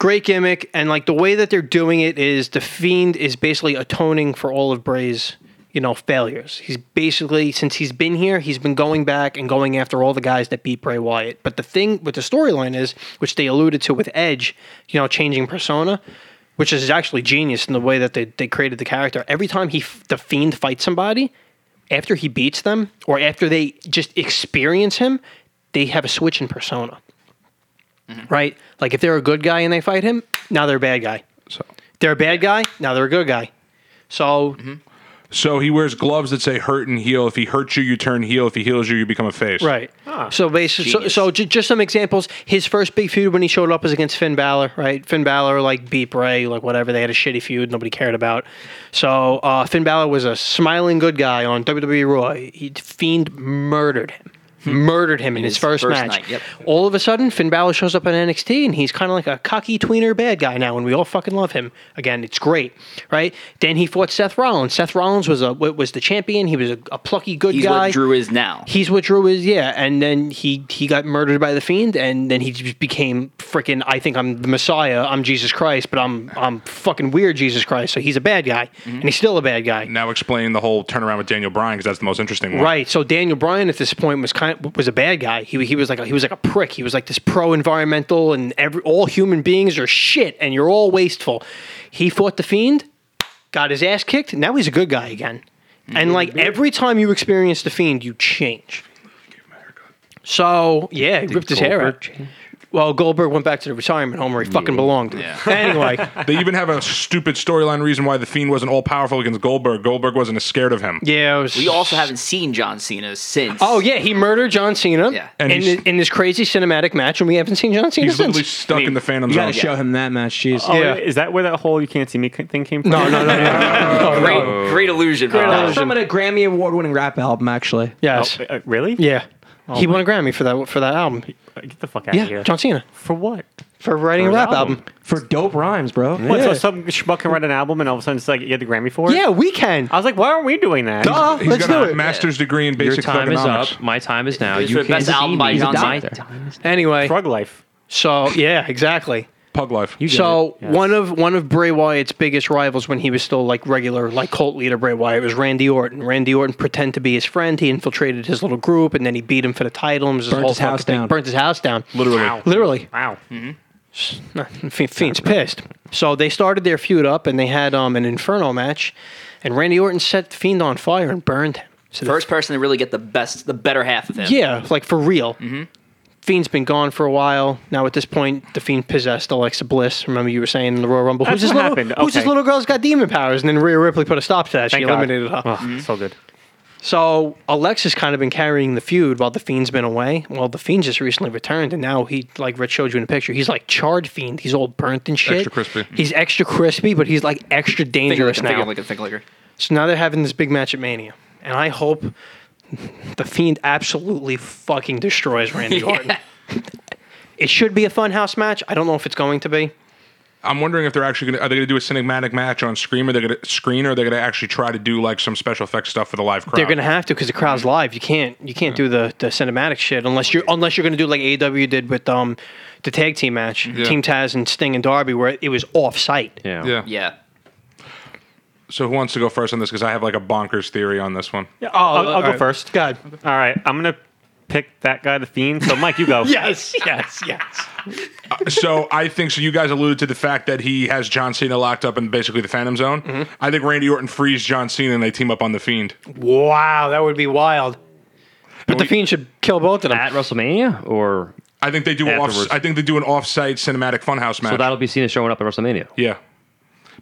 S3: great gimmick and like the way that they're doing it is the fiend is basically atoning for all of Bray's you know failures. He's basically since he's been here, he's been going back and going after all the guys that beat Bray Wyatt. But the thing with the storyline is, which they alluded to with Edge, you know, changing persona, which is actually genius in the way that they, they created the character. Every time he f- the fiend fights somebody, after he beats them or after they just experience him, they have a switch in persona right? Like if they're a good guy and they fight him, now they're a bad guy.
S5: So.
S3: They're a bad guy, now they're a good guy. So
S5: So he wears gloves that say hurt and heal. If he hurts you, you turn heel. If he heals you, you become a face.
S3: right.
S6: Ah,
S3: So basically, so, so ju- just some examples. His first big feud when he showed up was against Finn Balor, right? Finn Balor like beat Bray, like whatever. They had a shitty feud nobody cared about. So E uh, Finn Balor was a smiling good guy on WWE Raw. He Fiend murdered him. murdered him in, his, first,
S6: Hmm. first
S3: match.
S6: night, yep.
S3: All of a sudden, Finn Balor shows up on NXT and he's kind of like a cocky tweener bad guy now, and we all fucking love him. Again, it's great, right? Then he fought Seth Rollins. Seth Rollins was a was the champion. He was a, a plucky good
S6: He's
S3: guy.
S6: what Drew is now.
S3: He's what Drew is, yeah. And then he he got murdered by the fiend, and then he just became freaking. I think I'm the Messiah. I'm Jesus Christ, but I'm I'm fucking weird Jesus Christ. So he's a bad guy, and he's still a bad guy.
S5: Now explain the whole turnaround with Daniel Bryan because that's the most interesting one.
S3: Right. So Daniel Bryan at this point was kind was a bad guy. He he was like a, he was like a prick. He was like this pro environmental and every all human beings are shit and you're all wasteful. He fought the fiend, got his ass kicked. Now he's a good guy again. And like every time you experience the fiend, you change. So yeah, he ripped his hair out. Well, Goldberg went back to the retirement home where he fucking belonged. Anyway,
S5: They even have a stupid storyline reason why the Fiend wasn't all powerful against Goldberg. Goldberg wasn't as scared of him.
S3: yeah, it was,
S6: We also haven't seen John Cena since.
S3: Oh yeah, he murdered John Cena
S6: Yeah.
S5: And
S3: in,
S5: he's-
S3: thi- in this crazy cinematic match, and we haven't seen John Cena
S5: He's
S3: since.
S5: literally stuck in the Phantom
S7: You got to
S5: Zone.
S7: show him that match. Jeez.
S1: Oh,
S3: Yeah.
S1: is that where that whole "you can't see me" c- thing came from?
S3: No, no, no, no.
S6: great, great illusion. Great
S7: That was from a Grammy award winning rap album, actually.
S3: Yes.
S1: Uh, really? Uh,
S3: Yeah. he won a Grammy for that for that album.
S1: Get the fuck out
S7: Yeah,
S1: of here.
S3: John Cena
S1: For what?
S3: for writing
S1: For
S3: a
S1: his
S3: rap album.
S1: album.
S7: For dope rhymes, bro.
S1: What?
S7: Yeah.
S1: So some schmuck can write an album, and all of a sudden it's like you get the Grammy for it.
S3: Yeah, we can.
S1: I was like, why aren't we doing that?
S7: Duh,
S5: He's
S7: let's do
S5: got a
S7: it.
S5: master's degree in
S8: Your
S5: basic
S8: time is
S5: economics.
S8: up. My time is now.
S6: It's
S8: You
S6: the
S8: can't
S6: best
S8: see
S6: album
S8: me.
S6: by
S8: He's a
S6: John Cena.
S8: doctor.
S3: Anyway,
S1: Drug life.
S3: so yeah, exactly.
S5: Pug life.
S3: So one of one of Bray Wyatt's biggest rivals when he was still like regular, like cult leader Bray Wyatt was Randy Orton. Randy Orton pretended to be his friend. He infiltrated his little group, and then he beat him for the title. And it was this
S7: Burnt
S3: whole
S7: his house
S3: fucking thing.
S7: down.
S3: Burnt his house down.
S1: Literally.
S3: Literally.
S1: Wow. Mm-hmm.
S3: Fe- Fiend's pissed. So they started their feud up, and they had um, an inferno match, and Randy Orton set Fiend on fire and burned him. So the
S6: First person to really get the best, the better half of him.
S3: Yeah, like for real. Fiend's been gone for a while. Now at this point, the Fiend possessed Alexa Bliss. Remember you were saying in the Royal Rumble,
S1: That's
S3: who's this
S1: what
S3: little,
S1: happened.
S3: who's this
S1: Okay.
S3: little girl's got demon powers? And then Rhea Ripley put a stop to that. she
S1: Thank God.
S3: eliminated her.
S1: Oh, So good.
S3: So Alexa's kind of been carrying the feud while the Fiend's been away. Well, the Fiend just recently returned, and now he, like Rich showed you in the picture, he's like charred Fiend. He's all burnt and shit.
S5: Extra crispy.
S3: He's extra crispy, but he's like extra
S6: Finger
S3: dangerous
S6: licking, finger
S3: now.
S6: licking, finger licking.
S3: So now they're having this big match at Mania, and I hope the Fiend absolutely fucking destroys Randy Orton. It should be a fun house match. I don't know if it's going to be.
S5: I'm wondering if they're actually going to, are they going to do a cinematic match on screen or they're going to screen or they're going to actually try to do like some special effects stuff for the live crowd.
S3: They're going to have to because the crowd's live. You can't you can't do the, the cinematic shit unless you're unless you're going to do like AEW did with um the tag team match, Team Taz and Sting and Darby, where it was off site.
S8: Yeah.
S5: Yeah.
S6: Yeah.
S5: So who wants to go first on this? Because I have like a bonkers theory on this one.
S1: Yeah, I'll, I'll, I'll go
S3: right.
S1: first.
S3: God.
S1: All right. I'm gonna pick that guy, the fiend. So Mike, you go.
S3: Yes, yes, yes.
S5: so I think so. You guys alluded to the fact that he has John Cena locked up in basically the Phantom Zone.
S8: Mm-hmm.
S5: I think Randy Orton frees John Cena and they team up on the Fiend.
S3: Wow, that would be wild. But the Fiend should kill both of them.
S8: At WrestleMania, or
S5: I think they do
S8: Afterwards.
S5: off. I think they do an off-site cinematic funhouse match.
S8: so that'll be Cena showing up at WrestleMania.
S5: yeah,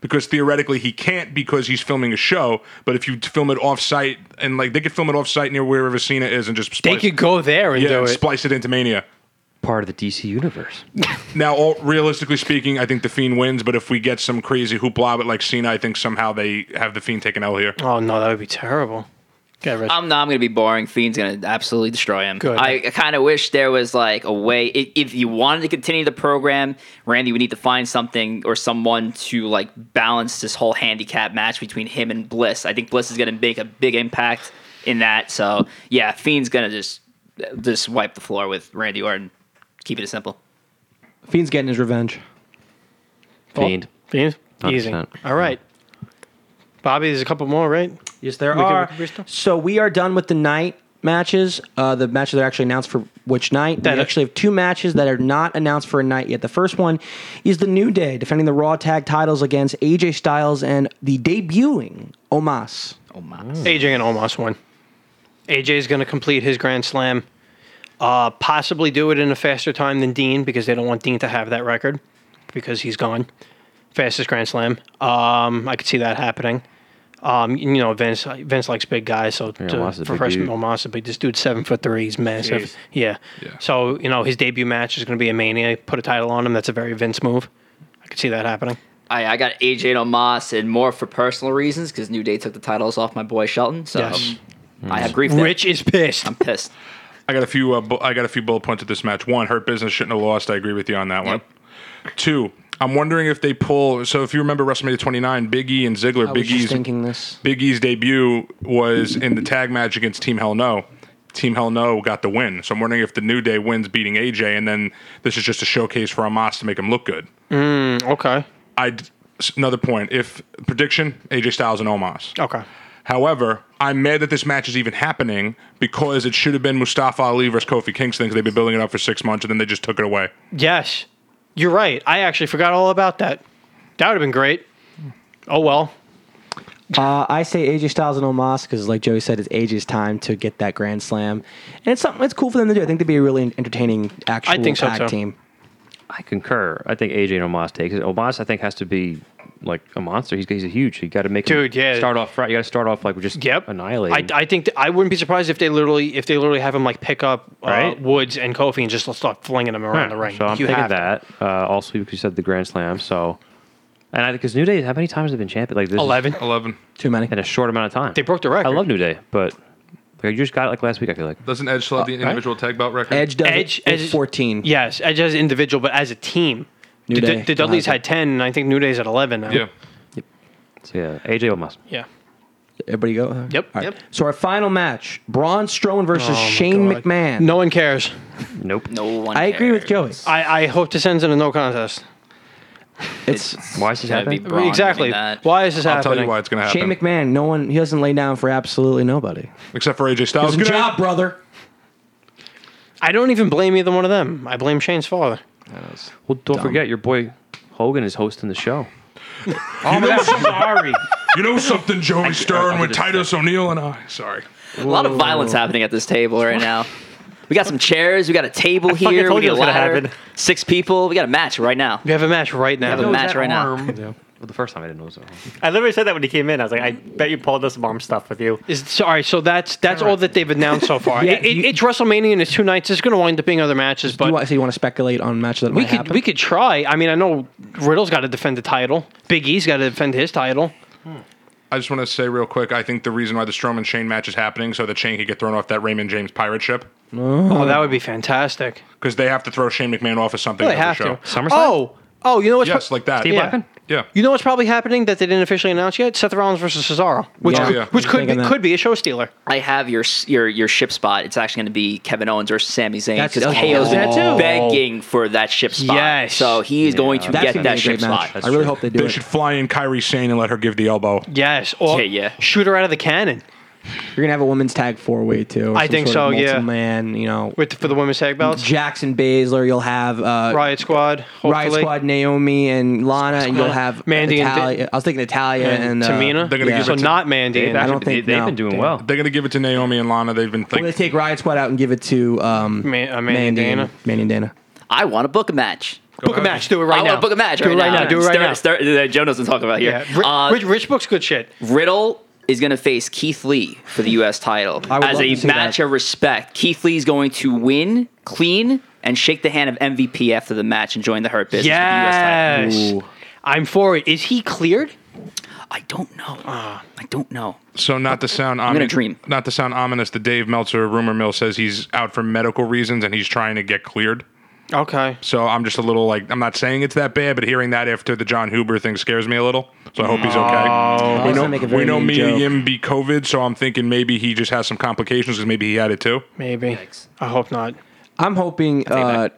S5: because theoretically he can't because he's filming a show. But if you film it off-site and like they could film it off-site near wherever Cena is and just
S3: They
S5: splice,
S3: could go there and
S5: yeah,
S3: do
S5: and
S3: it.
S5: splice it into Mania.
S8: Part of the DC universe.
S5: Now, all, realistically speaking, I think the Fiend wins. But if we get some crazy hoopla, but like Cena, I think somehow they have the Fiend taken out here.
S3: Oh no, that would be terrible. Get rid.
S6: I'm not. I'm gonna be boring. Fiend's gonna absolutely destroy him.
S3: Good.
S6: I kind of wish there was like a way. i- If you wanted to continue the program, Randy would need to find something or someone to like balance this whole handicap match between him and Bliss. I think Bliss is gonna make a big impact in that. So yeah, Fiend's gonna just just wipe the floor with Randy Orton. Keep it simple.
S7: Fiend's getting his revenge.
S8: Fiend.
S3: Fiend? Easy.
S8: 100%.
S3: All right. Bobby, there's a couple more, right?
S7: Yes, there
S3: can-
S7: are.
S3: we can restore.
S7: so we are done with the night matches. Uh, the matches that are actually announced for which night?
S3: That-
S7: we actually have two matches that are not announced for a night yet. The first one is the New Day defending the Raw Tag Titles against AJ Styles and the debuting Omas.
S6: Oh my.
S3: AJ and Omos won. AJ's going to complete his Grand Slam, uh, possibly do it in a faster time than Dean because they don't want Dean to have that record because he's gone. Fastest Grand Slam. Um, I could see that happening. Um, you know, Vince Vince likes big guys, so to,
S8: Omos is a
S3: for
S8: big
S3: first
S8: dude.
S3: Omos, but this dude's seven foot three. He's massive.
S1: Jeez.
S3: Yeah. So you know, his debut match is going to be a mania. Put a title on him. That's a very Vince move. I could see that happening.
S6: I, I got AJ and Omos, and more for personal reasons because New Day took the titles off my boy Shelton. So
S3: Yes. Mm.
S6: I have grief. there.
S3: Rich is pissed.
S6: I'm pissed.
S5: I I got a few. Uh, bu- I got a few bullet points at this match. One, Hurt Business shouldn't have lost. I agree with you on that one. Two, I'm wondering if they pull. So if you remember WrestleMania 29, Big E and Ziggler,
S9: I was
S5: Big
S9: just
S5: E's
S9: thinking this.
S5: Big E's debut was in the tag match against Team Hell No. Team Hell No got the win. So I'm wondering if the New Day wins beating AJ, and then this is just a showcase for Amos to make him look good.
S3: Okay.
S5: I another point. If prediction, AJ Styles and Omos.
S3: Okay.
S5: However, I'm mad that this match is even happening because it should have been Mustafa Ali versus Kofi Kingston because they've been building it up for six months and then they just took it away.
S3: Yes. You're right. I actually forgot all about that. That would have been great. Oh, well.
S7: Uh, I say AJ Styles and Omos because, like Joey said, it's AJ's time to get that Grand Slam, and it's something it's cool for them to do. I think they'd be a really entertaining actual
S3: think so,
S7: tag
S3: too.
S7: team.
S8: I concur. I think AJ and Omos takes it. Omos, I think, has to be like a monster. He's, he's a huge. You got to make
S3: Dude,
S8: Him
S3: yeah.
S8: Start off right. You got to start off like we're just
S3: Yep.
S8: annihilate.
S3: I, I think th- I wouldn't be surprised if they literally if they literally have him like pick up uh,
S8: Right.
S3: Woods and Kofi and just start flinging them around the ring.
S8: So I'm
S3: you
S8: thinking
S3: have to.
S8: that. Uh, also, because you said the Grand Slam. So, and I because New Day, how many times have they been champion? Like this is-
S3: eleven.
S5: Eleven.
S7: Too many.
S8: in a short amount of time.
S3: They broke the record.
S8: I love New Day, but like, you just got it like last week. I feel like
S5: Doesn't Edge still have the individual tag belt record?
S7: Edge does
S3: Edge,
S7: it with
S3: Edge-
S7: 14.
S3: Yes, Edge as an individual, but as a team.
S7: New
S3: the,
S7: Day.
S3: the Dudleys
S7: Wow.
S3: had ten, and I think New Day's at eleven now.
S5: Yeah.
S8: so. Yeah, AJ Omos.
S3: Yeah.
S7: Everybody go.
S3: Yep. Yep.
S7: So our final match: Braun Strowman versus
S9: Oh
S7: Shane McMahon.
S3: No one cares.
S8: Nope.
S6: No one.
S7: I agree with
S6: cares.
S7: Joey.
S3: I, I hope this ends in a no contest.
S7: It's
S8: Why is this
S6: That'd be
S8: happening?
S6: Braun
S3: exactly.
S6: doing that.
S3: Why is this
S5: I'll
S3: happening?
S5: tell you why it's going to
S7: Shane
S5: happen.
S7: McMahon. No one. He doesn't lay down for absolutely nobody.
S5: Except for AJ
S9: Oh,
S5: Styles.
S7: Good
S5: Good
S7: job, brother.
S3: I don't even blame either one of them. I blame Shane's father.
S8: Well, don't forget your boy Hogan is hosting the show.
S5: You know, something,
S8: Sorry.
S5: you know something, Joey Stern,
S8: I
S5: with
S8: just-
S5: Titus O'Neil and I. Sorry.
S6: A lot of violence happening at this table right now. We got some chairs. We got a table
S1: I fucking
S6: here.
S1: told
S6: we
S1: you
S6: got
S1: it was
S6: a
S1: gonna
S6: ladder.
S1: happen.
S6: Six people. We got a match right now.
S3: We have a match right now.
S6: have a match right now.
S8: Well, the first time I didn't know. So.
S1: I literally said that when he came in. I was like, I bet you Paul does some arm stuff with you.
S3: Is so, all right. So that's that's all that they've announced so far. It- it- it's WrestleMania and it's two nights. It's going to wind up being other matches,
S7: You
S3: but
S7: want, so you want to speculate on matches that
S3: we
S7: might
S3: could
S7: happen?
S3: we could try. I mean, I know Riddle's got to defend the title. Big E's got to defend his title.
S5: I just want to say real quick I think the reason why the Strowman Shane match is happening so that Shane could get thrown off that Raymond James pirate ship
S3: Oh, that would be fantastic.
S5: because they have to throw Shane McMahon off of something.
S3: They
S5: after the
S3: have
S5: show.
S3: to. Oh, oh, you know what's
S5: Yes,
S3: pro-
S5: like that.
S8: Steve
S3: Yeah.
S8: Blackman?
S5: Yeah.
S3: you know what's probably happening that they didn't officially announce yet? Seth Rollins versus Cesaro, which
S7: Yeah.
S5: Oh, yeah.
S3: which
S7: I'm
S3: could be,
S7: thinking that.
S3: could be a show stealer.
S6: I have your your your ship spot. It's actually going to be Kevin Owens versus Sami Zayn
S7: That's-
S6: because
S7: oh.
S6: KO's
S7: That too.
S6: begging for that ship spot.
S3: Yes.
S6: so he is going to
S7: That's
S6: get
S7: gonna be
S6: that
S7: a
S6: ship
S7: great match.
S6: spot.
S7: I really hope they do
S5: They
S7: it.
S5: should fly in Kyrie Sane and let her give the elbow.
S3: Yes, or
S6: Yeah, yeah.
S3: shoot her out of the cannon
S7: You're gonna have a women's tag four way too. or
S3: I
S7: some
S3: think
S7: sort of
S3: so, yeah.
S7: Man, you know,
S3: with for the women's tag belts.
S7: Jackson Baszler. You'll have uh,
S3: Riot Squad, hopefully.
S7: Riot Squad, Naomi and Lana, and you'll have
S3: Mandy and
S7: Italia. I was thinking Italia
S3: and,
S7: and, uh,
S3: Tamina.
S5: they're gonna
S7: yeah. give
S3: so
S5: it to-
S3: not Mandy.
S8: They've
S3: and-
S7: I don't
S8: actually-
S7: think-
S8: they, have
S7: no.
S8: been doing
S7: Damn.
S8: well.
S5: They're gonna give it to Naomi and Lana. They've been
S7: Well, they
S5: thinking.
S7: take Riot Squad out and give it to um,
S3: Man- uh, Mandy and
S7: Mandy
S3: Dana.
S7: and Mandy and Dana.
S6: I want to book a match.
S3: Book a match. Do it right
S6: I
S3: now.
S6: want to book a match
S3: Do
S6: right,
S3: it right now.
S6: now.
S3: Do it right
S6: Stern-
S3: now.
S6: Stern- that Joe doesn't talk about here.
S3: Yeah. Ri-
S6: Uh,
S3: Rich, Rich Book's good shit.
S6: Riddle is going to face Keith Lee for the U.S. title
S7: I would
S6: as
S7: love to
S6: a
S7: see
S6: match
S7: that.
S6: of respect. Keith Lee is going to win clean and shake the hand of MVP after the match and join the Hurt Business. For the US
S3: Yes.
S6: title.
S3: I'm for it. Is he cleared?
S6: I don't know.
S3: Ah.
S6: I don't know.
S5: So not to sound ominous,
S6: gonna dream.
S5: Not to sound ominous. The Dave Meltzer rumor mill says he's out for medical reasons and he's trying to get cleared.
S3: Okay.
S5: So I'm just a little like I'm not saying it's that bad, but hearing that after the John Huber thing scares me a little. So I hope he's okay.
S7: We know, make Oh, a very
S5: Oh, We know
S7: mean
S5: me
S7: joke.
S5: and him be COVID, so I'm thinking maybe he just has some complications because maybe he had it too.
S3: Maybe. I hope not.
S7: I'm hoping uh,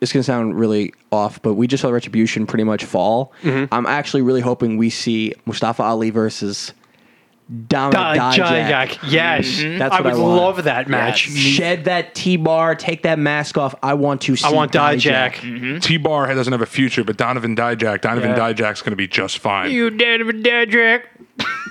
S7: it's gonna sound really off, but we just saw Retribution pretty much fall.
S3: Mm-hmm.
S7: I'm actually really hoping we see Mustafa Ali versus Dominic
S3: Uh,
S7: Dijak.
S3: Jack. Yes.
S6: Mm-hmm.
S7: That's
S3: I
S7: what
S3: would
S7: I want.
S3: love that match.
S7: Shed that T bar, take that mask off. I want to see.
S3: I want Dijak.
S6: Mm-hmm.
S7: Hmm?
S5: T Bar doesn't have a future, but Donovan Dijak, Donovan Dijak's going to be just fine.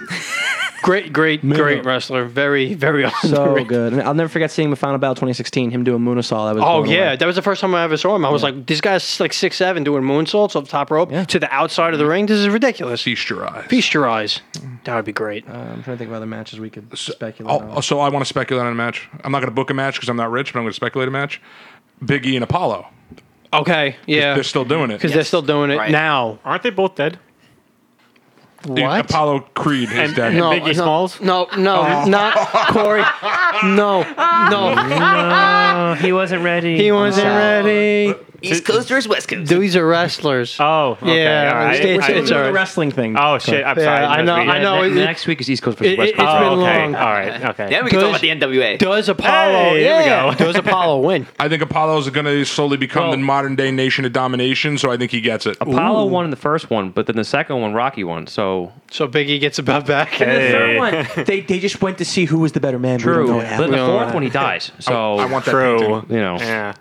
S3: Great, great, great wrestler. Very, very
S7: So
S3: underrated.
S7: good. And I'll never forget seeing him in Final Battle 2016. Him doing moonsault. That was
S3: Oh
S7: blown
S3: yeah,
S7: away.
S3: that was the first time I ever saw him. I was like, this guy's like six seven doing moonsaults off the top rope to the outside of the ring. This is ridiculous.
S5: Feast your eyes.
S3: Feast your eyes. That would be great.
S7: Uh, I'm trying to think of other matches we could speculate.
S5: Oh,
S7: on.
S5: so I want to speculate on a match. I'm not going to book a match because I'm not rich, but I'm going to speculate a match. Big E and Apollo.
S3: uh, Okay, yeah,
S5: They're
S3: because
S5: still doing it.
S3: they're still doing it
S6: Right.
S3: now.
S1: Aren't they both dead?
S5: The
S3: What?
S5: Apollo Creed. His
S1: And-
S5: dad.
S1: and Biggie
S3: no,
S1: Smalls?
S3: No, no, not Corey. No, no.
S1: No, he wasn't ready.
S3: He wasn't ready.
S6: East Coast versus West Coast.
S3: These are wrestlers.
S1: Oh, okay,
S3: Yeah,
S1: all right.
S3: it's- it's-
S1: I-
S3: it's all
S7: The
S3: right.
S7: wrestling thing.
S1: Oh shit! I'm sorry.
S3: Yeah, I know- I know.
S8: Ne-
S3: it-
S8: next week is East Coast versus
S3: it-
S8: West
S3: it-
S8: Coast.
S3: it's
S1: Oh,
S3: been
S1: okay.
S3: long.
S1: All right. Okay.
S6: Then we can
S3: Does-
S6: talk about the NWA.
S3: Does Apollo?
S1: Hey, there we
S3: yeah,
S1: go.
S3: does Apollo win?
S5: I think Apollo's going to slowly become the modern day nation of domination, so I think he gets it.
S8: Apollo won in the first one, but then the second one, Rocky won. So
S3: So Biggie gets a belt back.
S1: Hey.
S10: they, they just went to see who was the better man. We don't
S8: true.
S10: know what
S8: Then
S10: happened.
S8: the fourth one, he dies. So
S5: I want that
S1: True.
S8: you know.
S1: Yeah.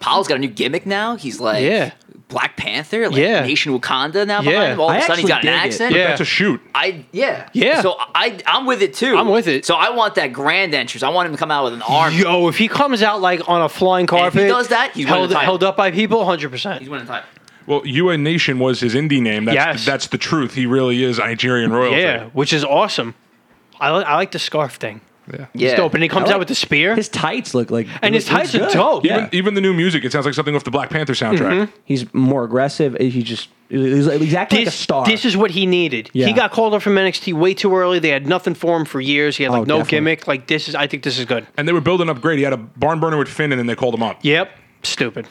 S6: Paul's got a new gimmick now. He's like
S3: Yeah.
S6: Black Panther, like
S3: Yeah.
S6: Nation Wakanda now
S3: Yeah.
S6: behind him. All of
S10: I
S6: a sudden he's
S10: actually
S6: got an
S10: dig it.
S6: accent.
S3: Yeah.
S5: That's a shoot.
S6: I yeah.
S3: Yeah.
S6: So I I'm with it too.
S3: I'm with it.
S6: So I want that grand entrance. I want him to come out with an arm.
S3: Yo, if he comes out like on a flying
S6: he
S3: carpet,
S6: does that, he's winning
S3: held,
S6: the title.
S3: held up by people, hundred
S6: He's
S3: percent.
S6: winning the title.
S5: Well, UA Nation was his indie name. That's,
S1: Yes.
S5: that's the truth. He really is Nigerian royalty.
S3: Yeah, which is awesome. I, li- I like the scarf thing.
S6: Yeah.
S3: It's dope, and he comes
S10: I like
S3: out with the spear,
S10: His tights look like
S3: and his
S10: look- looks
S3: tights are
S10: good.
S3: dope.
S5: Even, even the new music, it sounds like something off the Black Panther soundtrack.
S10: He's more aggressive. He just he's exactly like a star.
S3: This is what he needed.
S10: Yeah.
S3: He got called up from NXT way too early. They had nothing for him for years. He had like
S10: Oh,
S3: no
S10: definitely.
S3: gimmick. Like this is, I think this is good.
S5: And they were building up great. He had a barn burner with Finn, and then they called him up.
S3: Yep, stupid.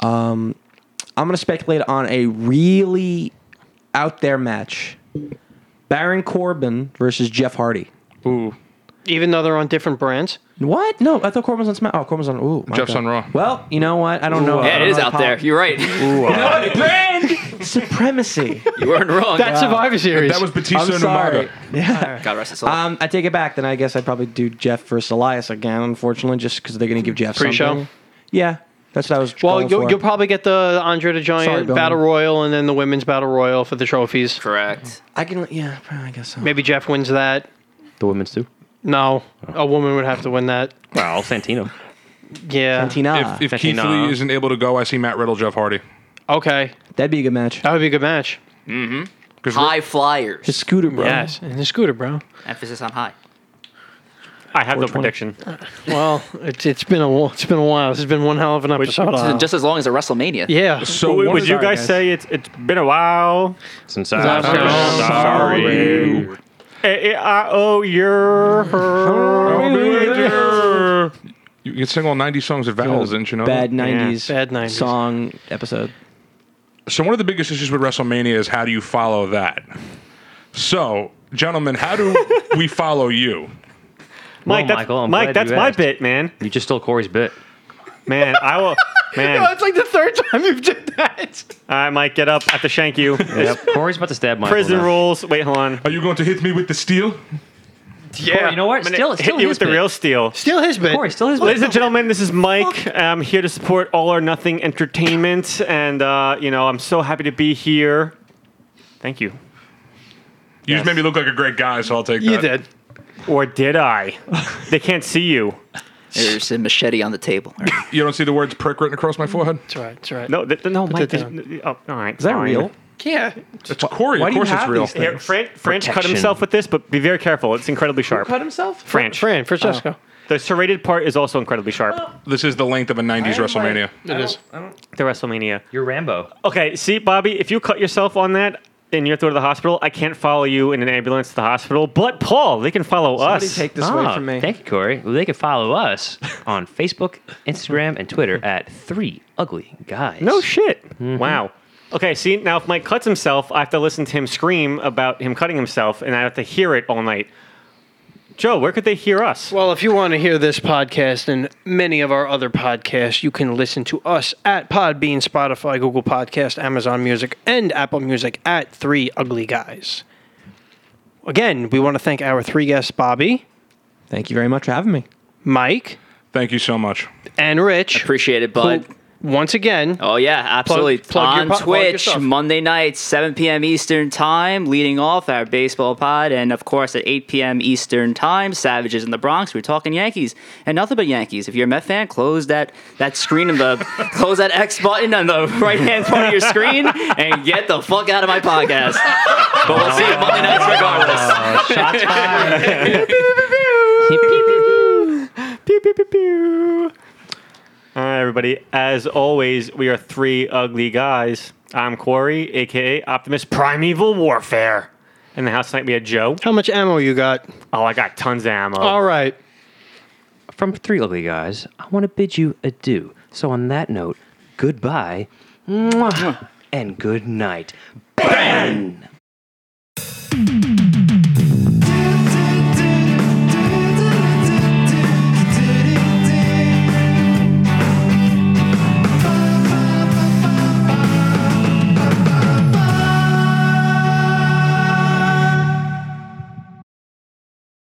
S10: I'm going to speculate on a really out there match. Baron Corbin versus Jeff Hardy.
S3: Even though they're on different brands,
S10: What? No, I thought Corbin's on SmackDown. Oh, Corbin's on. Ooh, my
S5: Jeff's
S10: bad.
S5: on Raw.
S10: Well, you know what? I don't know. I
S6: Yeah,
S10: don't
S6: it is
S10: know
S6: out
S10: how-
S6: there. You're right.
S10: Brand supremacy.
S6: you weren't wrong.
S3: that's Survivor Series.
S5: That was
S10: I'm
S5: Batista and
S10: sorry.
S5: Umaga.
S6: God rest his soul.
S10: Um, I take it back. Then I guess I probably do Jeff versus Elias again. Unfortunately, just because they're going to give Jeff
S3: Pre-show?
S10: something. Yeah, that's what I was.
S3: well,
S10: going
S3: you'll,
S10: for.
S3: you'll probably get the Andre the
S10: Sorry,
S3: Giant
S10: Bowman.
S3: Battle Royal and then the Women's Battle Royal for the trophies.
S6: Correct.
S10: I can. Yeah, probably, I guess so.
S3: Maybe Jeff wins that.
S8: The women's too.
S3: No, a woman would have to win that.
S8: Well, Santino.
S3: Yeah.
S10: Santina.
S5: if if
S8: Actually,
S5: Keith
S8: no.
S5: Lee isn't able to go, I see Matt Riddle, Jeff Hardy.
S3: Okay,
S10: That'd be a good match.
S3: that would be a good match.
S6: High flyers.
S10: Just scooter, bro.
S3: Yes, and the scooter, bro.
S6: Emphasis on high.
S1: I have no prediction.
S3: Well, it's it's been a wa- it's been a while. This has been one hell of an episode.
S6: This is just as long as a WrestleMania.
S3: yeah.
S5: So
S1: Would
S5: what
S1: would
S5: is
S1: you
S5: our-
S1: guys say it's it's been a while?
S8: Since
S3: Last
S8: I
S3: one.
S1: Sorry. Eh, eh, I owe your.
S5: You can sing all 90 songs with vowels, didn't you know?
S10: Bad
S5: that?
S10: '90s.
S3: Bad 90s.
S10: song episode.
S5: So one of the biggest issues with WrestleMania is how do you follow that? So, gentlemen, how do we follow you?
S8: Well,
S1: Mike, that's,
S8: Michael, I'm
S1: Mike,
S8: glad
S1: that's
S8: you
S1: my
S8: asked.
S1: bit, man.
S8: You just stole Corey's bit.
S1: Man, I will. Man,
S3: That's like the third time you've done that.
S1: I might get up. I have to shank you.
S8: Corey's about to stab Michael.
S1: Prison
S8: now.
S1: rules. Wait, hold on.
S5: Are you going to hit me with the steel?
S3: Yeah.
S8: Corey, you know what?
S1: I'm gonna
S8: Still,
S1: hit
S8: still
S1: you
S8: his
S1: with the
S8: bit.
S1: real steel.
S3: Still his bit.
S8: Corey, still his bit.
S1: Ladies and gentlemen, this is Mike. I'm here to support All or Nothing Entertainment, and uh, you know I'm so happy to be here. Thank you.
S5: You
S1: Yes.
S5: just made me look like a great guy, so I'll take
S3: You
S5: that.
S3: did.
S1: Or did I? they can't see you.
S6: There's a machete on the table.
S5: You don't see the words prick written across my forehead?
S3: That's right. That's right.
S1: No, th- th- no, Mike.
S3: that
S1: there's- Oh, all right.
S10: Is that real?
S3: Yeah.
S5: It's Corey.
S10: why
S5: of
S10: do you
S5: course it's
S10: have
S5: real.
S10: these
S1: Here, Fran- French cut
S8: Protection.
S1: himself with this, but be very careful. It's incredibly sharp.
S10: Cut himself.
S1: French.
S3: Fran, Francesco.
S1: The serrated part is also incredibly sharp.
S5: This is the length of a 90s WrestleMania.
S3: It is.
S1: The WrestleMania.
S8: You're Rambo.
S1: Okay, see, Bobby, if you cut yourself on that and you have to go to the hospital, I can't follow you in an ambulance to the hospital. But Paul, they can follow
S10: Somebody
S1: us.
S10: take this away
S8: Ah,
S10: from me.
S8: Thank you, Corey. Well, they can follow us on Facebook, Instagram, and Twitter at Three Ugly Guys.
S1: no shit.
S10: Mm-hmm.
S1: Wow. Okay, see, now if Mike cuts himself, I have to listen to him scream about him cutting himself, and I have to hear it all night. Joe, where could they hear us?
S3: Well, if you want to hear this podcast and many of our other podcasts, you can listen to us at Podbean, Spotify, Google Podcast, Amazon Music, and Apple Music at Three Ugly Guys. Again, we want to thank our three guests, Bobby,
S10: Thank you very much for having me.
S3: Mike,
S5: Thank you so much.
S3: and Rich.
S6: Appreciate it,
S3: who,
S6: bud.
S3: once again,
S6: Oh yeah, absolutely.
S3: plug your
S6: on
S3: po- plug your
S6: Twitch
S3: stuff.
S6: Monday nights, 7 p.m. Eastern time, leading off our baseball pod, and of course at 8 p.m. Eastern time, Savages in the Bronx. We're talking Yankees and nothing but Yankees. If you're a Met fan, close that that screen in the close that X button on the right hand part of your screen and get the fuck out of my podcast. But we'll see you Monday nights regardless.
S1: Pew, pew, pew, pew. All right, everybody. everybody. As always, we are three ugly guys. I'm Corey, aka Optimus Primeval Warfare. In the house tonight, we had Joe.
S3: How much ammo you got?
S1: Oh, I got tons of ammo.
S3: All right.
S8: From Three Ugly Guys, I want to bid you adieu. So, on that note, goodbye, mwah, and good night. Bang!